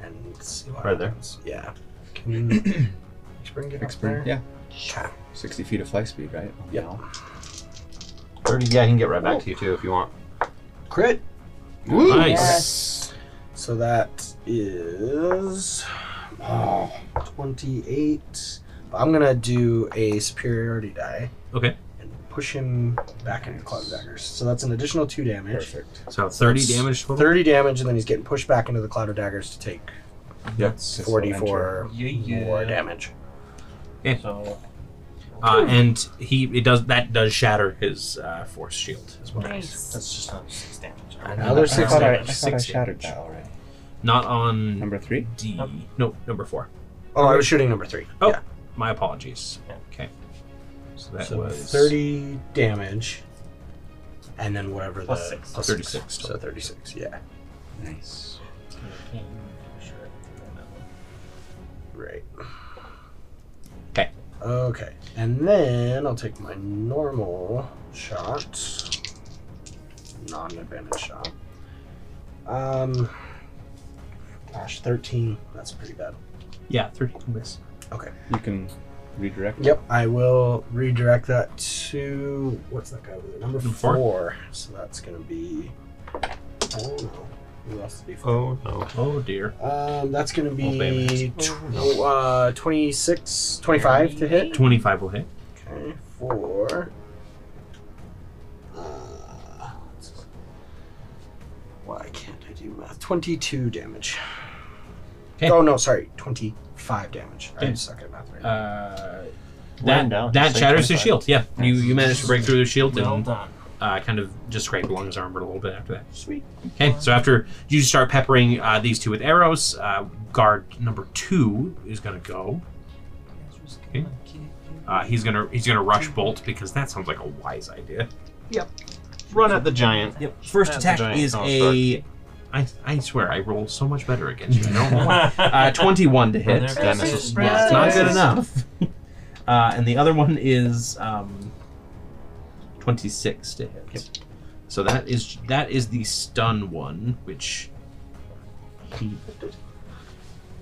[SPEAKER 3] And see what
[SPEAKER 6] Right there.
[SPEAKER 3] happens. Yeah. Can Xpring get up there?
[SPEAKER 9] Xpring, yeah.
[SPEAKER 3] Sure.
[SPEAKER 9] Sixty feet of fly speed, right?
[SPEAKER 3] Yep.
[SPEAKER 9] Now.
[SPEAKER 6] Thirty. Yeah, he can get right back to you too if you want.
[SPEAKER 3] Crit.
[SPEAKER 9] Woo!
[SPEAKER 1] Nice.
[SPEAKER 2] Yes.
[SPEAKER 3] So that is oh, 28. But I'm gonna do a superiority die
[SPEAKER 1] Okay,
[SPEAKER 3] and push him back into cloud daggers. So that's an additional two damage.
[SPEAKER 9] Perfect.
[SPEAKER 1] so 30 damage total.
[SPEAKER 3] 30 damage, and then he's getting pushed back into the cloud of daggers to take
[SPEAKER 9] Yep.
[SPEAKER 3] 44
[SPEAKER 4] Yeah, yeah.
[SPEAKER 3] more damage.
[SPEAKER 4] So
[SPEAKER 1] Uh, and he it does that does shatter his uh, force shield as well.
[SPEAKER 2] Nice.
[SPEAKER 4] that's just another six damage.
[SPEAKER 3] Another
[SPEAKER 9] I
[SPEAKER 3] six
[SPEAKER 9] thought I, I,
[SPEAKER 3] damage.
[SPEAKER 9] thought I
[SPEAKER 1] Six
[SPEAKER 9] shattered
[SPEAKER 1] damage.
[SPEAKER 9] that already.
[SPEAKER 1] Not on
[SPEAKER 9] Number three.
[SPEAKER 1] D. No, number four.
[SPEAKER 3] Oh, I was shooting number three.
[SPEAKER 1] Oh.
[SPEAKER 3] Yeah.
[SPEAKER 1] My apologies.
[SPEAKER 4] Yeah.
[SPEAKER 1] Okay. So that
[SPEAKER 3] so
[SPEAKER 1] was
[SPEAKER 3] 30 damage, and then whatever the
[SPEAKER 4] Plus six.
[SPEAKER 3] plus
[SPEAKER 1] 36
[SPEAKER 3] So 36, yeah.
[SPEAKER 9] Nice.
[SPEAKER 3] Right.
[SPEAKER 1] 'Kay.
[SPEAKER 3] Okay. And then I'll take my normal shot. Non advantage shot. Um gosh, thirteen. That's pretty bad.
[SPEAKER 1] Yeah, 32 miss.
[SPEAKER 9] You can redirect.
[SPEAKER 3] Yep. I will redirect that to what's that guy with it? Number
[SPEAKER 1] Number
[SPEAKER 3] four.
[SPEAKER 1] four.
[SPEAKER 3] So that's gonna be Oh no. We lost the d4.
[SPEAKER 6] Oh no.
[SPEAKER 1] Oh dear.
[SPEAKER 3] Um, that's going to
[SPEAKER 6] Old Bay
[SPEAKER 3] be tw- uh, 26, 25 to hit.
[SPEAKER 1] 25 will hit.
[SPEAKER 3] Okay, four. Uh, why can't I do math? 22 damage.
[SPEAKER 1] Okay.
[SPEAKER 3] Oh, no, sorry. 25 damage.
[SPEAKER 1] Okay.
[SPEAKER 3] I'm stuck at math right now.
[SPEAKER 1] Uh,
[SPEAKER 6] Well
[SPEAKER 1] that
[SPEAKER 6] done.
[SPEAKER 1] that
[SPEAKER 6] Say
[SPEAKER 1] shatters his
[SPEAKER 6] 25.
[SPEAKER 1] shield. Yeah, you you managed to break through his shield
[SPEAKER 4] Well
[SPEAKER 1] and
[SPEAKER 4] done.
[SPEAKER 1] uh, kind of just scrape along his armor a little bit after that. Sweet. Okay, so after you start peppering uh, these two with arrows, uh, guard number two is gonna go. Okay. Uh, he's gonna he's gonna rush bolt because that sounds like a wise idea.
[SPEAKER 6] Run at the giant.
[SPEAKER 1] Yep. First
[SPEAKER 6] That's
[SPEAKER 1] attack
[SPEAKER 6] a giant
[SPEAKER 1] is
[SPEAKER 6] construct.
[SPEAKER 1] a. I, I swear I rolled so much better against you. I don't know why. Uh, Twenty-one to hit.
[SPEAKER 4] Well, there-
[SPEAKER 6] Dennis is
[SPEAKER 1] Yeah, it's not
[SPEAKER 6] nuts.
[SPEAKER 1] good enough. Uh, and the other one is um, 26 to hit. So that is that is the stun one, which he.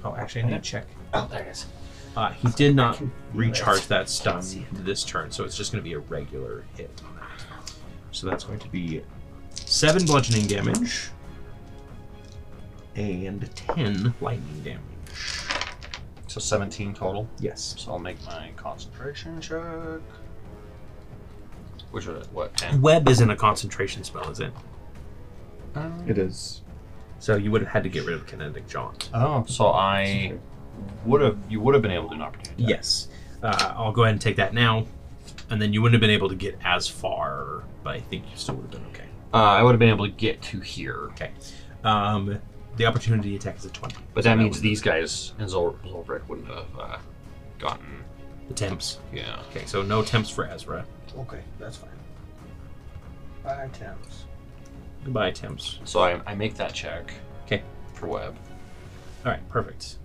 [SPEAKER 1] Oh, actually, I need to check.
[SPEAKER 3] Oh, there it is.
[SPEAKER 1] Uh, he did not recharge that stun this turn, so it's just going to be a regular hit on that. So that's going to be seven bludgeoning damage and ten lightning damage.
[SPEAKER 6] So 17 total.
[SPEAKER 1] Yes.
[SPEAKER 6] So I'll make my concentration check. Which was what? 10?
[SPEAKER 1] Web isn't a concentration spell, is it?
[SPEAKER 6] Um,
[SPEAKER 9] It is.
[SPEAKER 1] So you would have had to get rid of kinetic jaunt.
[SPEAKER 6] Oh, so I would have. You would have been able to do an opportunity. attack.
[SPEAKER 1] Yes. Uh, I'll go ahead and take that now, and then you wouldn't have been able to get as far, but I think you still would have been okay.
[SPEAKER 6] Uh, I would have been able to get to here,
[SPEAKER 1] Okay. Um, the opportunity attack is a twenty.
[SPEAKER 6] but that means these guys and Zol- Zolred wouldn't have uh, gotten.
[SPEAKER 1] The temps.
[SPEAKER 6] Yeah.
[SPEAKER 1] Okay, so no temps for Ezra.
[SPEAKER 3] Okay, that's fine. Five times.
[SPEAKER 1] Goodbye, temps.
[SPEAKER 6] So I, I make that check.
[SPEAKER 1] 'Kay.
[SPEAKER 6] For web,
[SPEAKER 1] All right, perfect.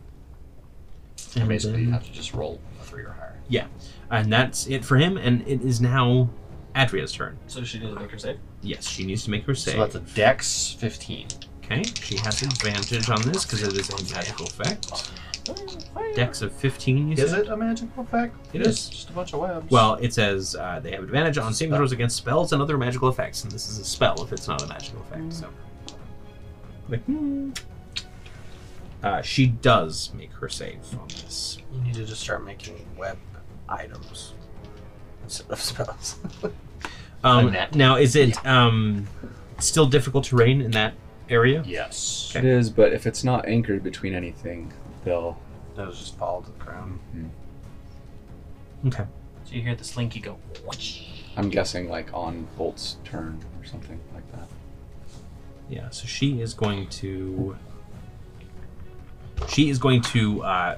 [SPEAKER 6] I
[SPEAKER 1] And
[SPEAKER 6] basically
[SPEAKER 1] then-
[SPEAKER 6] have to just roll a three or higher.
[SPEAKER 1] and that's it for him. And it is now Adria's turn.
[SPEAKER 4] So she did a victor save.
[SPEAKER 1] Yes, she needs to make her save.
[SPEAKER 6] So that's a Dex 15.
[SPEAKER 1] Okay, she has advantage on this because it is a magical effect. Dex of 15, you
[SPEAKER 6] Is
[SPEAKER 1] said?
[SPEAKER 6] it a magical effect?
[SPEAKER 1] It
[SPEAKER 6] It's
[SPEAKER 1] is.
[SPEAKER 6] just a bunch of webs.
[SPEAKER 1] Well, it says uh, they have advantage on saving
[SPEAKER 6] Spell.
[SPEAKER 1] throws against spells and other magical effects, and this is a spell if it's not a magical effect. So,
[SPEAKER 6] Mm.
[SPEAKER 1] like, hmm. uh, she does make her save on this.
[SPEAKER 3] You need to just start making web items instead of spells.
[SPEAKER 1] Um,
[SPEAKER 6] Annette.
[SPEAKER 1] now, is it um, still difficult terrain in that area?
[SPEAKER 6] yes.
[SPEAKER 1] Okay.
[SPEAKER 9] It is, but if it's not anchored between anything, they'll.
[SPEAKER 3] Those just fall to the ground.
[SPEAKER 1] Okay.
[SPEAKER 4] So you hear the slinky go.
[SPEAKER 9] I'm guessing like on Bolt's turn or something like that.
[SPEAKER 1] Yeah, so she is going to. She is going to uh,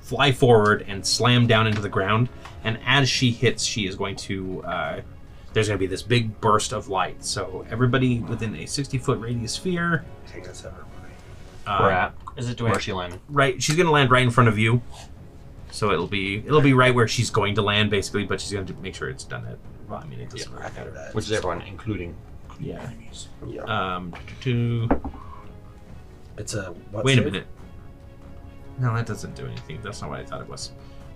[SPEAKER 1] fly forward and slam down into the ground. And as she hits, she is going to. Uh, there's going to be this big burst of light. So everybody within a 60 foot radius sphere.
[SPEAKER 3] Take us everybody.
[SPEAKER 6] We're
[SPEAKER 1] Uh,
[SPEAKER 6] at
[SPEAKER 4] Is it doing?
[SPEAKER 6] where she landed.
[SPEAKER 1] right, she's going to land right in front of you. So it'll be it'll be right where she's going to land, basically. But she's going to make sure it's done at. Well, I mean, it doesn't really matter.
[SPEAKER 3] that.
[SPEAKER 6] Which is everyone, including.
[SPEAKER 1] Yeah.
[SPEAKER 3] Yeah.
[SPEAKER 1] Um. do- do-
[SPEAKER 3] It's a what
[SPEAKER 1] Wait a
[SPEAKER 3] save?
[SPEAKER 1] minute. No, that doesn't do anything. That's not what I thought it was.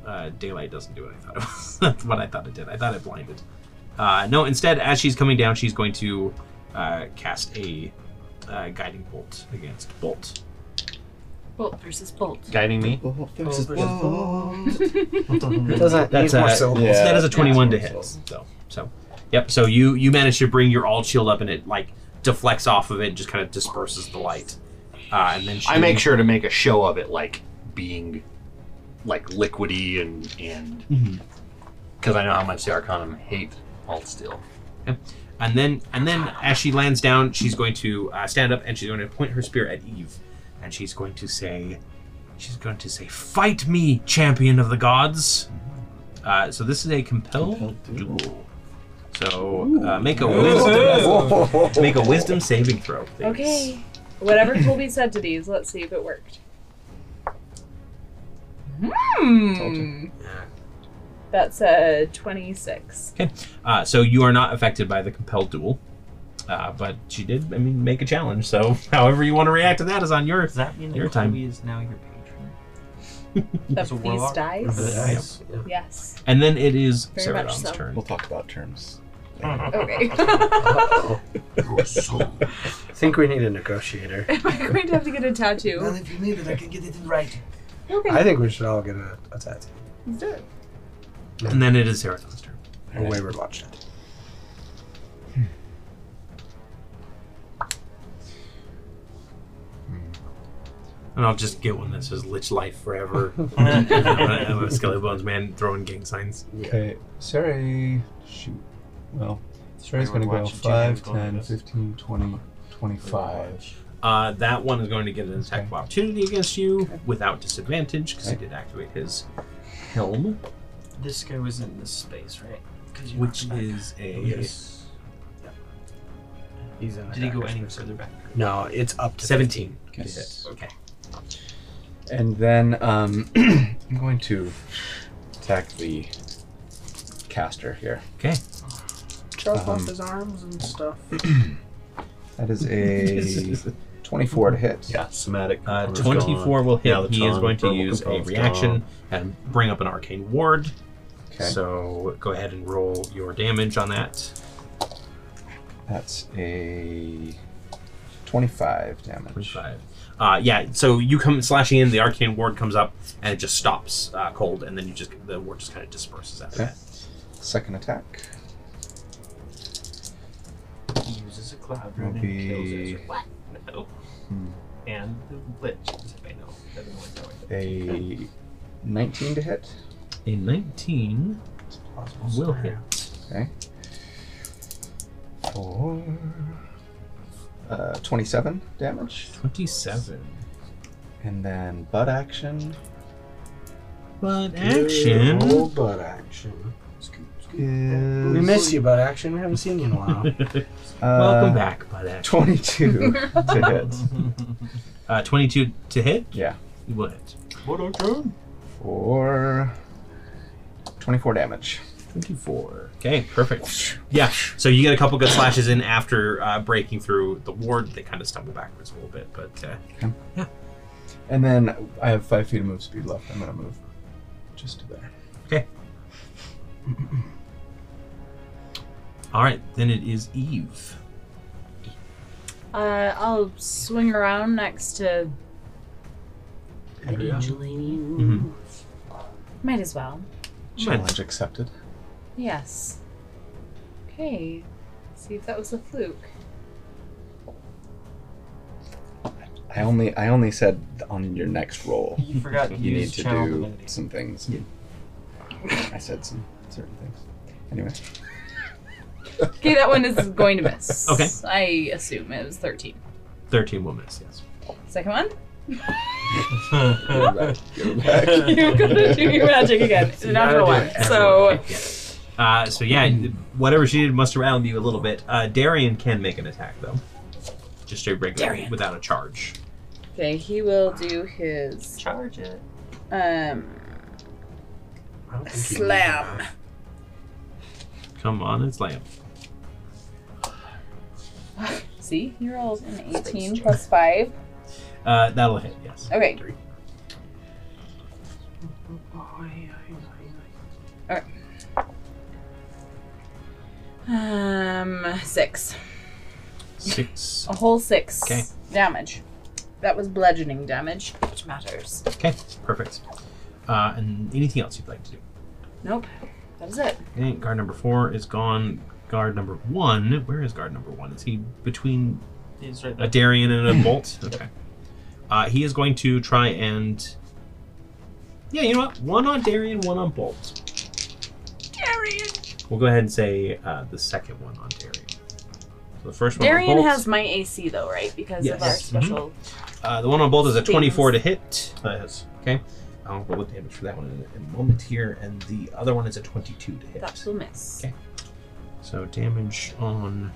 [SPEAKER 1] Uh, daylight doesn't do what I thought it was. That's what I thought it did. I thought it blinded. Uh, no, instead, as she's coming down, she's going to uh, cast a uh, guiding bolt against Bolt.
[SPEAKER 2] Bolt versus bolt.
[SPEAKER 6] Guiding me.
[SPEAKER 9] Oh,
[SPEAKER 3] It doesn't.
[SPEAKER 1] That's
[SPEAKER 3] That's more
[SPEAKER 1] a-
[SPEAKER 3] syllables.
[SPEAKER 9] Yeah.
[SPEAKER 1] Uh, that is a 21 to
[SPEAKER 9] yeah.
[SPEAKER 1] hit. So, so, yep. So you you manage to bring your alt shield up, and it like deflects off of it, and just kind of disperses the light. Uh, and then she,
[SPEAKER 6] I make sure to make a show of it, like being, like liquidy and and
[SPEAKER 1] Mhm.
[SPEAKER 6] because I know how much the Arcanum hate alt steel.
[SPEAKER 1] And then, and then, as she lands down, she's going to uh, stand up and she's going to point her spear at Eve, and she's going to say, she's going to say, "Fight me, champion of the gods." Uh, so this is a compelled, duel. So uh, make a wisdom, make a wisdom saving throw. please.
[SPEAKER 12] Okay. Whatever Colby said to these, let's see if it worked.
[SPEAKER 2] Hmm.
[SPEAKER 12] That's a 26.
[SPEAKER 1] Uh, so you are not affected by the compelled duel, uh, but she did, I mean, make a challenge. So however you want to react to that is on your
[SPEAKER 4] Does that mean that
[SPEAKER 1] Your
[SPEAKER 4] your
[SPEAKER 1] time.
[SPEAKER 4] time is now your patron?
[SPEAKER 12] Of these
[SPEAKER 4] a warlock.
[SPEAKER 12] dice?
[SPEAKER 3] Nice. Yeah.
[SPEAKER 12] Yes.
[SPEAKER 1] And then it is
[SPEAKER 12] Very much
[SPEAKER 1] Ceradon's
[SPEAKER 12] so.
[SPEAKER 1] turn.
[SPEAKER 9] We'll talk about terms.
[SPEAKER 12] Okay.
[SPEAKER 3] I think we need a negotiator.
[SPEAKER 12] Am I going to have to get a
[SPEAKER 8] Well,
[SPEAKER 12] tattoo?
[SPEAKER 8] if you need it, I can get it in writing.
[SPEAKER 12] Okay.
[SPEAKER 3] I think we should all get a, a tattoo.
[SPEAKER 12] Let's do it.
[SPEAKER 1] And then it is Ceradon's turn.
[SPEAKER 3] Or wayward watch tattoo.
[SPEAKER 1] and I'll just get one that says "Lich Life Forever." I'm a Skelly Bones man throwing gang signs.
[SPEAKER 5] Okay, Sarah. Shoot. Well, Sarah's
[SPEAKER 4] Everyone
[SPEAKER 5] going to go
[SPEAKER 4] watching
[SPEAKER 5] 5,
[SPEAKER 4] Jimmy going
[SPEAKER 5] 10,
[SPEAKER 4] with us.
[SPEAKER 5] 15, 20, 25.
[SPEAKER 1] Uh, that one is going to get an attack of opportunity against you without disadvantage because he
[SPEAKER 5] Okay.
[SPEAKER 1] did activate his helm,
[SPEAKER 4] This guy was in this space, right? 'Cause you
[SPEAKER 1] which
[SPEAKER 4] knocked him
[SPEAKER 1] is a
[SPEAKER 3] Yes. He's in
[SPEAKER 4] back.
[SPEAKER 3] the
[SPEAKER 4] Did he go
[SPEAKER 3] dark.
[SPEAKER 4] any further back?
[SPEAKER 3] No, it's up to
[SPEAKER 1] 17.
[SPEAKER 5] Okay.
[SPEAKER 1] Okay.
[SPEAKER 5] And then um, I'm going to attack the caster here.
[SPEAKER 1] Okay.
[SPEAKER 9] Chop off
[SPEAKER 5] Um,
[SPEAKER 9] his arms and stuff.
[SPEAKER 5] That is a 24 to hit.
[SPEAKER 13] Yeah, somatic.
[SPEAKER 1] Uh,
[SPEAKER 13] component's
[SPEAKER 1] 24 will
[SPEAKER 13] gone.
[SPEAKER 1] hit.
[SPEAKER 13] Now the
[SPEAKER 1] he is
[SPEAKER 13] tongue,
[SPEAKER 1] going to
[SPEAKER 13] verbal
[SPEAKER 1] use a
[SPEAKER 13] component's
[SPEAKER 1] reaction
[SPEAKER 13] gone.
[SPEAKER 1] and bring up an arcane ward.
[SPEAKER 5] Okay.
[SPEAKER 1] So go ahead and roll your damage on that.
[SPEAKER 5] That's a 25 damage.
[SPEAKER 1] 25. Uh, yeah, so you come slashing in, the arcane ward comes up, and it just stops uh, cold, and then you just the ward just kind of disperses after
[SPEAKER 5] Okay. Second attack.
[SPEAKER 4] He uses a cloud
[SPEAKER 5] Will
[SPEAKER 4] rune and
[SPEAKER 5] be-
[SPEAKER 4] kills us. What? No.
[SPEAKER 5] Hmm.
[SPEAKER 4] And the lich, if I know. Doesn't know what that way.
[SPEAKER 5] A 19 to hit.
[SPEAKER 1] that. A 19
[SPEAKER 4] Possible
[SPEAKER 1] will
[SPEAKER 4] scenario.
[SPEAKER 1] hit.
[SPEAKER 5] Okay. Four. Uh, 27 damage.
[SPEAKER 1] 27.
[SPEAKER 5] And then butt action
[SPEAKER 1] But
[SPEAKER 3] Good
[SPEAKER 1] action.
[SPEAKER 3] old butt action.
[SPEAKER 5] is.
[SPEAKER 3] We miss you, butt action. We haven't seen you in a while.
[SPEAKER 1] Welcome
[SPEAKER 5] uh,
[SPEAKER 1] back, but action.
[SPEAKER 5] 22 to hit.
[SPEAKER 1] Uh, 22 to hit?
[SPEAKER 5] Yeah.
[SPEAKER 1] You will hit.
[SPEAKER 5] Four. 24 damage.
[SPEAKER 1] 24. Okay, perfect. Yeah, so you get a couple good slashes in after uh, breaking through the ward. They kind of stumble backwards a little bit, but uh,
[SPEAKER 5] And then I have five feet of move speed left. I'm going to move just to there.
[SPEAKER 1] all right, then it is Eve.
[SPEAKER 2] Uh, I'll swing around next to Evangeline.
[SPEAKER 1] Mhm.
[SPEAKER 2] Might as well.
[SPEAKER 5] Challenge accepted.
[SPEAKER 2] Yes. Okay. See if that was a fluke.
[SPEAKER 5] I only I only said on your next roll
[SPEAKER 4] You forgot to
[SPEAKER 5] you need
[SPEAKER 4] use
[SPEAKER 5] to
[SPEAKER 4] channel
[SPEAKER 5] do
[SPEAKER 4] divinity.
[SPEAKER 5] some things. I said some certain things. Anyway,
[SPEAKER 2] Okay, that one is going to miss.
[SPEAKER 1] Okay.
[SPEAKER 2] I assume it was 13.
[SPEAKER 1] 13 will miss, yes.
[SPEAKER 2] Second one?
[SPEAKER 5] you're back. You're back.
[SPEAKER 2] You're gonna do your magic again. It's a natural one. So
[SPEAKER 1] Uh, so yeah, whatever she did must around you a little bit. Uh, Darian can make an attack though, just a regular
[SPEAKER 2] Darian.
[SPEAKER 1] without a charge.
[SPEAKER 2] Okay, he will do his
[SPEAKER 4] Charge it.
[SPEAKER 2] um
[SPEAKER 3] I don't think you need
[SPEAKER 2] slam.
[SPEAKER 3] that.
[SPEAKER 1] Come on, it's lamp.
[SPEAKER 2] See, he rolls an 18 plus 5.
[SPEAKER 1] Uh, that'll hit, yes.
[SPEAKER 2] Okay. Alright. Um, six.
[SPEAKER 1] Six.
[SPEAKER 2] A whole six
[SPEAKER 1] Okay.
[SPEAKER 2] damage. That was bludgeoning damage, which matters.
[SPEAKER 1] Okay, perfect. Uh, and anything else you'd like to do?
[SPEAKER 2] Nope. That is it.
[SPEAKER 1] Okay, guard number four is gone. Guard number one, where is guard number one? Is he between
[SPEAKER 4] He's right
[SPEAKER 1] a
[SPEAKER 4] there.
[SPEAKER 1] Darian and a Bolt? Okay. Uh, he is going to try and. Yeah, you know what? One on Darian, one on Bolt.
[SPEAKER 2] Darian!
[SPEAKER 1] We'll go ahead and say uh, the second one on Darian. So the first one
[SPEAKER 2] Darian
[SPEAKER 1] on Bolt,
[SPEAKER 2] has my AC though, right? Because
[SPEAKER 1] Yes.
[SPEAKER 2] of our
[SPEAKER 1] Yes. Mhm.
[SPEAKER 2] special.
[SPEAKER 1] uh, the one on Bolt is a
[SPEAKER 2] Stings.
[SPEAKER 1] 24 to hit. Uh,
[SPEAKER 13] That is.
[SPEAKER 1] Okay, I'll roll the damage for that one in a moment here, and the other one is a 22 to hit.
[SPEAKER 2] That will miss.
[SPEAKER 1] Okay. So damage on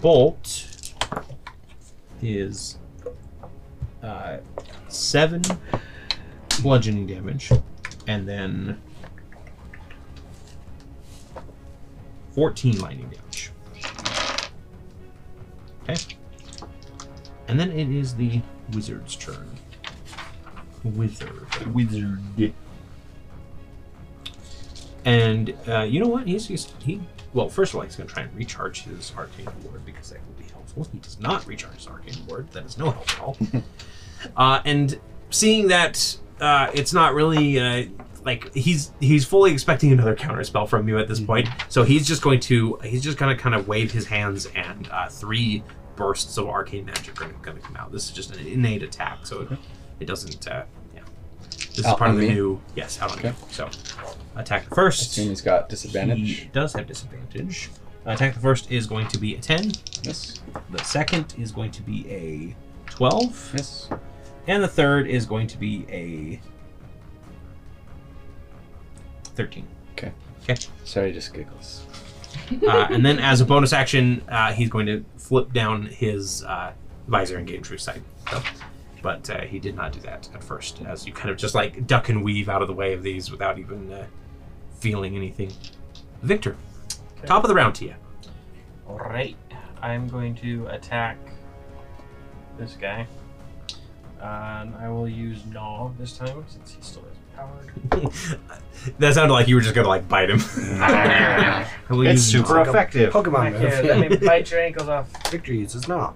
[SPEAKER 1] Bolt is uh, seven bludgeoning damage, and then 14 lightning damage. Okay. And then it is the wizard's turn. Wizard.
[SPEAKER 13] Wizard.
[SPEAKER 1] And uh, you know what? He's, he's he. Well, first of all, he's going to try and recharge his arcane ward because that would be helpful. He does not recharge his arcane ward. That is no help at all. uh, and seeing that uh, it's not really uh, like he's he's fully expecting another counter spell from you at this point, so he's just going to he's just going to kind of wave his hands and uh, three bursts of arcane magic are going to come out. This is just an innate attack, so it, it doesn't. Uh, yeah, this
[SPEAKER 9] Out
[SPEAKER 1] is part of
[SPEAKER 9] on
[SPEAKER 1] the
[SPEAKER 9] me?
[SPEAKER 1] new. Yes, out on
[SPEAKER 9] Okay.
[SPEAKER 1] you. So attack the
[SPEAKER 9] I
[SPEAKER 1] first.
[SPEAKER 9] assume he's got
[SPEAKER 1] He
[SPEAKER 9] disadvantage.
[SPEAKER 1] does have disadvantage. Uh, Attack the first is going to be a ten.
[SPEAKER 9] Yes.
[SPEAKER 1] The second is going to be a twelve.
[SPEAKER 9] Yes.
[SPEAKER 1] And the third is going to be a 13.
[SPEAKER 9] Okay.
[SPEAKER 1] Okay.
[SPEAKER 9] Sorry, just giggles.
[SPEAKER 1] Uh, and then, as a bonus action, uh, he's going to flip down his uh, visor and gain true sight. So, but uh, he did not do that at first, as you kind of just like duck and weave out of the way of these without even uh, feeling anything. Victor, top of the round to you.
[SPEAKER 4] Alright, I'm going to attack this guy. and I will use Gnaw this time since he still is powered.
[SPEAKER 1] That sounded like you were just going to like bite him. I will
[SPEAKER 6] It's
[SPEAKER 1] use-
[SPEAKER 6] super effective.
[SPEAKER 3] Pokemon
[SPEAKER 4] Back
[SPEAKER 3] move.
[SPEAKER 4] here, let me bite your ankles off.
[SPEAKER 3] Victory uses knob.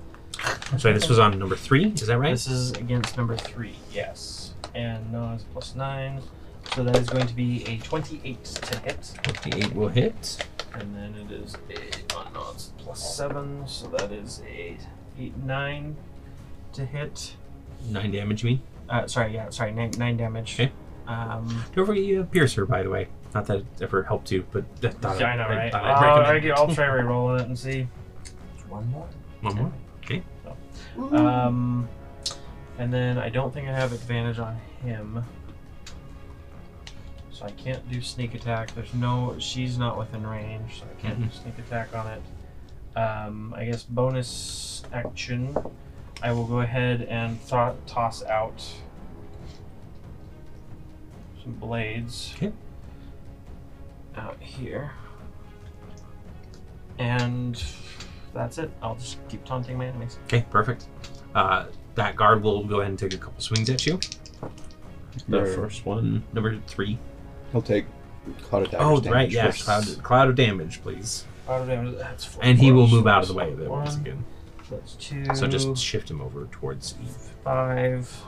[SPEAKER 1] Sorry, this was on number three. Is that right?
[SPEAKER 4] This is against number three, yes. And Gnaw is plus nine. So that is going to be a 28 to hit.
[SPEAKER 1] Eight will hit.
[SPEAKER 4] And then it is a oh no, it's plus seven, so that is a eight nine to hit.
[SPEAKER 1] Nine damage. You mean?
[SPEAKER 4] Uh, sorry, yeah, sorry, nine, nine damage.
[SPEAKER 1] Okay.
[SPEAKER 4] Um,
[SPEAKER 1] Don't forget you have Piercer, by the way. Not that it ever helped you, but I thought
[SPEAKER 4] yeah, I know,
[SPEAKER 1] I'd-
[SPEAKER 4] right?
[SPEAKER 1] thought
[SPEAKER 4] I'll,
[SPEAKER 1] I'd recommend
[SPEAKER 4] I'll, I'll try re-rolling it and see. One more.
[SPEAKER 1] One more. Uh,
[SPEAKER 4] Um, and then I don't think I have advantage on him, so I can't do sneak attack. There's no, she's not within range, so I can't do sneak attack on it. Um, I guess bonus action, I will go ahead and th- toss out some blades
[SPEAKER 1] Okay.
[SPEAKER 4] out here, and that's it. I'll just keep taunting my enemies.
[SPEAKER 1] Okay, perfect. Uh, that guard will go ahead and take a couple swings at you. The
[SPEAKER 9] Your-
[SPEAKER 1] first one, number three.
[SPEAKER 9] He'll take cloud attack.
[SPEAKER 1] Oh, right, yeah. Cloud, cloud of damage, please.
[SPEAKER 4] Auto damage. That's four.
[SPEAKER 1] And he
[SPEAKER 4] four,
[SPEAKER 1] will
[SPEAKER 4] so
[SPEAKER 1] move out of
[SPEAKER 4] that's
[SPEAKER 1] the way of it once
[SPEAKER 4] One.
[SPEAKER 1] again.
[SPEAKER 4] That's two.
[SPEAKER 1] So just shift him over towards E. Eve.
[SPEAKER 4] five,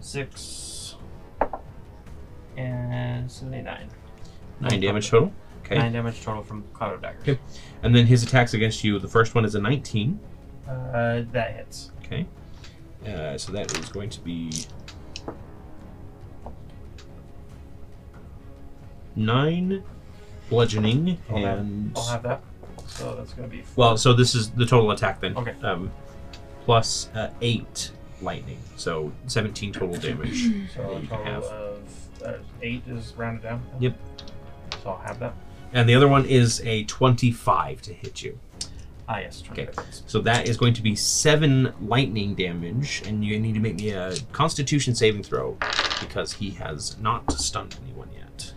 [SPEAKER 4] six, and seventy-nine.
[SPEAKER 1] Nine damage total. Okay.
[SPEAKER 4] Nine damage total from Cloud of Daggers.
[SPEAKER 1] Okay. And then his attacks against you. The first one is a 19.
[SPEAKER 4] Uh, that hits.
[SPEAKER 1] Okay. Uh, so that is going to be nine bludgeoning
[SPEAKER 4] I'll have-
[SPEAKER 1] and
[SPEAKER 4] I'll have that. So that's gonna be
[SPEAKER 1] well. So this is the total attack then.
[SPEAKER 4] Okay.
[SPEAKER 1] Um, plus uh, eight lightning, so seventeen total damage.
[SPEAKER 4] so a
[SPEAKER 1] you can
[SPEAKER 4] total
[SPEAKER 1] have.
[SPEAKER 4] of uh, eight is rounded down.
[SPEAKER 1] Yep.
[SPEAKER 4] So I'll have that.
[SPEAKER 1] and the other one is a twenty-five to hit you.
[SPEAKER 4] Ah yes.
[SPEAKER 1] Okay. So that is going to be seven lightning damage, and you need to make me a Constitution saving throw because he has not stunned anyone yet.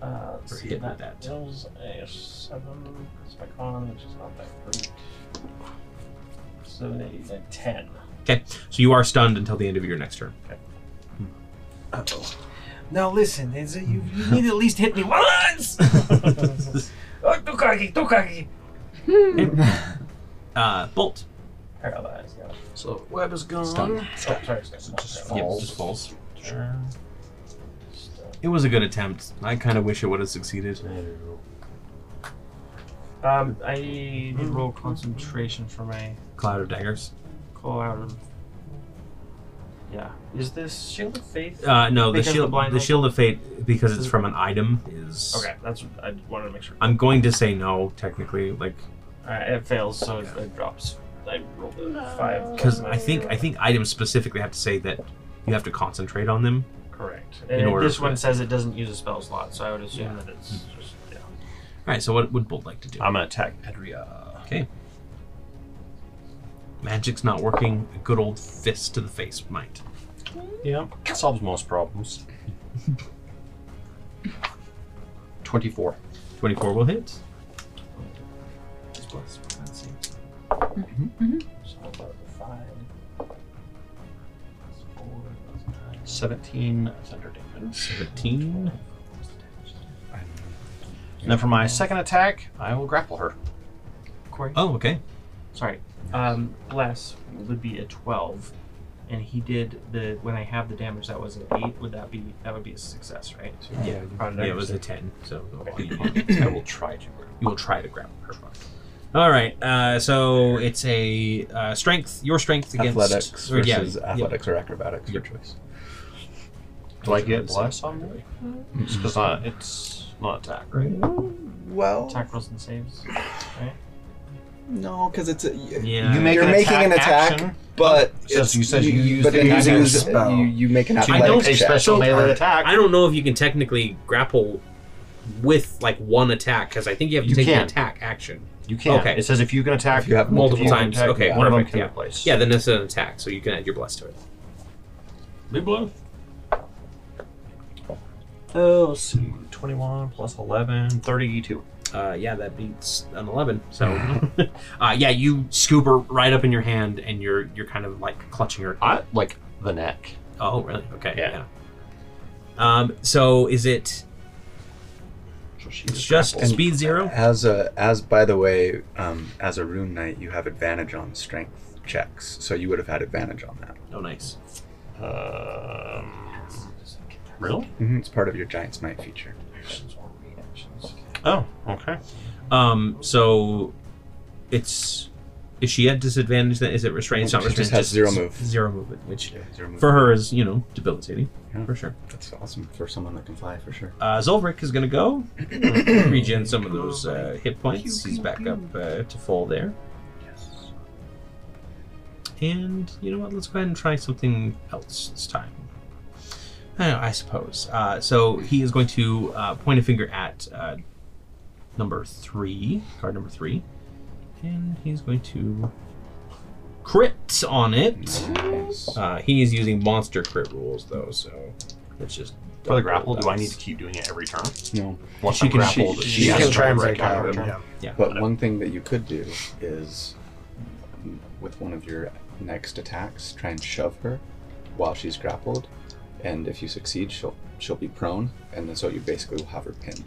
[SPEAKER 4] Uh, let's
[SPEAKER 1] Or
[SPEAKER 4] see,
[SPEAKER 1] hit with that.
[SPEAKER 4] that, deals a seven. It's my con, which is not that great. Seven, eight, and ten.
[SPEAKER 1] Okay, so you are stunned until the end of your next turn.
[SPEAKER 8] Now listen, is it, you, you need to at least hit me once. oh, Dukaki, Dukaki.
[SPEAKER 1] Uh, bolt.
[SPEAKER 4] Paralyzed. Yeah.
[SPEAKER 8] So web is gone.
[SPEAKER 9] Stun.
[SPEAKER 4] Oh, sorry, it's not
[SPEAKER 1] Yep,
[SPEAKER 4] paralyzed.
[SPEAKER 1] just falls.
[SPEAKER 4] Turn. Stun.
[SPEAKER 1] It was a good attempt. I kind of wish it would have succeeded.
[SPEAKER 4] Um, I need to roll concentration for my
[SPEAKER 1] Cloud of daggers.
[SPEAKER 4] call Yeah. Is this shield of faith?
[SPEAKER 1] Uh, no, the
[SPEAKER 4] Because the
[SPEAKER 1] shield, the,
[SPEAKER 4] blind knight-
[SPEAKER 1] shield of fate, because it's from an item, is.
[SPEAKER 4] okay, that's. I wanted to make sure.
[SPEAKER 1] I'm going to say no, technically, like
[SPEAKER 4] Alright, it fails, so it, it drops. I rolled a five.
[SPEAKER 1] because I think I think items specifically have to say that you have to concentrate on them.
[SPEAKER 4] Correct. And
[SPEAKER 1] In
[SPEAKER 4] it-
[SPEAKER 1] order
[SPEAKER 4] this
[SPEAKER 1] for
[SPEAKER 4] one
[SPEAKER 1] it-
[SPEAKER 4] says it doesn't use a spell slot, so I would assume
[SPEAKER 1] Yeah. Mm-hmm.
[SPEAKER 4] that it's just yeah.
[SPEAKER 1] All right, so what would Bolt like to do?
[SPEAKER 6] I'm gonna attack Pedria.
[SPEAKER 1] Okay. Magic's not working. A good old fist to the face might.
[SPEAKER 6] Yeah, solves most problems. Twenty-four.
[SPEAKER 1] 24 will hit.
[SPEAKER 4] So about the five. That's four, that's nine.
[SPEAKER 6] Seventeen thunder damage.
[SPEAKER 1] 17.
[SPEAKER 6] And then for my second attack, I will grapple her.
[SPEAKER 4] Corey?
[SPEAKER 1] Oh, okay.
[SPEAKER 4] Sorry. Um less would be a twelve. And he did the when I have the damage that was an eight, would that be that would be a success, right?
[SPEAKER 1] Yeah,
[SPEAKER 4] Product
[SPEAKER 1] yeah it was a
[SPEAKER 4] damage.
[SPEAKER 1] 10, so
[SPEAKER 4] Okay.
[SPEAKER 1] you
[SPEAKER 6] I will try to.
[SPEAKER 1] will try to grab her. All right. Uh, so it's a uh, strength, your strength against
[SPEAKER 9] athletics
[SPEAKER 1] or, yeah,
[SPEAKER 9] versus
[SPEAKER 1] yeah.
[SPEAKER 9] athletics or acrobatics, your choice.
[SPEAKER 6] Do I get bless on me? It's because not it's not attack, right?
[SPEAKER 9] Well,
[SPEAKER 4] Attack rolls and saves. Right?
[SPEAKER 9] no, because it's a,
[SPEAKER 1] Yeah.
[SPEAKER 9] you are making an attack,
[SPEAKER 6] action,
[SPEAKER 9] but
[SPEAKER 6] Says you said you used
[SPEAKER 9] but
[SPEAKER 6] the
[SPEAKER 9] then you,
[SPEAKER 6] attack
[SPEAKER 9] use-
[SPEAKER 3] spell.
[SPEAKER 9] you you make an
[SPEAKER 6] you don't
[SPEAKER 9] athletics
[SPEAKER 6] a
[SPEAKER 9] check.
[SPEAKER 6] special melee attack.
[SPEAKER 1] I don't know if you can technically grapple with like one attack because I think you have to
[SPEAKER 6] You
[SPEAKER 1] take an
[SPEAKER 6] can.
[SPEAKER 1] attack action.
[SPEAKER 6] you can't.
[SPEAKER 1] okay.
[SPEAKER 6] It says if you can attack
[SPEAKER 9] If you have
[SPEAKER 1] multiple
[SPEAKER 6] can
[SPEAKER 1] times,
[SPEAKER 6] attack,
[SPEAKER 1] okay,
[SPEAKER 6] one of them
[SPEAKER 1] perfect,
[SPEAKER 6] can
[SPEAKER 1] yeah.
[SPEAKER 6] replace.
[SPEAKER 1] Yeah, then it's an attack, so you can add your bless to it.
[SPEAKER 6] Be blue. Oh, let's see. 21 plus 11, 32.
[SPEAKER 1] Uh, yeah, that beats an eleven. So, uh, yeah, you scoop her right up in your hand, and you're you're kind of like clutching her.
[SPEAKER 6] I like the neck.
[SPEAKER 1] Oh, really? Okay.
[SPEAKER 6] Yeah.
[SPEAKER 1] Yeah. Um. So is it
[SPEAKER 6] So she's
[SPEAKER 1] it's just
[SPEAKER 9] grappled.
[SPEAKER 1] speed zero?
[SPEAKER 9] As a as by the way, um, as a rune knight, you have advantage on strength checks, so you would have had advantage on that.
[SPEAKER 1] Oh, nice.
[SPEAKER 6] Um, really?
[SPEAKER 5] Mm-hmm.
[SPEAKER 9] hmm It's part of your giant smite feature.
[SPEAKER 6] Oh, okay.
[SPEAKER 1] Um. So, it's is she at disadvantage? Then is it restrained? It's not
[SPEAKER 9] She just
[SPEAKER 1] restrained.
[SPEAKER 9] has zero
[SPEAKER 1] z-
[SPEAKER 9] move.
[SPEAKER 1] Zero movement, which
[SPEAKER 9] Zero
[SPEAKER 1] for her is you know debilitating
[SPEAKER 9] Yeah.
[SPEAKER 1] for sure.
[SPEAKER 9] That's awesome for someone that can fly for sure.
[SPEAKER 1] Uh, Zolvric is gonna go regen some of those uh, hit points. He's back up uh, to full there. And you know what? Let's go ahead and try something else this time. I, don't know, I suppose. Uh, so he is going to uh, point a finger at uh, number three, card number three, and he's going to crit on it.
[SPEAKER 9] Nice.
[SPEAKER 1] Uh, he is using monster crit rules though, so it's just
[SPEAKER 6] For the grapple, do I need
[SPEAKER 1] dice.
[SPEAKER 6] to keep doing it every turn?
[SPEAKER 9] No.
[SPEAKER 6] Once
[SPEAKER 1] She
[SPEAKER 6] I'm
[SPEAKER 1] can-
[SPEAKER 6] grappled,
[SPEAKER 1] she-
[SPEAKER 3] You
[SPEAKER 1] she
[SPEAKER 6] has
[SPEAKER 3] can
[SPEAKER 6] to
[SPEAKER 3] try and
[SPEAKER 6] break
[SPEAKER 3] break out
[SPEAKER 6] out.
[SPEAKER 3] of it. Yeah.
[SPEAKER 9] But one thing that you could do is, mm, with one of your next attacks, try and shove her while she's grappled, and if you succeed, she'll she'll be prone, and then so you basically will have her pinned,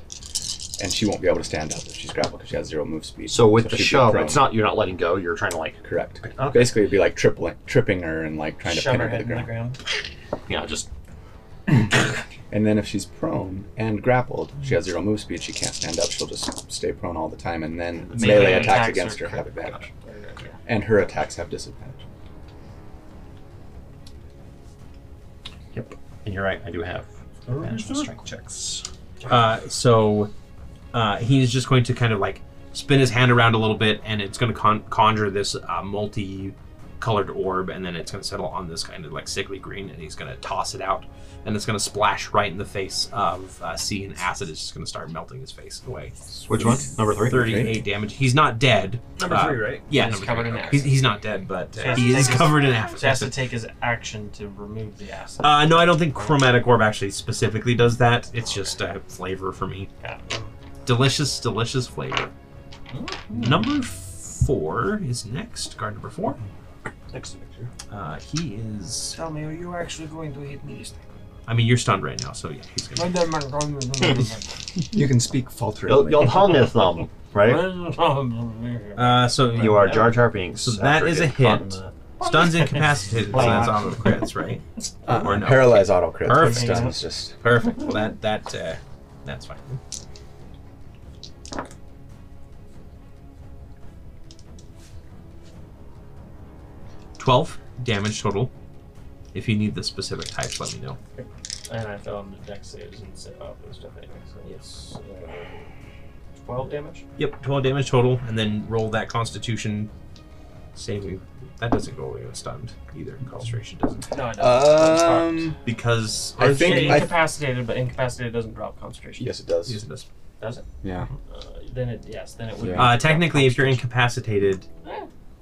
[SPEAKER 9] and she won't be able to stand up if she's grappled because she has zero move speed.
[SPEAKER 6] So with the
[SPEAKER 9] she'd be
[SPEAKER 6] shove,
[SPEAKER 9] prone.
[SPEAKER 6] it's not you're not letting go. You're trying to like
[SPEAKER 9] correct.
[SPEAKER 6] okay.
[SPEAKER 9] Basically, it'd be like tripling, tripping her and like trying to
[SPEAKER 4] Shove
[SPEAKER 9] pin
[SPEAKER 4] her
[SPEAKER 9] her to
[SPEAKER 4] head
[SPEAKER 9] the
[SPEAKER 4] in the
[SPEAKER 9] ground.
[SPEAKER 4] ground.
[SPEAKER 6] you know just
[SPEAKER 9] And then if she's prone and grappled, she has zero move speed. She can't stand up. She'll just stay prone all the time, and then melee, attacks,
[SPEAKER 4] attacks
[SPEAKER 9] against
[SPEAKER 4] are
[SPEAKER 9] her have
[SPEAKER 4] crit-
[SPEAKER 9] advantage,
[SPEAKER 4] Yeah.
[SPEAKER 9] and her attacks have disadvantage.
[SPEAKER 6] yep. And you're right. I do have advantage on strength checks.
[SPEAKER 1] Uh, so uh, he's just going to kind of like spin his hand around a little bit, and it's going to con- conjure this uh, multi-colored orb, and then it's going to settle on this kind of like sickly green, and he's going to toss it out, and it's going to splash right in the face of uh, C, and acid is just going to start melting his face away.
[SPEAKER 6] Which one? Number three.
[SPEAKER 1] Thirty-eight damage. He's not dead.
[SPEAKER 4] Number
[SPEAKER 1] Uh,
[SPEAKER 4] three, right?
[SPEAKER 1] Yeah,
[SPEAKER 4] He's
[SPEAKER 1] number
[SPEAKER 4] covered
[SPEAKER 1] three.
[SPEAKER 4] in
[SPEAKER 1] He's,
[SPEAKER 4] acid.
[SPEAKER 1] he's not dead, but
[SPEAKER 4] So he
[SPEAKER 1] uh,
[SPEAKER 4] has
[SPEAKER 1] he
[SPEAKER 4] to
[SPEAKER 1] is
[SPEAKER 4] take his-
[SPEAKER 1] covered in
[SPEAKER 4] So he has to
[SPEAKER 1] acid.
[SPEAKER 4] take his action to remove the acid.
[SPEAKER 1] Uh, no, I don't think chromatic orb actually specifically does that. It's just a flavor for me.
[SPEAKER 4] Yeah.
[SPEAKER 1] delicious, delicious flavor. Number four is next. Guard number four.
[SPEAKER 6] Next picture.
[SPEAKER 1] Uh, he is.
[SPEAKER 8] Tell me, are you actually going to hit me this time?
[SPEAKER 1] I mean, you're stunned right now, so yeah, he's gonna.
[SPEAKER 9] You can speak falteringly.
[SPEAKER 6] Your, your tongue is numb, right?
[SPEAKER 1] Uh, so
[SPEAKER 6] You are Jar Jar Binks.
[SPEAKER 1] So that
[SPEAKER 6] after uh,
[SPEAKER 1] is a
[SPEAKER 6] getting caught
[SPEAKER 1] hit.
[SPEAKER 6] in the-
[SPEAKER 1] stuns incapacitated, so that's auto crits, right?
[SPEAKER 9] Uh,
[SPEAKER 1] Or no.
[SPEAKER 9] Paralyze auto crit.
[SPEAKER 1] Perfect.
[SPEAKER 9] Stun is just
[SPEAKER 1] Perfect. Well, that that uh, that's fine. Twelve damage total. If you need the specific types, let me know.
[SPEAKER 4] And I fell on the deck saves and set off and stuff anyway. So yes. Uh, 12 damage?
[SPEAKER 1] Yep, 12 damage total, and then roll that constitution saving. That doesn't go away when stunned either. Concentration doesn't.
[SPEAKER 4] No, it
[SPEAKER 9] Um,
[SPEAKER 1] Because.
[SPEAKER 9] I think
[SPEAKER 4] yeah,
[SPEAKER 9] I-
[SPEAKER 4] incapacitated, but incapacitated doesn't drop concentration.
[SPEAKER 9] yes, it does.
[SPEAKER 1] Yes, it does.
[SPEAKER 4] Does it?
[SPEAKER 9] Yeah.
[SPEAKER 4] Uh, then it, yes, then it would
[SPEAKER 9] Yeah.
[SPEAKER 1] Uh, technically, if you're incapacitated,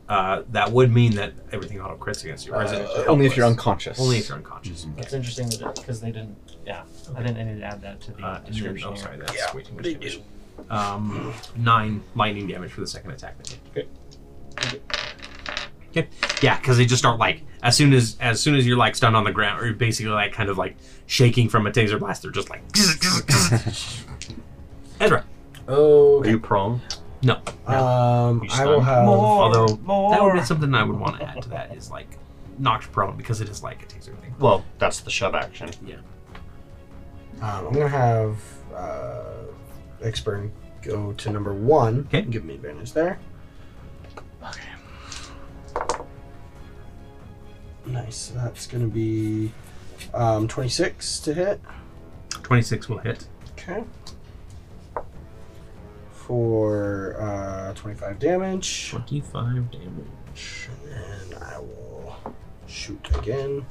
[SPEAKER 1] uh, that would mean that everything auto crits against you. Or is it
[SPEAKER 9] Uh, only if you're
[SPEAKER 1] helpless?
[SPEAKER 9] unconscious. Mm-hmm.
[SPEAKER 1] Only if you're unconscious.
[SPEAKER 4] be. It's interesting that because they didn't, yeah. I didn't, I need to add that to the
[SPEAKER 1] Uh, and then,
[SPEAKER 4] description.
[SPEAKER 1] oh,
[SPEAKER 4] here.
[SPEAKER 1] sorry, that's way too much damage. Um, nine lightning damage for the second attack. That
[SPEAKER 4] Okay.
[SPEAKER 1] Okay. Yeah, because they just start like as soon as as soon as you're like stunned on the ground, or you're basically like kind of like shaking from a taser blast. They're just like. Ezra.
[SPEAKER 6] Are
[SPEAKER 3] Oh,
[SPEAKER 6] you prone?
[SPEAKER 1] No.
[SPEAKER 3] um,
[SPEAKER 6] You
[SPEAKER 3] I will
[SPEAKER 6] stunned.
[SPEAKER 3] have.
[SPEAKER 8] More,
[SPEAKER 1] although
[SPEAKER 8] more.
[SPEAKER 1] that would be something I would want to add to that is like knocked prone because it is like a taser thing.
[SPEAKER 6] Well, that's the shove action.
[SPEAKER 3] Um, I'm gonna have uh, Exburn go to number one.
[SPEAKER 1] Okay.
[SPEAKER 3] Give me advantage there. Nice. So that's going to be um, 26 to hit.
[SPEAKER 1] 26 will hit.
[SPEAKER 3] Okay. For uh, 25 damage.
[SPEAKER 1] 25 damage.
[SPEAKER 3] And I will shoot again.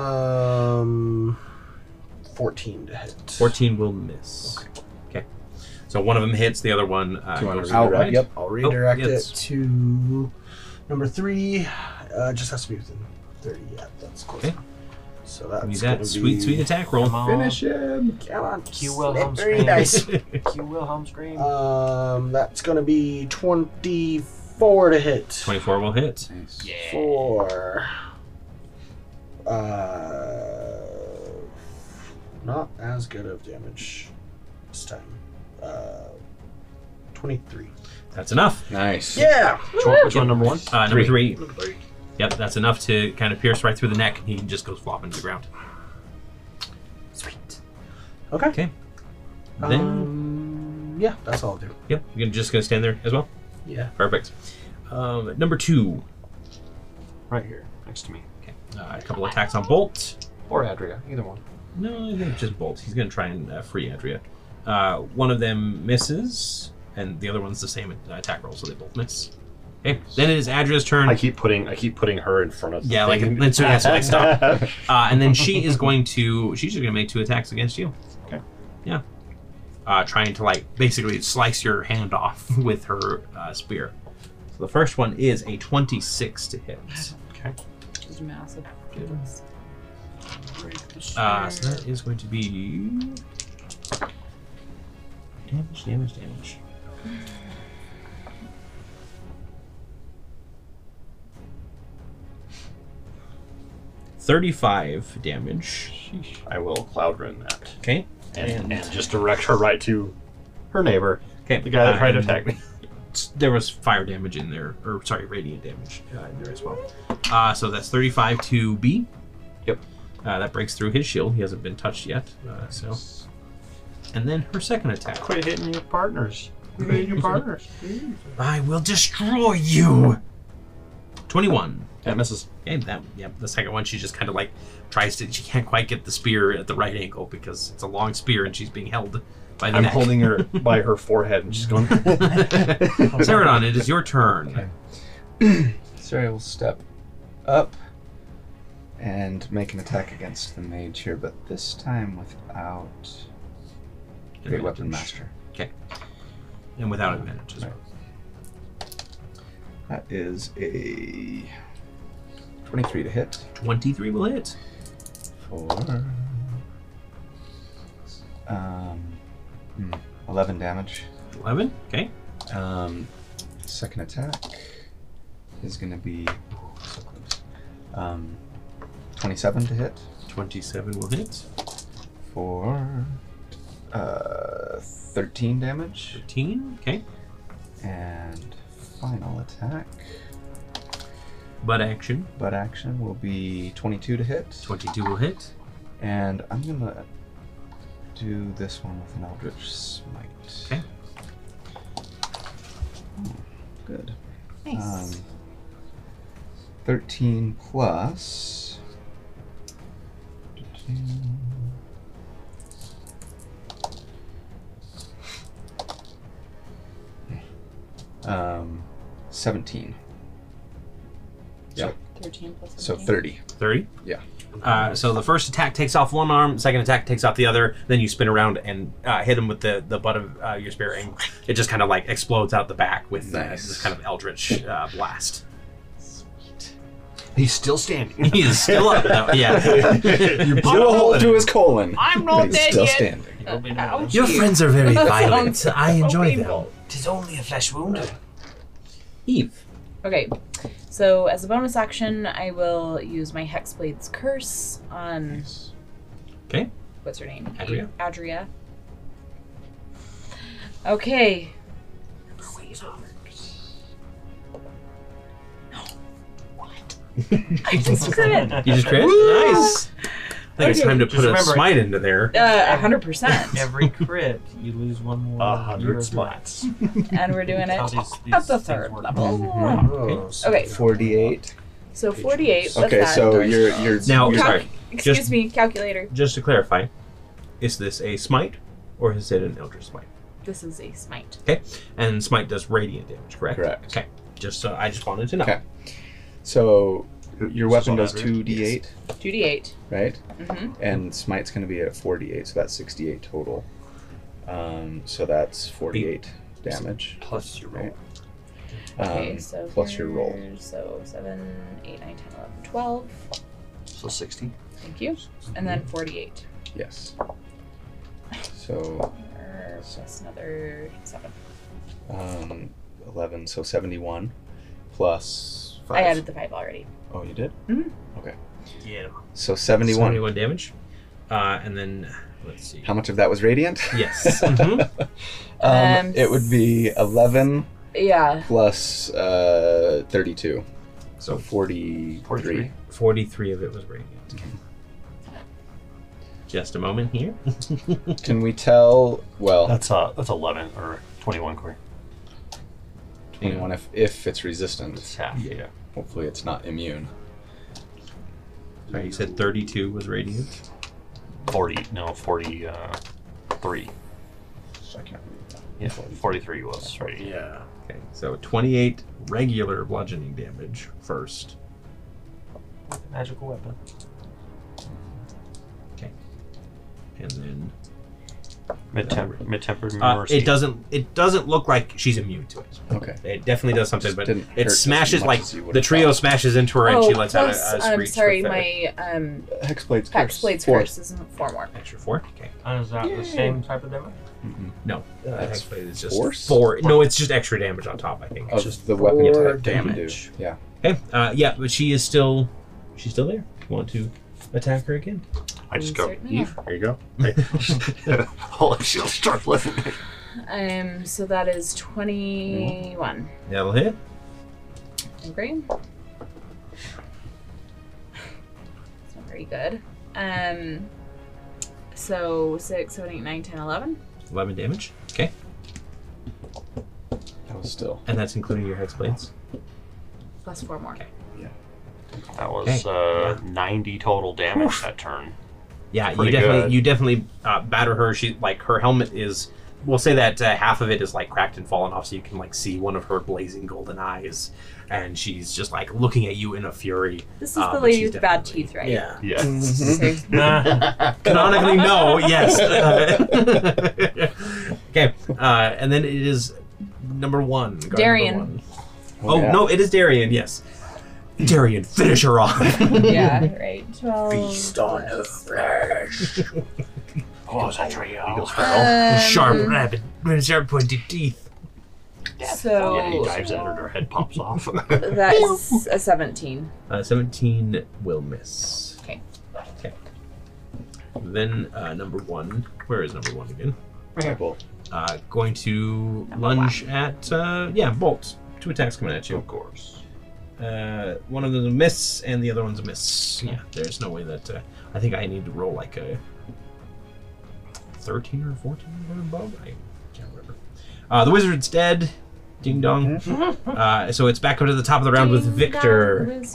[SPEAKER 3] Um, 14 to hit.
[SPEAKER 1] 14 will miss. Okay. So one of them hits, the other one uh,
[SPEAKER 9] Do you wanna
[SPEAKER 1] goes
[SPEAKER 9] read it?
[SPEAKER 1] out.
[SPEAKER 9] Outright?
[SPEAKER 3] Yep. I'll redirect
[SPEAKER 1] Oh, yes.
[SPEAKER 3] it to number three. Uh, just has to be within 30. Yeah, that's close.
[SPEAKER 1] Okay.
[SPEAKER 3] So
[SPEAKER 1] Need
[SPEAKER 3] that's
[SPEAKER 1] that
[SPEAKER 3] gonna
[SPEAKER 1] sweet,
[SPEAKER 3] be-
[SPEAKER 1] sweet attack roll.
[SPEAKER 4] Finish
[SPEAKER 9] him.
[SPEAKER 3] Come on.
[SPEAKER 4] Q Wilhelm
[SPEAKER 3] slippery
[SPEAKER 4] scream.
[SPEAKER 3] dice.
[SPEAKER 4] Q Wilhelm scream.
[SPEAKER 9] Uh,
[SPEAKER 3] Um, that's gonna be twenty-four to hit.
[SPEAKER 1] 24 will hit.
[SPEAKER 3] Four. Uh, not as good of damage this time. Uh, twenty-three.
[SPEAKER 1] That's enough.
[SPEAKER 9] Nice.
[SPEAKER 3] Yeah.
[SPEAKER 1] Which one, which one, number one? Uh, number three.
[SPEAKER 3] Three.
[SPEAKER 1] Yep, that's enough to kind of pierce right through the neck. He just goes flopping to the ground.
[SPEAKER 3] Sweet. Okay.
[SPEAKER 1] Okay. Then,
[SPEAKER 3] Um, yeah, that's all I'll do.
[SPEAKER 1] yep, you're gonna- just going to stand there as well?
[SPEAKER 3] Yeah.
[SPEAKER 1] Perfect. Um, number two.
[SPEAKER 4] Right here, next to me.
[SPEAKER 1] Okay. Uh, a couple attacks on Bolt.
[SPEAKER 4] Or Adria, either one.
[SPEAKER 1] No, I think just Bolt. He's going to try and uh, free Adria. Uh, one of them misses, and the other one's the same uh, attack roll, so they both miss. Okay, then it is Adria's turn.
[SPEAKER 6] I keep putting I keep putting her in front of. the
[SPEAKER 1] Yeah, like
[SPEAKER 6] thing.
[SPEAKER 1] an insert has to, like, stop. Uh, and then she is going to. She's just going to make two attacks against you.
[SPEAKER 6] Okay.
[SPEAKER 1] Yeah. Uh, trying to like basically slice your hand off with her uh, spear. So the first one is a twenty-six to hit.
[SPEAKER 12] Just massive.
[SPEAKER 1] Uh, so that is going to be damage, damage, damage. Thirty-five damage.
[SPEAKER 6] I will cloud run that
[SPEAKER 1] Okay.
[SPEAKER 6] and, and just direct her right to her neighbor,
[SPEAKER 1] Okay.
[SPEAKER 6] the guy that tried to
[SPEAKER 1] attack.
[SPEAKER 6] attack me.
[SPEAKER 1] there was fire damage in there, or sorry, radiant damage uh, in there as well. Uh, so that's 35 to B.
[SPEAKER 6] Yep.
[SPEAKER 1] Uh, that breaks through his shield. He hasn't been touched yet. Uh, so, and then her second attack.
[SPEAKER 6] Quit hitting your partners. Quit hitting your partners.
[SPEAKER 1] I will destroy you. 21.
[SPEAKER 6] That misses.
[SPEAKER 1] Okay, that yep. The second one, she just kind of like tries to. She can't quite get the spear at the right angle because it's a long spear and she's being held by the
[SPEAKER 6] I'm
[SPEAKER 1] neck.
[SPEAKER 6] holding her by her forehead and she's going.
[SPEAKER 1] Saradon, it is your turn.
[SPEAKER 9] Sorry, I will step up and make an attack against the mage here, but this time without great weapon master.
[SPEAKER 1] and without advantage as well.
[SPEAKER 9] That is a twenty-three to hit
[SPEAKER 1] 23 will hit.
[SPEAKER 9] for um, hmm, eleven damage.
[SPEAKER 1] 11. Okay.
[SPEAKER 9] Um, second attack is going to be ooh, so close. Um, 27 to hit
[SPEAKER 1] 27 will hit.
[SPEAKER 9] for uh, 13 damage.
[SPEAKER 1] 13. Okay.
[SPEAKER 9] And final attack,
[SPEAKER 1] Butt action.
[SPEAKER 9] butt action will be 22 to hit.
[SPEAKER 1] 22 will hit.
[SPEAKER 9] And I'm going to do this one with an Eldritch Smite.
[SPEAKER 1] 'Kay.
[SPEAKER 9] Hmm, Good.
[SPEAKER 12] Nice.
[SPEAKER 9] Um, 13 plus. Um, 17. Yeah.
[SPEAKER 2] 13 plus
[SPEAKER 9] So
[SPEAKER 2] 17.
[SPEAKER 9] 30.
[SPEAKER 1] 30.
[SPEAKER 9] Yeah.
[SPEAKER 1] Uh, so the first attack takes off one arm, second attack takes off the other. Then you spin around and uh, hit him with the, the butt of uh, your spear, and it just kind of like explodes out the back with uh,
[SPEAKER 9] Nice.
[SPEAKER 1] this kind of eldritch uh, blast.
[SPEAKER 6] He's still standing.
[SPEAKER 1] He is still up, though. Yeah.
[SPEAKER 9] You blew a hole through his colon.
[SPEAKER 12] I'm not
[SPEAKER 9] He's
[SPEAKER 12] dead
[SPEAKER 9] still
[SPEAKER 12] yet.
[SPEAKER 9] standing.
[SPEAKER 4] You'll be known.
[SPEAKER 1] Your friends are very
[SPEAKER 12] That
[SPEAKER 1] violent.
[SPEAKER 12] sounds
[SPEAKER 1] I enjoy them.
[SPEAKER 12] painful.
[SPEAKER 8] Tis only a flesh wound.
[SPEAKER 1] Eve.
[SPEAKER 12] Okay, so as a bonus action, I will use my Hexblade's Curse on.
[SPEAKER 1] Okay.
[SPEAKER 12] What's her name?
[SPEAKER 1] Adria.
[SPEAKER 12] Adria. Okay. No. What? I just crit.
[SPEAKER 2] Uh,
[SPEAKER 1] You just crit? nice. think it's time to put a
[SPEAKER 4] remember-
[SPEAKER 1] smite into there.
[SPEAKER 2] Uh, 100%.
[SPEAKER 4] Every crit, you lose one more.
[SPEAKER 6] A hundred
[SPEAKER 4] year of
[SPEAKER 6] smites.
[SPEAKER 4] life.
[SPEAKER 2] and we're doing it
[SPEAKER 4] How these- these
[SPEAKER 2] at the
[SPEAKER 4] things
[SPEAKER 2] third
[SPEAKER 4] work. Mm-hmm.
[SPEAKER 2] level.
[SPEAKER 3] Oh, so
[SPEAKER 2] Okay.
[SPEAKER 9] Forty-eight.
[SPEAKER 2] So 48. What's
[SPEAKER 9] Okay,
[SPEAKER 2] that?
[SPEAKER 9] so you're you're
[SPEAKER 1] Now,
[SPEAKER 2] Calc-
[SPEAKER 1] sorry,
[SPEAKER 2] Excuse
[SPEAKER 1] just-
[SPEAKER 2] me, calculator.
[SPEAKER 1] just to clarify, is this a smite or is it an Eldritch Smite?
[SPEAKER 2] This is a smite.
[SPEAKER 1] Okay, and smite does radiant damage, correct?
[SPEAKER 9] Correct.
[SPEAKER 1] Okay, just so I just wanted to know.
[SPEAKER 9] Okay. So your weapon
[SPEAKER 6] This
[SPEAKER 9] does
[SPEAKER 6] is on
[SPEAKER 9] two d eight,
[SPEAKER 2] 2d8.
[SPEAKER 9] right?
[SPEAKER 2] Mm-hmm.
[SPEAKER 9] And smite's going to be at four d eight, so that's sixty eight total. Um, so that's forty eight damage.
[SPEAKER 6] Plus your
[SPEAKER 9] roll. Um,
[SPEAKER 2] Okay, so.
[SPEAKER 9] plus your roll.
[SPEAKER 2] here's- So 7, 8, 9, 10, 11, 12.
[SPEAKER 14] So 60.
[SPEAKER 2] Thank you. And then 48.
[SPEAKER 9] Yes. So
[SPEAKER 2] Or plus another 7.
[SPEAKER 9] um, eleven, so seventy one, plus five.
[SPEAKER 2] I added the 5 already.
[SPEAKER 9] Oh, you did.
[SPEAKER 2] Mhm.
[SPEAKER 9] Okay.
[SPEAKER 4] Yeah.
[SPEAKER 9] So seventy one.
[SPEAKER 1] Seventy-one damage, uh, and then let's see.
[SPEAKER 9] How much of that was radiant?
[SPEAKER 1] Yes.
[SPEAKER 6] Mm-hmm.
[SPEAKER 1] Mhm.
[SPEAKER 9] um,
[SPEAKER 2] Um,
[SPEAKER 9] it would be eleven
[SPEAKER 2] Yeah.
[SPEAKER 9] plus uh, thirty-two, so
[SPEAKER 1] So
[SPEAKER 9] forty-three.
[SPEAKER 4] 43.
[SPEAKER 1] forty-three of it was radiant. Just a moment here.
[SPEAKER 9] Can we tell? Well,
[SPEAKER 6] That's uh, that's 11 or 21 Corey.
[SPEAKER 9] twenty-one if if it's resistant.
[SPEAKER 6] It's half. Yeah. yeah.
[SPEAKER 9] Hopefully, it's not immune.
[SPEAKER 1] Sorry, you said thirty-two was radiant.
[SPEAKER 6] 40. No, 43. Uh, three.
[SPEAKER 9] I can't remember.
[SPEAKER 6] yeah, 43 was right.
[SPEAKER 3] yeah.
[SPEAKER 1] Okay, so twenty-eight regular bludgeoning damage first.
[SPEAKER 4] With a Magical weapon.
[SPEAKER 1] And then
[SPEAKER 6] Mid-tempered, mid-tempered
[SPEAKER 1] uh,
[SPEAKER 6] mercy.
[SPEAKER 1] it doesn't it doesn't look like she's immune to it.
[SPEAKER 9] Okay.
[SPEAKER 1] It definitely does something,
[SPEAKER 9] Just
[SPEAKER 1] but
[SPEAKER 9] didn't hurt
[SPEAKER 1] it
[SPEAKER 9] as
[SPEAKER 1] smashes
[SPEAKER 9] much
[SPEAKER 1] like
[SPEAKER 9] as you would've
[SPEAKER 1] the trio
[SPEAKER 9] thought.
[SPEAKER 1] smashes into her, and she lets out a,
[SPEAKER 2] Oh, plus,
[SPEAKER 1] a
[SPEAKER 2] I'm
[SPEAKER 1] screech.
[SPEAKER 2] sorry,
[SPEAKER 1] with a
[SPEAKER 2] my um,
[SPEAKER 9] Hexblade's curse.
[SPEAKER 2] Hexblade's
[SPEAKER 9] Four.
[SPEAKER 2] Curse is four more.
[SPEAKER 1] extra four. Okay,
[SPEAKER 4] Uh, is that the same type of damage?
[SPEAKER 9] Mhm.
[SPEAKER 1] no, uh,
[SPEAKER 9] That's
[SPEAKER 1] Hexblade is just
[SPEAKER 9] force? Oh.
[SPEAKER 1] four. No, it's just extra damage on top. I think.
[SPEAKER 9] Of
[SPEAKER 3] Just
[SPEAKER 9] the weapon
[SPEAKER 3] four
[SPEAKER 9] type that you can
[SPEAKER 3] damage.
[SPEAKER 9] do. Yeah.
[SPEAKER 1] Okay, uh, yeah, but she is still she's still there. You want to attack her again?
[SPEAKER 6] I just go,
[SPEAKER 2] Insert me
[SPEAKER 6] Eve, here you go. Holy shield, start flipping.
[SPEAKER 2] Um, so that is 21.
[SPEAKER 1] That'll hit.
[SPEAKER 9] Mm-hmm.
[SPEAKER 2] Okay. It's not very good. Um, so 6, 7, 8, 9, 10, 11.
[SPEAKER 1] Eleven damage. Okay,
[SPEAKER 9] That was still.
[SPEAKER 1] and that's including your hexblades.
[SPEAKER 2] Plus four more.
[SPEAKER 6] That was uh, 90 total damage that turn.
[SPEAKER 1] Yeah, you
[SPEAKER 6] Pretty
[SPEAKER 1] definitely
[SPEAKER 6] good.
[SPEAKER 1] you definitely uh, batter her. She like her helmet is. We'll say that uh, half of it is like cracked and fallen off, so you can like see one of her blazing golden eyes, and she's just like looking at you in a fury.
[SPEAKER 2] This is
[SPEAKER 1] Uh,
[SPEAKER 2] the
[SPEAKER 1] but
[SPEAKER 2] lady
[SPEAKER 1] she's
[SPEAKER 2] with the bad
[SPEAKER 1] definitely-
[SPEAKER 2] teeth, right?
[SPEAKER 3] Yeah.
[SPEAKER 2] Okay.
[SPEAKER 6] Yeah.
[SPEAKER 1] Canonically, no. Yes. okay, uh, and then it is number one. guard number
[SPEAKER 2] Darian.
[SPEAKER 1] one.
[SPEAKER 9] Well,
[SPEAKER 1] Oh
[SPEAKER 9] yeah.
[SPEAKER 1] no, it is Darian. Yes, Darian, finish her off.
[SPEAKER 2] Um, yeah, right. 12.
[SPEAKER 3] Beast on her flesh.
[SPEAKER 6] Oh, it's a trio.
[SPEAKER 1] Sharp,
[SPEAKER 2] Um,
[SPEAKER 1] rabbit, sharp pointed teeth.
[SPEAKER 2] So
[SPEAKER 6] Yeah, he dives at her and her head pops off.
[SPEAKER 2] that's a 17.
[SPEAKER 1] Uh, 17 will miss.
[SPEAKER 2] Okay.
[SPEAKER 1] Okay. Then uh, number one. Where is number one again?
[SPEAKER 9] Terrible.
[SPEAKER 1] Uh, going to lunge at, uh, yeah, Bolt. Two attacks coming at you. Of course. Uh, one of them's a miss, and the other one's a miss. Yeah, there's no way that. Uh, I think I need to roll like a 13 or 14 or above. I can't remember. Uh, the wizard's dead. Ding dong. uh, so it's back up to the top of the round with Victor.
[SPEAKER 4] And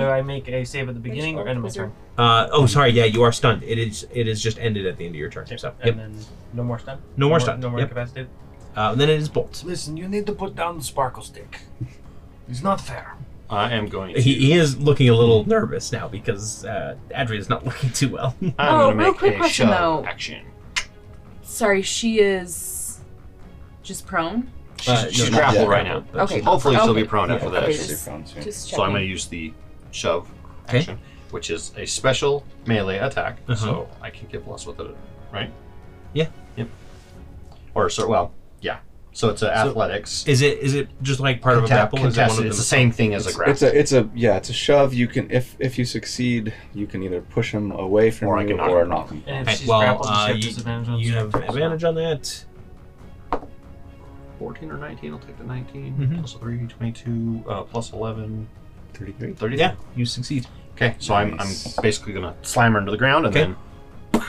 [SPEAKER 4] do I make a save at the beginning or end of my
[SPEAKER 2] Wizard.
[SPEAKER 4] turn?
[SPEAKER 1] Uh, oh, sorry. Yeah, you are stunned. It is. It is just ended at the end of your turn. So,
[SPEAKER 4] And
[SPEAKER 1] yep.
[SPEAKER 4] then no more stun?
[SPEAKER 1] No more stun.
[SPEAKER 4] No more
[SPEAKER 1] Yep.
[SPEAKER 4] incapacitated?
[SPEAKER 1] Uh, then it is bolt.
[SPEAKER 15] Listen, you need to put down the sparkle stick. It's not fair.
[SPEAKER 6] I am going to.
[SPEAKER 1] He, he is looking a little nervous now because uh, Adrian's not looking too well.
[SPEAKER 6] I'm
[SPEAKER 2] Oh,
[SPEAKER 6] gonna
[SPEAKER 2] real
[SPEAKER 6] make
[SPEAKER 2] quick
[SPEAKER 6] a
[SPEAKER 2] question,
[SPEAKER 6] shove
[SPEAKER 2] though.
[SPEAKER 6] Action.
[SPEAKER 2] Sorry, she is just prone.
[SPEAKER 6] She's,
[SPEAKER 1] Uh,
[SPEAKER 6] she's
[SPEAKER 1] no, not
[SPEAKER 6] grappled
[SPEAKER 9] yet.
[SPEAKER 6] right now.
[SPEAKER 1] But
[SPEAKER 2] Okay.
[SPEAKER 1] she's-
[SPEAKER 6] Hopefully, she'll be
[SPEAKER 2] Okay.
[SPEAKER 6] prone after
[SPEAKER 2] Okay,
[SPEAKER 6] this.
[SPEAKER 2] just-
[SPEAKER 9] Pretty prone soon.
[SPEAKER 2] Just
[SPEAKER 6] So I'm going
[SPEAKER 2] checking.
[SPEAKER 6] to use the shove
[SPEAKER 1] Okay.
[SPEAKER 6] action, which is a special melee attack,
[SPEAKER 1] Uh-huh.
[SPEAKER 6] so I can get plus with it, right?
[SPEAKER 1] Yeah.
[SPEAKER 6] Yep. Or so well, yeah. So it's an athletics.
[SPEAKER 1] Is it? Is it just like part of a
[SPEAKER 6] Conta-
[SPEAKER 1] grapple? Is it one
[SPEAKER 6] contested.
[SPEAKER 1] of them?
[SPEAKER 6] It's the same thing as a grapple.
[SPEAKER 9] It's a it's a yeah it's a shove. You can if if you succeed, you can either push him away from
[SPEAKER 6] Or I
[SPEAKER 9] you
[SPEAKER 6] can knock
[SPEAKER 9] or
[SPEAKER 6] him
[SPEAKER 9] knock him.
[SPEAKER 4] And if
[SPEAKER 1] Okay,
[SPEAKER 4] she's
[SPEAKER 1] well,
[SPEAKER 4] grappled, does she
[SPEAKER 1] uh,
[SPEAKER 4] have
[SPEAKER 1] you,
[SPEAKER 4] disadvantage on
[SPEAKER 1] you have
[SPEAKER 4] strength checks?
[SPEAKER 1] advantage on that.
[SPEAKER 6] 14 or 19, I'll take the 19.
[SPEAKER 1] Mhm.
[SPEAKER 6] Plus 3, 22, uh, plus 11,
[SPEAKER 9] Thirty-three.
[SPEAKER 6] 33.
[SPEAKER 1] Yeah, you succeed.
[SPEAKER 6] Okay, so I'm, I'm basically gonna slam her into the ground and
[SPEAKER 1] Okay.
[SPEAKER 6] then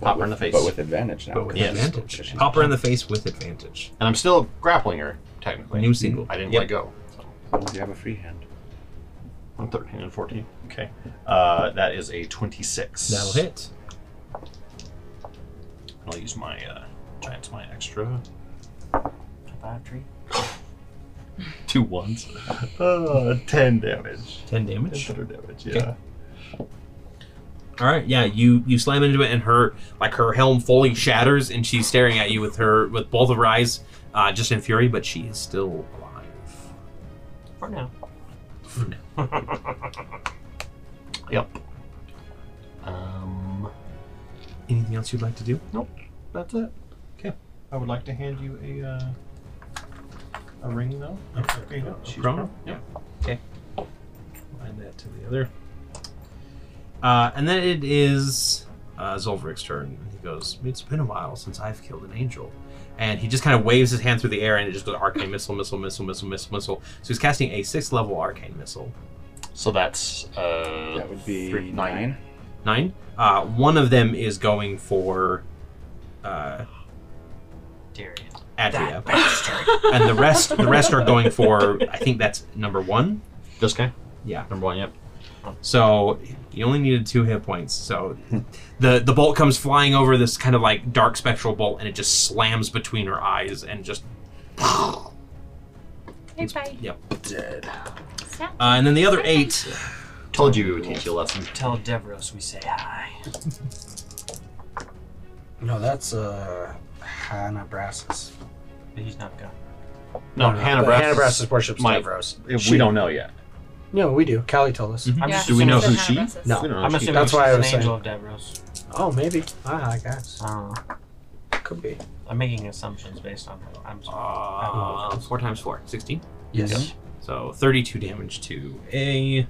[SPEAKER 6] pop her in the face.
[SPEAKER 9] But with advantage now.
[SPEAKER 1] But with
[SPEAKER 6] Yes.
[SPEAKER 1] advantage. Pop her in the face with advantage.
[SPEAKER 6] and I'm still grappling her, technically.
[SPEAKER 1] New single.
[SPEAKER 6] I didn't
[SPEAKER 1] Yep.
[SPEAKER 6] let go.
[SPEAKER 9] you have a free hand.
[SPEAKER 6] I'm 13 and 14. Okay. Uh, that is a 26.
[SPEAKER 1] That'll hit.
[SPEAKER 6] I'll use my uh, giant's my extra.
[SPEAKER 4] Battery.
[SPEAKER 6] Two ones. Uh, 10 damage.
[SPEAKER 1] 10 damage.
[SPEAKER 6] Thunder damage, yeah.
[SPEAKER 1] Okay. All right, yeah, you you slam into it, and her like her helm fully shatters, and she's staring at you with her with both of her eyes, uh, just in fury. But she is still alive.
[SPEAKER 4] For now.
[SPEAKER 6] Yep. Um,
[SPEAKER 1] Anything else you'd like to do?
[SPEAKER 6] that's it. Okay. I would like to hand you a uh, a ring, though. Okay.
[SPEAKER 1] She's prone?
[SPEAKER 6] Yeah.
[SPEAKER 1] Okay. Add that to the other. Uh, and then it is uh, Zolvric's turn. He goes, It's been a while since I've killed an angel. And he just kind of waves his hand through the air and it just goes arcane missile, missile, missile, missile, missile, missile. So he's casting a sixth level arcane missile.
[SPEAKER 6] So that's uh,
[SPEAKER 9] That would be
[SPEAKER 6] three-
[SPEAKER 9] nine.
[SPEAKER 1] Nine. Uh, one of them is going for uh,
[SPEAKER 4] Darian.
[SPEAKER 1] Adria. and the rest the rest are going for, I think that's number one.
[SPEAKER 6] This guy?
[SPEAKER 1] Yeah.
[SPEAKER 6] Number one, yep.
[SPEAKER 1] So you only needed two hit points. So the the bolt comes flying over this kind of like dark spectral bolt, and it just slams between her eyes and just.
[SPEAKER 12] Hey, bye.
[SPEAKER 1] Yep.
[SPEAKER 7] Dead.
[SPEAKER 12] Snap.
[SPEAKER 1] Uh, and then the other eight.
[SPEAKER 6] Told you we would teach you a lesson.
[SPEAKER 4] Tell Devros we say hi.
[SPEAKER 3] No, that's uh, Hannah Brassus.
[SPEAKER 4] But he's not gone.
[SPEAKER 6] No, Hannah
[SPEAKER 3] But
[SPEAKER 6] Brass.
[SPEAKER 3] Hannah Brassus worships
[SPEAKER 6] my-
[SPEAKER 3] Davros.
[SPEAKER 6] Oh, If
[SPEAKER 3] She-
[SPEAKER 6] we don't know yet.
[SPEAKER 3] No, we do. Callie told us.
[SPEAKER 1] Mhm.
[SPEAKER 4] I'm
[SPEAKER 12] Yeah,
[SPEAKER 4] just
[SPEAKER 6] Do we
[SPEAKER 4] assuming
[SPEAKER 6] know
[SPEAKER 12] so
[SPEAKER 6] who
[SPEAKER 12] Hannah
[SPEAKER 6] she-
[SPEAKER 12] Brassus.
[SPEAKER 3] No.
[SPEAKER 6] We don't know.
[SPEAKER 4] I'm
[SPEAKER 6] if she-
[SPEAKER 4] assuming
[SPEAKER 3] That's
[SPEAKER 4] she's
[SPEAKER 3] why I
[SPEAKER 4] an
[SPEAKER 3] was
[SPEAKER 4] angel of Devros.
[SPEAKER 3] Oh, maybe. Ah, I guess. Could be.
[SPEAKER 4] I'm making assumptions based on her. I'm sorry.
[SPEAKER 6] Oh,
[SPEAKER 1] Uh, four times four, 16.
[SPEAKER 3] Yes.
[SPEAKER 1] So 32 damage to a.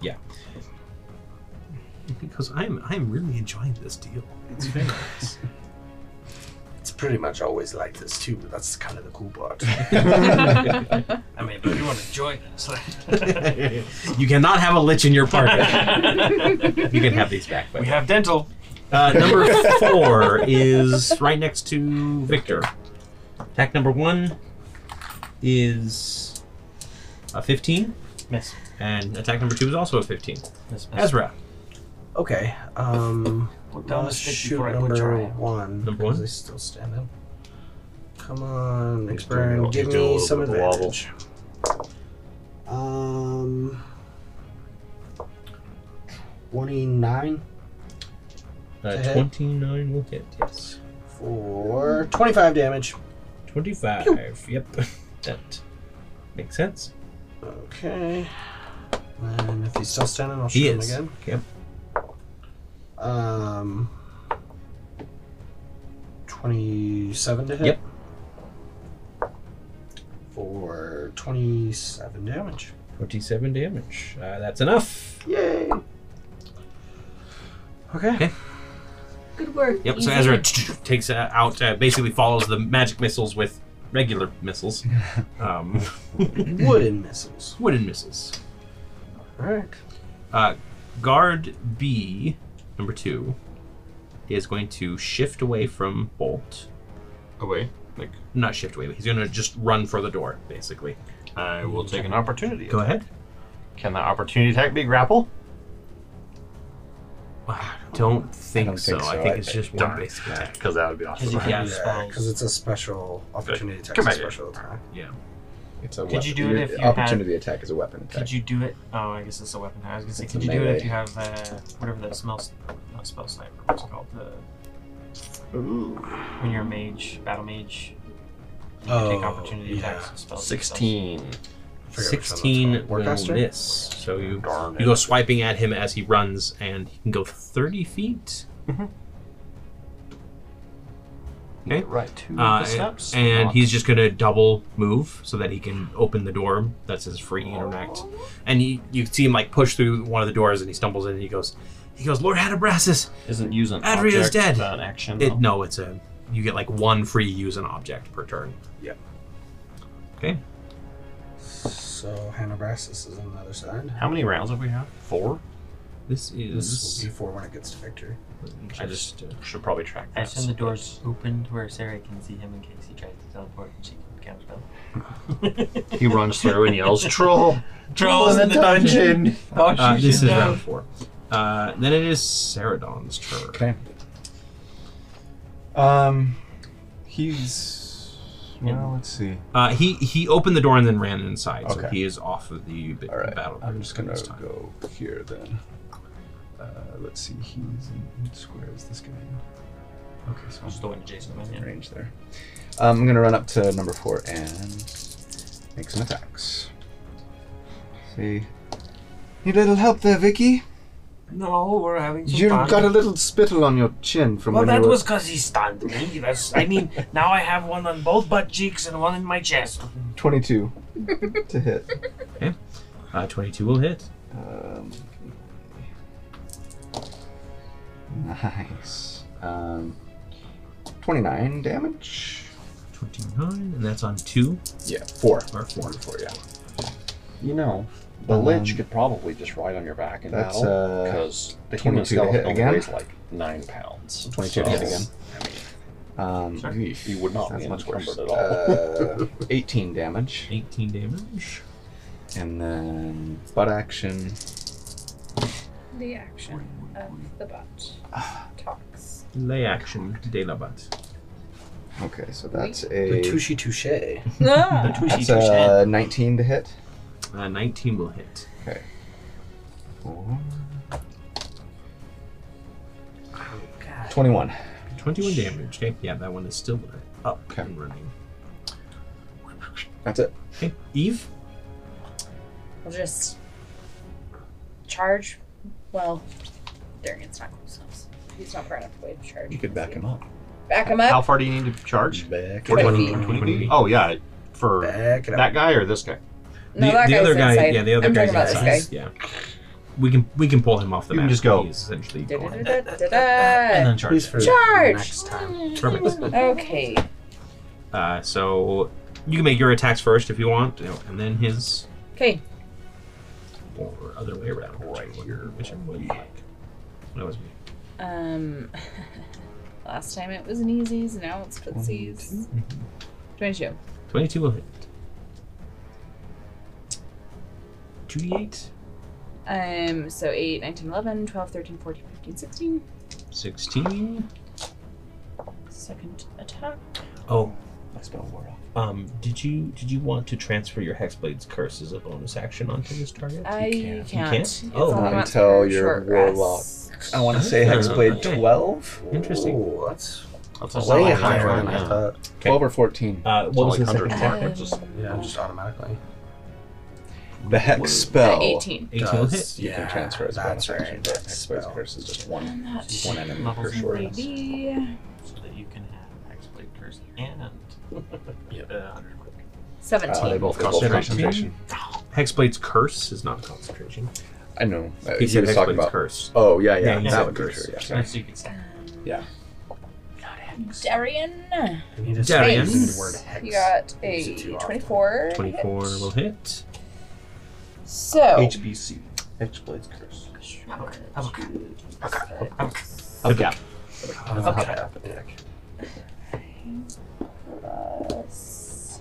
[SPEAKER 1] Yeah. Because I'm I'm really enjoying this deal. It's very nice.
[SPEAKER 3] It's pretty much always like this, too, but that's kind of the cool part.
[SPEAKER 4] I mean, if you want to join us,
[SPEAKER 1] you cannot have a lich in your party. you can have these back. But
[SPEAKER 4] we have dental.
[SPEAKER 1] Uh, number four is right next to Victor. Attack number one is a 15,
[SPEAKER 4] Miss.
[SPEAKER 1] and attack number two is also a 15.
[SPEAKER 4] Miss. miss.
[SPEAKER 1] Ezra,
[SPEAKER 3] Okay. Um,
[SPEAKER 4] Put down the
[SPEAKER 3] let's
[SPEAKER 4] stick
[SPEAKER 3] shoot
[SPEAKER 4] before I put your
[SPEAKER 3] number
[SPEAKER 4] eye out.
[SPEAKER 3] one.
[SPEAKER 1] Number
[SPEAKER 3] because
[SPEAKER 1] one?
[SPEAKER 3] They still stand up. Come on,
[SPEAKER 6] He's doing a
[SPEAKER 3] Mixburn.
[SPEAKER 6] little-
[SPEAKER 3] Give
[SPEAKER 6] he's doing a
[SPEAKER 3] me
[SPEAKER 6] little
[SPEAKER 3] some
[SPEAKER 6] bit of a wobble.
[SPEAKER 3] advantage. Um, twenty-nine
[SPEAKER 1] uh,
[SPEAKER 3] Okay.
[SPEAKER 1] 29 will hit, yes.
[SPEAKER 3] for twenty-five damage.
[SPEAKER 1] 25, yep. that makes sense.
[SPEAKER 3] Okay. And if he's still standing, I'll shoot
[SPEAKER 1] He
[SPEAKER 3] him
[SPEAKER 1] is.
[SPEAKER 3] again.
[SPEAKER 1] Yep.
[SPEAKER 3] Um, twenty-seven to hit.
[SPEAKER 1] Yep.
[SPEAKER 3] For twenty-seven damage.
[SPEAKER 1] 27 damage. Uh, that's enough.
[SPEAKER 3] Yay. Okay.
[SPEAKER 12] Good work.
[SPEAKER 1] Yep, so
[SPEAKER 12] Easy.
[SPEAKER 1] Ezra takes uh, out, uh, basically follows the magic missiles with regular missiles, um,
[SPEAKER 3] Wooden missiles.
[SPEAKER 1] wooden missiles.
[SPEAKER 3] Alright.
[SPEAKER 1] Uh, guard B, number two, is going to shift away from Bolt.
[SPEAKER 6] Away. Like,
[SPEAKER 1] Not shift away, but he's going to just run for the door, basically.
[SPEAKER 6] I will take an opportunity.
[SPEAKER 1] Go ahead.
[SPEAKER 6] Can that opportunity attack be grapple?
[SPEAKER 1] I don't think,
[SPEAKER 9] I don't
[SPEAKER 1] so.
[SPEAKER 9] think
[SPEAKER 1] I
[SPEAKER 9] so.
[SPEAKER 1] think
[SPEAKER 9] I-
[SPEAKER 1] it's just one basic attack.
[SPEAKER 6] Because that would be awesome.
[SPEAKER 4] Because you
[SPEAKER 1] Yeah,
[SPEAKER 4] can use spells.
[SPEAKER 3] Because it's a special opportunity attack.
[SPEAKER 6] Come
[SPEAKER 3] it's
[SPEAKER 6] back
[SPEAKER 3] a
[SPEAKER 6] here.
[SPEAKER 3] special attack.
[SPEAKER 9] It's a
[SPEAKER 4] Could you
[SPEAKER 9] weapon.
[SPEAKER 4] do it
[SPEAKER 9] Your
[SPEAKER 4] if you had-
[SPEAKER 9] opportunity attack is a weapon attack.
[SPEAKER 4] Could you do it? Oh, I guess it's a weapon. I was gonna say,
[SPEAKER 9] It's
[SPEAKER 4] could
[SPEAKER 9] a
[SPEAKER 4] you do it
[SPEAKER 9] melee.
[SPEAKER 4] if you have uh, whatever that smells, not spell sniper, what's it called? The when you're a mage, battle mage, you can take
[SPEAKER 3] Oh,
[SPEAKER 4] opportunity
[SPEAKER 3] yeah.
[SPEAKER 4] attacks and spells. and stuff.
[SPEAKER 6] 16.
[SPEAKER 3] I forget which one that's
[SPEAKER 1] 16
[SPEAKER 3] called.
[SPEAKER 1] will
[SPEAKER 3] Warcaster?
[SPEAKER 1] miss. So you,
[SPEAKER 6] Darn
[SPEAKER 1] you
[SPEAKER 6] it.
[SPEAKER 1] go swiping at him as he runs, and he can go 30 feet. Okay.
[SPEAKER 6] Right to
[SPEAKER 1] Uh,
[SPEAKER 6] the steps.
[SPEAKER 1] and
[SPEAKER 6] Not-
[SPEAKER 1] he's just gonna double move so that he can open the door. That's his free interact. And you, you see him like push through one of the doors, and he stumbles in. and He goes, he goes, Lord Hadabrassus.
[SPEAKER 6] Isn't using
[SPEAKER 1] Adria's dead.
[SPEAKER 6] An action. Oh,
[SPEAKER 1] It,
[SPEAKER 6] though?
[SPEAKER 1] no, it's a you get like one free use an object per turn.
[SPEAKER 3] Yep.
[SPEAKER 1] Okay.
[SPEAKER 3] So So Hanabrassus is on the other side.
[SPEAKER 6] How many rounds have we had? Four.
[SPEAKER 1] This
[SPEAKER 3] This
[SPEAKER 1] is.
[SPEAKER 3] will be four when it gets to victory.
[SPEAKER 6] I just should probably track
[SPEAKER 5] I
[SPEAKER 6] that.
[SPEAKER 5] assume the door's open to where Sarah can see him in case he tries to teleport and she can't spell.
[SPEAKER 6] He runs through and yells, "Troll!
[SPEAKER 5] Trolls in the dungeon! Oh,
[SPEAKER 1] Uh,
[SPEAKER 5] she
[SPEAKER 1] this
[SPEAKER 5] should
[SPEAKER 1] is
[SPEAKER 5] know.
[SPEAKER 1] round four. Uh, then it is Saradon's turn.
[SPEAKER 9] Okay. Um, he's. Well, let's see.
[SPEAKER 1] Uh, he he opened the door and then ran inside, so
[SPEAKER 9] Okay.
[SPEAKER 1] he is off of the b-
[SPEAKER 9] All right.
[SPEAKER 1] battle.
[SPEAKER 9] I'm just gonna
[SPEAKER 1] this time.
[SPEAKER 9] go here then. Uh, let's see. He's in what square is this guy. in? Okay, so
[SPEAKER 5] Just the one adjacent to
[SPEAKER 9] I'm
[SPEAKER 5] mine,
[SPEAKER 9] range there. Um, I'm gonna run up to number four and make some attacks. See. Need a little help there, Vicky.
[SPEAKER 4] No, we're having some
[SPEAKER 9] You've
[SPEAKER 4] fun.
[SPEAKER 9] got a little spittle on your chin from
[SPEAKER 4] well,
[SPEAKER 9] when
[SPEAKER 4] that
[SPEAKER 9] you were.
[SPEAKER 4] was because he stunned me. That's, I mean, now I have one on both butt cheeks and one in my chest.
[SPEAKER 9] 22 to hit.
[SPEAKER 1] Uh, Twenty-two will hit.
[SPEAKER 9] Um, nice. Um, 29 damage?
[SPEAKER 1] Twenty-nine, and that's on two
[SPEAKER 9] Yeah, 4.
[SPEAKER 1] or four.
[SPEAKER 9] Four, yeah.
[SPEAKER 6] You know, the
[SPEAKER 9] Um,
[SPEAKER 6] lich could probably just ride on your back in
[SPEAKER 9] that's,
[SPEAKER 6] battle
[SPEAKER 9] uh,
[SPEAKER 6] because the human
[SPEAKER 9] 22 to hit
[SPEAKER 6] skeleton only
[SPEAKER 9] again?
[SPEAKER 6] weighs like nine pounds.
[SPEAKER 9] 22 to hit again. Um,
[SPEAKER 5] Sorry.
[SPEAKER 9] oof,
[SPEAKER 6] You would not
[SPEAKER 9] that's
[SPEAKER 6] be
[SPEAKER 9] much
[SPEAKER 6] encumbered
[SPEAKER 9] worse.
[SPEAKER 6] at all.
[SPEAKER 9] Uh, 18 damage.
[SPEAKER 1] Eighteen damage.
[SPEAKER 9] And then butt action.
[SPEAKER 2] The action of the bot talks.
[SPEAKER 1] Lay action. De la bat.
[SPEAKER 9] Okay, so that's
[SPEAKER 3] The
[SPEAKER 9] a.
[SPEAKER 3] touche touche.
[SPEAKER 2] Ah!
[SPEAKER 9] That's uh, a 19 to hit.
[SPEAKER 1] Uh, Nineteen will hit.
[SPEAKER 9] Four.
[SPEAKER 4] Oh,
[SPEAKER 9] 21.
[SPEAKER 1] Twenty-one damage. Okay, yeah, that one is still up
[SPEAKER 9] Okay.
[SPEAKER 1] and running.
[SPEAKER 9] That's it.
[SPEAKER 1] Okay, Eve.
[SPEAKER 2] We'll just charge. Well, Darian's not close enough. He's not far enough away to charge.
[SPEAKER 9] You could back him up.
[SPEAKER 2] Back him
[SPEAKER 6] How
[SPEAKER 2] up.
[SPEAKER 6] far do you need to charge?
[SPEAKER 9] Back
[SPEAKER 2] Twenty.
[SPEAKER 9] him up.
[SPEAKER 2] feet.
[SPEAKER 6] 20 feet? Oh yeah, for
[SPEAKER 3] Back it up.
[SPEAKER 6] that guy or this guy.
[SPEAKER 2] No,
[SPEAKER 1] the,
[SPEAKER 2] that
[SPEAKER 1] the
[SPEAKER 2] guy's
[SPEAKER 1] other guy,
[SPEAKER 2] inside.
[SPEAKER 1] yeah, the other
[SPEAKER 2] I'm
[SPEAKER 1] guy's
[SPEAKER 2] talking about
[SPEAKER 1] inside.
[SPEAKER 2] this
[SPEAKER 1] Yeah, we can we can pull him off the
[SPEAKER 6] You
[SPEAKER 1] map.
[SPEAKER 6] can just go.
[SPEAKER 1] He's essentially
[SPEAKER 2] guy.
[SPEAKER 1] gone.
[SPEAKER 2] Da-da-da-da-da.
[SPEAKER 5] And then charge.
[SPEAKER 3] He's for
[SPEAKER 2] Charge!
[SPEAKER 3] next time.
[SPEAKER 1] Perfect.
[SPEAKER 2] Okay.
[SPEAKER 1] Uh, so you can make your attacks first if you want, you know, and then his
[SPEAKER 2] Okay.
[SPEAKER 1] or other way around. Right here, whichever one you like. That was me.
[SPEAKER 2] Um, last time it was an easies, now it's footsies.
[SPEAKER 1] mm-hmm.
[SPEAKER 2] Twenty-two.
[SPEAKER 1] Twenty-two will hit. Two d eight.
[SPEAKER 2] Um, so 8, 9, 10, 11, 12, 13, 14, 15, 16.
[SPEAKER 1] 16.
[SPEAKER 2] Second attack.
[SPEAKER 1] Oh,
[SPEAKER 9] My spell wore off.
[SPEAKER 1] um, did you did you want to transfer your Hexblade's curse as a bonus action onto this target?
[SPEAKER 2] I can't.
[SPEAKER 1] can't?
[SPEAKER 2] It's
[SPEAKER 1] Oh.
[SPEAKER 2] all
[SPEAKER 9] Not
[SPEAKER 2] about
[SPEAKER 9] until
[SPEAKER 2] third
[SPEAKER 9] you're
[SPEAKER 2] short
[SPEAKER 9] warlock.
[SPEAKER 2] rest.
[SPEAKER 9] I want to say Hexblade
[SPEAKER 1] Okay.
[SPEAKER 9] 12?
[SPEAKER 1] Interesting.
[SPEAKER 3] Ooh, that's
[SPEAKER 6] That's
[SPEAKER 3] way higher than I
[SPEAKER 6] Yeah.
[SPEAKER 3] thought.
[SPEAKER 9] 12 or 14.
[SPEAKER 1] Uh,
[SPEAKER 6] It's
[SPEAKER 1] what was
[SPEAKER 6] only
[SPEAKER 1] the
[SPEAKER 6] 100
[SPEAKER 1] second
[SPEAKER 6] mark.
[SPEAKER 1] attack?
[SPEAKER 6] It's just-
[SPEAKER 3] Yeah, just automatically.
[SPEAKER 9] The hex spell.
[SPEAKER 2] 18.
[SPEAKER 1] 18 will hit.
[SPEAKER 9] You can transfer as a
[SPEAKER 3] That's
[SPEAKER 9] bonus
[SPEAKER 3] right,
[SPEAKER 9] action, but
[SPEAKER 3] that
[SPEAKER 9] Hexblade's
[SPEAKER 3] spell.
[SPEAKER 9] curse is just one,
[SPEAKER 2] Not
[SPEAKER 9] one enemy
[SPEAKER 5] Levels
[SPEAKER 9] per
[SPEAKER 5] and
[SPEAKER 9] short
[SPEAKER 5] radius.
[SPEAKER 9] rest.
[SPEAKER 2] maybe.
[SPEAKER 5] So that you can have Hexblade Curse and yep. uh, 100 quick.
[SPEAKER 9] Uh, they
[SPEAKER 2] 17.
[SPEAKER 9] both
[SPEAKER 1] Concentration.
[SPEAKER 9] concentration. concentration.
[SPEAKER 1] Hexblade's curse is not a concentration.
[SPEAKER 9] I know. Uh,
[SPEAKER 1] He said
[SPEAKER 9] was
[SPEAKER 1] Hexblade's
[SPEAKER 9] talking about.
[SPEAKER 1] curse.
[SPEAKER 9] Oh, yeah,
[SPEAKER 1] Yeah,
[SPEAKER 9] yeah.
[SPEAKER 1] he said
[SPEAKER 9] that would be
[SPEAKER 1] curse.
[SPEAKER 9] true. Yeah,
[SPEAKER 5] So
[SPEAKER 9] sorry.
[SPEAKER 5] you can stack.
[SPEAKER 9] Yeah.
[SPEAKER 2] Darian.
[SPEAKER 3] We need to
[SPEAKER 1] Darian.
[SPEAKER 3] say the word hex.
[SPEAKER 2] You got
[SPEAKER 3] Use
[SPEAKER 2] a
[SPEAKER 3] it too often.
[SPEAKER 2] 24.
[SPEAKER 1] 24 will hit.
[SPEAKER 2] So.
[SPEAKER 9] HBC. Hexblade's curse.
[SPEAKER 1] Okay.
[SPEAKER 3] Uh,
[SPEAKER 2] Plus.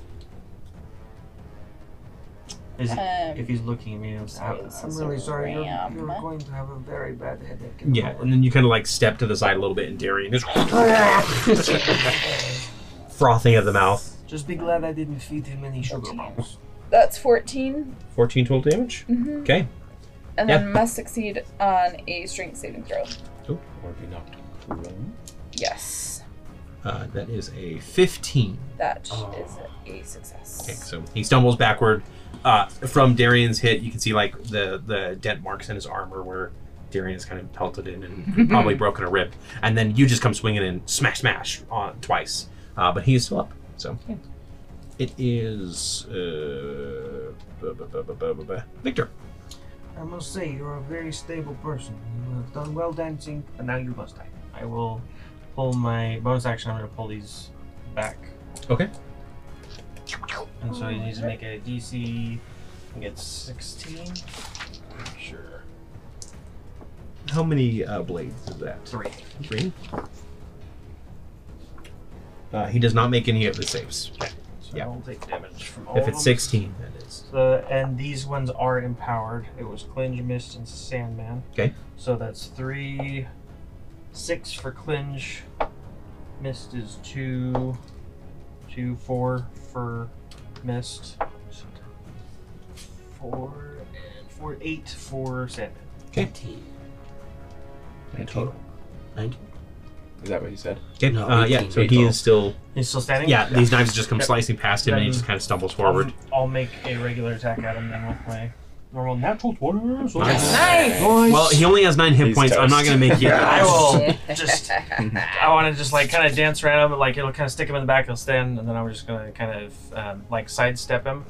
[SPEAKER 5] Is he, if
[SPEAKER 2] Um,
[SPEAKER 5] he's looking at me, I'm,
[SPEAKER 2] sorry,
[SPEAKER 5] I'm,
[SPEAKER 2] this
[SPEAKER 4] I'm
[SPEAKER 2] is
[SPEAKER 4] really
[SPEAKER 2] a
[SPEAKER 4] sorry. You're,
[SPEAKER 2] ram.
[SPEAKER 4] you're going to have a very bad headache. in a
[SPEAKER 1] Yeah,
[SPEAKER 4] moment.
[SPEAKER 1] and then you kind of like step to the side a little bit, and Darian is frothing at the mouth.
[SPEAKER 4] Just be glad I didn't feed him any sugar bombs.
[SPEAKER 2] That's 14.
[SPEAKER 1] 14 total damage.
[SPEAKER 2] hmm
[SPEAKER 1] Okay.
[SPEAKER 2] And
[SPEAKER 1] Yeah.
[SPEAKER 2] then must succeed on a strength saving throw.
[SPEAKER 9] Or be knocked prone.
[SPEAKER 2] Yes.
[SPEAKER 1] Uh, that is a 15.
[SPEAKER 2] that is
[SPEAKER 3] Oh.
[SPEAKER 2] a success.
[SPEAKER 1] Okay, so he stumbles backward. Uh, from Darian's hit, you can see like the the dent marks in his armor where Darian's kind of pelted in and probably broken a rib. And then you just come swinging in, smash, smash, on twice. Uh, but he is still up. So
[SPEAKER 2] Yeah.
[SPEAKER 1] it is uh, bu- bu- bu- bu- bu- bu- bu- Victor.
[SPEAKER 4] I must say, you're a very stable person. You have done well dancing, but now you must die.
[SPEAKER 5] I will pull my bonus action. I'm going to pull these back.
[SPEAKER 1] Okay.
[SPEAKER 5] And so he needs to make a DC
[SPEAKER 4] It's 16. Sure.
[SPEAKER 1] How many uh, blades is that?
[SPEAKER 4] Three.
[SPEAKER 1] Three. Uh, he does not make any of the saves.
[SPEAKER 4] So
[SPEAKER 1] Yeah.
[SPEAKER 4] I will take damage
[SPEAKER 3] Oh,
[SPEAKER 4] from all
[SPEAKER 1] If
[SPEAKER 4] of
[SPEAKER 1] it's
[SPEAKER 4] them.
[SPEAKER 1] 16, that is.
[SPEAKER 4] So, Uh, and these ones are empowered. It was Clinge, Mist, and Sandman.
[SPEAKER 1] Okay.
[SPEAKER 4] So that's three, six for Clinge. Mist is two, two, four for Mist. Four and four, eight for Sandman.
[SPEAKER 3] 19.
[SPEAKER 1] In total.
[SPEAKER 3] 19?
[SPEAKER 9] Is that what you said?
[SPEAKER 1] Okay.
[SPEAKER 3] No,
[SPEAKER 1] uh, yeah,
[SPEAKER 3] 18
[SPEAKER 1] so he
[SPEAKER 3] total.
[SPEAKER 1] is still.
[SPEAKER 4] He's still standing?
[SPEAKER 1] Yeah, these knives just come
[SPEAKER 4] Yep.
[SPEAKER 1] slicing past him and he
[SPEAKER 4] Then-
[SPEAKER 1] just kind of stumbles forward.
[SPEAKER 4] I'll make a regular attack at him then with my normal natural 20. So
[SPEAKER 1] Well, he only has nine hit
[SPEAKER 9] He's
[SPEAKER 1] points. I'm not going to make you.
[SPEAKER 4] I will just. I want to just like kind of dance around him, like it'll kind of stick him in the back. He'll stand, and then I'm just gonna kind of um, like sidestep him,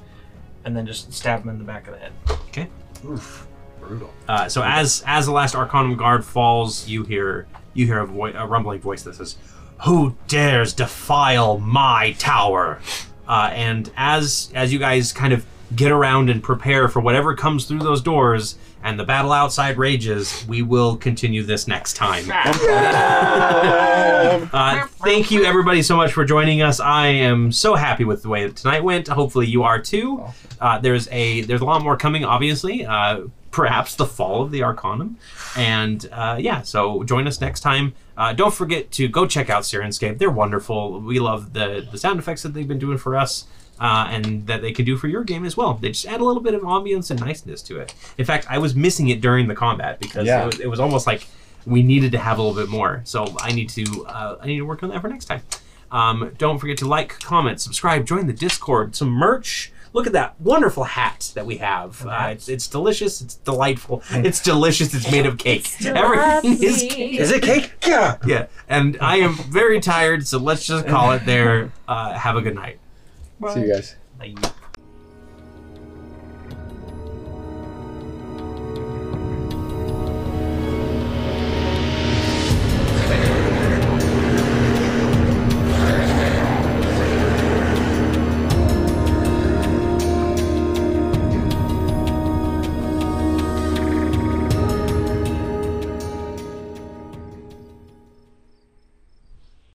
[SPEAKER 4] and then just stab him in the back of the head.
[SPEAKER 2] Oof. Brutal.
[SPEAKER 1] Uh, so as as the last Arcanum guard falls, you hear you hear a, voi- a rumbling voice that says, "Who dares defile my tower?" Uh, and as as you guys kind of get around and prepare for whatever comes through those doors, and the battle outside rages, we will continue this next time. Uh, thank you everybody so much for joining us. I am so happy with the way that tonight went. Hopefully you are too. Uh, there's a there's a lot more coming, obviously. Uh, perhaps the fall of the Arcanum, and uh, yeah. So join us next time. Uh, don't forget to go check out Sirenscape. They're wonderful. We love the the sound effects that they've been doing for us. Uh, and that they can do for your game as well. They just add a little bit of ambience and niceness to it. In fact, I was missing it during the combat because
[SPEAKER 9] Yeah.
[SPEAKER 1] it, was, it was almost like we needed to have a little bit more. So I need to uh, I need to work on that for next time. Um, don't forget to like, comment, subscribe, join the Discord, some merch. Look at that wonderful hat that we have. Uh, it's, it's delicious. It's delightful. It's delicious. It's made of cake. Everything is cake.
[SPEAKER 2] Is it cake? Yeah.
[SPEAKER 1] Yeah. And I am very tired, so let's just call it there. Uh, have a good night.
[SPEAKER 9] See you guys.
[SPEAKER 4] Like,